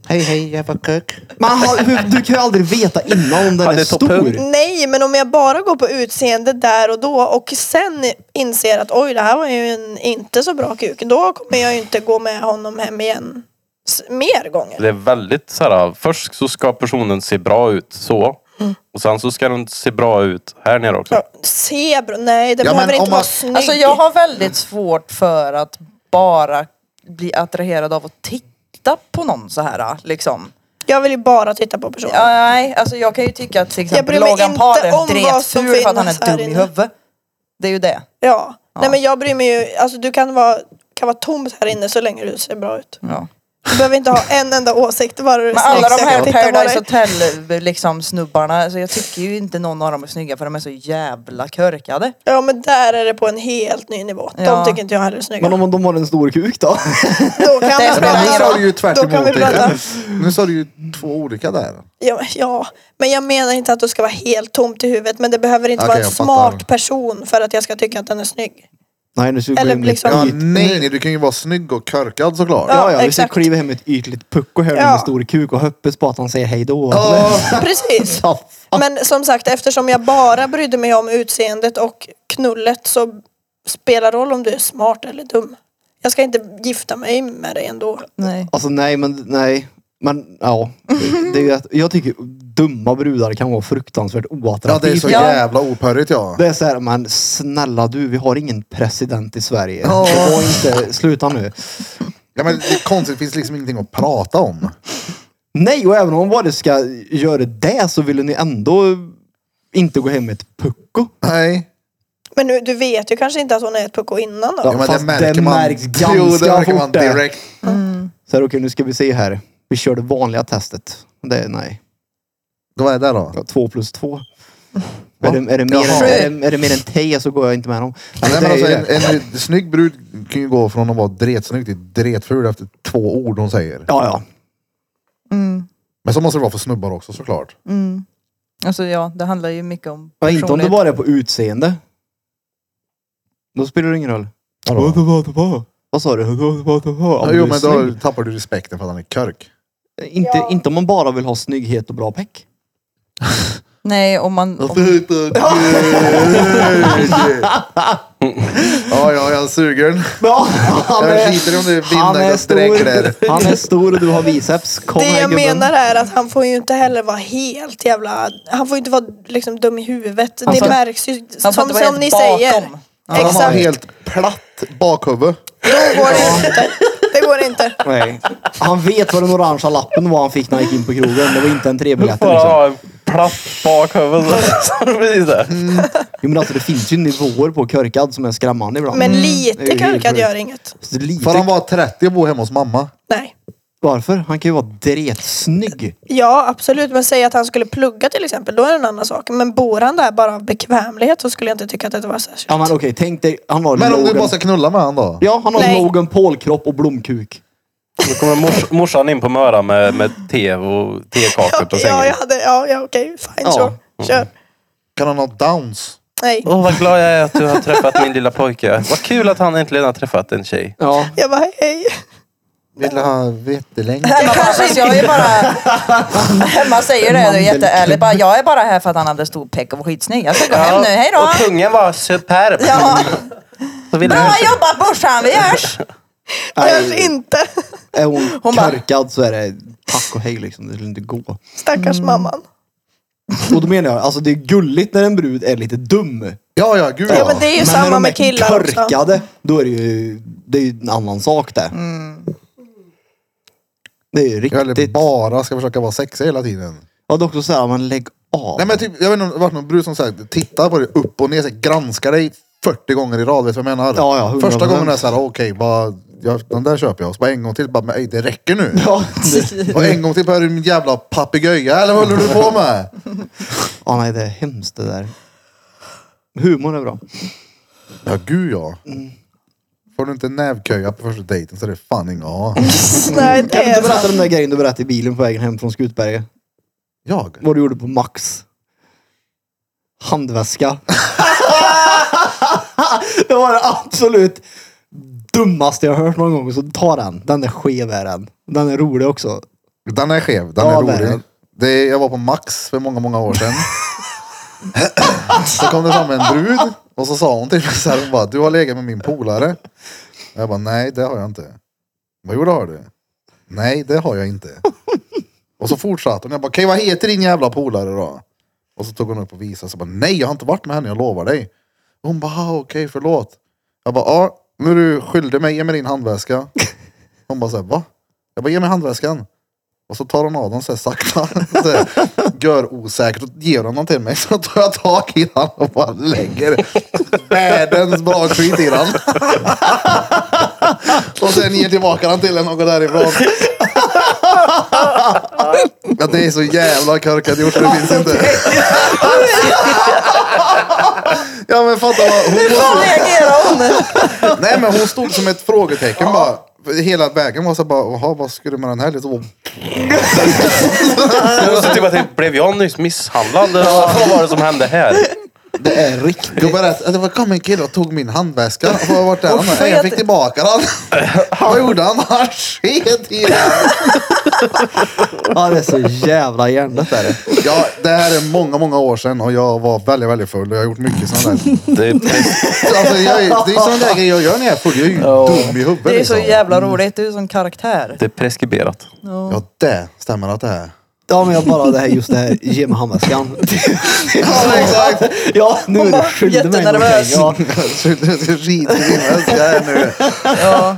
Speaker 1: Hej hej, jag var kuk.
Speaker 4: Man har, hur- du kan ju aldrig veta innan om den
Speaker 2: Ja, det
Speaker 4: är
Speaker 2: är topphugg.
Speaker 4: stor.
Speaker 6: Nej, men om jag bara går på utseende där och då och sen inser att oj, det här var ju en inte så bra kuk, då kommer jag ju inte gå med honom hem igen s- mer gånger.
Speaker 2: det är väldigt så här. Först så ska personen se bra ut så. Och sen så ska den se bra ut här nere också.
Speaker 6: Ja, Zebra, nej det
Speaker 1: Ja,
Speaker 6: behöver
Speaker 1: men
Speaker 6: inte
Speaker 1: om
Speaker 6: vara
Speaker 1: man-
Speaker 6: snygg.
Speaker 3: Alltså jag har väldigt svårt för att bara bli attraherad av att titta på någon så här liksom.
Speaker 6: Jag vill ju bara titta på personen.
Speaker 3: Ja, nej, alltså jag kan ju tycka att till exempel
Speaker 6: bryr mig
Speaker 3: Logan
Speaker 6: inte om
Speaker 3: Paul
Speaker 6: vad
Speaker 3: är
Speaker 6: som
Speaker 3: dretful för att han
Speaker 6: finns
Speaker 3: är
Speaker 6: här
Speaker 3: dum i
Speaker 6: inne.
Speaker 3: huvudet. Det är ju det.
Speaker 6: Ja.
Speaker 3: Ja.
Speaker 6: Nej men jag bryr mig ju, alltså du kan vara, kan vara tomt här inne så länge du ser bra ut.
Speaker 3: Ja.
Speaker 6: Du behöver inte ha en enda åsikt bara du är
Speaker 3: Men alla
Speaker 6: snygg,
Speaker 3: de
Speaker 6: så jag kan
Speaker 3: här
Speaker 6: titta på
Speaker 3: Paradise
Speaker 6: dig.
Speaker 3: Hotel liksom, snubbarna, alltså jag tycker ju inte någon av dem är snygga för de är så jävla körkade.
Speaker 6: Ja men där är det på en helt ny nivå.
Speaker 3: Ja.
Speaker 6: De tycker inte jag heller är snygga.
Speaker 4: Men om de har en stor kuk då?
Speaker 6: Då kan
Speaker 3: Det
Speaker 6: vi
Speaker 3: spelar
Speaker 1: Men nu
Speaker 3: ingen
Speaker 6: prata.
Speaker 1: sa du ju tvärt
Speaker 6: Då kan
Speaker 1: emot dig
Speaker 6: vi prata.
Speaker 1: själv. Nu sa du ju två olika där.
Speaker 6: Ja, men- ja, men jag menar inte att du ska vara helt tomt i huvudet men det behöver inte
Speaker 1: Okej,
Speaker 6: vara en
Speaker 1: jag fattar.
Speaker 6: smart person för att jag ska tycka att den är snygg.
Speaker 4: Nej, nu ska vi gå
Speaker 6: Eller
Speaker 4: in i ett
Speaker 6: liksom-
Speaker 1: Ja,
Speaker 4: yt-
Speaker 1: nej, nej, du kan ju vara snygg och körkad såklart.
Speaker 4: Ja,
Speaker 6: Ja,
Speaker 4: ja, vi ska
Speaker 6: exakt.
Speaker 4: kliva hem ett ytligt pucko här nu
Speaker 6: Ja.
Speaker 4: med stor kuk och hoppas på att han säger hej då.
Speaker 6: Precis.
Speaker 4: Ja.
Speaker 6: Men som sagt eftersom jag bara brydde mig om utseendet och knullet så spelar roll om du är smart eller dum. Jag ska inte gifta mig med dig ändå.
Speaker 3: Nej.
Speaker 4: Alltså nej, men nej. Men ja, det är ju att, jag tycker dumma brudar kan vara fruktansvärt
Speaker 1: Ja, det är
Speaker 4: oattraktivt.
Speaker 1: så
Speaker 3: Ja.
Speaker 1: jävla opörrigt ja.
Speaker 4: Det är så här, men snälla du, vi har ingen president i Sverige. Det var inte, sluta nu.
Speaker 1: ja men det är konstigt, det finns liksom ingenting att prata om.
Speaker 4: Nej, och även om vad ska göra det så vill ni ändå inte gå hem med ett pucko.
Speaker 1: Nej.
Speaker 6: Men nu, du vet ju kanske inte att hon är ett pucko innan då.
Speaker 1: Ja, men det
Speaker 4: fast
Speaker 1: märker
Speaker 4: det
Speaker 1: man.
Speaker 4: märks
Speaker 1: jo,
Speaker 4: ganska
Speaker 1: det märker man
Speaker 4: fort det.
Speaker 1: direkt.
Speaker 4: Så här, okej, nu ska vi se här. Vi kör det vanliga testet. Det är nej.
Speaker 1: Då är det där då.
Speaker 4: Ja, Två plus två. Är det, är, det mer än,
Speaker 1: Jaha.
Speaker 4: är, det, är det mer än tio så går jag inte med dem.
Speaker 1: Nej,
Speaker 4: det
Speaker 1: men
Speaker 4: är ju
Speaker 1: alltså,
Speaker 4: det.
Speaker 1: en, en snygg brud kan ju gå från att vara dretsnygg till dretful efter två ord hon säger.
Speaker 4: Ja, ja.
Speaker 3: Mm,
Speaker 1: Men så måste det vara för snubbar också såklart.
Speaker 3: Alltså ja, det handlar ju mycket om
Speaker 4: Men inte om det
Speaker 3: personlighet.
Speaker 4: bara är på utseende. Då spelar det ingen roll.
Speaker 1: Vadå?
Speaker 4: Vad sa du? Om
Speaker 1: Ja,
Speaker 4: du
Speaker 1: jo
Speaker 4: är
Speaker 1: men
Speaker 4: snygg.
Speaker 1: då tappar du respekten för att han är körk.
Speaker 4: Inte, inte om man bara vill ha snygghet och bra peck.
Speaker 3: Nej, om man... Om,
Speaker 1: Ja, ja, jag är sugen.
Speaker 4: Ja, han
Speaker 1: Jag skiter i om det är
Speaker 4: han
Speaker 1: vinda
Speaker 4: är
Speaker 1: eller dräkter.
Speaker 4: stor. Han är stor och du har biceps. Kom
Speaker 6: Det
Speaker 4: här
Speaker 6: jag
Speaker 4: gubben.
Speaker 6: menar är att han får ju inte heller vara helt jävla... Han får ju inte vara liksom dum i huvudet.
Speaker 3: Han
Speaker 6: det
Speaker 3: får-
Speaker 6: märks ju
Speaker 3: han
Speaker 6: som,
Speaker 3: får inte vara
Speaker 6: som
Speaker 3: helt
Speaker 6: ni
Speaker 3: bakom.
Speaker 6: säger.
Speaker 1: Han har
Speaker 6: Exakt.
Speaker 1: helt platt bakhuvud.
Speaker 6: Då går det inte. Det går inte.
Speaker 4: Nej. Han vet vad den orangea lappen var han fick när han gick in på krogen. Det var inte en
Speaker 2: Bara
Speaker 4: trebiljett. Liksom.
Speaker 2: ha en platt bakhuvud. Så Precis det.
Speaker 4: Jo, men alltså, det finns ju nivåer på körkad som är skrämmande ibland.
Speaker 6: Men
Speaker 4: Det är
Speaker 6: lite
Speaker 4: ju helt
Speaker 6: korkad
Speaker 4: sjukt.
Speaker 6: gör inget.
Speaker 4: Så lite...
Speaker 1: Får han vara 30 och bo hemma hos mamma?
Speaker 6: Nej.
Speaker 4: Varför? Han kan ju vara dretsnygg.
Speaker 6: Ja, absolut. Men säg att han skulle plugga till exempel, då är det en annan sak. Men bor han där bara av bekvämlighet så skulle jag inte tycka att det var särskilt.
Speaker 4: Ja, men okej, tänk dig. Han har
Speaker 1: Men om du
Speaker 4: Logan...
Speaker 1: bara ska knulla med han då?
Speaker 4: Ja, han har
Speaker 6: Nej.
Speaker 4: Logan Paul-kropp och blomkuk.
Speaker 2: Då kommer mors, morsan in på Möra med, med te och tekakor på sängen.
Speaker 6: ja, jag hade, ja, ja okej, fine,
Speaker 4: Ja.
Speaker 6: sure. Kör.
Speaker 1: Kan han ha downs?
Speaker 6: Nej.
Speaker 2: Åh, vad glad jag är att du har träffat min lilla pojke. Vad kul att han äntligen har träffat en tjej.
Speaker 4: Ja.
Speaker 6: Jag bara, hej.
Speaker 1: Vill ha vetelängd?
Speaker 3: Hemma bara, fast jag är bara... Hemma säger det, det är jätteärligt. Bara, jag är bara här för att han hade stor peck och var skitsnygg. Jag ska gå hem nu, hej då!
Speaker 2: Och kungen var superb.
Speaker 3: Ja,
Speaker 2: Så vill
Speaker 3: bra jobbat brorsan, vi hörs!
Speaker 6: Kanske inte.
Speaker 4: Är hon,
Speaker 3: Hon bara-
Speaker 4: körkad så är det tack och hej liksom. Det skulle inte gå.
Speaker 6: Stackars mamman.
Speaker 4: Och då menar jag, alltså det är gulligt när en brud är lite dum.
Speaker 1: Ja, ja, gud
Speaker 6: Ja,
Speaker 1: ja.
Speaker 6: men det är ju
Speaker 4: Men när
Speaker 6: samma
Speaker 4: de
Speaker 6: med
Speaker 4: är
Speaker 6: killar också.
Speaker 4: körkade, då är det ju, det är ju en annan sak det.
Speaker 6: Mm.
Speaker 4: Det är ju
Speaker 1: Eller
Speaker 4: riktigt.
Speaker 1: bara ska försöka vara sexig hela tiden.
Speaker 4: Ja, det är också så här, men lägg av.
Speaker 1: Nej men typ, jag vet inte om det varit någon brud som sagt, tittar på dig upp och ner, så här, granskar dig 40 gånger i rad. Vet du vad jag menar?
Speaker 4: Ja, ja, 100%.
Speaker 1: Första gången är det såhär, okej, bara, ja, den där köper jag. Och så bara en gång till, bara, men ey, det räcker nu.
Speaker 4: Ja, det,
Speaker 1: Och en gång till bara, är du min jävla papegoja eller vad håller du på med?
Speaker 4: ja, nej, det är hemskt det där. Humor är bra.
Speaker 1: Ja, gud ja.
Speaker 4: Mm.
Speaker 1: Får du inte nävköja på första dejten så är det fan inga A.
Speaker 4: Kan du
Speaker 6: Nej, det är
Speaker 4: inte berätta
Speaker 6: sant.
Speaker 4: den där grejen du berättade i bilen på vägen hem från Skutberget?
Speaker 1: Jag?
Speaker 4: Vad du gjorde på Max? Handväska. det var det absolut dummaste jag hört någon gång. Så ta den. Den är skev är den. Den är rolig också.
Speaker 1: Den är skev, den
Speaker 4: Ja,
Speaker 1: är
Speaker 4: det är
Speaker 1: rolig.
Speaker 4: den.
Speaker 1: Det är, jag var på Max för många, många år sedan. så kom det fram en brud och så sa hon till mig så här, hon bara, du har legat med min polare. Och jag bara, nej det har jag inte. Vad gjorde har du? Nej det har jag inte. Och så fortsatte hon, jag bara, okej vad heter din jävla polare då? Och så tog hon upp och visade, så bara, nej jag har inte varit med henne, jag lovar dig. Och hon bara, "Ah, okej förlåt. Jag bara, ja nu är du skyldig mig, ge mig din handväska. Hon bara, så här, va? Jag bara, ge mig handväskan. Och så tar hon av den så här sakta. Så här, gör osäkert och ger hon den till mig. Så tar jag tag i den och bara lägger världens bra skit i den. och sen ger tillbaka den till en och går därifrån. Ja, det är så jävla korkat gjort så det finns inte. ja men fatta vad. Hon
Speaker 3: Hur
Speaker 1: måste,
Speaker 3: reagerar hon?
Speaker 1: nej men hon stod som ett frågetecken bara. Hela vägen var så här bara, jaha vad skulle man den här lite så-
Speaker 2: Och så typ att jag, blev jag nyss misshandlad? Eller Vad var det som hände här?
Speaker 4: Det är riktigt.
Speaker 1: Jag berättade att det var- kom en kille och tog min handväska. Och vad vart är han?
Speaker 3: Och
Speaker 1: Nej, Jag
Speaker 3: sket-
Speaker 1: fick tillbaka den. Vad gjorde han? Han sket i den.
Speaker 4: Ja, det är så jävla hjärndött är det.
Speaker 1: Ja, det här är många, många år sedan och jag var väldigt, väldigt full och jag har gjort mycket sådana där.
Speaker 2: Det är precis-
Speaker 1: Alltså, jag, är- det är sådana där grejer jag gör när jag är full. Jag är ju dum i huvudet.
Speaker 3: Det är så
Speaker 1: liksom.
Speaker 3: jävla roligt, du är som karaktär.
Speaker 2: det är preskriberat.
Speaker 1: Ja, det stämmer att det är.
Speaker 4: Ja, men jag bara det här just det här. Ge mig handväskan.
Speaker 1: Ja, exakt.
Speaker 4: ja, nu är du skyldig mig.
Speaker 3: jättenervös.
Speaker 4: någonting.
Speaker 1: Skit i din väska här nu.
Speaker 3: Ja.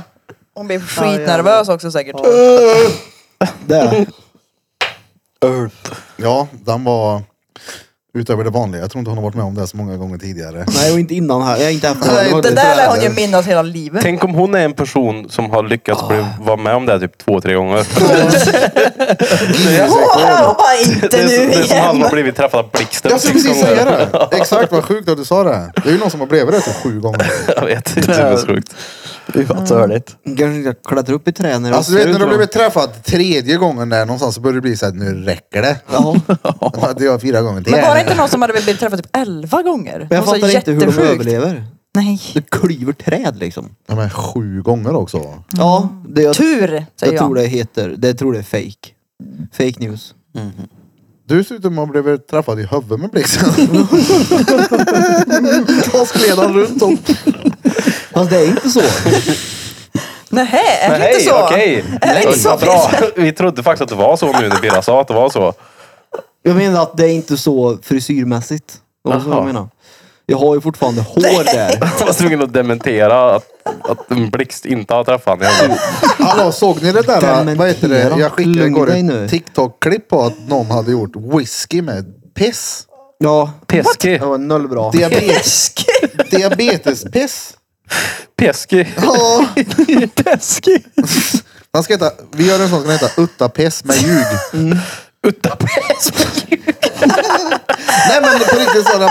Speaker 3: Hon blir skitnervös också säkert.
Speaker 4: Ja, det är det.
Speaker 1: Ja, den var utöver det vanliga. Jag tror inte hon har varit med om det här så många gånger tidigare.
Speaker 4: Nej, och inte innan här. Jag är inte efter.
Speaker 1: Nej,
Speaker 4: var
Speaker 1: det
Speaker 3: Det
Speaker 4: lite
Speaker 3: där
Speaker 4: sådär.
Speaker 3: lär hon ju minnas hela livet.
Speaker 2: Tänk om hon är en person som har lyckats bli,
Speaker 3: Ah.
Speaker 2: vara med om det här typ två, tre gånger.
Speaker 3: Åh, hon bara
Speaker 2: Det
Speaker 3: inte
Speaker 2: är,
Speaker 3: nu
Speaker 2: som- det är som han
Speaker 3: igen.
Speaker 2: har blivit träffad av blixten
Speaker 1: Jag skulle
Speaker 2: sex
Speaker 1: precis
Speaker 2: gånger.
Speaker 1: säga det. Exakt vad sjukt att du sa det. Det är ju någon som har blivit det typ sju gånger.
Speaker 2: Jag vet, det är typ så sjukt.
Speaker 5: Fy fan
Speaker 1: Mm.
Speaker 5: så härligt.
Speaker 4: Kanske inte klättrar upp i trä när det
Speaker 1: Alltså du vet
Speaker 4: ser
Speaker 1: när
Speaker 4: ut
Speaker 1: du har
Speaker 4: då.
Speaker 1: blivit träffad tredje gången där någonstans så börjar det bli så här, nu räcker det.
Speaker 4: Ja.
Speaker 1: Det var fyra gånger till.
Speaker 3: Men var det inte någon som hade blivit träffad typ elva gånger?
Speaker 4: Men jag
Speaker 3: Hon sa
Speaker 4: fattar inte hur de
Speaker 3: jättesjukt.
Speaker 4: överlever.
Speaker 3: Nej.
Speaker 4: Du klyver träd liksom.
Speaker 1: Ja, men sju gånger också.
Speaker 4: Ja, det, jag,
Speaker 3: Tur, säger
Speaker 4: jag tror
Speaker 3: jag.
Speaker 4: det heter, det jag tror det är fake. Fake news.
Speaker 1: Du ser ut som om du blev träffad i huvudet med blixten. Då skled han runt och...
Speaker 4: Fast det är inte så.
Speaker 3: Nej, är
Speaker 2: Men
Speaker 3: det inte
Speaker 2: hej,
Speaker 3: så?
Speaker 2: okej.
Speaker 3: Är det
Speaker 2: Vad
Speaker 3: inte så?
Speaker 2: Bra. Vi trodde faktiskt att det var så nu när Birra sa att det var så.
Speaker 4: Jag menar att det är inte så frisyrmässigt. Det var så
Speaker 2: Jaha.
Speaker 4: jag menar. Jag har ju fortfarande hår där.
Speaker 2: Jag var tvungen att dementera att, att en blixt inte har träffat honom.
Speaker 1: Hallå, såg ni det där?
Speaker 4: Dementera.
Speaker 1: Vad heter det? Jag skickade
Speaker 4: Lugn
Speaker 1: igår
Speaker 4: dig nu.
Speaker 1: ett TikTok-klipp på att någon hade gjort whisky med Piss.
Speaker 4: Ja,
Speaker 2: Peski.
Speaker 4: det var noll bra.
Speaker 1: Diabetes. Diabetespis.
Speaker 2: Peski.
Speaker 1: Ja.
Speaker 5: Taskig!
Speaker 1: Man ska heta, vi gör en sån som heter Utta-piss med ljug. Nej men på riktigt så är det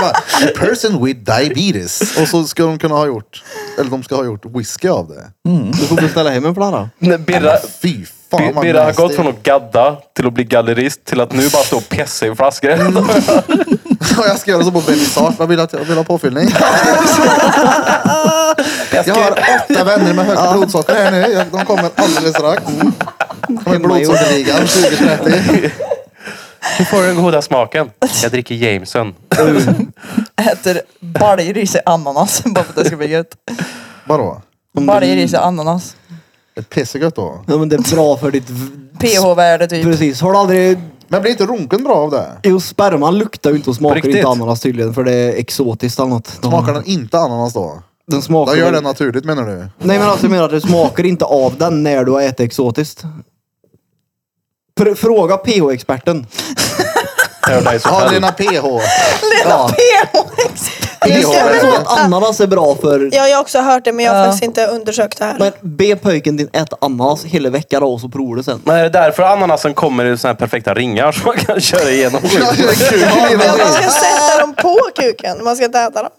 Speaker 1: bara person with diabetes. Och så ska de kunna ha gjort, eller de ska ha gjort whisky av det.
Speaker 4: Du får beställa hem en flarra.
Speaker 2: Nej, Birra,
Speaker 1: Fy fan vad
Speaker 2: Birra har
Speaker 1: nasty.
Speaker 2: gått från att gadda till att bli gallerist till att nu bara stå och pessa i flaskor.
Speaker 1: Ja, jag ska göra så på vernissage. Vad vill du att jag vill ha påfyllning? jag har åtta vänner med högt blodsocker här nu. Jag- De kommer alldeles strax. De är blodsockerligan 2030.
Speaker 2: Hur får du den goda smaken? Jag dricker Jameson.
Speaker 3: Äter baljor i sig ananas bara för att det ska bli gött.
Speaker 1: Vadå?
Speaker 3: Baljor i sig ananas.
Speaker 1: Ett piss är gött då.
Speaker 4: Ja, men det är bra för ditt... v-
Speaker 3: PH-värde typ.
Speaker 4: Precis. Har du aldrig...
Speaker 1: Men blir inte runken bra av det?
Speaker 4: Jo, sperman luktar ju inte och smakar
Speaker 2: På riktigt?
Speaker 4: inte ananas tydligen för det är exotiskt eller något. De-
Speaker 1: Smakar den inte ananas då?
Speaker 4: Den smakar...
Speaker 1: Då gör
Speaker 4: väl-
Speaker 1: den naturligt menar du?
Speaker 4: Nej men alltså jag menar att du smakar inte av den när du har ätit exotiskt. Pr- fråga PH-experten.
Speaker 2: Hör dig så
Speaker 1: Ja,
Speaker 2: själv.
Speaker 1: Lena PH.
Speaker 4: Ja.
Speaker 1: PH.
Speaker 4: Visst är det så att ananas är bra för...
Speaker 6: Ja, jag har också hört det men jag har
Speaker 3: Ja.
Speaker 6: faktiskt inte undersökt det här.
Speaker 4: Men be pojken din äta ananas hela veckan då och så provar du sen.
Speaker 2: Men är det därför ananasen kommer i såna här perfekta ringar som man kan köra igenom?
Speaker 1: Ja, det är kul. Det
Speaker 6: Men man
Speaker 1: är
Speaker 6: ska sätta dem på kuken, man ska inte äta dem.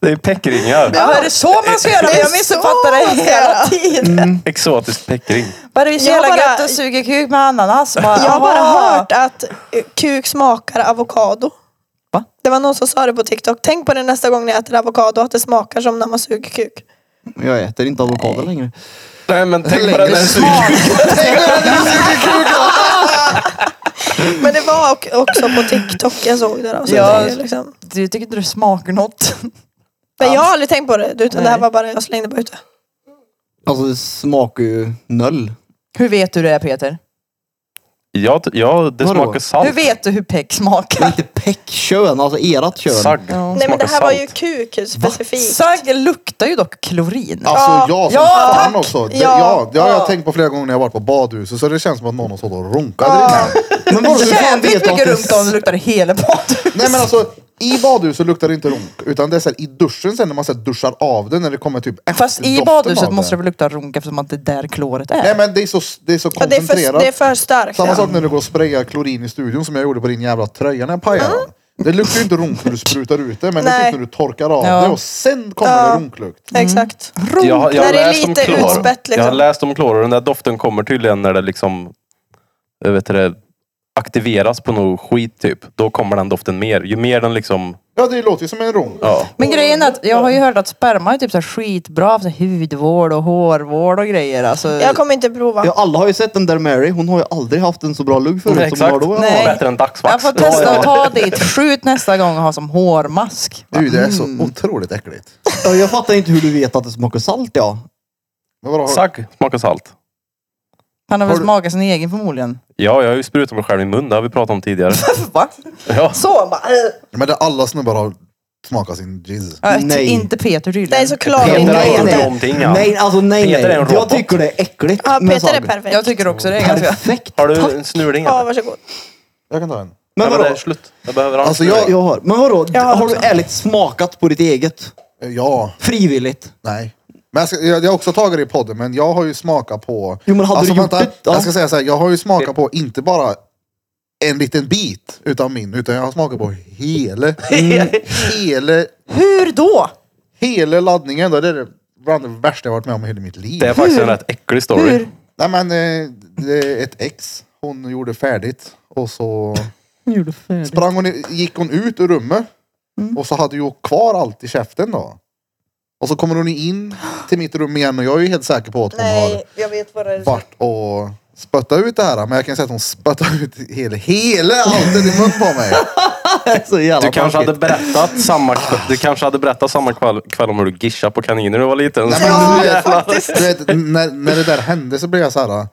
Speaker 2: Det är peckringar.
Speaker 3: Ja, är det så man ska göra?
Speaker 6: Det är
Speaker 3: Jag missuppfattar
Speaker 6: så
Speaker 3: det
Speaker 6: Mm. man ska göra.
Speaker 3: hela tiden.
Speaker 2: Exotisk peckring.
Speaker 3: Bara det är så
Speaker 6: Jag
Speaker 3: jävla
Speaker 6: bara-
Speaker 3: gött att suga kuk med ananas. Bara,
Speaker 6: Jag har bara
Speaker 3: aha.
Speaker 6: hört att eh, kuk smakar avokado.
Speaker 3: Va?
Speaker 6: Det var någon som sa det på TikTok. Tänk på det nästa gång ni äter avokado, att det smakar som när man suger kuk.
Speaker 4: Jag äter inte avokado längre.
Speaker 2: Nej men tänk på
Speaker 1: Lägger
Speaker 2: den där
Speaker 1: smak.
Speaker 6: Men det var ok- också på TikTok jag såg det då. Så
Speaker 3: Ja.
Speaker 6: det är liksom.
Speaker 3: Du tycker inte det smakar något.
Speaker 6: Men jag har aldrig tänkt på det, utan det här
Speaker 3: Nej.
Speaker 6: var bara, jag slängde bara ut det.
Speaker 4: Alltså det smakar ju noll.
Speaker 3: Hur vet du det Peter?
Speaker 2: Ja, t- ja det
Speaker 4: Vadå?
Speaker 2: smakar salt.
Speaker 3: Hur vet du hur peck
Speaker 4: Men
Speaker 3: smakar?
Speaker 4: inte peckkön, alltså erat kön.
Speaker 2: Sagg.
Speaker 3: Ja.
Speaker 6: Nej men
Speaker 2: Smakar
Speaker 6: det här var
Speaker 2: salt.
Speaker 6: ju kuk specifikt.
Speaker 3: Sagg luktar ju dock klorin.
Speaker 1: Alltså jag som
Speaker 3: Ja,
Speaker 1: fan också. Det,
Speaker 6: Ja.
Speaker 1: ja, det har jag tänkt på flera gånger när jag varit på badhuset så det känns som att någon har stått och runkat där inne.
Speaker 4: Men vadå, hur fan
Speaker 3: Jävligt
Speaker 4: vet du att
Speaker 3: mycket
Speaker 4: det-
Speaker 3: runt om det luktar i hela badhuset.
Speaker 1: Nej men alltså i badhuset luktar det inte runk utan det är så här, i duschen sen när man så här, duschar av det när det kommer typ
Speaker 3: Fast i
Speaker 1: efterdoften
Speaker 3: badhuset
Speaker 1: av
Speaker 3: måste det väl lukta runk eftersom att det är där kloret är.
Speaker 1: Nej men det är så, det är så
Speaker 6: Ja, det, är för,
Speaker 1: koncentrerat.
Speaker 6: det är för starkt.
Speaker 1: Samma
Speaker 6: ja.
Speaker 1: sak när du går och sprayar klorin i studion som jag gjorde på din jävla tröja när jag pajade den. Det luktar ju inte runk när du sprutar ut det men det luktar
Speaker 6: Nej.
Speaker 1: när du torkar av
Speaker 3: Ja.
Speaker 1: det och sen kommer
Speaker 6: Ja.
Speaker 1: det runklukt.
Speaker 6: Exakt.
Speaker 1: Mm.
Speaker 2: Jag, har- jag har
Speaker 6: När det är
Speaker 2: läst om
Speaker 6: lite
Speaker 2: klor.
Speaker 6: utspätt, liksom.
Speaker 2: Jag har läst om klor och den där doften kommer tydligen när det liksom jag vet inte det, aktiveras på något skit typ. Då kommer den doften mer. Ju mer den liksom...
Speaker 1: Ja det låter ju som en runk.
Speaker 2: Ja.
Speaker 3: Men grejen är att jag har ju hört att sperma är typ så här skitbra för hudvård och hårvård och grejer. Alltså,
Speaker 6: Jag kommer inte prova.
Speaker 4: Ja, alla har ju sett den där Mary. Hon har ju aldrig haft en så bra lugg förut
Speaker 2: Nej,
Speaker 4: som hon har
Speaker 2: exakt.
Speaker 4: då.
Speaker 3: Nej.
Speaker 2: Bättre än
Speaker 3: jag
Speaker 2: dagsvax.
Speaker 3: får testa att ta dit. Skjut nästa gång och ha som hårmask.
Speaker 1: Du, det är så
Speaker 6: Mm.
Speaker 1: otroligt äckligt.
Speaker 4: Ja, Jag fattar inte hur du vet att det smakar salt ja.
Speaker 1: Men vadå, har-
Speaker 2: Sagg smakar salt.
Speaker 3: Han har
Speaker 1: Har
Speaker 3: väl
Speaker 1: du-
Speaker 3: smakat sin egen förmodligen.
Speaker 2: Ja, jag har ju sprutat mig själv i mun. Det har vi pratat om tidigare.
Speaker 3: Va?
Speaker 2: Ja.
Speaker 3: Så bara... äh.
Speaker 1: Men det alla snubbar har smakat sin jizz.
Speaker 3: Äh,
Speaker 4: Nej.
Speaker 3: Inte Peter tydligen.
Speaker 6: Nej såklart
Speaker 2: Peter har
Speaker 4: nej,
Speaker 2: gjort
Speaker 4: nej.
Speaker 6: inte.
Speaker 2: någonting ja.
Speaker 4: Nej, alltså nej,
Speaker 2: Peter är
Speaker 4: nej.
Speaker 2: en
Speaker 4: Jag
Speaker 2: robot.
Speaker 4: tycker det är äckligt
Speaker 6: Ja,
Speaker 4: med
Speaker 6: Peter är
Speaker 4: salt.
Speaker 6: perfekt.
Speaker 3: Jag tycker också det är ganska...
Speaker 4: Perfekt.
Speaker 2: Har du en snurring?
Speaker 6: Ja,
Speaker 2: eller?
Speaker 6: varsågod.
Speaker 1: Jag kan ta en.
Speaker 4: Men
Speaker 2: Nej, men det är
Speaker 4: vadå?
Speaker 2: slut. Jag behöver allt.
Speaker 1: Alltså,
Speaker 2: nu.
Speaker 1: jag-
Speaker 4: Jag har. Men vadå?
Speaker 6: Jag har
Speaker 4: Har du
Speaker 6: också.
Speaker 4: ärligt smakat på ditt eget?
Speaker 1: Eh, Ja,
Speaker 4: Frivilligt?
Speaker 1: nej. Men jag, ska, jag, jag har också tagit det i podden, men jag har ju smakat på... Alltså,
Speaker 4: Jo, men hade du gjort det? Ja.
Speaker 1: Jag ska säga så här, jag har ju smakat på inte bara en liten bit utav min, utan jag har smakat på hela,
Speaker 4: Mm.
Speaker 1: hela,
Speaker 3: Hur då?
Speaker 1: hela laddningen. Då. Det är bland det värsta jag varit med om i hela mitt liv.
Speaker 2: Det är faktiskt en rätt äcklig story.
Speaker 3: Hur?
Speaker 1: Nej men, eh, det är ett ex. Hon gjorde färdigt och så...
Speaker 4: Gjorde färdigt. Mm.
Speaker 1: sprang hon, i- gick hon ut ur rummet och så hade ju kvar allt i käften då. Och så kommer hon ju in till mitt rum igen och jag är ju helt säker på att hon
Speaker 6: Nej, jag vet vad det
Speaker 1: har varit och spöttat ut det här. Men jag kan säga att hon spöttade ut hela, hela allt i mun på mig.
Speaker 4: Så jävla
Speaker 2: Du kanske
Speaker 4: tråkigt.
Speaker 2: hade berättat samma, kv- du kanske hade berättat samma kväll, kväll om hur du gishade på kaniner när du var liten.
Speaker 1: Nej, men, du vet, du vet, när, när det där hände så blev jag så här. Alltså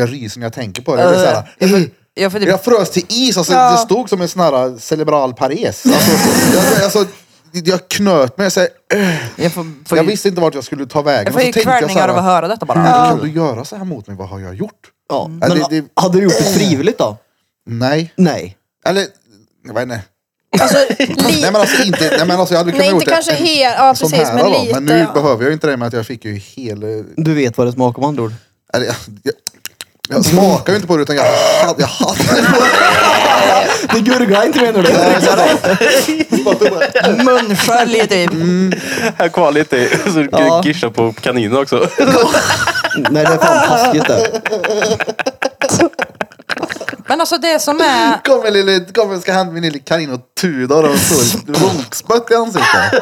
Speaker 1: jag ryser när jag tänker på det. Jag, blev så här,
Speaker 3: Jag får typ
Speaker 1: jag frös till is. Alltså,
Speaker 6: Ja.
Speaker 1: Det stod som en sån här äh, cerebral pares. Alltså, jag, alltså, jag knöt mig. Så här,
Speaker 3: Jag får, får
Speaker 1: jag
Speaker 3: ju,
Speaker 1: visste inte vart jag skulle ta vägen.
Speaker 3: jag
Speaker 1: Och
Speaker 3: får
Speaker 1: så
Speaker 3: ju
Speaker 1: tänkte jag så
Speaker 3: kvällningar
Speaker 1: här,
Speaker 3: av att höra detta bara.
Speaker 1: Hur kan du göra så här mot mig? Vad har jag gjort?
Speaker 4: Ja,
Speaker 1: Ja,
Speaker 4: men
Speaker 1: det- det-
Speaker 4: hade du gjort det frivilligt då?
Speaker 1: Nej.
Speaker 4: Nej.
Speaker 1: Eller Jag vet inte.
Speaker 6: Alltså, li-
Speaker 1: Nej men alltså inte, nej, men alltså, jag hade kunnat
Speaker 6: Nej,
Speaker 1: gjort
Speaker 6: inte kanske
Speaker 1: en-
Speaker 6: hel, ja
Speaker 1: en sån
Speaker 6: precis,
Speaker 1: här
Speaker 6: men
Speaker 1: då.
Speaker 6: lite.
Speaker 1: Men nu
Speaker 6: ja.
Speaker 1: behöver jag ju inte det med att jag fick ju hel...
Speaker 4: Du vet vad det smakar med andra ord.
Speaker 1: Eller, jag, jag, jag smakar ju inte på det utan jag hade... Jag hade
Speaker 4: Det gurglar inte menar du?
Speaker 3: Munskölj typ.
Speaker 1: Mm.
Speaker 2: Här kvar lite så du
Speaker 4: Ja.
Speaker 2: gissar på kaninen också.
Speaker 4: Nej det är fan taskigt det.
Speaker 3: Men alltså det som är...
Speaker 1: Kommer lille, kommer ska hand min lille kanin och Tudor och så ronkspött i ansiktet.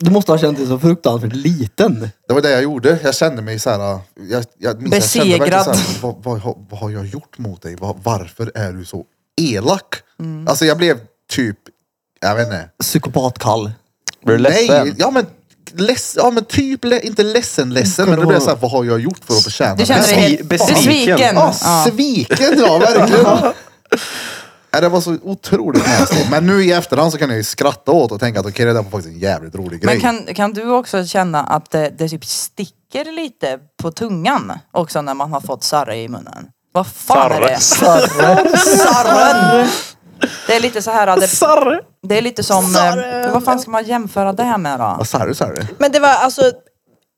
Speaker 4: Du måste ha känt dig så fruktansvärt liten.
Speaker 1: Det var det jag gjorde. Jag kände mig så här. äh, Jag, jag minns, jag kände verkligen
Speaker 3: Besegrad.
Speaker 1: så här, vad, vad, har- vad har jag gjort mot dig? Vad- varför är du så elak?
Speaker 3: Mm.
Speaker 1: Alltså jag blev typ, jag vet inte.
Speaker 4: Psykopatkall.
Speaker 5: Blir du ledsen?
Speaker 1: Nej, ja men, less, ja, men typ, le, inte ledsen ledsen, men det blev så här, vad har jag gjort för att förtjäna
Speaker 3: Du känner dig
Speaker 1: här?
Speaker 3: helt
Speaker 2: Besviken.
Speaker 3: besviken.
Speaker 1: Ja,
Speaker 3: Ja.
Speaker 1: sviken ja, verkligen. Nej, det var så otroligt nasty. Men nu i efterhand så kan jag ju skratta åt och tänka att okej, det där var faktiskt en jävligt rolig grej.
Speaker 3: Men kan, kan du också känna att det, det typ sticker lite på tungan också när man har fått sarre i munnen? Vad fan är det? Sarre. Sarren. Det är lite så här. Det,
Speaker 6: Sarr.
Speaker 3: det är lite som... eh,
Speaker 6: Sarre.
Speaker 3: Vad fan ska man jämföra det här med då?
Speaker 1: Vad sa du? Sa du?
Speaker 6: Men det var alltså,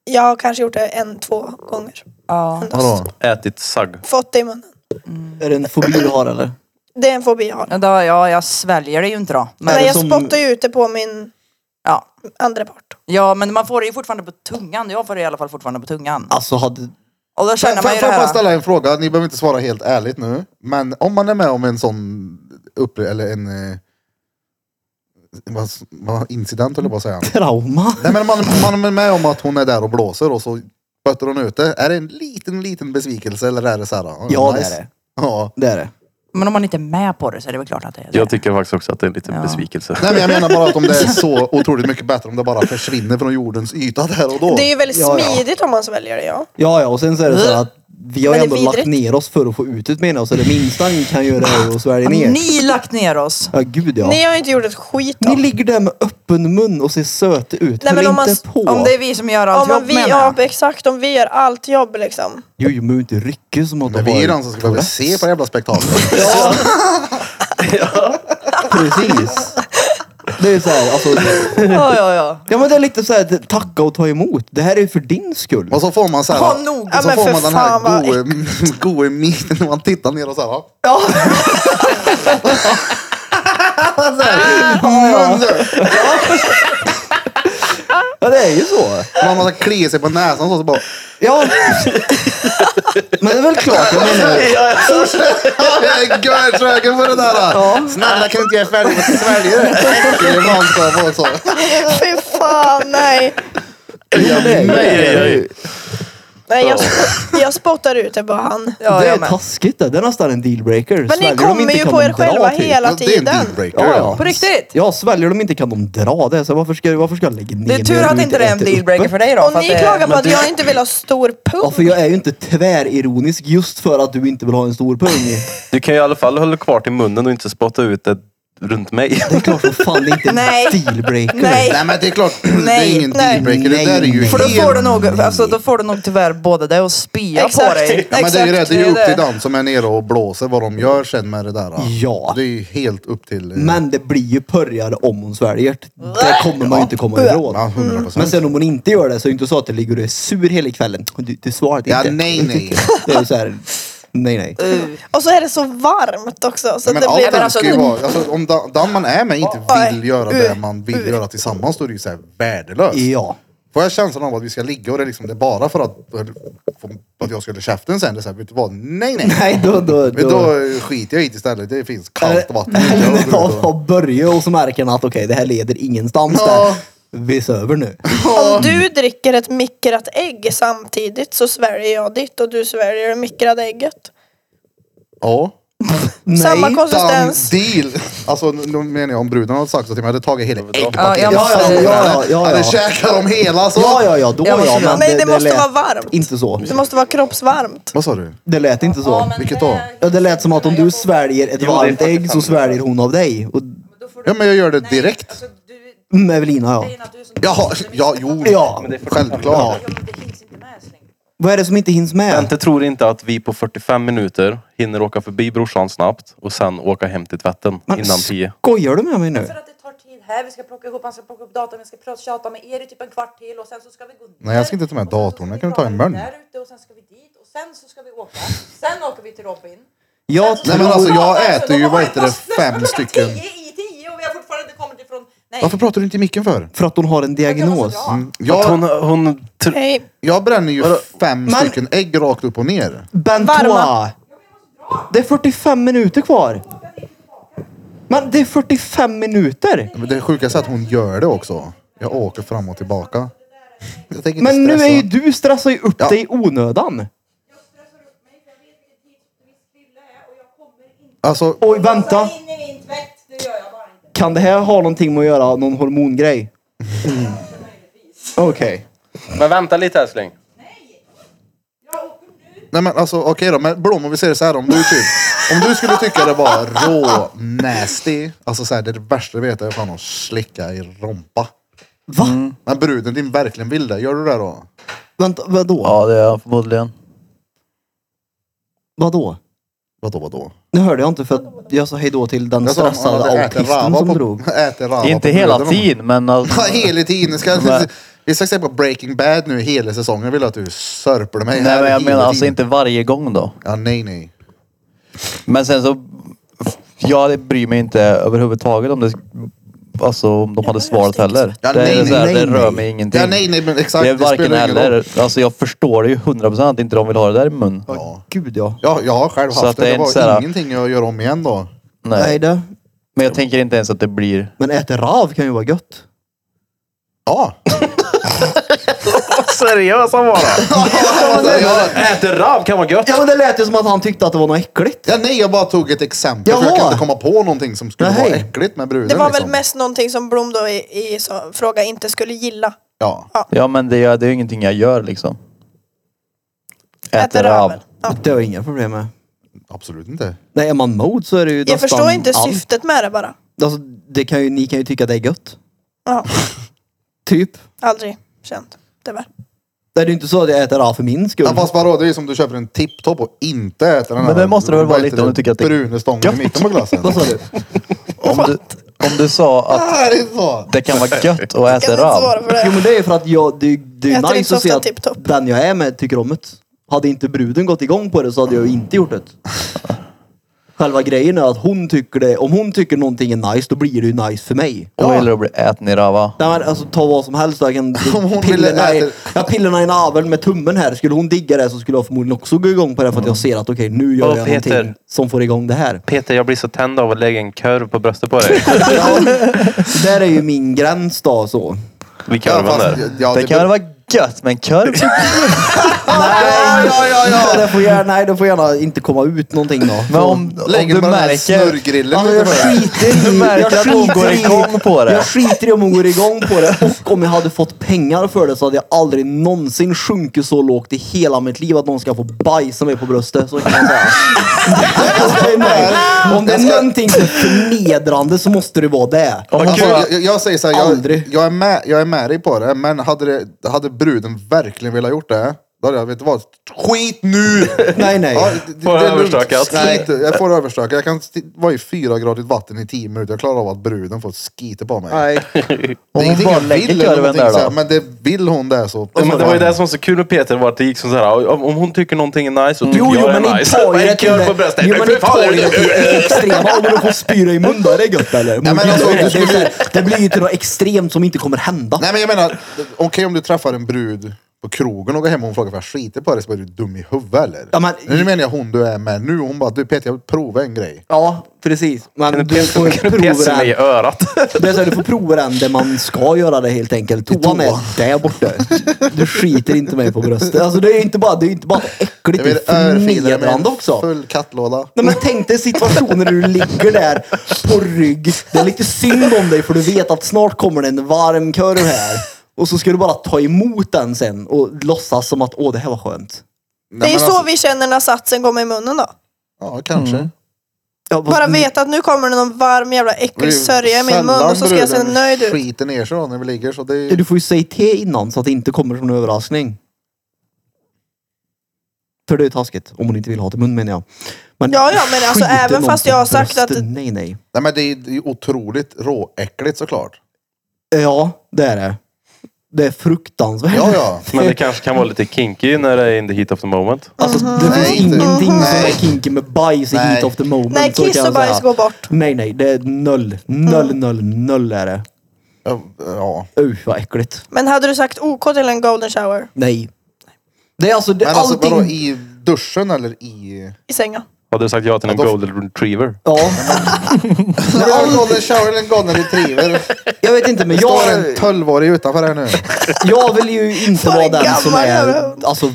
Speaker 6: jag har kanske gjort det en, två gånger.
Speaker 3: Ja.
Speaker 1: Vadå?
Speaker 2: Ätit sagg.
Speaker 6: Fått det i munnen.
Speaker 4: Är det en fobi du har eller?
Speaker 6: Det är en fobi jag har.
Speaker 3: Ja, då- ja, jag sväljer det ju inte då. Men,
Speaker 6: Nej, jag
Speaker 4: som-
Speaker 6: spottar ju ut det på min
Speaker 3: ja.
Speaker 6: andra part.
Speaker 3: ja, men man får det ju fortfarande på tungan. Jag får det i alla fall fortfarande på tungan.
Speaker 4: Alltså hade...
Speaker 3: Och då känner
Speaker 1: Får
Speaker 3: man ju
Speaker 1: jag
Speaker 3: det
Speaker 1: bara
Speaker 3: här.
Speaker 1: ställa en fråga? Ni behöver inte svara helt ärligt nu. Men om man är med om en sån upple- eller en eh, vad, vad, incident eller vad säger han?
Speaker 4: Trauma.
Speaker 1: Nej, men man, man är med om att hon är där och blåser och så bötter hon ut det. Är det en liten, liten besvikelse eller är det så här? ah,
Speaker 4: Ja det
Speaker 1: nice?
Speaker 4: är det.
Speaker 1: Ja.
Speaker 4: Det är det.
Speaker 3: Men om man inte är med på det så är det väl klart att det är det.
Speaker 2: Jag tycker faktiskt också att det är en liten
Speaker 3: Ja.
Speaker 2: besvikelse.
Speaker 1: Nej men jag menar bara att om det är så otroligt mycket bättre om det bara försvinner från jordens yta där och då.
Speaker 6: Det är ju väldigt
Speaker 4: Ja, ja.
Speaker 6: smidigt om man sväljer det, ja.
Speaker 4: Ja ja och sen så är det så här att vi har
Speaker 6: Men
Speaker 4: ju
Speaker 6: det är
Speaker 4: ändå lagt
Speaker 6: vidrigt.
Speaker 4: ner oss för att få ut det menar jag. Så det minsta ni kan göra är ju att svälja
Speaker 3: Har
Speaker 4: ner.
Speaker 3: ni lagt ner oss?
Speaker 4: Ja gud ja.
Speaker 6: Ni har ju inte gjort ett skit
Speaker 4: Ni
Speaker 6: av.
Speaker 4: ligger där med öppen mun och ser söta ut.
Speaker 6: Nej,
Speaker 4: Hör
Speaker 6: men om man-
Speaker 4: inte på.
Speaker 3: Om det är vi som gör
Speaker 6: Om
Speaker 3: allt
Speaker 6: man,
Speaker 3: jobb
Speaker 6: vi,
Speaker 3: menar
Speaker 6: ja,
Speaker 3: jag.
Speaker 6: exakt, om vi gör allt jobb liksom.
Speaker 4: Jo, jo, men inte rycka som att
Speaker 1: Men
Speaker 4: de
Speaker 1: vi
Speaker 4: har
Speaker 1: är de som ska behöva se på det jävla spektaklet.
Speaker 4: Precis. Det är så här, alltså,
Speaker 3: Ja, ja, ja.
Speaker 4: ja men det är lite så här, det- tacka och ta emot. Det här är för din skull.
Speaker 1: Och så får man så här.
Speaker 3: Ha nog.
Speaker 1: Och så
Speaker 6: Ja, men
Speaker 1: får
Speaker 6: för
Speaker 1: man den
Speaker 6: fan,
Speaker 1: här
Speaker 6: vad
Speaker 1: goe, goe minen när man tittar ner och så här. "Ah, ja. Så här, mm, så här.
Speaker 4: Ja det är ju så.
Speaker 1: Man måste klia sig på näsan och så, så bara.
Speaker 4: Ja. Men det är väl klart, jag menar.
Speaker 1: "Ja, Jag är görtrögen för det där. då." Snälla kan inte jag är färdig med att svälja det? Äcklig vanskap också.
Speaker 6: Fy fan, nej.
Speaker 4: Nej,
Speaker 2: nej, nej.
Speaker 6: Nej, jag, jag spottar ut det bara han.
Speaker 3: Ja,
Speaker 4: Det är
Speaker 3: jag med.
Speaker 4: taskigt det. Det är nästan en dealbreaker.
Speaker 6: Men
Speaker 4: Sväljer
Speaker 6: ni
Speaker 4: de
Speaker 6: kommer
Speaker 4: inte
Speaker 6: ju
Speaker 4: kan
Speaker 6: på
Speaker 4: de
Speaker 6: er
Speaker 4: dra,
Speaker 6: själva
Speaker 4: typ.
Speaker 6: hela
Speaker 1: Det är en
Speaker 6: tiden.
Speaker 1: dealbreaker.
Speaker 4: Ja,
Speaker 1: Ja.
Speaker 4: ja.
Speaker 3: På riktigt?
Speaker 4: Ja, sväljer de inte kan de dra det. Så varför ska, varför ska jag lägga ner
Speaker 3: Det är
Speaker 4: mig
Speaker 3: tur
Speaker 4: och
Speaker 3: att
Speaker 4: du
Speaker 3: inte det är en
Speaker 4: äter
Speaker 3: dealbreaker
Speaker 4: upp?
Speaker 3: för dig då. för
Speaker 6: Och
Speaker 3: att
Speaker 6: ni
Speaker 3: det-
Speaker 6: klagar på att jag inte vill ha stor
Speaker 4: Ja, för
Speaker 6: pung.
Speaker 4: jag är ju inte tvärironisk just för att du inte vill ha en stor pung.
Speaker 2: Du kan ju i alla fall hålla kvar till munnen och inte spotta ut det runt mig.
Speaker 4: Det är klart som fan det är inte
Speaker 3: Nej.
Speaker 4: en dealbreaker.
Speaker 3: Nej,
Speaker 1: Nej men det är klart. Det
Speaker 3: Nej,
Speaker 1: är ingen
Speaker 6: nej.
Speaker 1: dealbreaker. Det
Speaker 4: Nej,
Speaker 1: där är ju
Speaker 4: nej.
Speaker 3: för då
Speaker 1: helt-
Speaker 3: får du nog, alltså, då får du nog tyvärr både det och spya på
Speaker 6: Exakt.
Speaker 3: dig.
Speaker 1: Ja, men det är ju det.
Speaker 6: Exakt,
Speaker 1: Det är ju
Speaker 3: det är
Speaker 1: upp till
Speaker 3: det.
Speaker 1: den som är nere och blåser vad de gör sen med det där. då.
Speaker 4: Ja.
Speaker 1: Det är ju helt upp till... eh,
Speaker 4: Men det blir ju pörjare om hon sväljer. Det kommer man ju inte komma
Speaker 1: Ja,
Speaker 4: ifrån.
Speaker 1: 100
Speaker 4: Men
Speaker 1: procent.
Speaker 4: sen om hon inte gör det så är det inte så att det ligger och är sur hela kvällen. Du, du svarade
Speaker 1: Ja,
Speaker 4: inte.
Speaker 1: nej, nej.
Speaker 4: Det är ju så här, nej nej.
Speaker 6: Och så är det så varmt också. Så
Speaker 1: Men
Speaker 6: det
Speaker 1: allt
Speaker 6: blir
Speaker 1: det
Speaker 6: bara...
Speaker 1: här ska ju vara... Alltså, om da- den man är med inte vill
Speaker 6: Oj.
Speaker 1: göra
Speaker 6: Ur.
Speaker 1: det man vill göra tillsammans, då är det ju så här värdelöst.
Speaker 4: Ja.
Speaker 1: Får jag känslan av att vi ska ligga och det är liksom det är bara för att, för att jag ska hålla käften sen. Det är så här, vet du vad? Nej, nej.
Speaker 4: Nej då, då,
Speaker 1: Men
Speaker 4: då.
Speaker 1: då skiter jag i det istället. Det finns kallt vatten. Jag går
Speaker 4: Eller
Speaker 1: ut
Speaker 4: ta-
Speaker 1: och-
Speaker 4: ta Börje och så märker han att okej det här leder ingenstans.
Speaker 1: Ja.
Speaker 4: Där. Vi söver nu.
Speaker 6: Om du dricker ett mikrat ägg samtidigt så sväljer jag ditt och du sväljer det mikrade ägget.
Speaker 1: Ja.
Speaker 6: Samma
Speaker 4: Nej.
Speaker 1: Dan
Speaker 6: konsistens.
Speaker 1: deal. Alltså nu menar jag om bruden hade sagt så till mig. Jag hade tagit hela äggpaketet.
Speaker 3: Ja, jag
Speaker 4: Ja, ja,
Speaker 3: måste,
Speaker 4: ja, ja, ja,
Speaker 1: Hade
Speaker 4: ja.
Speaker 1: käkat dem hela så.
Speaker 4: Ja, ja, ja, då
Speaker 3: Jag måste
Speaker 4: ja.
Speaker 3: göra-
Speaker 4: Men
Speaker 6: Nej, det måste
Speaker 4: lät
Speaker 6: vara varmt.
Speaker 4: Inte så.
Speaker 6: Det måste vara kroppsvarmt.
Speaker 1: Vad sa du?
Speaker 4: Det lät inte så.
Speaker 1: Vilket då?
Speaker 4: Ja, det lät som att om du sväljer ett
Speaker 2: det är
Speaker 4: varmt
Speaker 2: faktiskt
Speaker 4: ägg så
Speaker 2: sant.
Speaker 4: sväljer hon av dig. Och
Speaker 1: Ja men jag gör det direkt.
Speaker 3: alltså.
Speaker 9: Alltså,
Speaker 4: med Evelina ja.
Speaker 1: Jaha, ja jo.
Speaker 4: Ja.
Speaker 1: Självklart.
Speaker 3: Ja, men det hinns inte med älskling.
Speaker 4: Vad är det som inte hinns med?
Speaker 2: Bente tror inte att vi på 45 minuter hinner åka förbi brorsan snabbt och sen åka hem till tvätten
Speaker 4: Men
Speaker 2: innan 10.
Speaker 4: Skojar du med mig nu?
Speaker 9: För att det tar tid här, vi ska plocka ihop, han ska plocka ihop datorn, vi ska prata, tjata med er i typ en kvart till och sen så ska vi gå
Speaker 1: Nej, jag ska inte ta med datorn. Jag kan ta en möln.
Speaker 9: Där ute och sen ska vi dit och sen så ska vi åka. Sen åker vi till Robin. Alltså,
Speaker 4: Jag
Speaker 1: Nej, men alltså, jag äter ju, vad heter det, fem stycken.
Speaker 9: Tio i tio och vi har fortfarande inte kommit ifrån... Nej.
Speaker 1: Varför pratar du inte i micken för?
Speaker 4: För att hon har en diagnos.
Speaker 1: Mm,
Speaker 2: Att
Speaker 1: Jag,
Speaker 2: hon, hon, tr-
Speaker 6: Hej.
Speaker 1: jag bränner ju fem
Speaker 4: Men-
Speaker 1: stycken ägg rakt upp och ner.
Speaker 4: Bentoa!
Speaker 6: Varma.
Speaker 4: Det är 45 minuter kvar. Men det är 45 minuter!
Speaker 1: Men Det sjukaste är att hon gör det också. Jag åker fram och tillbaka. Jag tänker inte
Speaker 4: Men nu
Speaker 1: stressa.
Speaker 4: är ju du stressar ju upp
Speaker 1: Ja.
Speaker 4: dig i onödan.
Speaker 1: Alltså,
Speaker 4: Oj, vänta.
Speaker 9: In i min tvätt, det gör jag bara inte.
Speaker 4: Kan det här ha någonting med att göra? Någon hormongrej? Okej.
Speaker 2: men vänta lite älskling.
Speaker 1: nej men alltså okej då. Men Blom om vi ser det så här om du typ. Om du skulle tycka det var rå nasty. Alltså så här, det, är det värsta du vet är fan att slicka i rompa.
Speaker 4: Va?
Speaker 1: Men bruden din verkligen vill det. Gör du det då?
Speaker 4: Vänta, vadå?
Speaker 5: Ja, det är jag förmodligen.
Speaker 4: Vadå?
Speaker 1: Vadå vadå?
Speaker 4: Nu hörde jag inte för att jag sa hejdå till den
Speaker 1: Jag sa att hon hade
Speaker 4: stressade
Speaker 1: ätit
Speaker 4: autisten
Speaker 1: rava
Speaker 4: som
Speaker 1: på-
Speaker 4: drog.
Speaker 1: ätit rava
Speaker 5: Inte
Speaker 1: på
Speaker 5: hela
Speaker 1: bruden.
Speaker 5: tiden, men alltså,
Speaker 1: Ja, hela tiden. Ska, vi ska se på Breaking Bad nu hela säsongen. Jag vill att du sörplar mig här
Speaker 5: nej, men jag
Speaker 1: hela
Speaker 5: menar alltså
Speaker 1: tiden.
Speaker 5: inte varje gång då.
Speaker 1: Ja, nej, nej.
Speaker 5: Men sen så, jag bryr mig inte överhuvudtaget om det, alltså om de hade svaret heller.
Speaker 1: Ja,
Speaker 5: det, är
Speaker 1: nej,
Speaker 5: så här,
Speaker 1: nej,
Speaker 5: det
Speaker 1: nej.
Speaker 5: rör mig ingenting.
Speaker 1: Ja, nej, nej, men exakt.
Speaker 5: det är
Speaker 1: Det
Speaker 5: varken
Speaker 1: spelar ingen roll.
Speaker 5: eller. Alltså jag förstår det ju 100% att inte de vill ha det där i mun.
Speaker 1: Ja.
Speaker 4: Gud ja.
Speaker 1: Ja, jag har själv
Speaker 5: Så
Speaker 1: haft
Speaker 5: att
Speaker 1: det.
Speaker 5: det är
Speaker 1: Det,
Speaker 5: inte
Speaker 1: var
Speaker 5: så här-
Speaker 1: ingenting jag gör om igen då.
Speaker 5: Nej.
Speaker 4: Nej det.
Speaker 5: Men jag tänker inte ens att det blir...
Speaker 4: Men äta rav kan ju vara gött.
Speaker 1: Ja.
Speaker 2: Seriösa bara. Äter rav kan vara gött.
Speaker 4: Ja men det lät ju som att han tyckte att det var något äckligt.
Speaker 1: ja, nej, jag bara tog ett exempel. För jag
Speaker 4: Jaha.
Speaker 1: kan inte komma på någonting som skulle
Speaker 4: Nej.
Speaker 1: vara äckligt med bruden.
Speaker 6: Det var väl
Speaker 1: liksom.
Speaker 6: mest någonting som Blom då i, i så, fråga inte skulle gilla.
Speaker 1: Ja.
Speaker 5: Ja men det, är- det är ju ingenting jag gör liksom. Äter rav.
Speaker 6: ramen. Ja.
Speaker 4: Det har jag inga problem med.
Speaker 1: Absolut inte.
Speaker 4: Nej, är man mode så är det ju
Speaker 6: Jag
Speaker 4: nästan
Speaker 6: förstår inte
Speaker 4: allt.
Speaker 6: syftet med det bara.
Speaker 4: Alltså, det kan ju, ni kan ju tycka det är gött.
Speaker 6: Ja,
Speaker 4: Typ.
Speaker 6: aldrig känt. Det var.
Speaker 4: Det är ju inte så att jag äter av för min skull.
Speaker 1: Ja, fast vadå, det är ju som du köper en tipptopp och inte äter den
Speaker 5: Men det måste det väl vara lite om du tycker att det är
Speaker 1: Brune stången i mitten på glassen.
Speaker 4: Vad sa du?
Speaker 5: Om du, om du sa att
Speaker 1: Ja, det är så.
Speaker 5: det kan vara gött att
Speaker 6: Jag kan
Speaker 5: äta
Speaker 6: inte svara
Speaker 5: rav.
Speaker 6: för
Speaker 4: Jo
Speaker 6: det.
Speaker 4: men det är ju för att jag, det, det
Speaker 6: Jag äter
Speaker 4: är ju
Speaker 6: inte så
Speaker 4: nice att se
Speaker 6: ofta typ
Speaker 4: att
Speaker 6: tipp-topp.
Speaker 4: den jag är med tycker om det. Hade inte bruden gått igång på det så hade jag ju inte gjort det. Själva grejen är att hon tycker det, om hon tycker någonting är nice då blir det ju nice för mig.
Speaker 5: Och gillar att bli äten i rava.
Speaker 4: Nej men alltså ta vad som helst. Jag kan
Speaker 1: Om hon ville
Speaker 4: pillerna i,
Speaker 1: äta-
Speaker 4: jag pillerna i naveln med tummen här. Skulle hon digga det så skulle jag förmodligen också gå igång på det för att jag ser att okej nu gör
Speaker 2: Åh,
Speaker 4: jag
Speaker 2: Peter.
Speaker 4: någonting som får igång det här.
Speaker 2: Peter, jag blir så tänd av att lägga en kurv på bröstet på dig.
Speaker 4: Ja, där är ju min gräns då så.
Speaker 2: Vid
Speaker 1: Ja,
Speaker 2: kurven
Speaker 1: fast-
Speaker 2: där.
Speaker 1: ja,
Speaker 5: Det kan
Speaker 1: beror-
Speaker 5: väl vara gött med en korv?
Speaker 4: Nej, ja, ja, ja. Det får gärna, nej, det får gärna inte komma ut någonting då.
Speaker 5: Men om, om
Speaker 1: Lägg
Speaker 5: du
Speaker 1: den på den här
Speaker 5: märker...
Speaker 1: snurrgrillen
Speaker 4: Alltså, jag
Speaker 1: lite på det.
Speaker 4: skiter
Speaker 5: Du
Speaker 4: i, jag
Speaker 5: märker att hon
Speaker 4: skiter
Speaker 5: går
Speaker 4: i-
Speaker 5: igång på det.
Speaker 4: Jag skiter i om hon går igång på det och om jag hade fått pengar för det så hade jag aldrig någonsin sjunkit så lågt i hela mitt liv att någon ska få bajsa mig på bröstet. Så kan jag säga. Nej, nej. Om det är någonting som är förnedrande så måste det vara det.
Speaker 5: Om hon
Speaker 1: Alltså,
Speaker 5: bara,
Speaker 1: jag, jag- jag säger så här, jag,
Speaker 4: Aldrig.
Speaker 1: jag, är med, jag är med dig på det, men hade, det, hade bruden verkligen velat gjort det, då hade jag, vet du vad, skit nu!
Speaker 4: Nej, nej.
Speaker 1: Ja, det- det-
Speaker 2: Får jag
Speaker 1: det är lugnt.
Speaker 2: överstökat?
Speaker 1: Skit, jag får överstökat. Jag kan sti- vara i fyra gradigt vatten i tio minuter. Jag klarar av att bruden får skita på mig.
Speaker 4: nej.
Speaker 1: Det är
Speaker 5: om hon
Speaker 1: ingenting
Speaker 5: bara
Speaker 1: jag vill
Speaker 5: lägger
Speaker 1: eller
Speaker 5: korven
Speaker 1: någonting
Speaker 5: där
Speaker 1: så här,
Speaker 5: då.
Speaker 1: men det vill hon det så.
Speaker 2: Ja, Men det var
Speaker 4: Alltså,
Speaker 2: ju det som var så kul med Peter var att det gick som så här, om, om hon tycker någonting är nice så tycker
Speaker 4: Mm. Jo, jo,
Speaker 2: jag
Speaker 4: men
Speaker 2: det är
Speaker 4: ni
Speaker 2: nice.
Speaker 4: tar ju det
Speaker 2: En
Speaker 4: till
Speaker 2: kurv på
Speaker 4: det.
Speaker 2: bröstet.
Speaker 4: Jo, men ni
Speaker 2: Fy fan,
Speaker 4: tar ju
Speaker 2: det
Speaker 4: det
Speaker 2: är-
Speaker 4: till det extrema. Om du får spyra i munnen, är det gött eller?
Speaker 1: men alltså, du skulle-
Speaker 4: Det är- Det blir ju till något extremt som inte kommer hända.
Speaker 1: Nej men jag menar, okej om du träffar en brud på krogen och går hem och hon frågar för jag skiter på dig så är du dum i huvudet eller?
Speaker 4: Ja, men-
Speaker 1: Nu menar jag hon du är med nu. Hon bara, du Peter jag vill prova en grej.
Speaker 4: Ja, precis. Men du får
Speaker 2: Kan du
Speaker 4: prova
Speaker 2: pissa mig i
Speaker 4: den.
Speaker 2: örat?
Speaker 4: Det är så här, du får prova den där man ska göra det helt enkelt. Toan är där borta. Du skiter inte mig på bröstet. Alltså det är ju inte bara, det är ju inte bara att det är äckligt,
Speaker 1: Jag
Speaker 4: det
Speaker 1: vill
Speaker 4: är
Speaker 1: örfila med
Speaker 4: förnedrande
Speaker 1: en
Speaker 4: också.
Speaker 1: full kattlåda.
Speaker 4: Nej, men tänk dig situationen när du ligger där på rygg. Det är lite synd om dig för du vet att snart kommer det en varm korv här. Och så ska du bara ta emot den sen och låtsas som att åh det här var skönt.
Speaker 6: Det är ju
Speaker 1: men alltså-
Speaker 6: så vi känner när satsen kommer i munnen då.
Speaker 1: Ja, kanske.
Speaker 4: Ja, vad-
Speaker 6: Bara veta att nu kommer det någon varm jävla äcklig sörja i min mun och så ska jag se nöjd
Speaker 1: ut.
Speaker 6: ut.
Speaker 1: skiter ner sig då när vi ligger så det är...
Speaker 4: Du får ju säga till innan så att det inte kommer som en överraskning. För det är taskigt. Om hon inte vill ha till mun menar jag. Men
Speaker 6: Ja, ja, men alltså,
Speaker 4: skjuter
Speaker 6: även
Speaker 4: någon
Speaker 6: fast jag har
Speaker 4: på
Speaker 6: sagt att-
Speaker 4: brösten, Nej, nej.
Speaker 1: Nej, men det är det är otroligt råäckligt såklart.
Speaker 4: Ja, det är det. Det är fruktansvärt.
Speaker 1: Ja, ja.
Speaker 2: Men det kanske kan vara lite kinky när det är in the heat of the moment.
Speaker 4: Alltså, det finns
Speaker 1: Nej, inte-
Speaker 4: ingenting som
Speaker 1: Nej.
Speaker 4: är kinky med bajs i
Speaker 1: Nej.
Speaker 4: heat of the moment.
Speaker 6: Nej,
Speaker 4: så
Speaker 6: kiss
Speaker 4: kan jag
Speaker 6: och bajs
Speaker 4: säga.
Speaker 6: går Mm. bort.
Speaker 4: Nej, nej. Det är noll. Noll, noll, noll är det.
Speaker 1: Ja, ja.
Speaker 4: Usch, vad äckligt.
Speaker 6: Men hade du sagt OK till en golden shower
Speaker 4: Nej. Det är alltså, det,
Speaker 1: Men alltså
Speaker 4: allting...
Speaker 1: vadå, i duschen eller i...
Speaker 6: i sängen?
Speaker 2: Hade du sagt ja till en
Speaker 1: Ja, då-
Speaker 4: alltså-
Speaker 2: golden retriever?
Speaker 4: Ja,
Speaker 1: Ska du ha en golden shower eller en golden retriever?
Speaker 4: jag vet inte, men
Speaker 1: Det står
Speaker 4: jag...
Speaker 1: en tolvårig utanför här nu.
Speaker 4: Jag vill ju inte
Speaker 6: Vad
Speaker 4: vara
Speaker 6: en
Speaker 4: den
Speaker 6: gammal
Speaker 4: som är...
Speaker 6: hund.
Speaker 4: Alltså,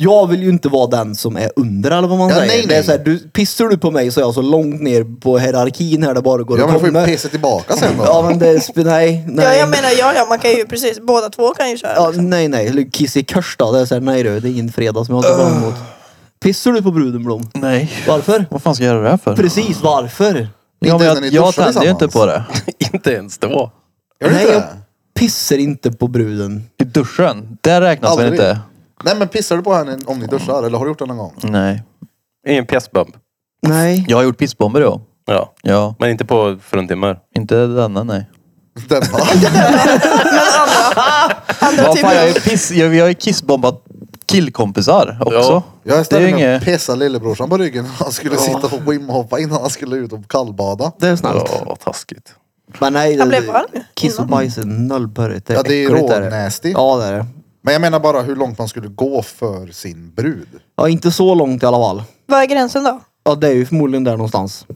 Speaker 4: jag vill ju inte vara den som är under eller vad man
Speaker 1: Ja,
Speaker 4: säger.
Speaker 1: nej,
Speaker 4: Det är
Speaker 1: nej.
Speaker 4: så här, du, pissar du på mig så är jag så långt ner på hierarkin här det bara går
Speaker 1: Ja, men
Speaker 4: att
Speaker 1: du får
Speaker 4: komma.
Speaker 1: ju pissa tillbaka sen då.
Speaker 4: Ja men det är... sp- Nej, nej.
Speaker 6: Ja, jag menar, ja, ja, man kan ju precis, båda två kan ju köra.
Speaker 4: Ja, nej, nej. Eller Kiss i kors då. Det är så här, nej du, det är ingen fredag som jag har fram emot. Pissar du på bruden Blom?
Speaker 5: Nej.
Speaker 4: Varför?
Speaker 5: Vad fan ska jag göra det här för?
Speaker 4: Precis, varför?
Speaker 5: Ja, men
Speaker 1: ens när ni
Speaker 5: jag jag
Speaker 1: duschar
Speaker 5: tänder ju inte på det.
Speaker 2: inte ens då.
Speaker 1: Gör du
Speaker 4: nej,
Speaker 1: inte
Speaker 4: jag
Speaker 1: det?
Speaker 4: pissar inte på bruden.
Speaker 5: I duschen, det räknas väl
Speaker 1: Aldrig.
Speaker 5: inte?
Speaker 1: Nej men pissar du på henne om ni duschar eller har du gjort det någon gång?
Speaker 5: Nej.
Speaker 2: Ingen pjäsbomb.
Speaker 4: Nej.
Speaker 5: Jag har gjort pissbomber ja.
Speaker 2: Ja.
Speaker 5: Ja,
Speaker 2: Men inte på fruntimmer.
Speaker 5: inte denna nej.
Speaker 1: Den
Speaker 5: Vad fan, jag, är piss, jag, jag har ju kissbombat killkompisar också.
Speaker 2: Ja.
Speaker 1: jag
Speaker 5: det är
Speaker 1: ställde
Speaker 5: ju
Speaker 1: mig och
Speaker 5: inget...
Speaker 1: pissade lillebrorsan på ryggen. Han skulle sitta och wimhoppa innan han skulle ut och kallbada.
Speaker 4: Det är snällt.
Speaker 2: Ja, vad taskigt.
Speaker 4: Men nej,
Speaker 6: Han
Speaker 4: det,
Speaker 6: blev varm ju
Speaker 4: Kiss och bajs är noll pörrigt.
Speaker 1: Ja, det är ju
Speaker 4: äckligt, det.
Speaker 1: rånasty.
Speaker 4: Ja, det är det.
Speaker 1: Men jag menar bara hur långt man skulle gå för sin brud.
Speaker 4: Ja, inte så långt i alla fall.
Speaker 6: Vad är gränsen då?
Speaker 4: Ja, det är ju förmodligen där någonstans.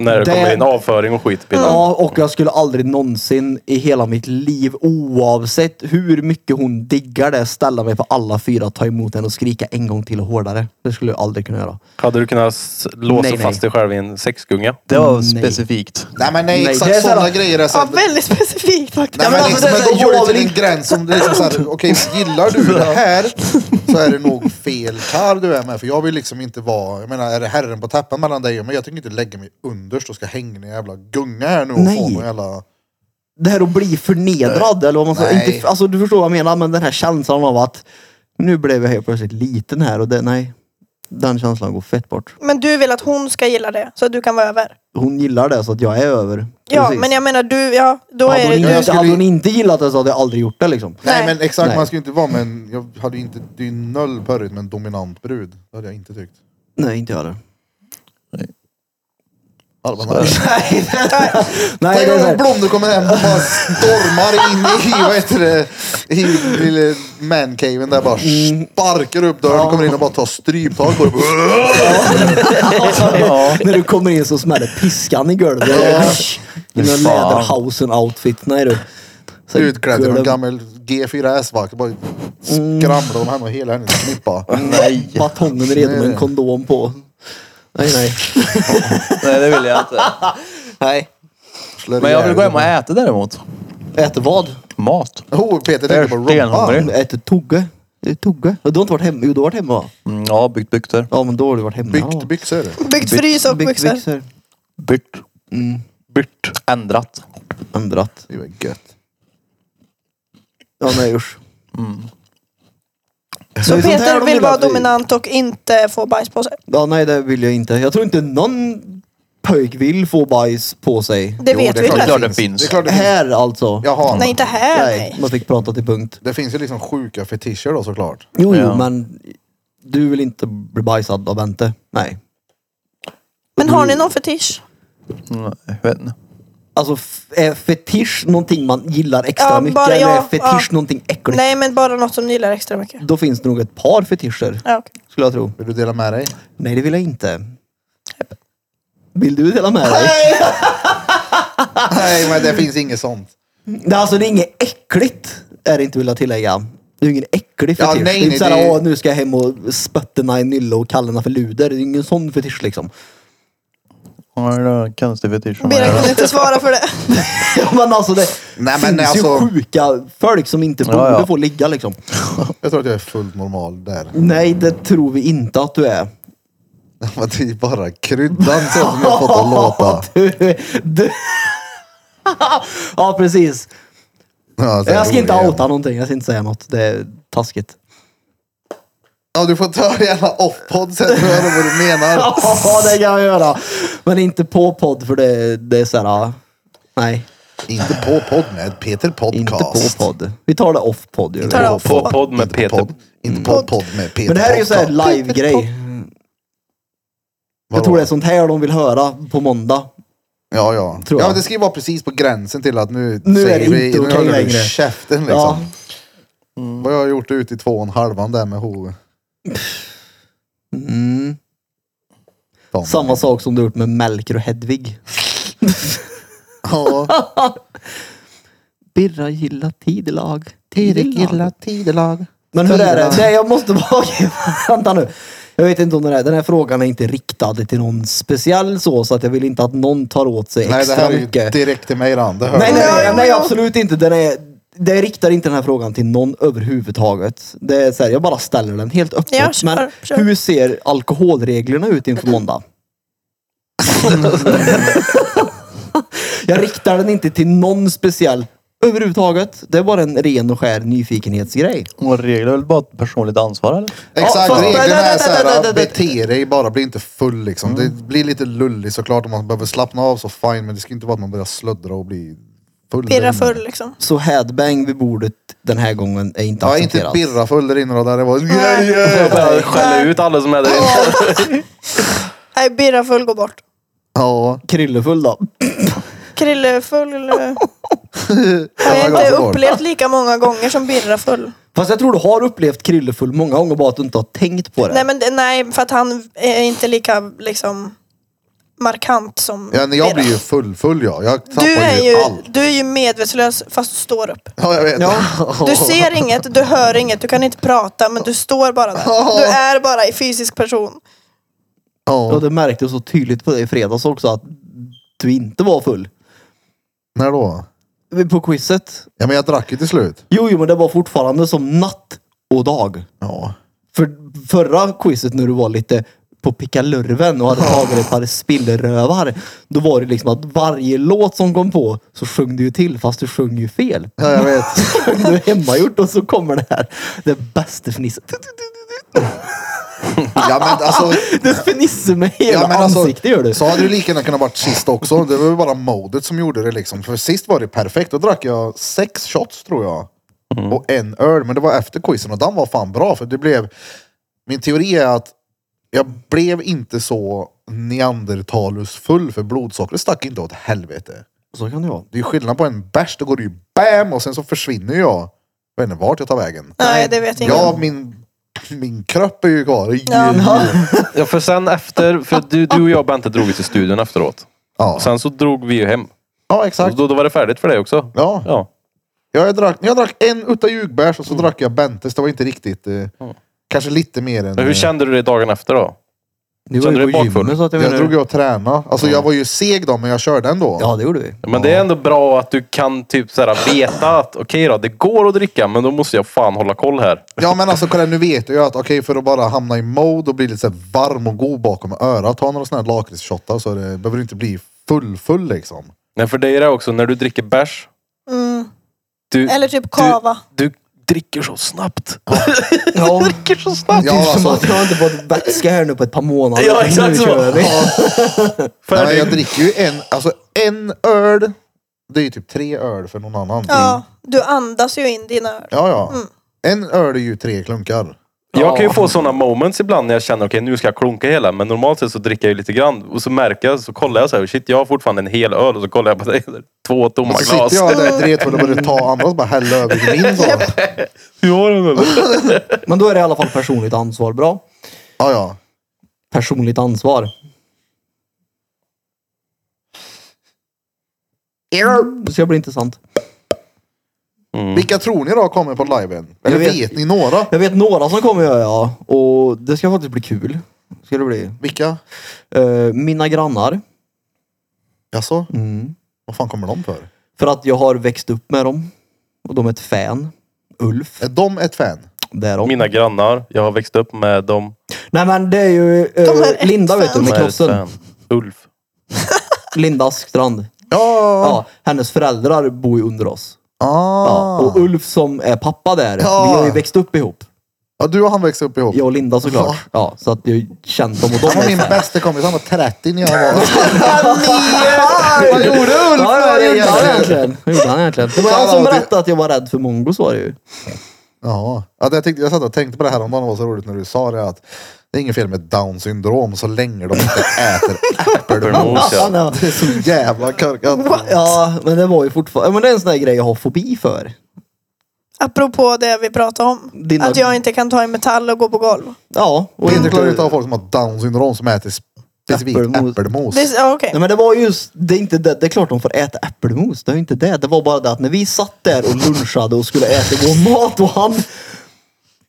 Speaker 2: När det
Speaker 4: Det-
Speaker 2: kommer in avföring och skit i bilden.
Speaker 4: Ja, och jag skulle aldrig någonsin i hela mitt liv, oavsett hur mycket hon diggar det, ställa mig på alla fyra, ta emot henne och skrika en gång till och hårdare. Det skulle jag aldrig kunna göra.
Speaker 2: Hade du kunnat s- låsa
Speaker 4: Nej, nej.
Speaker 2: fast dig själv i en sexgunga?
Speaker 5: Det var
Speaker 4: Nej.
Speaker 5: specifikt.
Speaker 1: Nej men nej,
Speaker 4: Nej,
Speaker 1: exakt
Speaker 4: det är så här-
Speaker 1: sådana grejer. Är så
Speaker 6: Ja,
Speaker 1: att,
Speaker 6: väldigt specifikt faktiskt.
Speaker 1: Nej, men,
Speaker 4: alltså,
Speaker 1: liksom,
Speaker 4: det är så
Speaker 1: men
Speaker 4: här,
Speaker 1: då går
Speaker 4: jag
Speaker 1: det till
Speaker 4: vill
Speaker 1: en gräns som det är liksom så här, okej gillar du det här så är det nog fel karl du är med. För jag vill liksom inte vara, jag menar är det herren på tappan mellan dig och mig, jag tänker inte lägga mig underst och ska hänga i en jävla gunga här nu och få
Speaker 4: Nej.
Speaker 1: någon jävla...
Speaker 4: Det här att bli förnedrad, eller vad man säger.
Speaker 1: Nej.
Speaker 4: Inte, alltså, du förstår vad jag menar, men den här känslan av att nu blev jag helt plötsligt liten här och det, nej. Den känslan går fett bort.
Speaker 6: Men du vill att hon ska gilla det, så att du kan vara över?
Speaker 4: Hon gillar det så att jag är över.
Speaker 6: Ja,
Speaker 4: Precis.
Speaker 6: men jag menar du, ja, då
Speaker 4: hade,
Speaker 6: är det
Speaker 4: hon
Speaker 6: du.
Speaker 4: inte,
Speaker 1: Jag skulle-
Speaker 4: hade hon inte gillat det så hade jag aldrig gjort det liksom.
Speaker 1: Nej,
Speaker 6: Nej.
Speaker 1: men exakt,
Speaker 4: Nej.
Speaker 1: man ska ju inte vara med en, jag hade ju inte, det är ju noll pörrigt med en dominant brud. Det hade jag inte tyckt.
Speaker 4: Nej, inte jag heller.
Speaker 1: Alban, nej.
Speaker 4: Nej,
Speaker 1: Tänk
Speaker 4: det
Speaker 1: om någon
Speaker 4: är så här,
Speaker 1: Blom du kommer hem och bara stormar in i, vad heter det, i lille mancaven där bara
Speaker 4: Mm.
Speaker 1: sparkar upp dörren, kommer in och bara tar stryptag på dig.
Speaker 4: när du kommer in så smäller piskan i golvet. I den
Speaker 5: Fan.
Speaker 4: läderhausen-outfit. Nej du. Så
Speaker 1: Utklädd till någon
Speaker 4: golv-
Speaker 1: gammal G4 S-vakt. Bara skramlar om henne och hela hennes knippa.
Speaker 5: Nej.
Speaker 4: Batongen redo med
Speaker 1: Nej,
Speaker 4: en
Speaker 1: nej.
Speaker 4: kondom på. Nej, nej.
Speaker 5: Nej, det vill jag inte.
Speaker 4: nej.
Speaker 1: Slår
Speaker 5: Men jag vill
Speaker 1: ihjäl
Speaker 5: gå hem och
Speaker 1: henne.
Speaker 5: äta däremot.
Speaker 4: Äter vad?
Speaker 5: Mat.
Speaker 1: Oh, Peter
Speaker 5: Jag
Speaker 1: tänker
Speaker 5: är
Speaker 1: på rumpan.
Speaker 5: stenhungrig.
Speaker 4: Äter tugge. Äter tugge. Du har inte varit hemma? Jo, du har varit hemma va?
Speaker 5: Mm, ja, byggt byxor.
Speaker 4: Ja, men då har du varit hemma.
Speaker 1: Byggt byxor.
Speaker 6: Byggt frys och
Speaker 4: Byggt
Speaker 6: byxor.
Speaker 4: byxor.
Speaker 5: Bytt. Bytt. Mm. Ändrat.
Speaker 4: Ändrat.
Speaker 1: Det var gött.
Speaker 4: Ja, nej usch.
Speaker 1: Mm.
Speaker 6: Så
Speaker 4: Det är sånt här
Speaker 6: Peter
Speaker 4: de
Speaker 6: vill
Speaker 4: vill
Speaker 6: vara
Speaker 4: att vi-
Speaker 6: dominant och inte få bajs på sig.
Speaker 4: Ja, nej det vill jag inte. Jag tror inte någon pöjk vill få bajs på sig.
Speaker 6: Det vet
Speaker 1: är
Speaker 6: vi
Speaker 1: klart
Speaker 6: inte.
Speaker 5: klart det finns.
Speaker 1: Det är klart det finns.
Speaker 4: Här alltså.
Speaker 1: Jaha.
Speaker 6: Nej, inte här.
Speaker 4: Nej,
Speaker 6: Nej.
Speaker 4: man fick prata till punkt.
Speaker 1: Det finns ju liksom sjuka fetischer då såklart.
Speaker 4: Jo, jo,
Speaker 5: Ja.
Speaker 4: men du vill inte bli bajsad av Bente. Nej.
Speaker 6: Men har ni någon fetisch?
Speaker 5: Mm, jag vet inte.
Speaker 4: Alltså, f- är fetisch någonting man gillar extra
Speaker 6: Ja,
Speaker 4: mycket?
Speaker 6: bara
Speaker 4: eller är
Speaker 6: jag.
Speaker 4: fetisch
Speaker 6: Ja.
Speaker 4: någonting äckligt?
Speaker 6: Nej, men bara något som ni gillar extra mycket.
Speaker 4: Då finns det nog ett par fetischer,
Speaker 6: Ja, okej.
Speaker 4: skulle jag tro.
Speaker 1: Vill du dela med dig?
Speaker 4: Nej, det vill jag inte. Vill du dela med dig?
Speaker 1: Nej, men det finns inget sånt.
Speaker 4: Nej, alltså det är inget äckligt, är det inte vill jag tillägga. Det är ju ingen äcklig fetisch.
Speaker 1: Ja,
Speaker 4: det är
Speaker 1: nej,
Speaker 4: inte
Speaker 1: nej,
Speaker 4: såhär,
Speaker 1: det är-
Speaker 4: åh nu ska jag hem och spötterna i nylle och kallarna för luder. Det är ingen sån fetisch liksom.
Speaker 5: Ja, det är en konstig fetisch. som jag
Speaker 6: Berit
Speaker 5: gör.
Speaker 6: kunde inte svara för det.
Speaker 4: men alltså det
Speaker 1: Nej, men
Speaker 4: finns
Speaker 1: alltså-
Speaker 4: ju sjuka folk som inte
Speaker 5: Ja,
Speaker 4: borde
Speaker 5: ja.
Speaker 4: få ligga liksom.
Speaker 1: Jag tror att jag är fullt normal där.
Speaker 4: Nej, det tror vi inte att du är.
Speaker 1: Men det är bara kryddan så som jag har fått att låta.
Speaker 4: Du, du... ja, precis.
Speaker 1: Ja, så här
Speaker 4: Jag ska inte
Speaker 1: roliga.
Speaker 4: outa någonting. Jag ska inte säga något. Det är taskigt.
Speaker 1: Ja, du får ta det jävla off-podd sen tror jag vad du menar.
Speaker 4: Ja, det kan jag göra. Men inte på podd för det, det är så här. Nej,
Speaker 1: Inte på podd med Peter
Speaker 4: inte
Speaker 1: Podcast.
Speaker 4: på podd. Vi tar det off podd. gör vi.
Speaker 6: tar det off.
Speaker 2: På podd med
Speaker 1: Inte
Speaker 2: Peter.
Speaker 1: podd. Inte på podd med Peter
Speaker 4: Men det här är ju så här
Speaker 1: Podcast.
Speaker 4: live-grej. Jag
Speaker 1: Vadå?
Speaker 4: tror det är sånt här de vill höra på måndag.
Speaker 1: Ja, ja.
Speaker 4: Tror
Speaker 1: ja,
Speaker 4: jag.
Speaker 1: men det ska ju vara precis på gränsen till att nu,
Speaker 4: Nu är
Speaker 1: säger
Speaker 4: det
Speaker 1: vi,
Speaker 4: inte
Speaker 1: nu
Speaker 4: okej
Speaker 1: håller du
Speaker 4: längre.
Speaker 1: käften liksom.
Speaker 4: Ja.
Speaker 1: Vad jag har gjort ut i två och en halvan där med ho.
Speaker 4: Mm.
Speaker 1: Tom.
Speaker 4: Samma sak som du gjort med Melker och Hedvig.
Speaker 1: Ja.
Speaker 4: Birra gillar tidelag.
Speaker 1: tidelag.
Speaker 4: Men hur är det? Nej, jag måste bara... Okej, Vänta nu. Jag vet inte om det är. Den här frågan är inte riktad till någon speciell så, så att jag vill inte att någon tar åt sig
Speaker 1: Nej, det
Speaker 4: extra
Speaker 1: här är ju
Speaker 4: mycket.
Speaker 1: direkt till mig Ran. Det hör
Speaker 4: Nej,
Speaker 1: du.
Speaker 4: nej, nej, nej, absolut inte. Den är, det riktar inte den här frågan till någon överhuvudtaget. Det är så här, jag bara ställer den helt öppet.
Speaker 6: Ja, kör,
Speaker 4: men
Speaker 6: kör.
Speaker 4: hur ser alkoholreglerna ut inför måndag? jag riktar den inte till någon speciell överhuvudtaget. Det är bara en ren och skär nyfikenhetsgrej.
Speaker 5: Och regler är väl bara ett personligt ansvar eller?
Speaker 4: Ja,
Speaker 1: Exakt,
Speaker 4: fast-
Speaker 1: reglerna
Speaker 4: nej, nej,
Speaker 1: är
Speaker 4: nej,
Speaker 1: så här,
Speaker 4: nej, nej,
Speaker 1: att
Speaker 4: nej. Mm.
Speaker 1: bete dig bara, bli inte full liksom. Det blir lite lullig såklart om man behöver slappna av så fine, men det ska inte vara att man börjar sluddra och bli full.
Speaker 6: Pirra full liksom.
Speaker 4: Så headbang vid bordet den här gången är inte
Speaker 1: Ja, inte
Speaker 4: accepterat.
Speaker 1: birra full där inne och där det var...
Speaker 2: Jag bara skäller ut alla som är där inne.
Speaker 6: Nej, birra full går bort.
Speaker 1: Ja.
Speaker 4: Kryllefull då.
Speaker 6: Krille full eh, har jag
Speaker 1: gång
Speaker 6: inte
Speaker 1: går bort.
Speaker 6: upplevt lika många gånger som birra full.
Speaker 4: Fast jag tror du har upplevt kryllefull många gånger bara att du inte har tänkt på det.
Speaker 6: Nej, men det, nej, för att han är inte lika liksom markant som
Speaker 1: Ja, när jag blir
Speaker 6: Birra.
Speaker 1: ju full, full ja. Jag tappar
Speaker 6: du är ju,
Speaker 1: allt.
Speaker 6: du är ju medvetslös fast du står upp.
Speaker 1: Ja, jag vet.
Speaker 6: Du ser inget, du hör inget, du kan inte prata men du står bara där. Du är bara i fysisk person.
Speaker 4: Ja,
Speaker 1: Ja.
Speaker 4: det märktes så tydligt på dig i fredags också att du inte var full.
Speaker 1: När då?
Speaker 4: På quizet.
Speaker 1: Ja, men jag drack ju till slut.
Speaker 4: Jo, jo, men det var fortfarande som natt och dag.
Speaker 1: Ja.
Speaker 4: För förra quizet när du var lite på pickalurven och hade tagit ett par spillrövar. Då var det liksom att varje låt som kom på så sjöng du ju till fast du sjöng ju fel.
Speaker 1: Ja, jag vet.
Speaker 4: Sjöng du hemmagjort och så kommer det här. Det bästa fnisset.
Speaker 1: Ja, men alltså...
Speaker 4: Du fnisser med hela
Speaker 1: Ja, men alltså,
Speaker 4: ansiktet gör du.
Speaker 1: så hade du lika gärna kunnat varit sist också. Det var ju bara modet som gjorde det liksom. För sist var det perfekt. Då drack jag sex shots tror jag.
Speaker 2: Mm.
Speaker 1: Och en öl. Men det var efter quizen och den var fan bra. För det blev... Min teori är att jag blev inte så neandertalusfull för blodsockret stack inte åt helvete.
Speaker 4: Så kan det vara.
Speaker 1: Det är ju skillnad på en bärs, då går det ju bam och sen så försvinner jag. Jag vet inte vart jag tar vägen.
Speaker 6: Nej, det vet jag inte.
Speaker 1: Ja, min, min kropp är ju kvar.
Speaker 6: Ja.
Speaker 2: Ja, för sen efter, för du, du och jag Bente drog ju till studion efteråt.
Speaker 1: Ja.
Speaker 2: Och sen så drog vi ju hem.
Speaker 1: ja,
Speaker 2: Och
Speaker 1: exakt.
Speaker 2: då, då var det färdigt för dig också.
Speaker 1: Ja.
Speaker 2: Ja.
Speaker 1: Ja, jag, drack, jag drack en utta Ljugbergs och så drack jag Bentes. Det var inte riktigt... Eh, Kanske lite mer än...
Speaker 2: Men hur
Speaker 1: eh,
Speaker 2: kände du dig dagen efter då?
Speaker 4: Du
Speaker 2: Kände du dig bakfull?
Speaker 4: så att jag,
Speaker 1: jag
Speaker 4: menar-
Speaker 1: drog ju och tränade. Alltså jag var ju seg då, men jag körde ändå.
Speaker 4: Ja, det gjorde vi.
Speaker 2: Men det är ändå bra att du kan typ så här veta att okej då, det går att dricka men då måste jag fan hålla koll här.
Speaker 1: Ja men alltså kolla, nu vet jag ju att okej för att bara hamna i mode och bli lite så här varm och god bakom örat. Ta några sådana här lakritsshotar så det behöver inte bli full-full liksom.
Speaker 2: Nej för det är det också, när du dricker bärs. Du,
Speaker 6: Mm. Eller typ kava.
Speaker 2: Du, du dricker så snabbt.
Speaker 4: Ja.
Speaker 2: dricker så snabbt.
Speaker 4: det är
Speaker 1: Ja,
Speaker 4: som
Speaker 1: alltså.
Speaker 4: att jag inte fått vätska här nu på ett par månader.
Speaker 2: Ja, exakt
Speaker 4: nu
Speaker 2: så.
Speaker 4: kör vi.
Speaker 1: Nej,
Speaker 2: Färdig.
Speaker 1: jag dricker ju en, alltså en öl. Det är ju typ tre öl för någon annan.
Speaker 6: Ja, du andas ju in dina öron.
Speaker 1: Ja, ja. En öl är ju tre klunkar.
Speaker 2: Jag kan ju få sådana moments ibland när jag känner okej nu ska jag klunka hela. Men normalt sett så dricker jag ju lite grann. Och så märker jag, så kollar jag så här, shit jag har fortfarande en hel öl. Och så kollar jag på det, två tomma
Speaker 1: Och så
Speaker 2: glas.
Speaker 1: sitter jag där dretfull och börjar ta andra och bara hälla över i min så.
Speaker 2: Du har den eller?
Speaker 4: Men då är det i alla fall personligt ansvar bra.
Speaker 1: Ja, ja.
Speaker 4: Personligt ansvar. Det ska bli intressant.
Speaker 1: Mm. Vilka tror ni då kommer på liven? Eller
Speaker 4: Jag vet-
Speaker 1: vet. ni några?
Speaker 4: Jag vet några som kommer göra ja. Och det ska faktiskt bli kul. Ska det bli.
Speaker 1: Vilka?
Speaker 4: Eh, mina grannar.
Speaker 1: Jaså?
Speaker 4: Mm.
Speaker 1: Vad fan kommer de för?
Speaker 4: För att jag har växt upp med dem. Och de är ett fan. Ulf.
Speaker 1: Är de ett fan?
Speaker 4: Det är de.
Speaker 2: Mina grannar, jag har växt upp med dem.
Speaker 4: Nej men det är ju eh,
Speaker 6: De är ett
Speaker 4: Linda vet du
Speaker 6: fan.
Speaker 4: med
Speaker 2: Med
Speaker 4: krossen.
Speaker 2: Sven. Ulf.
Speaker 4: Linda Askstrand.
Speaker 1: Ja!
Speaker 4: Ja, hennes föräldrar bor ju under oss.
Speaker 1: Ah.
Speaker 4: Ja, och Ulf som är pappa där,
Speaker 1: Ja.
Speaker 4: vi har ju växt upp ihop.
Speaker 1: Ja, du och han växte upp ihop.
Speaker 4: Jag och Linda såklart. Ja. så att jag känt dem och de
Speaker 1: Han var min bästa kompis. Han var 30 när jag var...
Speaker 4: Vad gjorde Ulf? Ja, ja, det gjorde han
Speaker 1: egentligen?
Speaker 4: egentligen. Det gjorde han egentligen. Det var han som berättade att jag var rädd för mongos var det ju.
Speaker 1: Ja, ja det jag, tänkte, jag satt och tänkte på det här om dagen. Det var så roligt när du sa det att det är inget fel med down syndrom så länge de inte äter äppelmos.
Speaker 2: Ja.
Speaker 1: Det är så jävla korkat.
Speaker 4: Ja, men det var ju fortfarande. Men det är en sån där grej jag har fobi för.
Speaker 6: Apropå det vi pratade om.
Speaker 4: Dina-
Speaker 6: Att jag inte kan ta i metall och gå på golv.
Speaker 4: Ja. Och
Speaker 1: Peter klarar inte av folk som har down syndrom som äter specifikt
Speaker 4: Äppelmos.
Speaker 1: äppelmos.
Speaker 6: Det, ja, okej.
Speaker 4: Nej men det var just, det är inte det, det är klart de får äta äppelmos, det är ju inte det. Det var bara det att när vi satt där och lunchade och skulle äta vår mat och han,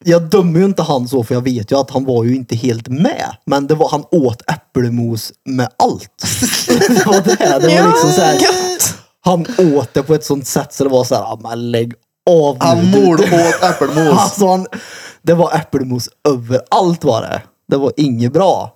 Speaker 4: jag dömer ju inte han så för jag vet ju att han var ju inte helt med. Men det var, han åt äppelmos med allt. det var det, det var liksom så här,
Speaker 6: Gött.
Speaker 4: han åt det på ett sånt sätt så det var så här, ah, men lägg av nu,
Speaker 1: Han
Speaker 4: du."
Speaker 1: mordåt äppelmos.
Speaker 4: Alltså han, det var äppelmos överallt var det. Det var inget bra.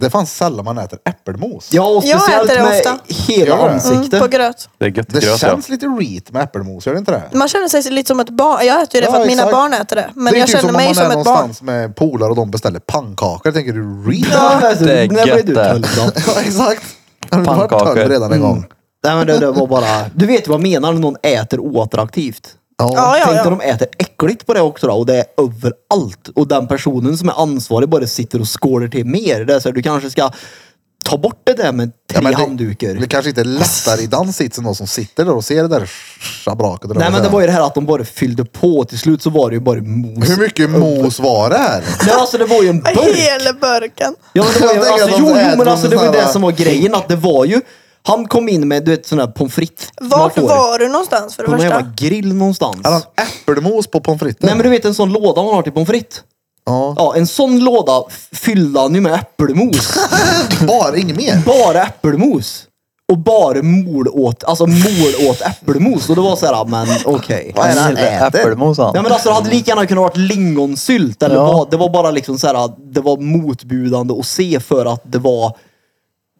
Speaker 1: Det fanns sällan man äter äppelmos.
Speaker 4: Ja, och
Speaker 6: Jag äter
Speaker 4: speciellt
Speaker 6: det
Speaker 4: med
Speaker 6: ofta.
Speaker 4: hela
Speaker 1: Gör det?
Speaker 4: ansiktet.
Speaker 6: Mm, På gröt.
Speaker 2: Det är gött
Speaker 1: Det
Speaker 2: gröt ja.
Speaker 1: känns lite reet med äppelmos, gör det inte det?
Speaker 6: Man känner sig lite som ett barn. Jag äter ju det
Speaker 1: Ja,
Speaker 6: för att mina
Speaker 1: exakt.
Speaker 6: barn äter det. Men
Speaker 1: det är
Speaker 6: jag
Speaker 1: typ
Speaker 6: känner
Speaker 1: som om
Speaker 6: mig
Speaker 1: man
Speaker 6: som
Speaker 1: är
Speaker 6: ett barn.
Speaker 1: någonstans med polare och de beställer pannkakor. Tänker du reet?
Speaker 4: Ja, men alltså,
Speaker 5: Det är
Speaker 4: när blev
Speaker 5: gött
Speaker 4: du
Speaker 5: det.
Speaker 4: tölt då?
Speaker 1: Ja, exakt. Har du varit
Speaker 5: Pannkakor.
Speaker 1: tönt redan en
Speaker 4: Mm.
Speaker 1: gång?
Speaker 4: Nej men det, det var bara, du vet ju vad jag menar när någon äter oattraktivt.
Speaker 6: Ja, ja,
Speaker 4: Tänk
Speaker 6: ja.
Speaker 4: när de äter äckligt på det också då och det är överallt. Och den personen som är ansvarig bara sitter och skålar till mer. Det är så här, du kanske ska ta bort det där med tre
Speaker 1: men det-
Speaker 4: handdukar.
Speaker 1: Det kanske inte är lättare i den sitsen då som sitter där och ser det där schabraket. eller
Speaker 4: Nej
Speaker 1: vad
Speaker 4: men det
Speaker 1: säger
Speaker 4: var ju det här att de bara fyllde på. Till slut så var det ju bara mos.
Speaker 1: jag? Hur mycket mos var det här?
Speaker 4: Nej alltså det var ju en burk.
Speaker 6: Hela burken.
Speaker 4: Ja, men det var ju,
Speaker 1: Jag tänker
Speaker 4: alltså,
Speaker 1: att de
Speaker 4: jo, jo,
Speaker 1: äter
Speaker 4: men alltså det var ju
Speaker 1: såna
Speaker 4: det
Speaker 1: här-
Speaker 4: som var grejen. Att det var ju, han kom in med du vet sån här pommes frites. man
Speaker 6: Vart
Speaker 4: får.
Speaker 6: var du någonstans för det
Speaker 4: På någon
Speaker 6: första?
Speaker 4: jävla grill någonstans.
Speaker 1: Hade han äppelmos på pommes fritesen?
Speaker 4: Nej men du vet en sån låda man har till pommes frites.
Speaker 1: Ja.
Speaker 4: Ja, en sån låda f- fyllde han ju med äppelmos.
Speaker 1: Bara, inget mer?
Speaker 4: bara äppelmos. Och bara mol åt, alltså mol åt äppelmos. Och det var så här, ja, men okej.
Speaker 1: Vad är det han äter?
Speaker 5: Äppelmos han.
Speaker 4: Ja men alltså det hade lika gärna kunnat varit lingonsylt. Eller vad, det var bara liksom så här, det var motbjudande att se för att det var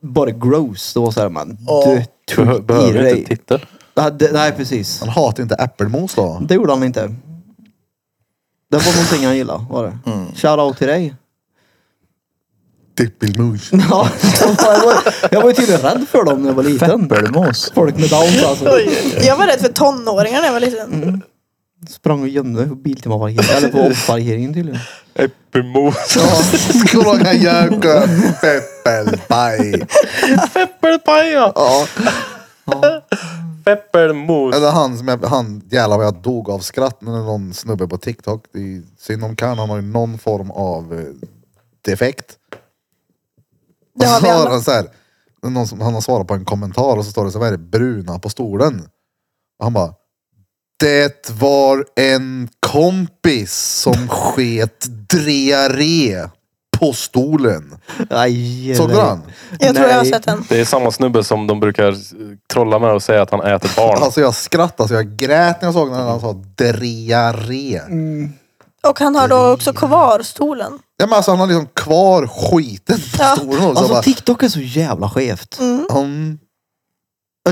Speaker 4: bara gross. Det var så här, men du tog
Speaker 2: Behö-
Speaker 4: i
Speaker 2: behöver
Speaker 4: dig.
Speaker 2: inte titel.
Speaker 4: Nej, det- Nej precis.
Speaker 1: Han hatar inte äppelmos då.
Speaker 4: Det gjorde han inte. Det var någonting han gillade, var det. Shoutout till dig.
Speaker 1: Äppelmos.
Speaker 4: Ja, jag var, jag var ju tydligen rädd för dem när jag var liten.
Speaker 5: Äppelmos.
Speaker 4: Folk med downs alltså.
Speaker 6: Jag var rädd för tonåringar när jag var liten.
Speaker 1: Mm.
Speaker 4: Sprang och gömde på Biltemaparkeringen, eller på parkeringen tydligen.
Speaker 2: Äppelmos.
Speaker 1: Skånga jöken, äppelpaj.
Speaker 2: Äppelpaj ja.
Speaker 1: Ja.
Speaker 2: Äppelmos.
Speaker 1: Eller han som jag, han, jävlar vad jag dog av skratt när någon snubbe på TikTok, det är synd om kan, han har ju någon form av eh, defekt.
Speaker 6: Det har vi
Speaker 1: så har
Speaker 6: alla.
Speaker 1: han så här, det är någon som, han har svarat på en kommentar och så står det så här, vad är det bruna på stolen? Och han bara, det var en kompis som sket diarré på stolen.
Speaker 4: Aj,
Speaker 1: Såg du
Speaker 4: nej.
Speaker 1: den?
Speaker 6: Jag tror jag har
Speaker 4: Nej.
Speaker 6: sett en.
Speaker 2: Det är samma snubbe som de brukar eh, trolla med och säga att han äter barn.
Speaker 1: Alltså jag skrattade så jag grät när jag såg den när han sa diarré.
Speaker 6: Och han har
Speaker 1: Mm.
Speaker 6: då också kvar stolen.
Speaker 1: Ja, men alltså, han har liksom kvar skiten på
Speaker 6: Ja.
Speaker 1: stolen. Och så
Speaker 4: Alltså
Speaker 1: bara,
Speaker 4: TikTok är så jävla skevt.
Speaker 1: "Mm,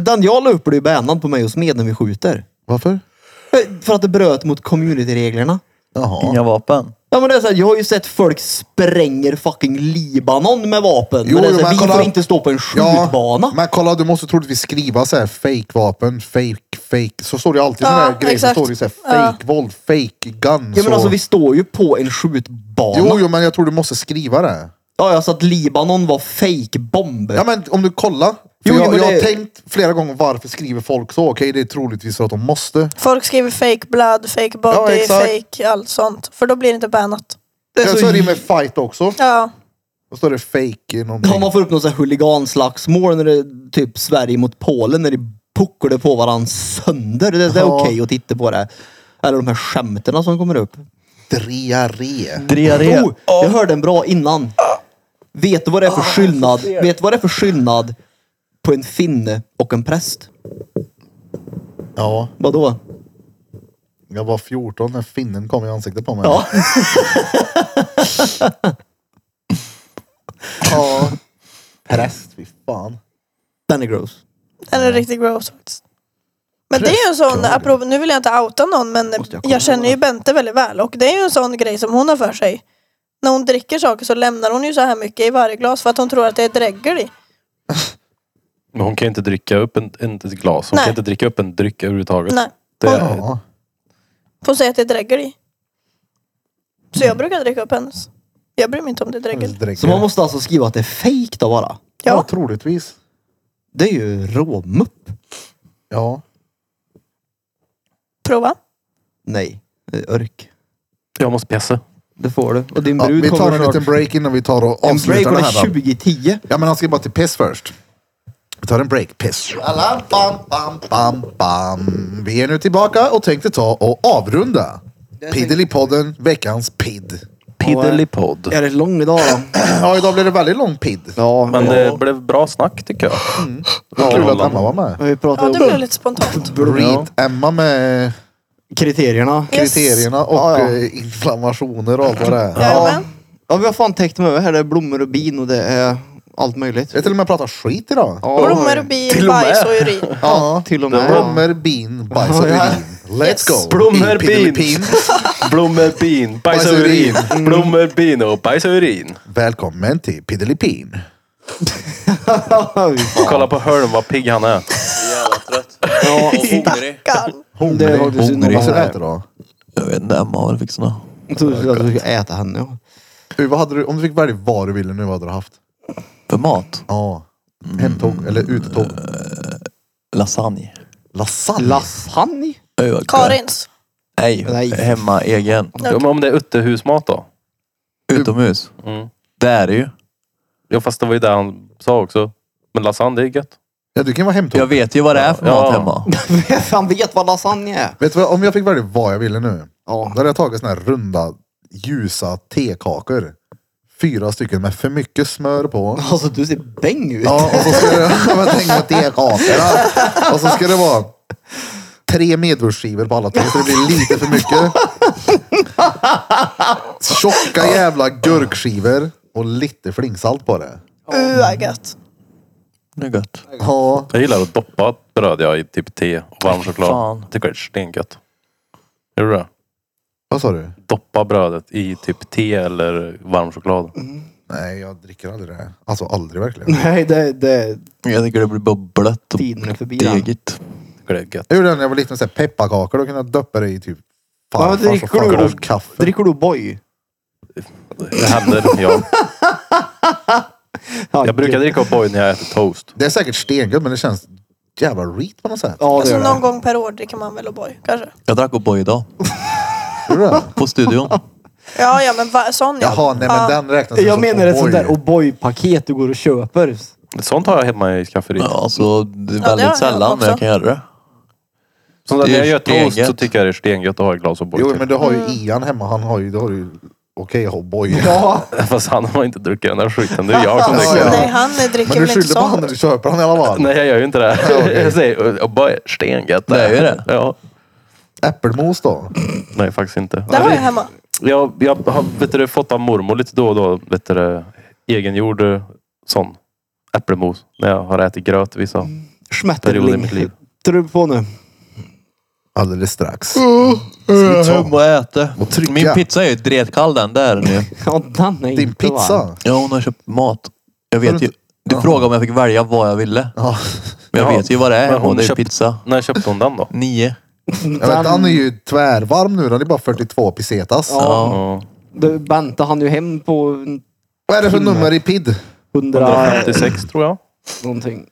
Speaker 4: Den jag la upp blev bannad på mig och Smed när vi skjuter.
Speaker 1: varför?
Speaker 4: Eh, För att det bröt mot communityreglerna.
Speaker 1: Jaha.
Speaker 5: Inga vapen.
Speaker 4: Ja men det är så här, jag har ju sett folk spränger fucking Libanon med vapen.
Speaker 1: Jo,
Speaker 4: men det är så
Speaker 1: jo,
Speaker 4: här,
Speaker 1: men
Speaker 4: vi
Speaker 1: kolla-
Speaker 4: får inte stå på en skjutbana.
Speaker 1: men kolla du måste troligtvis skriva så här fake vapen, fake, fake. Så står det alltid ja,
Speaker 6: Ja,
Speaker 1: sådana här grejer. Så
Speaker 6: exakt.
Speaker 1: står det så här fake våld, fake gun.
Speaker 4: Ja men
Speaker 1: så...
Speaker 4: alltså vi står ju på en skjutbana.
Speaker 1: Jo, jo, men jag tror du måste skriva det.
Speaker 4: Ja, jag sa att Libanon var fejkbomb.
Speaker 1: Ja, men om du kollar. För
Speaker 4: Jo, jo,
Speaker 1: jag,
Speaker 4: men
Speaker 1: jag har
Speaker 4: det-
Speaker 1: tänkt flera gånger varför skriver folk så? Okej, det är troligtvis för att de måste.
Speaker 6: Folk skriver fake blood, fake
Speaker 1: Ja,
Speaker 6: body,
Speaker 1: exakt.
Speaker 6: fake allt sånt. För då blir det inte bannat.
Speaker 4: Det är
Speaker 1: Jag
Speaker 4: så
Speaker 1: så är det
Speaker 4: j-
Speaker 1: med fight också.
Speaker 6: Ja.
Speaker 1: Då står det fake i någonting.
Speaker 4: Ja, man får upp något så här huliganslagsmål när det är typ Sverige mot Polen när de pucklar på varandra sönder. Det, det är
Speaker 1: Ja.
Speaker 4: okej att titta på det. Eller de här skämterna som kommer upp.
Speaker 1: Diarré.
Speaker 5: Diarré.
Speaker 4: Oh, jag hörde en bra innan. Vet du vad det
Speaker 1: Ah,
Speaker 4: är för skillnad? Vet du vad det är för skillnad på en finne och en präst?
Speaker 1: Ja,
Speaker 4: Vadå?
Speaker 1: jag var 14 när finnen kom i ansiktet på mig.
Speaker 4: Ja.
Speaker 1: ja. Präst, fy fan.
Speaker 4: Den är gross.
Speaker 6: Den är riktigt gross faktiskt. Men det är ju en sån, apropå, nu vill jag inte outa någon men
Speaker 1: jag
Speaker 6: jag,
Speaker 1: komma
Speaker 6: känner ju Bente väldigt väl och det är ju en sån grej som hon har för sig. När hon dricker saker så lämnar hon ju så här mycket i varje glas för att hon tror att det är dregel i.
Speaker 2: Men hon kan ju inte dricka upp en, en, ett glas. Hon
Speaker 6: Nej.
Speaker 2: kan inte dricka upp en dryck överhuvudtaget.
Speaker 6: Nej,
Speaker 2: Det är,
Speaker 1: Ja.
Speaker 6: får säga att det är dregel i. Så
Speaker 1: Mm.
Speaker 6: jag brukar dricka upp hennes. Jag bryr mig inte om det är dregel.
Speaker 4: Så man måste alltså skriva att det är fejk då bara?
Speaker 1: ja.
Speaker 6: Ja,
Speaker 1: troligtvis.
Speaker 4: Det är ju råmupp.
Speaker 1: Ja.
Speaker 6: prova.
Speaker 4: Nej, det är örk.
Speaker 2: jag måste pissa.
Speaker 4: Det får du. Och din
Speaker 1: ja.
Speaker 4: brud
Speaker 1: Vi tar
Speaker 4: kommer
Speaker 1: en liten break innan vi tar och
Speaker 4: En break
Speaker 1: avslutar
Speaker 4: och
Speaker 1: det
Speaker 4: det
Speaker 1: här.
Speaker 4: är
Speaker 1: Då.
Speaker 4: 2010.
Speaker 1: Ja, men han ska bara till piss först. Vi tar en break. Piss. Alla, bam, bam, bam, bam. Vi är nu tillbaka och tänkte ta och avrunda. Piddelipodden, veckans pidd.
Speaker 2: Piddelipod.
Speaker 4: Är det lång idag då?
Speaker 1: Ja, idag blev det väldigt lång pidd.
Speaker 4: Ja,
Speaker 2: Men det blev bra snack tycker jag.
Speaker 1: Kul att Emma var med.
Speaker 4: Vi
Speaker 6: Ja,
Speaker 4: pratade
Speaker 6: det
Speaker 4: om
Speaker 6: blev lite spontant.
Speaker 1: Reet-Emma med
Speaker 4: kriterierna.
Speaker 6: Yes.
Speaker 1: kriterierna och
Speaker 4: Ja, ja.
Speaker 1: eh, inflammationer och allt vad det är.
Speaker 4: Ja.
Speaker 6: Jajamän.
Speaker 4: ja, vi har fan täckt med över här. Det är blommor och bin och det är allt möjligt.
Speaker 1: Vi har till och med pratat skit idag.
Speaker 4: Ja,
Speaker 6: Blommor, bin, bajs och urin.
Speaker 4: Ja, till och med. Ja.
Speaker 1: Blommor, bin, bajs och
Speaker 4: Ja.
Speaker 1: urin. Let's
Speaker 6: Yes.
Speaker 1: go!
Speaker 2: Blommor,
Speaker 1: I Piddly
Speaker 2: bin.
Speaker 1: Pin.
Speaker 2: Blommerbin, bajs och urin. Blommerbin och bajs och urin.
Speaker 1: Välkommen till Piddelipin.
Speaker 2: Kolla på Hörn vad pigg han är.
Speaker 10: Jävla trött.
Speaker 4: Ja,
Speaker 10: Och hungrig.
Speaker 6: Kan.
Speaker 4: det är faktiskt synd om
Speaker 1: Vad ska du
Speaker 4: henne.
Speaker 1: äta då?
Speaker 5: Jag vet inte, Emma har väl fixat något.
Speaker 4: Jag trodde att du skulle äta henne. ja.
Speaker 1: Du, vad hade du, om du fick välja vad du ville nu, vad hade du haft?
Speaker 5: För mat?
Speaker 1: Ja.
Speaker 4: Mm.
Speaker 1: Hemtåg eller utetåg?
Speaker 5: Lasagne.
Speaker 1: Lasagne?
Speaker 4: Lasagne?
Speaker 5: Öj, vad gott.
Speaker 6: Karins.
Speaker 5: Nej,
Speaker 4: Nej.
Speaker 5: hemma, egen.
Speaker 2: Ja, men om det är utomhusmat då?
Speaker 5: Utomhus.
Speaker 2: Mm.
Speaker 5: Det är det ju.
Speaker 2: Ja fast det var ju det han sa också. Men lasagne det är gött.
Speaker 1: ja, du kan vara hemtåg.
Speaker 5: Jag vet ju vad det är för
Speaker 2: Ja.
Speaker 5: mat hemma.
Speaker 4: Han vet vad lasagne är.
Speaker 1: Vet du vad, om jag fick välja vad jag ville nu.
Speaker 4: Ja.
Speaker 1: Då hade jag tagit såna här runda, ljusa tekakor. Fyra stycken med för mycket smör på.
Speaker 4: Alltså du ser bäng ut.
Speaker 1: Ja, och så ska det, men tänk på tekakorna. Och så ska det vara tre medvurstskivor på alla tre, så det blir lite för mycket. Tjocka jävla gurkskivor och lite flingsalt på det.
Speaker 6: Uh, vad gött.
Speaker 5: Det är gött.
Speaker 1: Ja,
Speaker 2: Jag gillar att doppa bröd jag i typ te och varm choklad.
Speaker 5: Fan.
Speaker 2: Tycker det är stengött. Gör du det?
Speaker 1: vad sa du?
Speaker 2: Doppa brödet i typ te eller varm choklad.
Speaker 1: Nej, jag dricker aldrig det. här. Alltså aldrig verkligen.
Speaker 4: Nej, det, det,
Speaker 5: Jag tycker det blir bara blött och
Speaker 4: tiden är förbi. den.
Speaker 5: degigt.
Speaker 2: Tycker det är gött.
Speaker 1: Jag gjorde det när jag var liten, så här pepparkakor. Då kunde jag döppa det i typ
Speaker 4: Ja,
Speaker 1: farfars och
Speaker 4: dricker du-
Speaker 1: farbrors kaffe.
Speaker 4: Dricker du boy?
Speaker 2: Det händer, ja.
Speaker 4: Ja,
Speaker 2: Jag brukar
Speaker 4: gud.
Speaker 2: dricka O'boy när jag äter toast.
Speaker 1: Det är säkert stengött, men det känns jävla reet på något sätt.
Speaker 4: Ja, det
Speaker 6: Alltså
Speaker 4: gör
Speaker 6: någon
Speaker 4: det.
Speaker 6: gång per år dricker man väl O'boy kanske?
Speaker 5: Jag drack O'boy idag.
Speaker 1: Gjorde du det?
Speaker 5: På studion.
Speaker 6: Ja, ja men va, sån ja.
Speaker 1: Jaha, nej men
Speaker 6: ja.
Speaker 1: den räknas inte
Speaker 4: Jag
Speaker 1: som
Speaker 4: menar ett sånt
Speaker 1: O'boy.
Speaker 4: där O'boy-paket du går och köper.
Speaker 2: Sånt har jag hemma i skafferiet.
Speaker 5: Ja, Alltså, det är
Speaker 6: Ja, det har
Speaker 5: väldigt
Speaker 6: jag
Speaker 5: sällan men
Speaker 6: också.
Speaker 5: jag kan göra det.
Speaker 2: Så när
Speaker 5: Det är
Speaker 2: jag gör toast så
Speaker 5: stengött.
Speaker 2: tycker jag det är stengött att ha ett glas typ. O'boy
Speaker 1: Jo,
Speaker 2: till.
Speaker 1: men du har ju
Speaker 4: Mm.
Speaker 1: Ian hemma. Han har ju, du har ju okej O'boy.
Speaker 4: Ja,
Speaker 2: Fast han har inte druckit den där skiten. Det är jag som
Speaker 1: Ja,
Speaker 2: dricker
Speaker 1: ja.
Speaker 2: den.
Speaker 6: Nej han dricker
Speaker 1: Men du
Speaker 6: väl inte
Speaker 1: skyller på
Speaker 6: sån.
Speaker 1: han när du köper han i alla fall.
Speaker 2: Nej jag gör ju inte det.
Speaker 1: okej.
Speaker 2: Jag säger O'boy, stengött.
Speaker 5: Det är ju det.
Speaker 2: Ja.
Speaker 1: Äppelmos då?
Speaker 2: Nej faktiskt inte.
Speaker 6: Där var jag hemma.
Speaker 2: Jag, jag har vet du, fått av mormor lite då och då vet du, egengjord eh, sån äppelmos. När jag har ätit gröt vissa perioder i
Speaker 4: smätterling.
Speaker 2: mitt liv.
Speaker 4: Tror du på nu?
Speaker 1: Alldeles strax.
Speaker 4: Mm.
Speaker 5: Jag är hemma och äter.
Speaker 1: trycka.
Speaker 5: Min pizza är ju dretkall den där nu.
Speaker 4: Ja, den är
Speaker 1: Din
Speaker 4: inte varm.
Speaker 1: pizza?
Speaker 5: Ja, hon har köpt mat. Jag
Speaker 1: Har
Speaker 5: vet
Speaker 1: du
Speaker 5: ju. Du frågade om jag fick välja vad jag ville.
Speaker 1: Ja.
Speaker 5: Men jag
Speaker 2: Ja,
Speaker 5: vet ju vad det
Speaker 2: men
Speaker 5: är.
Speaker 2: hon
Speaker 5: Och det är ju
Speaker 2: köpt-
Speaker 5: pizza.
Speaker 2: När köpte hon den då?
Speaker 5: Nio.
Speaker 1: Jag vet, han är ju tvärvarm nu. Han är bara 42 pesetas.
Speaker 4: Ja,
Speaker 2: Ja.
Speaker 4: du Bente han ju hem på en
Speaker 1: Vad är det för nummer i PID?
Speaker 4: 100
Speaker 2: 156 tror jag.
Speaker 4: någonting.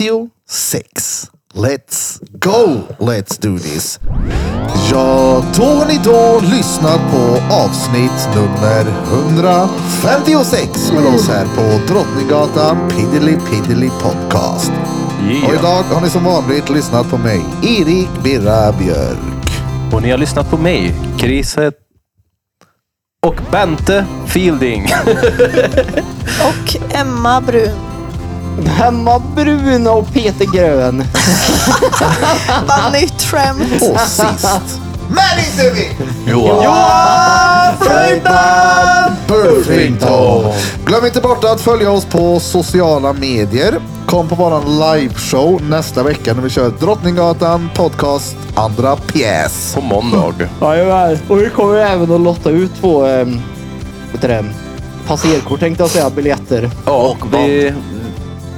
Speaker 1: 156. Let's go! Let's do this! Ja, då har ni då lyssnat på avsnitt nummer 156 med oss här på Drottninggatan Piddly Piddly Podcast. Och
Speaker 2: Yeah.
Speaker 1: idag har ni som vanligt lyssnat på mig, Erik Birra Björk.
Speaker 2: Och ni har lyssnat på mig, Kriset och Bente Fielding.
Speaker 6: Och Emma Brun.
Speaker 4: Hemma brun och Peter grön.
Speaker 6: Vad nytt skämt.
Speaker 1: Och sist, men inte minst,
Speaker 5: Johan.
Speaker 1: Fröjdan Burfington. Glöm inte bort att följa oss på sociala medier. Kom på våran liveshow nästa vecka när vi kör Drottninggatan podcast andra pjäs.
Speaker 2: På måndag.
Speaker 4: Jajamän. Och vi kommer även att lotta ut två ehm, vad heter det, passerkort tänkte jag säga, biljetter.
Speaker 2: Ja, och vi,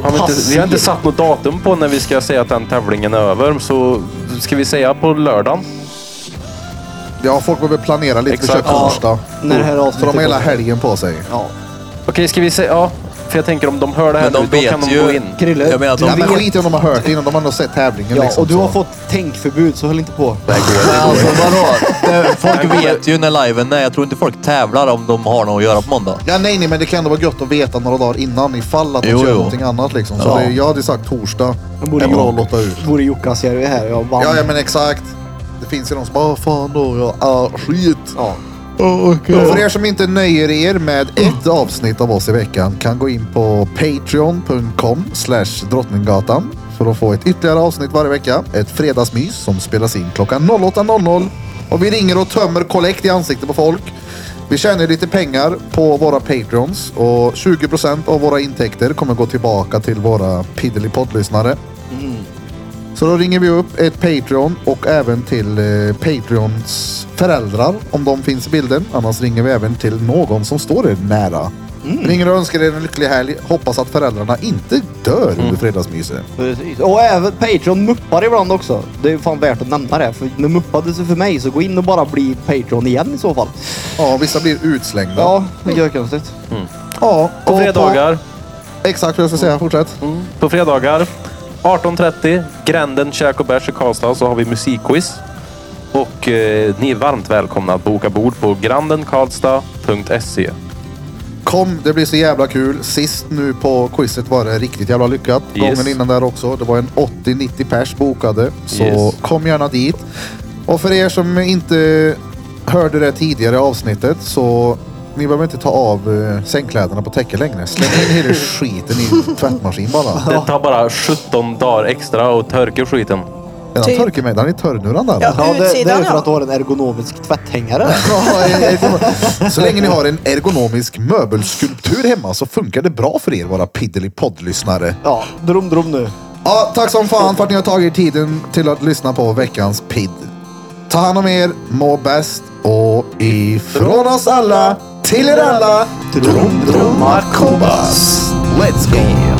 Speaker 2: har vi, inte, vi har inte
Speaker 4: Passivt.
Speaker 2: satt något datum på när vi ska säga att den tävlingen är över. Så ska vi säga på lördagen?
Speaker 1: Ja, folk behöver planera lite. Vi
Speaker 2: Exakt.
Speaker 1: kör torsdag.
Speaker 4: När det här
Speaker 1: Så de har hela
Speaker 4: avsnittet
Speaker 1: helgen på sig.
Speaker 4: Ja.
Speaker 2: Okej, ska vi säga... Ja, för jag tänker om de hör det här
Speaker 5: Men de
Speaker 2: nu, då kan
Speaker 5: vet
Speaker 2: de gå
Speaker 5: ju...
Speaker 2: in.
Speaker 4: Krille.
Speaker 5: Jag menar, de
Speaker 1: Nej, men
Speaker 5: vet-
Speaker 1: skit i om de har hört det innan. De har ändå sett tävlingen.
Speaker 4: Ja,
Speaker 1: liksom,
Speaker 4: och du har
Speaker 1: så.
Speaker 4: fått tänkförbud så höll inte på.
Speaker 5: Alltså vadå? Det- Folk vet ju när liven är. Jag tror inte folk tävlar om de har något att göra på måndag.
Speaker 1: Ja, nej, nej, men det kan ändå vara gött att veta några dagar innan ifall att de
Speaker 5: Jo,
Speaker 1: kör
Speaker 5: jo.
Speaker 1: någonting annat liksom. Så
Speaker 5: Ja.
Speaker 1: det, jag hade sagt torsdag.
Speaker 4: Jag
Speaker 1: Det
Speaker 4: borde
Speaker 1: är bra att
Speaker 4: ju
Speaker 1: låta ut.
Speaker 4: borde Jukka-serie här. Jag vann.
Speaker 1: Ja, ja, men exakt. Det finns ju de som bara, "Ah, fan då, ja, ah, skit.
Speaker 4: Ja.
Speaker 1: Och för er som inte nöjer er med ett avsnitt av oss i veckan kan gå in på patreon.com slash drottninggatan för att få ett ytterligare avsnitt varje vecka. Ett fredagsmys som spelas in klockan 08.00 och vi ringer och tömmer kollekt i ansiktet på folk. Vi tjänar lite pengar på våra patreons och 20% av våra intäkter kommer gå tillbaka till våra piddelipodd-lyssnare. Så då ringer vi upp ett Patreon och även till eh, Patreons föräldrar om de finns i bilden. Annars ringer vi även till någon som står er nära.
Speaker 2: Mm.
Speaker 1: Ringer och önskar er en lycklig helg. Hoppas att föräldrarna inte dör
Speaker 2: Mm.
Speaker 1: under fredagsmyset.
Speaker 4: Precis. Och även Patreon muppar ibland också. Det är fan värt att nämna det. För när muppade sig för mig så gå in och bara bli Patreon igen i så fall.
Speaker 1: Ja, vissa blir utslängda.
Speaker 4: Ja, det är konstigt.
Speaker 1: ja
Speaker 2: På fredagar.
Speaker 1: Exakt vad jag ska säga. Fortsätt.
Speaker 2: På fredagar 18.30, Gränden Käk och Bärs i Karlstad, så har vi musikquiz. Och eh, ni är varmt välkomna att boka bord på grandenkarlstad.se.
Speaker 1: Kom, det blir så jävla kul. Sist nu på quizet var det riktigt jävla lyckat.
Speaker 2: Yes.
Speaker 1: Gången innan där också. Det var en 80-90 pers bokade. Så
Speaker 2: Yes.
Speaker 1: kom gärna dit. Och för er som inte hörde det tidigare avsnittet så ni behöver inte ta av eh, sängkläderna på täcket längre. Släng in hela skiten i tvättmaskin bara.
Speaker 2: Det tar bara 17 dagar extra och törker skiten.
Speaker 1: Den
Speaker 6: Typ.
Speaker 1: torkmeddan i törrnuran där.
Speaker 6: Ja.
Speaker 4: Ja, det, det är
Speaker 6: Utsidan,
Speaker 4: för
Speaker 6: ja.
Speaker 4: att du har en ergonomisk tvätthängare.
Speaker 1: Ja, eh, eh, Så länge ni har en ergonomisk möbelskulptur hemma så funkar det bra för er våra piddelipodd-lyssnare.
Speaker 4: Ja, drum drum nu.
Speaker 1: Ja, tack som fan för att ni har tagit er tiden till att lyssna på veckans PID. Ta hand om er, må bäst och ifrån oss alla till er alla, drum drumma kobas. Let's go!